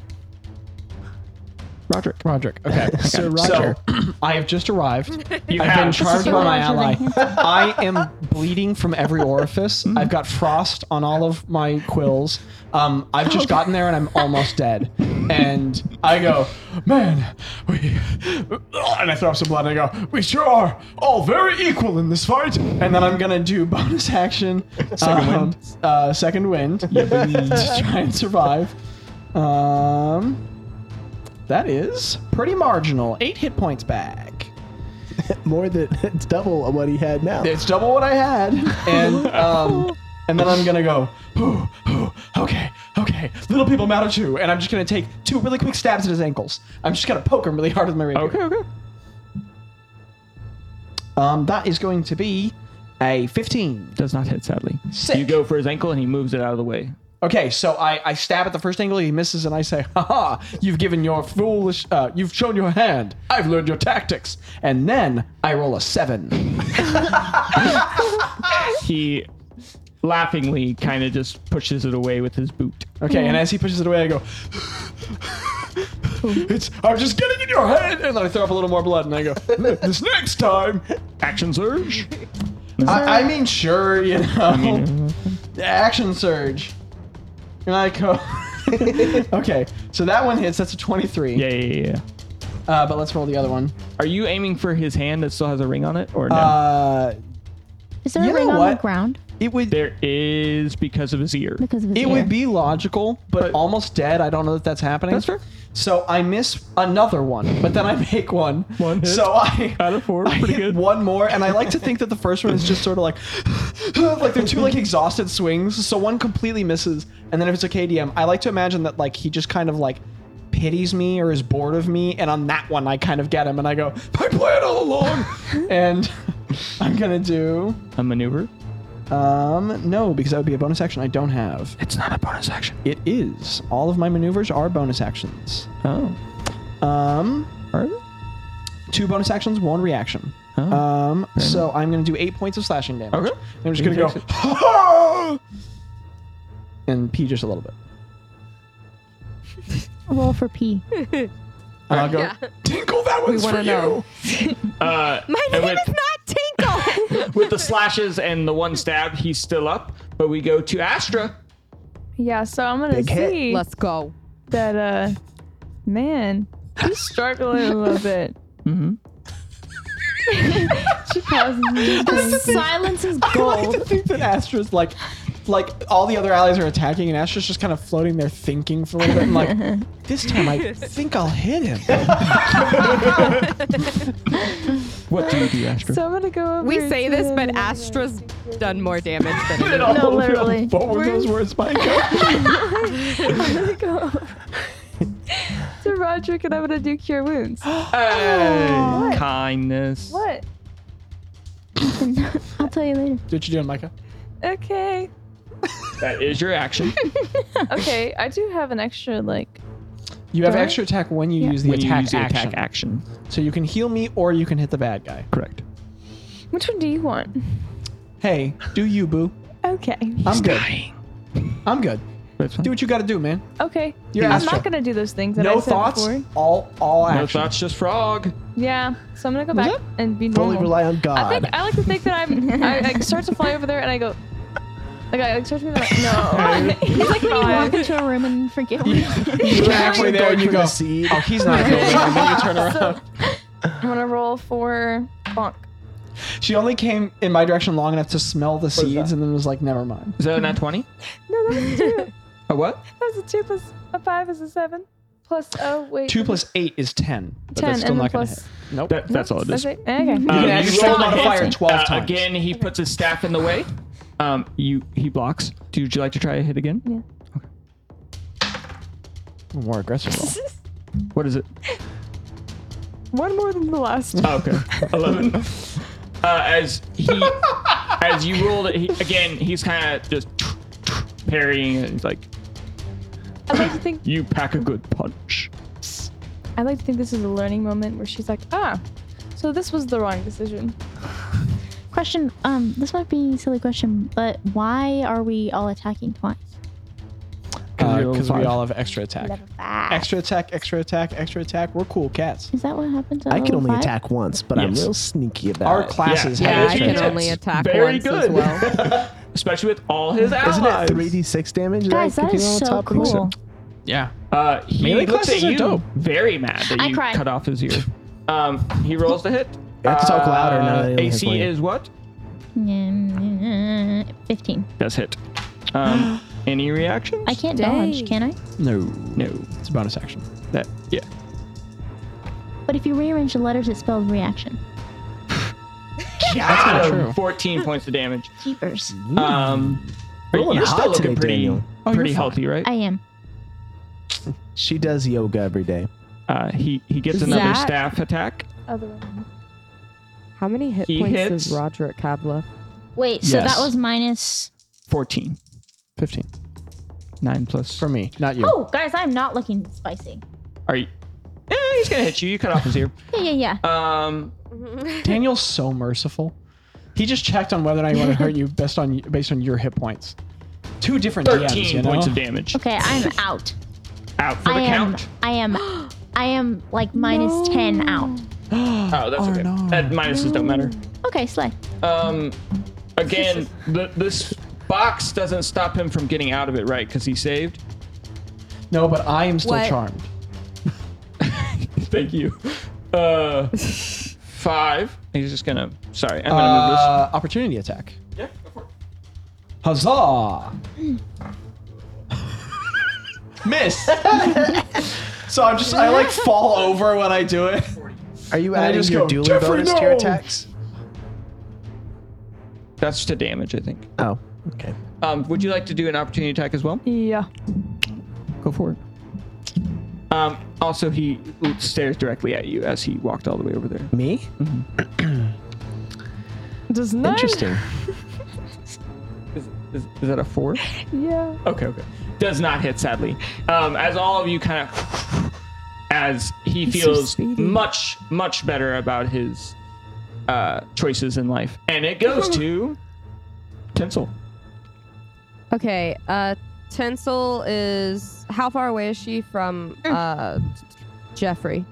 [SPEAKER 3] Roderick.
[SPEAKER 8] Roderick. Okay. So, (clears throat) Roger, I have just arrived.
[SPEAKER 3] You
[SPEAKER 8] I've
[SPEAKER 3] have
[SPEAKER 8] been charmed
[SPEAKER 2] Sir
[SPEAKER 8] by my
[SPEAKER 2] Roger,
[SPEAKER 8] ally.
[SPEAKER 2] thank
[SPEAKER 8] I am bleeding from every orifice. I've got frost on all of my quills. Um, I've just gotten there and I'm almost dead. And I go, man, we. And I throw up some blood and I go, we sure are all very equal in this fight. And then I'm going to do bonus action. Second
[SPEAKER 3] wind.
[SPEAKER 8] Uh, second wind. to try and survive. Um, that is pretty marginal. Eight hit points back.
[SPEAKER 5] (laughs) More than it's double what he had now.
[SPEAKER 8] It's double what I had,
[SPEAKER 3] (laughs)
[SPEAKER 8] and um, and then I'm gonna go. Ooh, ooh, okay, okay. Little people matter too, and I'm just gonna take two really quick stabs at his ankles. I'm just gonna poke him really hard with my rapier.
[SPEAKER 3] Okay, okay.
[SPEAKER 8] Um, that is going to be a 15.
[SPEAKER 3] Does not hit, sadly.
[SPEAKER 8] Sick.
[SPEAKER 3] You go for his ankle and he moves it out of the way.
[SPEAKER 8] Okay, so I, I stab at the first angle, he misses, and I say, "Ha ha! You've given your foolish, uh, you've shown your hand. I've learned your tactics." And then I roll a seven.
[SPEAKER 3] He laughingly kind of just pushes it away with his boot.
[SPEAKER 8] Okay, and as he pushes it away, I go, "It's I'm just getting in your head," and then I throw up a little more blood, and I go, "This next time."
[SPEAKER 3] Action surge.
[SPEAKER 8] I, I mean, sure, you know, action surge, and I go. (laughs) okay, so that one hits. That's a twenty-three.
[SPEAKER 3] Yeah, yeah, yeah.
[SPEAKER 8] Uh, but let's roll the other one.
[SPEAKER 3] Are you aiming for his hand that still has a ring on it, or no?
[SPEAKER 8] Uh,
[SPEAKER 2] Is there
[SPEAKER 8] You
[SPEAKER 2] a ring
[SPEAKER 8] know
[SPEAKER 2] on the
[SPEAKER 8] what?
[SPEAKER 2] ground?
[SPEAKER 8] it would
[SPEAKER 3] there is because of his ear.
[SPEAKER 2] Because of his
[SPEAKER 8] It
[SPEAKER 2] ear.
[SPEAKER 8] would be logical, but
[SPEAKER 3] But-
[SPEAKER 8] almost dead. I don't know that that's happening.
[SPEAKER 3] That's fair.
[SPEAKER 8] So I miss another one, but then I make one.
[SPEAKER 3] One hit.
[SPEAKER 8] So I
[SPEAKER 3] Out of four,
[SPEAKER 8] I
[SPEAKER 3] pretty
[SPEAKER 8] hit
[SPEAKER 3] good.
[SPEAKER 8] One more, and I like to think that the first one is just sort of like, (laughs) like they're two like exhausted swings. So one completely misses, and then if it's a KDM, I like to imagine that like he just kind of like pities me or is bored of me, and on that one I kind of get him, and I go, I planned all
[SPEAKER 3] (laughs)
[SPEAKER 8] along, and (laughs) I'm gonna do
[SPEAKER 3] A maneuver.
[SPEAKER 8] um no because that would be a bonus action I don't have.
[SPEAKER 3] It's not a bonus action.
[SPEAKER 8] It is. All of my maneuvers are bonus actions.
[SPEAKER 3] Oh.
[SPEAKER 8] Um,
[SPEAKER 3] Are
[SPEAKER 8] two bonus actions, one reaction.
[SPEAKER 3] Oh.
[SPEAKER 8] Um, so I'm going to do eight points of slashing damage.
[SPEAKER 3] Okay.
[SPEAKER 8] And I'm just going to
[SPEAKER 3] He
[SPEAKER 8] go, "Ha-ha!" (laughs) and pee just a little bit.
[SPEAKER 2] Roll for P.
[SPEAKER 8] And I'll go, Tinkle, that one's for
[SPEAKER 4] wanna know.
[SPEAKER 3] Uh,
[SPEAKER 4] My
[SPEAKER 3] and
[SPEAKER 4] name
[SPEAKER 3] with,
[SPEAKER 4] is not (laughs) Tinkle.
[SPEAKER 3] with the slashes and the one stab, he's still up. But we go to Astra.
[SPEAKER 7] Yeah, so I'm gonna
[SPEAKER 5] Big hit.
[SPEAKER 7] see
[SPEAKER 4] Let's go.
[SPEAKER 7] that uh man, she's struggling a (laughs) little bit.
[SPEAKER 3] Mm-hmm.
[SPEAKER 7] She passes me.
[SPEAKER 2] Silence is
[SPEAKER 8] you. I (laughs) like
[SPEAKER 2] gold.
[SPEAKER 8] to think that Astra's like, like all the other allies are attacking and Astra's just kind of floating there thinking for a little bit and like, this time I think I'll hit him.
[SPEAKER 3] What do you do, Astra?
[SPEAKER 7] So I'm gonna go over.
[SPEAKER 4] We say
[SPEAKER 7] to
[SPEAKER 4] this,
[SPEAKER 7] the-
[SPEAKER 4] but Astra's done more damage than it
[SPEAKER 8] no,
[SPEAKER 7] literally.
[SPEAKER 8] What were those words, Mike?
[SPEAKER 7] (laughs) I'm gonna (laughs) go (laughs) over to Roderick and I'm gonna do cure wounds.
[SPEAKER 3] Hey, kindness.
[SPEAKER 7] What?
[SPEAKER 2] I'll tell you later.
[SPEAKER 8] what you doing, Micah?
[SPEAKER 7] Okay.
[SPEAKER 3] That is your action.
[SPEAKER 7] Okay, I do have an extra like
[SPEAKER 8] You have
[SPEAKER 7] Do I?
[SPEAKER 8] extra attack when you use the
[SPEAKER 3] When you
[SPEAKER 8] attack
[SPEAKER 3] use the
[SPEAKER 8] action.
[SPEAKER 3] attack action.
[SPEAKER 8] So you can heal me or you can hit the bad guy.
[SPEAKER 3] Correct.
[SPEAKER 7] which one do you want?
[SPEAKER 8] Hey, do you, boo.
[SPEAKER 7] Okay.
[SPEAKER 8] I'm good. I'm good.
[SPEAKER 3] That's fine.
[SPEAKER 8] Do what you gotta do, man.
[SPEAKER 7] Okay.
[SPEAKER 8] You're
[SPEAKER 7] I'm
[SPEAKER 8] Astra.
[SPEAKER 7] not gonna do those things that I
[SPEAKER 8] No
[SPEAKER 7] said
[SPEAKER 8] thoughts,
[SPEAKER 7] before.
[SPEAKER 8] all all
[SPEAKER 3] no
[SPEAKER 8] action.
[SPEAKER 3] thoughts, just frog.
[SPEAKER 7] Yeah. So I'm gonna go
[SPEAKER 8] Was
[SPEAKER 7] back and be normal.
[SPEAKER 5] Fully rely on God.
[SPEAKER 7] I think I like to think that I'm. I, (laughs) I start to fly over there and I go. Like I like start to be like (laughs)
[SPEAKER 8] (laughs)
[SPEAKER 7] no.
[SPEAKER 2] It's like when you walk into a room and forget what
[SPEAKER 5] (laughs)
[SPEAKER 8] You're halfway there and you
[SPEAKER 5] Going for
[SPEAKER 8] go,
[SPEAKER 5] the seed.
[SPEAKER 8] oh,
[SPEAKER 3] (laughs)
[SPEAKER 8] he's not going. And then you turn around.
[SPEAKER 7] So, I'm gonna roll for bonk.
[SPEAKER 8] She only came in my direction long enough to smell the seeds and then was like, never mind.
[SPEAKER 3] Is that a nat 20?
[SPEAKER 7] No, that's a two.
[SPEAKER 3] A what?
[SPEAKER 7] (laughs) That's a two plus a five is a seven. Plus oh wait.
[SPEAKER 8] Two plus eight is ten. But
[SPEAKER 7] 10,
[SPEAKER 8] that's still
[SPEAKER 7] and
[SPEAKER 8] not
[SPEAKER 7] then
[SPEAKER 8] gonna
[SPEAKER 7] plus-
[SPEAKER 8] hit. Nope.
[SPEAKER 3] That, that's all it is.
[SPEAKER 7] That's it? Okay.
[SPEAKER 8] Uh, You can
[SPEAKER 3] Um,
[SPEAKER 7] (laughs)
[SPEAKER 8] add your
[SPEAKER 3] you
[SPEAKER 8] skill
[SPEAKER 3] roll a hit.
[SPEAKER 8] modifier 12
[SPEAKER 3] Uh,
[SPEAKER 8] times.
[SPEAKER 3] Again, he puts his staff in the way. Um, you he blocks. Do would you like to try a hit again?
[SPEAKER 7] Yeah. (laughs)
[SPEAKER 8] More aggressive roll.
[SPEAKER 3] What is it?
[SPEAKER 7] One more than the last.
[SPEAKER 3] Oh, (laughs) okay, (laughs) eleven. uh, as he as you rolled it he, again, he's kind of just parrying. And he's like,
[SPEAKER 7] I like to think
[SPEAKER 3] "You pack a good punch."
[SPEAKER 7] I like to think this is a learning moment where she's like, ah, so this was the wrong decision.
[SPEAKER 2] Question. Um, this might be a silly question, but why are we all attacking twice?
[SPEAKER 3] you're level
[SPEAKER 8] Because we
[SPEAKER 3] five.
[SPEAKER 8] all have extra attack. Uh, Extra attack, extra attack, extra attack. We're cool cats.
[SPEAKER 2] Is that what happened to
[SPEAKER 5] I can
[SPEAKER 2] level
[SPEAKER 5] only
[SPEAKER 2] five?
[SPEAKER 5] attack once, but I'm
[SPEAKER 3] Yes.
[SPEAKER 5] real sneaky about
[SPEAKER 8] Our
[SPEAKER 5] it.
[SPEAKER 8] classes
[SPEAKER 3] Yeah.
[SPEAKER 8] have
[SPEAKER 4] I
[SPEAKER 8] extra
[SPEAKER 4] can
[SPEAKER 8] attack.
[SPEAKER 4] only attack
[SPEAKER 3] Very
[SPEAKER 4] once
[SPEAKER 3] good.
[SPEAKER 4] as well.
[SPEAKER 3] (laughs) Especially with all his allies.
[SPEAKER 5] Isn't it 3d6 damage?
[SPEAKER 2] Guys, that
[SPEAKER 5] continue
[SPEAKER 2] is
[SPEAKER 5] on
[SPEAKER 2] so
[SPEAKER 5] top of it?
[SPEAKER 2] cool.
[SPEAKER 8] Yeah.
[SPEAKER 3] Uh, he looks
[SPEAKER 8] Melee
[SPEAKER 3] at
[SPEAKER 8] classes are
[SPEAKER 3] you
[SPEAKER 8] dope.
[SPEAKER 3] very mad that
[SPEAKER 2] I
[SPEAKER 3] you
[SPEAKER 2] cried.
[SPEAKER 3] cut off his ear. Um, he rolls the hit.
[SPEAKER 5] You have to talk louder now that he
[SPEAKER 3] Uh,
[SPEAKER 5] only has one
[SPEAKER 3] AC
[SPEAKER 5] ear.
[SPEAKER 3] is what?
[SPEAKER 2] Mm, Fifteen.
[SPEAKER 3] Does hit. Um, any reactions?
[SPEAKER 2] I can't dodge, can I?
[SPEAKER 8] No.
[SPEAKER 3] No.
[SPEAKER 8] It's a bonus action.
[SPEAKER 3] That yeah.
[SPEAKER 2] But if you rearrange the letters, it spells reaction.
[SPEAKER 3] That's
[SPEAKER 8] not true.
[SPEAKER 3] Fourteen points of
[SPEAKER 5] (laughs)
[SPEAKER 3] damage.
[SPEAKER 2] Keepers.
[SPEAKER 3] Um,
[SPEAKER 5] Rolling
[SPEAKER 3] you're
[SPEAKER 5] high
[SPEAKER 3] still looking
[SPEAKER 5] today,
[SPEAKER 3] pretty,
[SPEAKER 5] Daniel.
[SPEAKER 8] you're
[SPEAKER 3] pretty
[SPEAKER 8] fine.
[SPEAKER 3] healthy, right?
[SPEAKER 2] I am.
[SPEAKER 5] She does yoga every day.
[SPEAKER 3] Uh, he he gets another
[SPEAKER 4] Zach?
[SPEAKER 3] staff attack.
[SPEAKER 7] Other one.
[SPEAKER 4] How many hit
[SPEAKER 3] He
[SPEAKER 4] points
[SPEAKER 3] hits.
[SPEAKER 4] does Roderick have left?
[SPEAKER 2] Wait. So
[SPEAKER 8] Yes.
[SPEAKER 2] that was minus.
[SPEAKER 3] Fourteen.
[SPEAKER 8] Fifteen.
[SPEAKER 3] Nine plus.
[SPEAKER 8] for me, not you.
[SPEAKER 2] Oh, guys, I'm not looking spicy.
[SPEAKER 3] Are you? Eh, he's gonna hit you. You cut off his ear.
[SPEAKER 2] Yeah, yeah, yeah.
[SPEAKER 3] Um,
[SPEAKER 8] Daniel's so merciful. He just checked on whether or not he wanted to
[SPEAKER 7] (laughs)
[SPEAKER 8] hurt you based on based on your hit points. Two different
[SPEAKER 3] thirteen
[SPEAKER 8] DMs, you know?
[SPEAKER 3] points of damage.
[SPEAKER 2] Okay, I'm out.
[SPEAKER 3] Out for the
[SPEAKER 2] I am.
[SPEAKER 3] count.
[SPEAKER 2] I am. I am like minus ten out.
[SPEAKER 3] Oh, that's okay. That minuses don't matter.
[SPEAKER 2] Okay, slay.
[SPEAKER 3] Um, again, the, this box doesn't stop him from getting out of it, right? Because he saved.
[SPEAKER 8] No, but I am still
[SPEAKER 4] What?
[SPEAKER 8] charmed.
[SPEAKER 3] Thank you. Uh, five. He's just gonna. Sorry, I'm gonna move
[SPEAKER 8] Uh, opportunity attack.
[SPEAKER 3] this. Yeah, go for
[SPEAKER 8] Huzzah! Miss. so I'm just I like fall over when I do it.
[SPEAKER 5] Are you
[SPEAKER 8] I
[SPEAKER 5] adding
[SPEAKER 8] just
[SPEAKER 5] your
[SPEAKER 8] go,
[SPEAKER 5] dueling
[SPEAKER 8] "Jeffrey,
[SPEAKER 5] bonus to your
[SPEAKER 8] no!"
[SPEAKER 5] attacks?
[SPEAKER 3] it. That's to damage, I think.
[SPEAKER 5] Oh, okay.
[SPEAKER 3] Um, would you like to do an opportunity attack as well?
[SPEAKER 7] Yeah.
[SPEAKER 3] Go for it. Um, also, he stares directly at you as he walked all the way over there.
[SPEAKER 5] Me?
[SPEAKER 7] Does not.
[SPEAKER 5] Interesting.
[SPEAKER 3] Is, is, is that a four?
[SPEAKER 7] Yeah.
[SPEAKER 3] Okay, okay. Does not hit, sadly. Um, as all of you kind of, as he
[SPEAKER 7] He's so
[SPEAKER 3] feels
[SPEAKER 7] speedy.
[SPEAKER 3] much, much better about his uh, choices in life. And it goes to Tinsel.
[SPEAKER 4] Okay, uh, Tinsel is how far away is she from uh Jeffrey?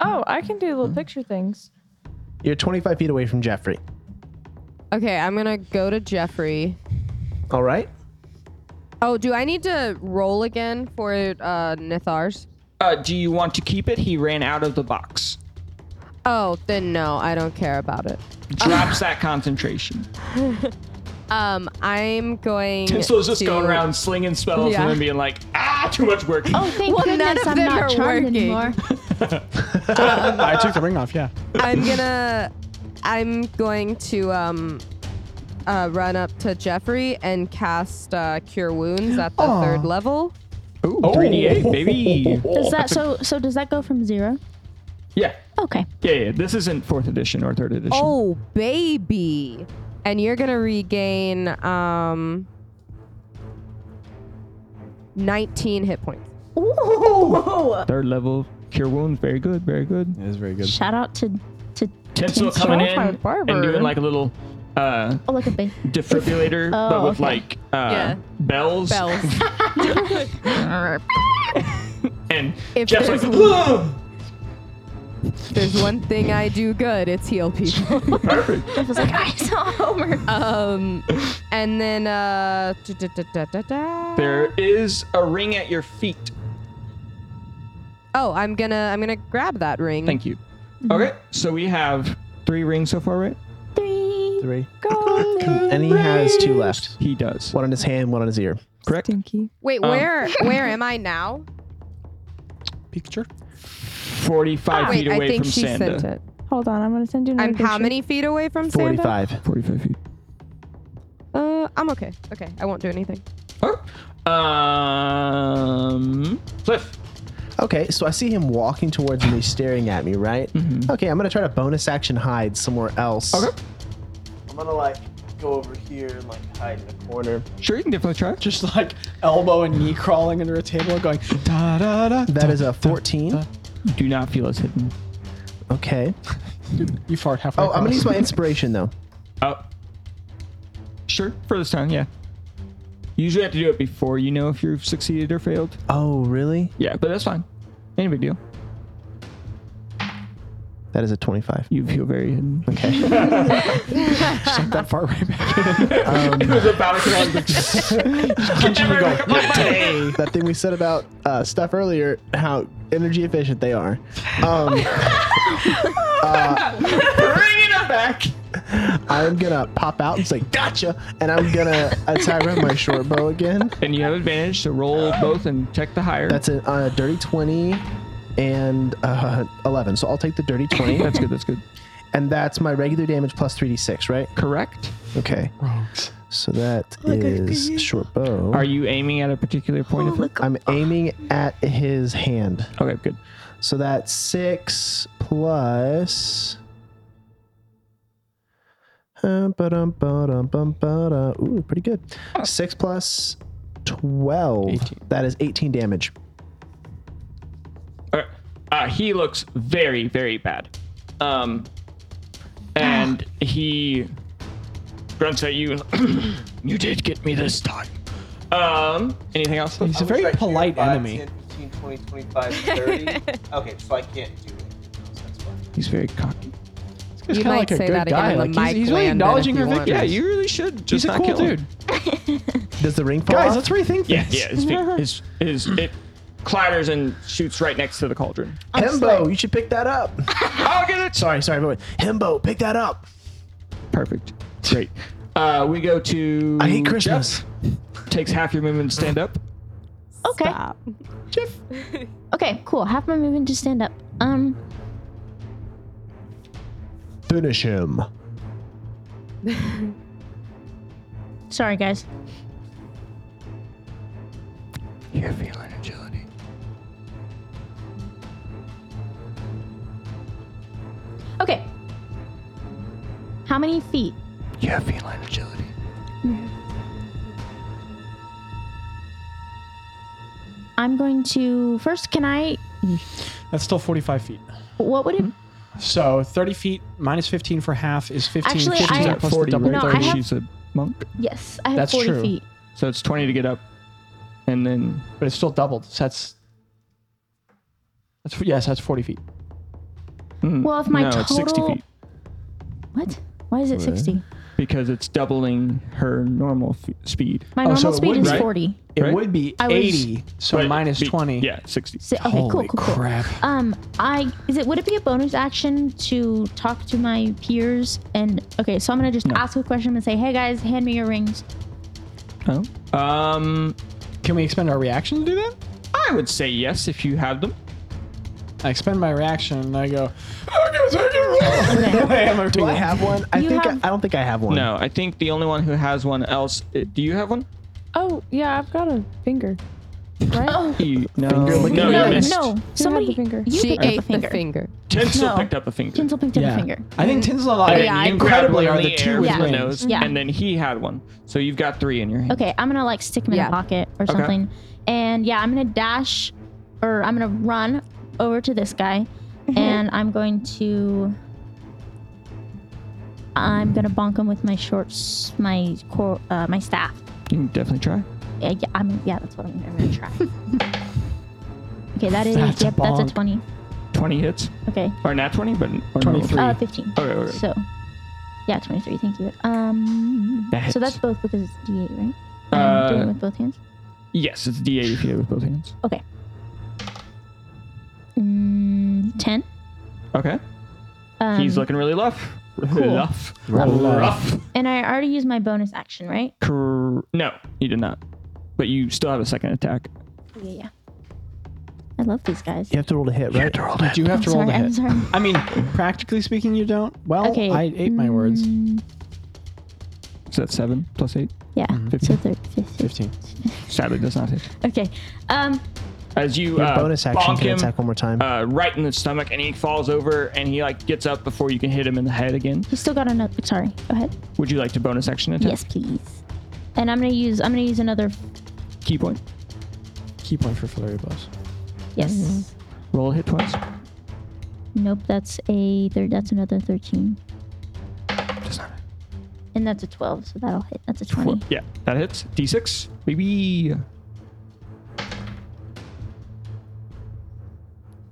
[SPEAKER 7] Oh, I can do little picture things.
[SPEAKER 5] You're 25 feet away from Jeffrey.
[SPEAKER 4] Okay, I'm gonna go to Jeffrey.
[SPEAKER 5] All right.
[SPEAKER 4] Oh, do I need to roll again for uh Nithar's?
[SPEAKER 3] Uh, do you want to keep it? He ran out of the box.
[SPEAKER 4] Oh, then no, I don't care about it.
[SPEAKER 3] Drops that concentration.
[SPEAKER 4] Um,
[SPEAKER 3] (laughs)
[SPEAKER 4] I'm going.
[SPEAKER 3] Tinsel is just
[SPEAKER 4] to-
[SPEAKER 3] going around slinging spells
[SPEAKER 4] Yeah.
[SPEAKER 3] and then being like, ah, too much work.
[SPEAKER 2] Oh, thank
[SPEAKER 4] Well, none
[SPEAKER 2] goodness
[SPEAKER 4] of
[SPEAKER 2] I'm
[SPEAKER 4] them are
[SPEAKER 2] not charmed
[SPEAKER 4] working.
[SPEAKER 2] anymore.
[SPEAKER 8] I took the ring off, yeah.
[SPEAKER 4] (laughs) I'm gonna. I'm going to um, uh, run up to Jeffrey and cast uh, Cure Wounds at the third level.
[SPEAKER 3] Ooh, 3d8, baby.
[SPEAKER 2] Does that so? So does that go from zero?
[SPEAKER 3] Yeah.
[SPEAKER 2] Okay.
[SPEAKER 3] Yeah, yeah. This isn't fourth edition or third edition.
[SPEAKER 4] Oh, baby. And you're going to regain um 19 hit points.
[SPEAKER 2] Ooh.
[SPEAKER 3] Third level cure wounds. Very good. Very good.
[SPEAKER 8] It is very good.
[SPEAKER 2] Shout out to to
[SPEAKER 3] Tinsel coming in
[SPEAKER 7] my
[SPEAKER 3] and
[SPEAKER 7] barber.
[SPEAKER 3] doing like a little uh,
[SPEAKER 2] oh look at me.
[SPEAKER 3] defibrillator,
[SPEAKER 2] Oh,
[SPEAKER 3] but with
[SPEAKER 2] okay.
[SPEAKER 3] like uh,
[SPEAKER 4] Yeah.
[SPEAKER 3] bells.
[SPEAKER 4] Bells.
[SPEAKER 3] And
[SPEAKER 4] If
[SPEAKER 3] Jeff's like,
[SPEAKER 4] there's-
[SPEAKER 3] "Whoa!"
[SPEAKER 4] There's one thing I do good, it's heal people.
[SPEAKER 3] perfect.
[SPEAKER 2] Jeff was like, (laughs) I saw Homer.
[SPEAKER 4] Um and then uh da- da- da- da- da- da.
[SPEAKER 3] There is a ring at your feet.
[SPEAKER 4] Oh, I'm going to I'm going to grab that ring.
[SPEAKER 3] Thank you.
[SPEAKER 4] Mm-hmm.
[SPEAKER 3] Okay, so we have three rings so far, right?
[SPEAKER 2] Three.
[SPEAKER 5] Three. and he has two left
[SPEAKER 3] He does.
[SPEAKER 5] one on his hand, one on his ear.
[SPEAKER 3] Correct.
[SPEAKER 7] Stinky.
[SPEAKER 4] Wait,
[SPEAKER 3] Um,
[SPEAKER 8] (laughs)
[SPEAKER 4] where where am I now?
[SPEAKER 8] Picture.
[SPEAKER 3] Forty-five
[SPEAKER 4] Oh, Wait,
[SPEAKER 3] feet
[SPEAKER 4] I
[SPEAKER 3] away
[SPEAKER 4] think
[SPEAKER 3] from
[SPEAKER 4] she
[SPEAKER 3] Sanda.
[SPEAKER 4] sent it.
[SPEAKER 7] Hold on, I'm gonna send you. Another
[SPEAKER 4] I'm how
[SPEAKER 7] picture.
[SPEAKER 4] many feet away from Santa?
[SPEAKER 5] 45.
[SPEAKER 3] Forty-five feet.
[SPEAKER 4] Uh I'm okay. Okay, I won't do anything.
[SPEAKER 3] Oh. Um, Cliff.
[SPEAKER 5] Okay, so I see him walking towards me, staring at me, right? Okay, I'm gonna try to bonus action hide somewhere else.
[SPEAKER 3] Okay.
[SPEAKER 10] I'm gonna like go over here and like hide in a corner.
[SPEAKER 3] Sure, you can definitely try.
[SPEAKER 8] Just like elbow and knee crawling under a table going da da da.
[SPEAKER 5] That is a
[SPEAKER 8] (laughs)
[SPEAKER 5] 14.
[SPEAKER 3] Do not feel as hidden.
[SPEAKER 5] Okay.
[SPEAKER 8] You fart halfway.
[SPEAKER 5] Oh, I'm gonna
[SPEAKER 8] across.
[SPEAKER 5] use my inspiration though.
[SPEAKER 3] Oh. Sure, for this time, yeah. You usually have to do it before you know if you've succeeded or failed.
[SPEAKER 5] Oh, really?
[SPEAKER 3] Yeah, but that's fine. Ain't a big deal.
[SPEAKER 5] That is a 25.
[SPEAKER 3] You feel very hidden.
[SPEAKER 8] Shove that fart right back.
[SPEAKER 3] it was about to (laughs)
[SPEAKER 8] Punching you go.
[SPEAKER 5] Hey, that thing we said about uh, stuff earlier, how energy efficient they are.
[SPEAKER 3] (laughs)
[SPEAKER 5] Um,
[SPEAKER 3] Bring (laughs) it back.
[SPEAKER 5] I'm gonna pop out and say, gotcha! And I'm gonna attack with my short bow again.
[SPEAKER 3] And you have advantage to roll both and check the higher.
[SPEAKER 5] That's a uh, dirty 20 and uh, 11. So I'll take the dirty 20.
[SPEAKER 3] (laughs) that's good. That's good.
[SPEAKER 5] and that's my regular damage plus 3d6, right?
[SPEAKER 3] Correct.
[SPEAKER 5] Okay. So that is short bow.
[SPEAKER 3] Are you aiming at a particular point of it?
[SPEAKER 5] I'm aiming at his hand.
[SPEAKER 3] Okay, good.
[SPEAKER 5] So that's six plus. Uh, ba-dum, ba-dum, bum, ba-da. Ooh, pretty good. Six plus 12.
[SPEAKER 8] 18.
[SPEAKER 5] That is 18 damage.
[SPEAKER 3] Uh, uh, he looks very, very bad. Um,
[SPEAKER 4] (sighs)
[SPEAKER 3] and he grunts at you. (clears throat) you did get me this time. Um, anything else?
[SPEAKER 8] He's a very
[SPEAKER 10] Check here,
[SPEAKER 8] polite
[SPEAKER 10] five,
[SPEAKER 8] enemy.
[SPEAKER 10] 10, 15, 20, 25, 30. okay, so I can't do it. So that's fine.
[SPEAKER 3] He's very cocky.
[SPEAKER 8] He's
[SPEAKER 4] You
[SPEAKER 8] kinda
[SPEAKER 4] might
[SPEAKER 8] like a
[SPEAKER 4] say
[SPEAKER 8] good
[SPEAKER 4] that again
[SPEAKER 8] guy.
[SPEAKER 4] on the
[SPEAKER 8] Like he's,
[SPEAKER 4] mic,
[SPEAKER 8] he's really
[SPEAKER 4] Landon,
[SPEAKER 8] acknowledging
[SPEAKER 4] if
[SPEAKER 8] your
[SPEAKER 4] you want.
[SPEAKER 8] victory.
[SPEAKER 3] Yeah, you really should. Just
[SPEAKER 8] he's a
[SPEAKER 3] not
[SPEAKER 8] cool
[SPEAKER 3] kill him.
[SPEAKER 8] dude.
[SPEAKER 5] Does the ring fall off?
[SPEAKER 8] Guys, let's rethink
[SPEAKER 3] Yeah,
[SPEAKER 8] this.
[SPEAKER 3] yeah. His, feet, his, his it clatters and shoots right next to the cauldron.
[SPEAKER 5] Hembo, you should pick that up.
[SPEAKER 3] I'll get it.
[SPEAKER 5] sorry, sorry, everyone. Hembo, pick that up.
[SPEAKER 3] Perfect. Great. Uh, we go to.
[SPEAKER 5] I hate Christmas.
[SPEAKER 3] Jeff. Takes half your movement to stand up.
[SPEAKER 2] Okay. Okay, cool. Half my movement to stand up. Um,
[SPEAKER 5] Finish him.
[SPEAKER 2] sorry guys.
[SPEAKER 3] You're feeling agility.
[SPEAKER 2] Okay. How many feet?
[SPEAKER 3] You're feeling agility.
[SPEAKER 2] I'm going to first. Can I?
[SPEAKER 8] That's still 45 feet.
[SPEAKER 2] What would it?
[SPEAKER 8] So 30 feet minus 15 for half is 15.
[SPEAKER 2] Actually,
[SPEAKER 8] 15
[SPEAKER 2] I-
[SPEAKER 8] plus the double
[SPEAKER 2] No, I
[SPEAKER 8] 30.
[SPEAKER 2] have-
[SPEAKER 3] She's a monk,
[SPEAKER 2] Yes, I have
[SPEAKER 8] That's
[SPEAKER 2] 40
[SPEAKER 8] true.
[SPEAKER 2] feet.
[SPEAKER 3] so it's twenty to get up, and then
[SPEAKER 8] but it's still doubled. So that's that's yes, that's 40 feet. Hmm.
[SPEAKER 2] Well, if my
[SPEAKER 3] no,
[SPEAKER 2] total.
[SPEAKER 3] it's sixty feet
[SPEAKER 2] What? Why is it 60?
[SPEAKER 3] because it's doubling her normal f- speed.
[SPEAKER 2] My
[SPEAKER 8] Oh,
[SPEAKER 2] normal
[SPEAKER 8] so it
[SPEAKER 2] speed
[SPEAKER 8] would-
[SPEAKER 2] is
[SPEAKER 8] right?
[SPEAKER 2] 40.
[SPEAKER 8] It
[SPEAKER 3] Right?
[SPEAKER 8] would be
[SPEAKER 2] I was-
[SPEAKER 8] 80, so
[SPEAKER 3] But
[SPEAKER 8] minus
[SPEAKER 3] be-
[SPEAKER 8] 20.
[SPEAKER 3] Yeah, sixty.
[SPEAKER 2] So, okay, cool,
[SPEAKER 8] Holy
[SPEAKER 2] cool, cool.
[SPEAKER 8] crap.
[SPEAKER 2] Um, I is it would it be a bonus action to talk to my peers and okay, so I'm gonna just ask a question and say, hey guys, hand me your rings.
[SPEAKER 3] Oh. Um,
[SPEAKER 8] Can we expend our reaction to do that?
[SPEAKER 3] I would say yes if you have them.
[SPEAKER 8] I expend my reaction and I go, "I guess
[SPEAKER 2] (laughs)
[SPEAKER 8] I can (laughs) roll." I am a
[SPEAKER 5] Do I
[SPEAKER 8] roll.
[SPEAKER 5] have one? I
[SPEAKER 2] You
[SPEAKER 5] think
[SPEAKER 2] have-
[SPEAKER 5] I, I don't think I have one.
[SPEAKER 3] No, I think the only one who has one else. i- do you have one?
[SPEAKER 7] Oh, yeah, I've got a finger.
[SPEAKER 3] You, no,
[SPEAKER 5] Finger licking
[SPEAKER 8] Oh,
[SPEAKER 3] no,
[SPEAKER 2] no,
[SPEAKER 3] you missed.
[SPEAKER 2] no, somebody
[SPEAKER 7] finger.
[SPEAKER 2] you (laughs)
[SPEAKER 4] she
[SPEAKER 2] picked up
[SPEAKER 4] ate
[SPEAKER 2] a finger.
[SPEAKER 4] the finger.
[SPEAKER 3] Tinsel
[SPEAKER 2] No.
[SPEAKER 3] picked up a finger.
[SPEAKER 2] Tinsel picked up a
[SPEAKER 8] eh, Yeah.
[SPEAKER 2] finger.
[SPEAKER 8] I think Tinsel
[SPEAKER 2] Oh,
[SPEAKER 8] and
[SPEAKER 3] Okay,
[SPEAKER 8] I
[SPEAKER 3] you
[SPEAKER 8] incredibly
[SPEAKER 3] grabbed
[SPEAKER 8] are
[SPEAKER 3] one in
[SPEAKER 8] the two
[SPEAKER 3] air
[SPEAKER 8] with
[SPEAKER 2] Yeah.
[SPEAKER 3] the
[SPEAKER 8] rings.
[SPEAKER 3] nose,
[SPEAKER 2] Yeah.
[SPEAKER 3] and then he had one. So you've got three in your hand.
[SPEAKER 2] Okay, I'm gonna like stick him in
[SPEAKER 4] Yeah.
[SPEAKER 2] a pocket or something. And yeah, I'm gonna dash or I'm gonna run over to this guy and I'm going to I'm gonna bonk him with my shorts, my core, uh, my staff.
[SPEAKER 3] You can definitely try.
[SPEAKER 2] Yeah, yeah, I'm, yeah that's what I'm, I'm gonna try. okay, that is
[SPEAKER 8] That's a
[SPEAKER 2] yep, that's a
[SPEAKER 8] bonk.
[SPEAKER 2] twenty.
[SPEAKER 3] Twenty hits,
[SPEAKER 2] Okay,
[SPEAKER 3] or not twenty, but or no.
[SPEAKER 8] 23.
[SPEAKER 2] uh, fifteen.
[SPEAKER 3] Okay, okay.
[SPEAKER 2] So, yeah, twenty-three. Thank you. Um,
[SPEAKER 3] That
[SPEAKER 2] so
[SPEAKER 3] hits.
[SPEAKER 2] that's both because it's D8, right? And I'm doing it
[SPEAKER 3] Uh,
[SPEAKER 2] with both hands.
[SPEAKER 3] yes, it's D8 if you have it with both hands.
[SPEAKER 2] Okay. Mm, ten.
[SPEAKER 3] Okay.
[SPEAKER 2] Um,
[SPEAKER 3] He's looking really rough.
[SPEAKER 2] cool.
[SPEAKER 3] Rough.
[SPEAKER 8] Rough.
[SPEAKER 3] Rough.
[SPEAKER 2] And I already used my bonus action, right?
[SPEAKER 3] Cr- no, you did not. But you still have a second attack.
[SPEAKER 2] Yeah, yeah. I love these guys.
[SPEAKER 5] You have to roll to hit, right?
[SPEAKER 8] You do have
[SPEAKER 2] I'm
[SPEAKER 8] to roll
[SPEAKER 2] sorry,
[SPEAKER 8] the
[SPEAKER 2] I'm
[SPEAKER 8] hit.
[SPEAKER 2] sorry.
[SPEAKER 3] (laughs)
[SPEAKER 8] I mean, practically speaking, you don't. Well,
[SPEAKER 2] Okay, Mm.
[SPEAKER 8] I ate my words.
[SPEAKER 3] So that's seven plus eight.
[SPEAKER 2] Yeah. So
[SPEAKER 3] Fifteen.
[SPEAKER 2] thir- fif- fif-
[SPEAKER 8] 15.
[SPEAKER 3] Sadly, does not hit.
[SPEAKER 2] Okay. Um.
[SPEAKER 3] As you
[SPEAKER 5] Your
[SPEAKER 3] uh,
[SPEAKER 5] bonus action
[SPEAKER 3] bonk
[SPEAKER 5] can
[SPEAKER 3] him
[SPEAKER 5] attack one more time.
[SPEAKER 3] uh, right in the stomach, and he falls over, and he like gets up before you can hit him in the head again.
[SPEAKER 2] You still got another. Sorry. Go ahead.
[SPEAKER 3] Would you like to bonus action attack?
[SPEAKER 2] Yes, please. And I'm gonna use. I'm gonna use another.
[SPEAKER 3] Key point.
[SPEAKER 8] Key point for flurry blows.
[SPEAKER 2] Yes.
[SPEAKER 3] Mm-hmm. Roll a hit twice.
[SPEAKER 2] Nope. That's a. Thir- that's another thirteen.
[SPEAKER 3] Does not.
[SPEAKER 2] And that's a twelve. So that'll hit. That's a twenty.
[SPEAKER 3] Yeah, that hits. D6, baby.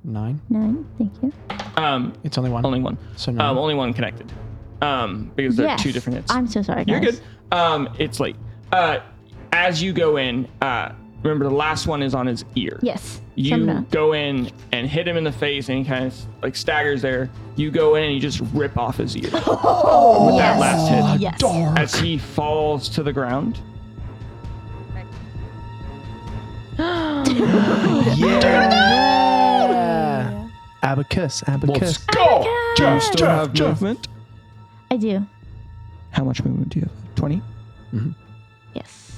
[SPEAKER 8] Nine.
[SPEAKER 2] Nine. Thank you.
[SPEAKER 3] Um,
[SPEAKER 8] It's only one.
[SPEAKER 3] only one.
[SPEAKER 8] So nine.
[SPEAKER 3] Um, only one connected. Um, because they're
[SPEAKER 2] Yes.
[SPEAKER 3] two different hits.
[SPEAKER 2] I'm so sorry,
[SPEAKER 3] You're
[SPEAKER 2] guys.
[SPEAKER 3] good. Um, it's late. Uh, as you go in, uh, remember the last one is on his ear.
[SPEAKER 2] Yes. so I'm
[SPEAKER 3] You
[SPEAKER 2] gonna-
[SPEAKER 3] go in and hit him in the face, and he kind of like staggers there. You go in and you just rip off
[SPEAKER 2] (laughs)
[SPEAKER 3] his ear with that last hit
[SPEAKER 2] Oh, yes.
[SPEAKER 3] as he falls to the ground.
[SPEAKER 5] yeah. Abacus, abacus.
[SPEAKER 3] go. Do you still have movement?
[SPEAKER 2] I do.
[SPEAKER 3] How much movement do you have? Twenty.
[SPEAKER 2] Yes.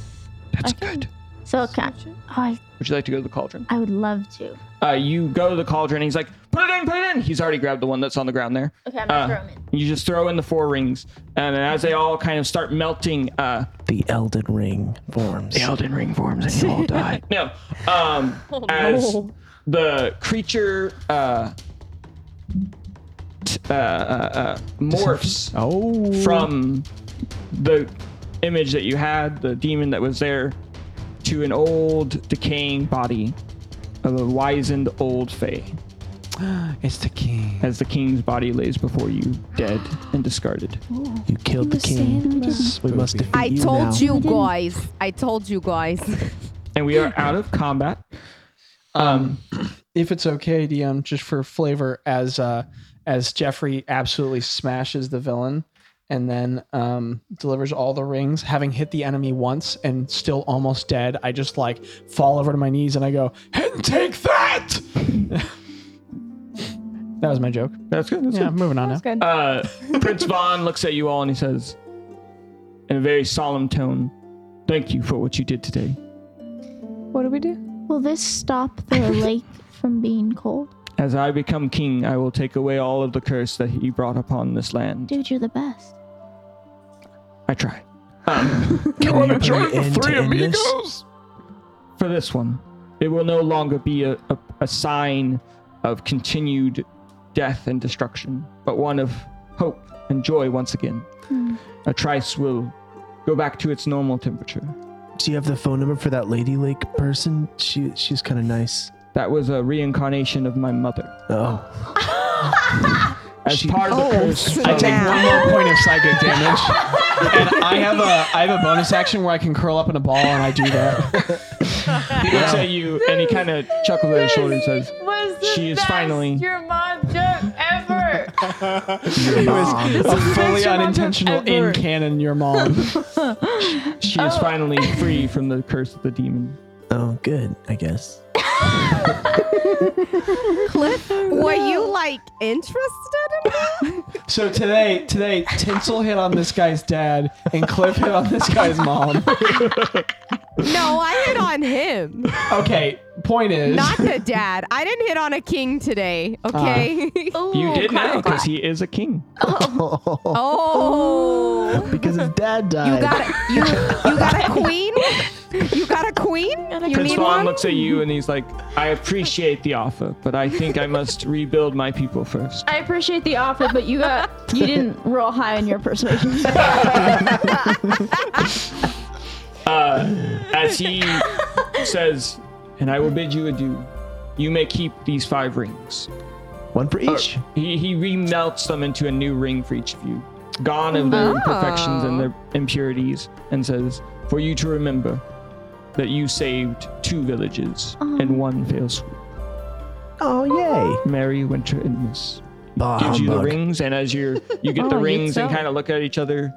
[SPEAKER 3] That's
[SPEAKER 2] Okay.
[SPEAKER 3] good.
[SPEAKER 2] So can oh, I,
[SPEAKER 3] Would you like to go to the cauldron?
[SPEAKER 2] I would love to.
[SPEAKER 3] Uh, you go to the cauldron. He's like, put it in, put it in. He's already grabbed the one that's on the ground there.
[SPEAKER 2] Okay, I'm gonna
[SPEAKER 3] Uh,
[SPEAKER 2] throw him in.
[SPEAKER 3] You just throw in the four rings, and as they all kind of start melting, uh,
[SPEAKER 5] The Elden Ring forms.
[SPEAKER 3] Elden Ring forms and you all die. No. Um, as the creature uh, t- uh, uh, uh, morphs
[SPEAKER 8] (laughs) Oh,
[SPEAKER 3] from the image that you had, the demon that was there, to an old decaying body of a wizened old fae
[SPEAKER 8] it's the king.
[SPEAKER 3] as the king's body lays before you, dead and discarded.
[SPEAKER 5] You killed the king. We must defeat
[SPEAKER 4] I
[SPEAKER 5] you now.
[SPEAKER 4] told you guys. I told you guys.
[SPEAKER 3] And we are out of combat. Um,
[SPEAKER 8] if it's okay, DM, just for flavor, as uh, as Jeffrey absolutely smashes the villain and then um, delivers all the rings, having hit the enemy once and still almost dead. I just like fall over to my knees and I go, "And take that!" (laughs) that was my joke.
[SPEAKER 3] that's good. That's
[SPEAKER 8] Yeah,
[SPEAKER 3] good.
[SPEAKER 8] moving on now.
[SPEAKER 7] good.
[SPEAKER 3] Uh, Prince Vaughn looks at you all and he says, in a very solemn tone, "Thank you for what you did today."
[SPEAKER 7] What do we do?
[SPEAKER 2] Will this stop the lake from being cold?
[SPEAKER 3] As I become king, I will take away all of the curse that he brought upon this land.
[SPEAKER 2] Dude, you're the best.
[SPEAKER 3] I try.
[SPEAKER 5] Can you put an end to end this?
[SPEAKER 3] For this one, it will no longer be a, a, a sign of continued death and destruction, but one of hope and joy once again. A trice will go back to its normal temperature.
[SPEAKER 5] Do you have the phone number for that Lady Lake person? She she's kind of nice.
[SPEAKER 3] That was a reincarnation of my mother.
[SPEAKER 5] Oh,
[SPEAKER 3] As part of the curse,
[SPEAKER 8] I take one more
[SPEAKER 1] (laughs)
[SPEAKER 8] point of psychic damage, and I have a I have a bonus action where I can curl up in a ball and I do that.
[SPEAKER 3] (laughs) he looks at you and he kind of chuckles at his shoulder and says,
[SPEAKER 9] Was the
[SPEAKER 3] She is
[SPEAKER 9] best
[SPEAKER 3] finally-
[SPEAKER 9] your mom joke
[SPEAKER 7] (laughs)
[SPEAKER 9] ever.
[SPEAKER 8] It
[SPEAKER 5] (laughs)
[SPEAKER 8] was a fully unintentional
[SPEAKER 7] ever.
[SPEAKER 8] in canon. Your mom.
[SPEAKER 3] She is finally free from the curse of the demon.
[SPEAKER 5] oh, good. I guess.
[SPEAKER 4] Were you like interested in
[SPEAKER 8] So today, today, Tinsel hit on this guy's dad, and Cliff hit on this guy's mom.
[SPEAKER 4] No, I hit on him,
[SPEAKER 8] Okay, point is,
[SPEAKER 4] not the dad. I didn't hit on a king today. (laughs) Okay.
[SPEAKER 3] You did now because he is a king.
[SPEAKER 4] oh.
[SPEAKER 5] Because his dad died.
[SPEAKER 4] You got a, you you got a queen. You got a queen. You
[SPEAKER 3] Prince
[SPEAKER 4] need
[SPEAKER 3] Vaughn
[SPEAKER 4] one.
[SPEAKER 3] looks at you and he's like, I appreciate the offer, but I think I must rebuild my people first.
[SPEAKER 9] I appreciate the offer, but you got you didn't roll high on your persuasion.
[SPEAKER 3] As he says, and I will bid you adieu. You may keep these five rings.
[SPEAKER 5] One for each.
[SPEAKER 3] He, he remelts them into a new ring for each of you, gone of their imperfections and their impurities, and says, For you to remember that you saved two villages in one fail swoop.
[SPEAKER 5] Oh, yay!
[SPEAKER 3] Merry Winter Inmus.
[SPEAKER 5] Bah,
[SPEAKER 3] gives you the
[SPEAKER 5] humbug.
[SPEAKER 3] rings, and as you're you
[SPEAKER 7] (laughs)
[SPEAKER 3] get the
[SPEAKER 7] Oh, you
[SPEAKER 3] rings and
[SPEAKER 7] tell.
[SPEAKER 3] kind of look at each other,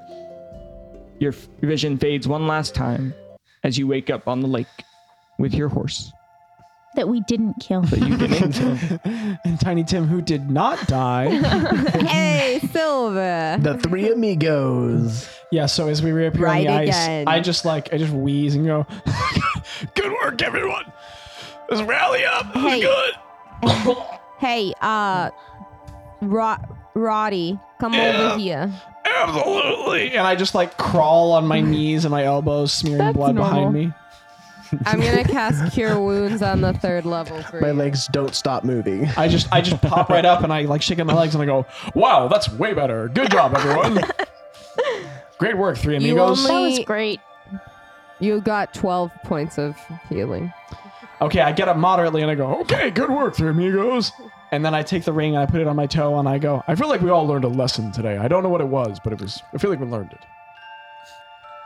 [SPEAKER 3] your f- vision fades one last time as you wake up on the lake with your horse
[SPEAKER 2] That we didn't kill.
[SPEAKER 3] that you
[SPEAKER 7] (laughs)
[SPEAKER 3] didn't.
[SPEAKER 8] and Tiny Tim, who did
[SPEAKER 4] (laughs)
[SPEAKER 8] not die.
[SPEAKER 4] Hey, silver.
[SPEAKER 5] The three amigos.
[SPEAKER 8] Yeah. So as we reappear
[SPEAKER 4] Right
[SPEAKER 8] on the ice,
[SPEAKER 4] again.
[SPEAKER 8] I just like I just wheeze and go, (laughs) "Good work, everyone. Let's rally up. This is
[SPEAKER 4] Hey.
[SPEAKER 8] good."
[SPEAKER 4] Hey, uh, Ro- Roddy, come over here.
[SPEAKER 8] Absolutely. And I just like crawl on my knees and my elbows, smearing
[SPEAKER 7] That's
[SPEAKER 8] blood
[SPEAKER 7] normal.
[SPEAKER 8] behind me.
[SPEAKER 3] (laughs)
[SPEAKER 4] I'm gonna cast Cure Wounds on the third level for
[SPEAKER 5] My
[SPEAKER 4] you.
[SPEAKER 5] legs don't stop moving.
[SPEAKER 8] I just I just pop right up and I like shake out my legs and I go, "Wow, that's way better. Good
[SPEAKER 4] (laughs)
[SPEAKER 8] job, everyone. Great work, three
[SPEAKER 4] You
[SPEAKER 8] amigos."
[SPEAKER 4] only-
[SPEAKER 2] that was great.
[SPEAKER 4] You got 12 points of healing.
[SPEAKER 8] Okay, I get up moderately and I go, okay, good work, three amigos. And then I take the ring and I put it on my toe and I go, I feel like we all learned a lesson today. I don't know what it was, but it was, I feel like we learned it.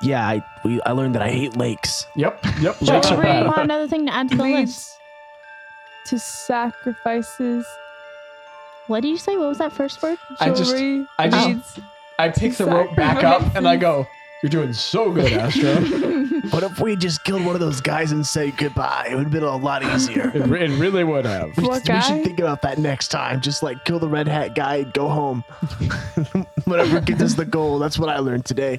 [SPEAKER 5] Yeah, I we, I learned that I hate lakes.
[SPEAKER 8] Yep, yep,
[SPEAKER 2] Shall
[SPEAKER 8] lakes are
[SPEAKER 2] we bring
[SPEAKER 8] bad.
[SPEAKER 2] on another thing to add to the list?
[SPEAKER 7] Leads to sacrifices.
[SPEAKER 2] What did you say? What was that first word?
[SPEAKER 8] I just-
[SPEAKER 7] Jewelry
[SPEAKER 8] I just-
[SPEAKER 7] leads-
[SPEAKER 8] I pick the rope back up and I go, you're doing so good, Astro.
[SPEAKER 5] What if we just killed one of those guys and said goodbye? It would have been a lot easier.
[SPEAKER 8] It, re- it really would have.
[SPEAKER 5] We,
[SPEAKER 7] What
[SPEAKER 5] we
[SPEAKER 7] guy?
[SPEAKER 5] should think about that next time. Just like kill the red hat guy and go home. (laughs) Whatever gets us the goal. That's what I learned today.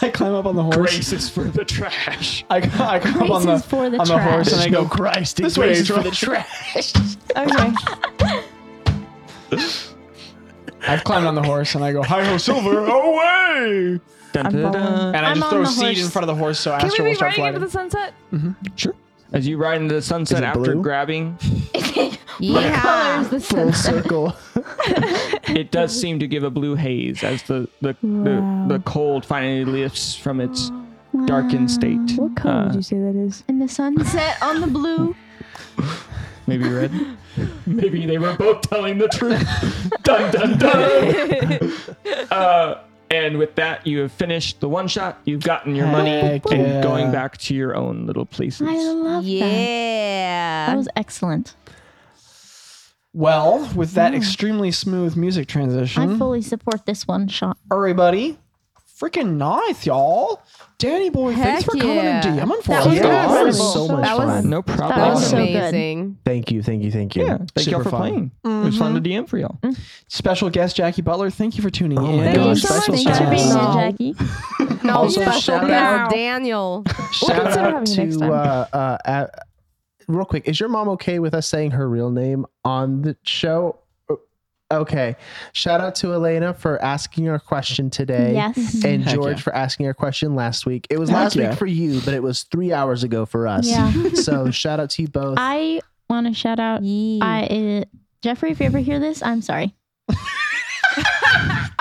[SPEAKER 8] I climb up on the horse.
[SPEAKER 3] Grace is for the trash.
[SPEAKER 8] I, I climb up
[SPEAKER 2] Grace
[SPEAKER 8] on the,
[SPEAKER 2] is for the
[SPEAKER 8] on the horse
[SPEAKER 2] trash.
[SPEAKER 8] and I
[SPEAKER 5] There's no
[SPEAKER 8] go.
[SPEAKER 5] Christ. in
[SPEAKER 8] This way
[SPEAKER 5] grace
[SPEAKER 8] is for
[SPEAKER 5] the trash.
[SPEAKER 7] Okay.
[SPEAKER 8] I've climbed on the horse and I go, "Hi ho, Silver, away!"
[SPEAKER 3] Dun, dun, dun.
[SPEAKER 8] And I
[SPEAKER 9] I'm
[SPEAKER 8] just
[SPEAKER 9] on
[SPEAKER 8] throw
[SPEAKER 9] the
[SPEAKER 8] seed in
[SPEAKER 9] horse.
[SPEAKER 8] front of the horse so
[SPEAKER 7] Can we
[SPEAKER 8] Astro will
[SPEAKER 7] be
[SPEAKER 8] start
[SPEAKER 7] riding into
[SPEAKER 8] flying.
[SPEAKER 7] the sunset?
[SPEAKER 3] As you ride into the sunset
[SPEAKER 5] it
[SPEAKER 3] after
[SPEAKER 5] blue?
[SPEAKER 3] grabbing,
[SPEAKER 4] Yeah.
[SPEAKER 2] There's the
[SPEAKER 5] Full circle.
[SPEAKER 3] it
[SPEAKER 7] (laughs)
[SPEAKER 3] does seem to give a blue haze as the the, the, the cold finally lifts from its darkened state.
[SPEAKER 7] What color
[SPEAKER 3] Uh,
[SPEAKER 7] would you say that is?
[SPEAKER 2] and the sunset on the blue.
[SPEAKER 3] Maybe red. (laughs) Maybe they were both telling the
[SPEAKER 8] (laughs)
[SPEAKER 3] truth. dun dun dun. uh, and with that, you have finished the one shot. You've gotten your money
[SPEAKER 8] Heck
[SPEAKER 3] and
[SPEAKER 8] yeah.
[SPEAKER 3] going back to your own little places.
[SPEAKER 2] I love that. That
[SPEAKER 4] Yeah.
[SPEAKER 2] was excellent.
[SPEAKER 8] Well, with that extremely smooth music
[SPEAKER 2] I
[SPEAKER 8] transition,
[SPEAKER 2] fully support this one shot.
[SPEAKER 8] everybody, freaking nice, y'all. Danny boy, thanks
[SPEAKER 4] Heck
[SPEAKER 8] for coming
[SPEAKER 4] yeah.
[SPEAKER 8] and DMing for
[SPEAKER 4] That
[SPEAKER 8] us.
[SPEAKER 4] was
[SPEAKER 8] y'all.
[SPEAKER 5] That was
[SPEAKER 4] incredible.
[SPEAKER 5] so much
[SPEAKER 4] That was-
[SPEAKER 5] fun.
[SPEAKER 3] no problem.
[SPEAKER 2] That was so good.
[SPEAKER 4] amazing.
[SPEAKER 5] Thank you, thank you, thank you.
[SPEAKER 3] yeah, thank y'all
[SPEAKER 5] Super
[SPEAKER 3] for
[SPEAKER 5] fun.
[SPEAKER 3] playing. It was fun to DM for y'all.
[SPEAKER 8] Special guest Jackie Butler, thank you for tuning in.
[SPEAKER 5] my
[SPEAKER 2] Thank
[SPEAKER 5] Thank
[SPEAKER 2] you
[SPEAKER 5] gosh,
[SPEAKER 2] so much
[SPEAKER 8] Special
[SPEAKER 2] thanks for
[SPEAKER 8] shout
[SPEAKER 2] being
[SPEAKER 8] out-
[SPEAKER 2] here, Jackie.
[SPEAKER 4] No,
[SPEAKER 8] Also,
[SPEAKER 4] special
[SPEAKER 8] shout
[SPEAKER 4] guest
[SPEAKER 7] out-
[SPEAKER 4] Daniel.
[SPEAKER 8] Shout
[SPEAKER 7] consider
[SPEAKER 8] out
[SPEAKER 7] having you next
[SPEAKER 8] to
[SPEAKER 7] time.
[SPEAKER 5] Uh, uh, uh, real quick, is your mom okay with us saying her real name on the show? Okay. Shout out to Elena for asking our question today.
[SPEAKER 2] Yes.
[SPEAKER 5] And
[SPEAKER 8] Heck
[SPEAKER 5] George
[SPEAKER 8] yeah.
[SPEAKER 5] for asking our question last week. It was
[SPEAKER 8] Heck
[SPEAKER 5] last
[SPEAKER 8] yeah.
[SPEAKER 5] week for you, but it was three hours ago for us.
[SPEAKER 2] Yeah.
[SPEAKER 5] so shout out to you
[SPEAKER 2] (laughs)
[SPEAKER 5] both.
[SPEAKER 2] I want to shout out. I uh, Jeffrey, if you ever hear this, I'm
[SPEAKER 8] (laughs)
[SPEAKER 2] sorry.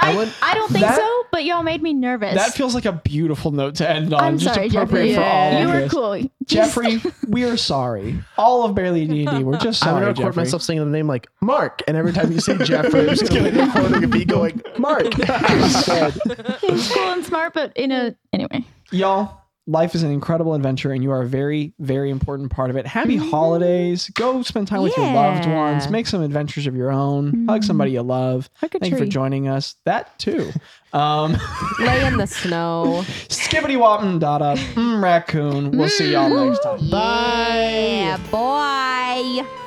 [SPEAKER 2] I,
[SPEAKER 8] would-
[SPEAKER 2] I don't think
[SPEAKER 8] that-
[SPEAKER 2] so, but y'all made me nervous.
[SPEAKER 8] That feels like a beautiful note to end on.
[SPEAKER 2] I'm
[SPEAKER 8] just
[SPEAKER 2] sorry,
[SPEAKER 8] appropriate
[SPEAKER 2] Jeffrey.
[SPEAKER 8] for all
[SPEAKER 2] you
[SPEAKER 8] of
[SPEAKER 2] were
[SPEAKER 8] this.
[SPEAKER 2] cool. Just-
[SPEAKER 8] Jeffrey, we are sorry. All of Barely D&D, we're just
[SPEAKER 5] I'm
[SPEAKER 8] sorry,
[SPEAKER 5] gonna record
[SPEAKER 8] Jeffrey.
[SPEAKER 5] myself saying the name like Mark, and every time you
[SPEAKER 8] (laughs)
[SPEAKER 5] say Jeffrey, I'm just gonna be recording a beat going Mark.
[SPEAKER 2] he's (laughs) cool and smart, but in a anyway.
[SPEAKER 8] Y'all, life is an incredible adventure, and you are a very, very important part of it. Happy holidays. Go spend time with your loved ones.
[SPEAKER 4] Yeah.
[SPEAKER 8] Make some adventures of your own. Hug somebody you love.
[SPEAKER 7] Hug a
[SPEAKER 8] Thank you for
[SPEAKER 7] tree.
[SPEAKER 8] joining us. That too. Um,
[SPEAKER 4] Lay in the (laughs) snow.
[SPEAKER 8] skibbity whopping dot up. Mm, raccoon. We'll see y'all next time.
[SPEAKER 4] Bye. Yeah, boy.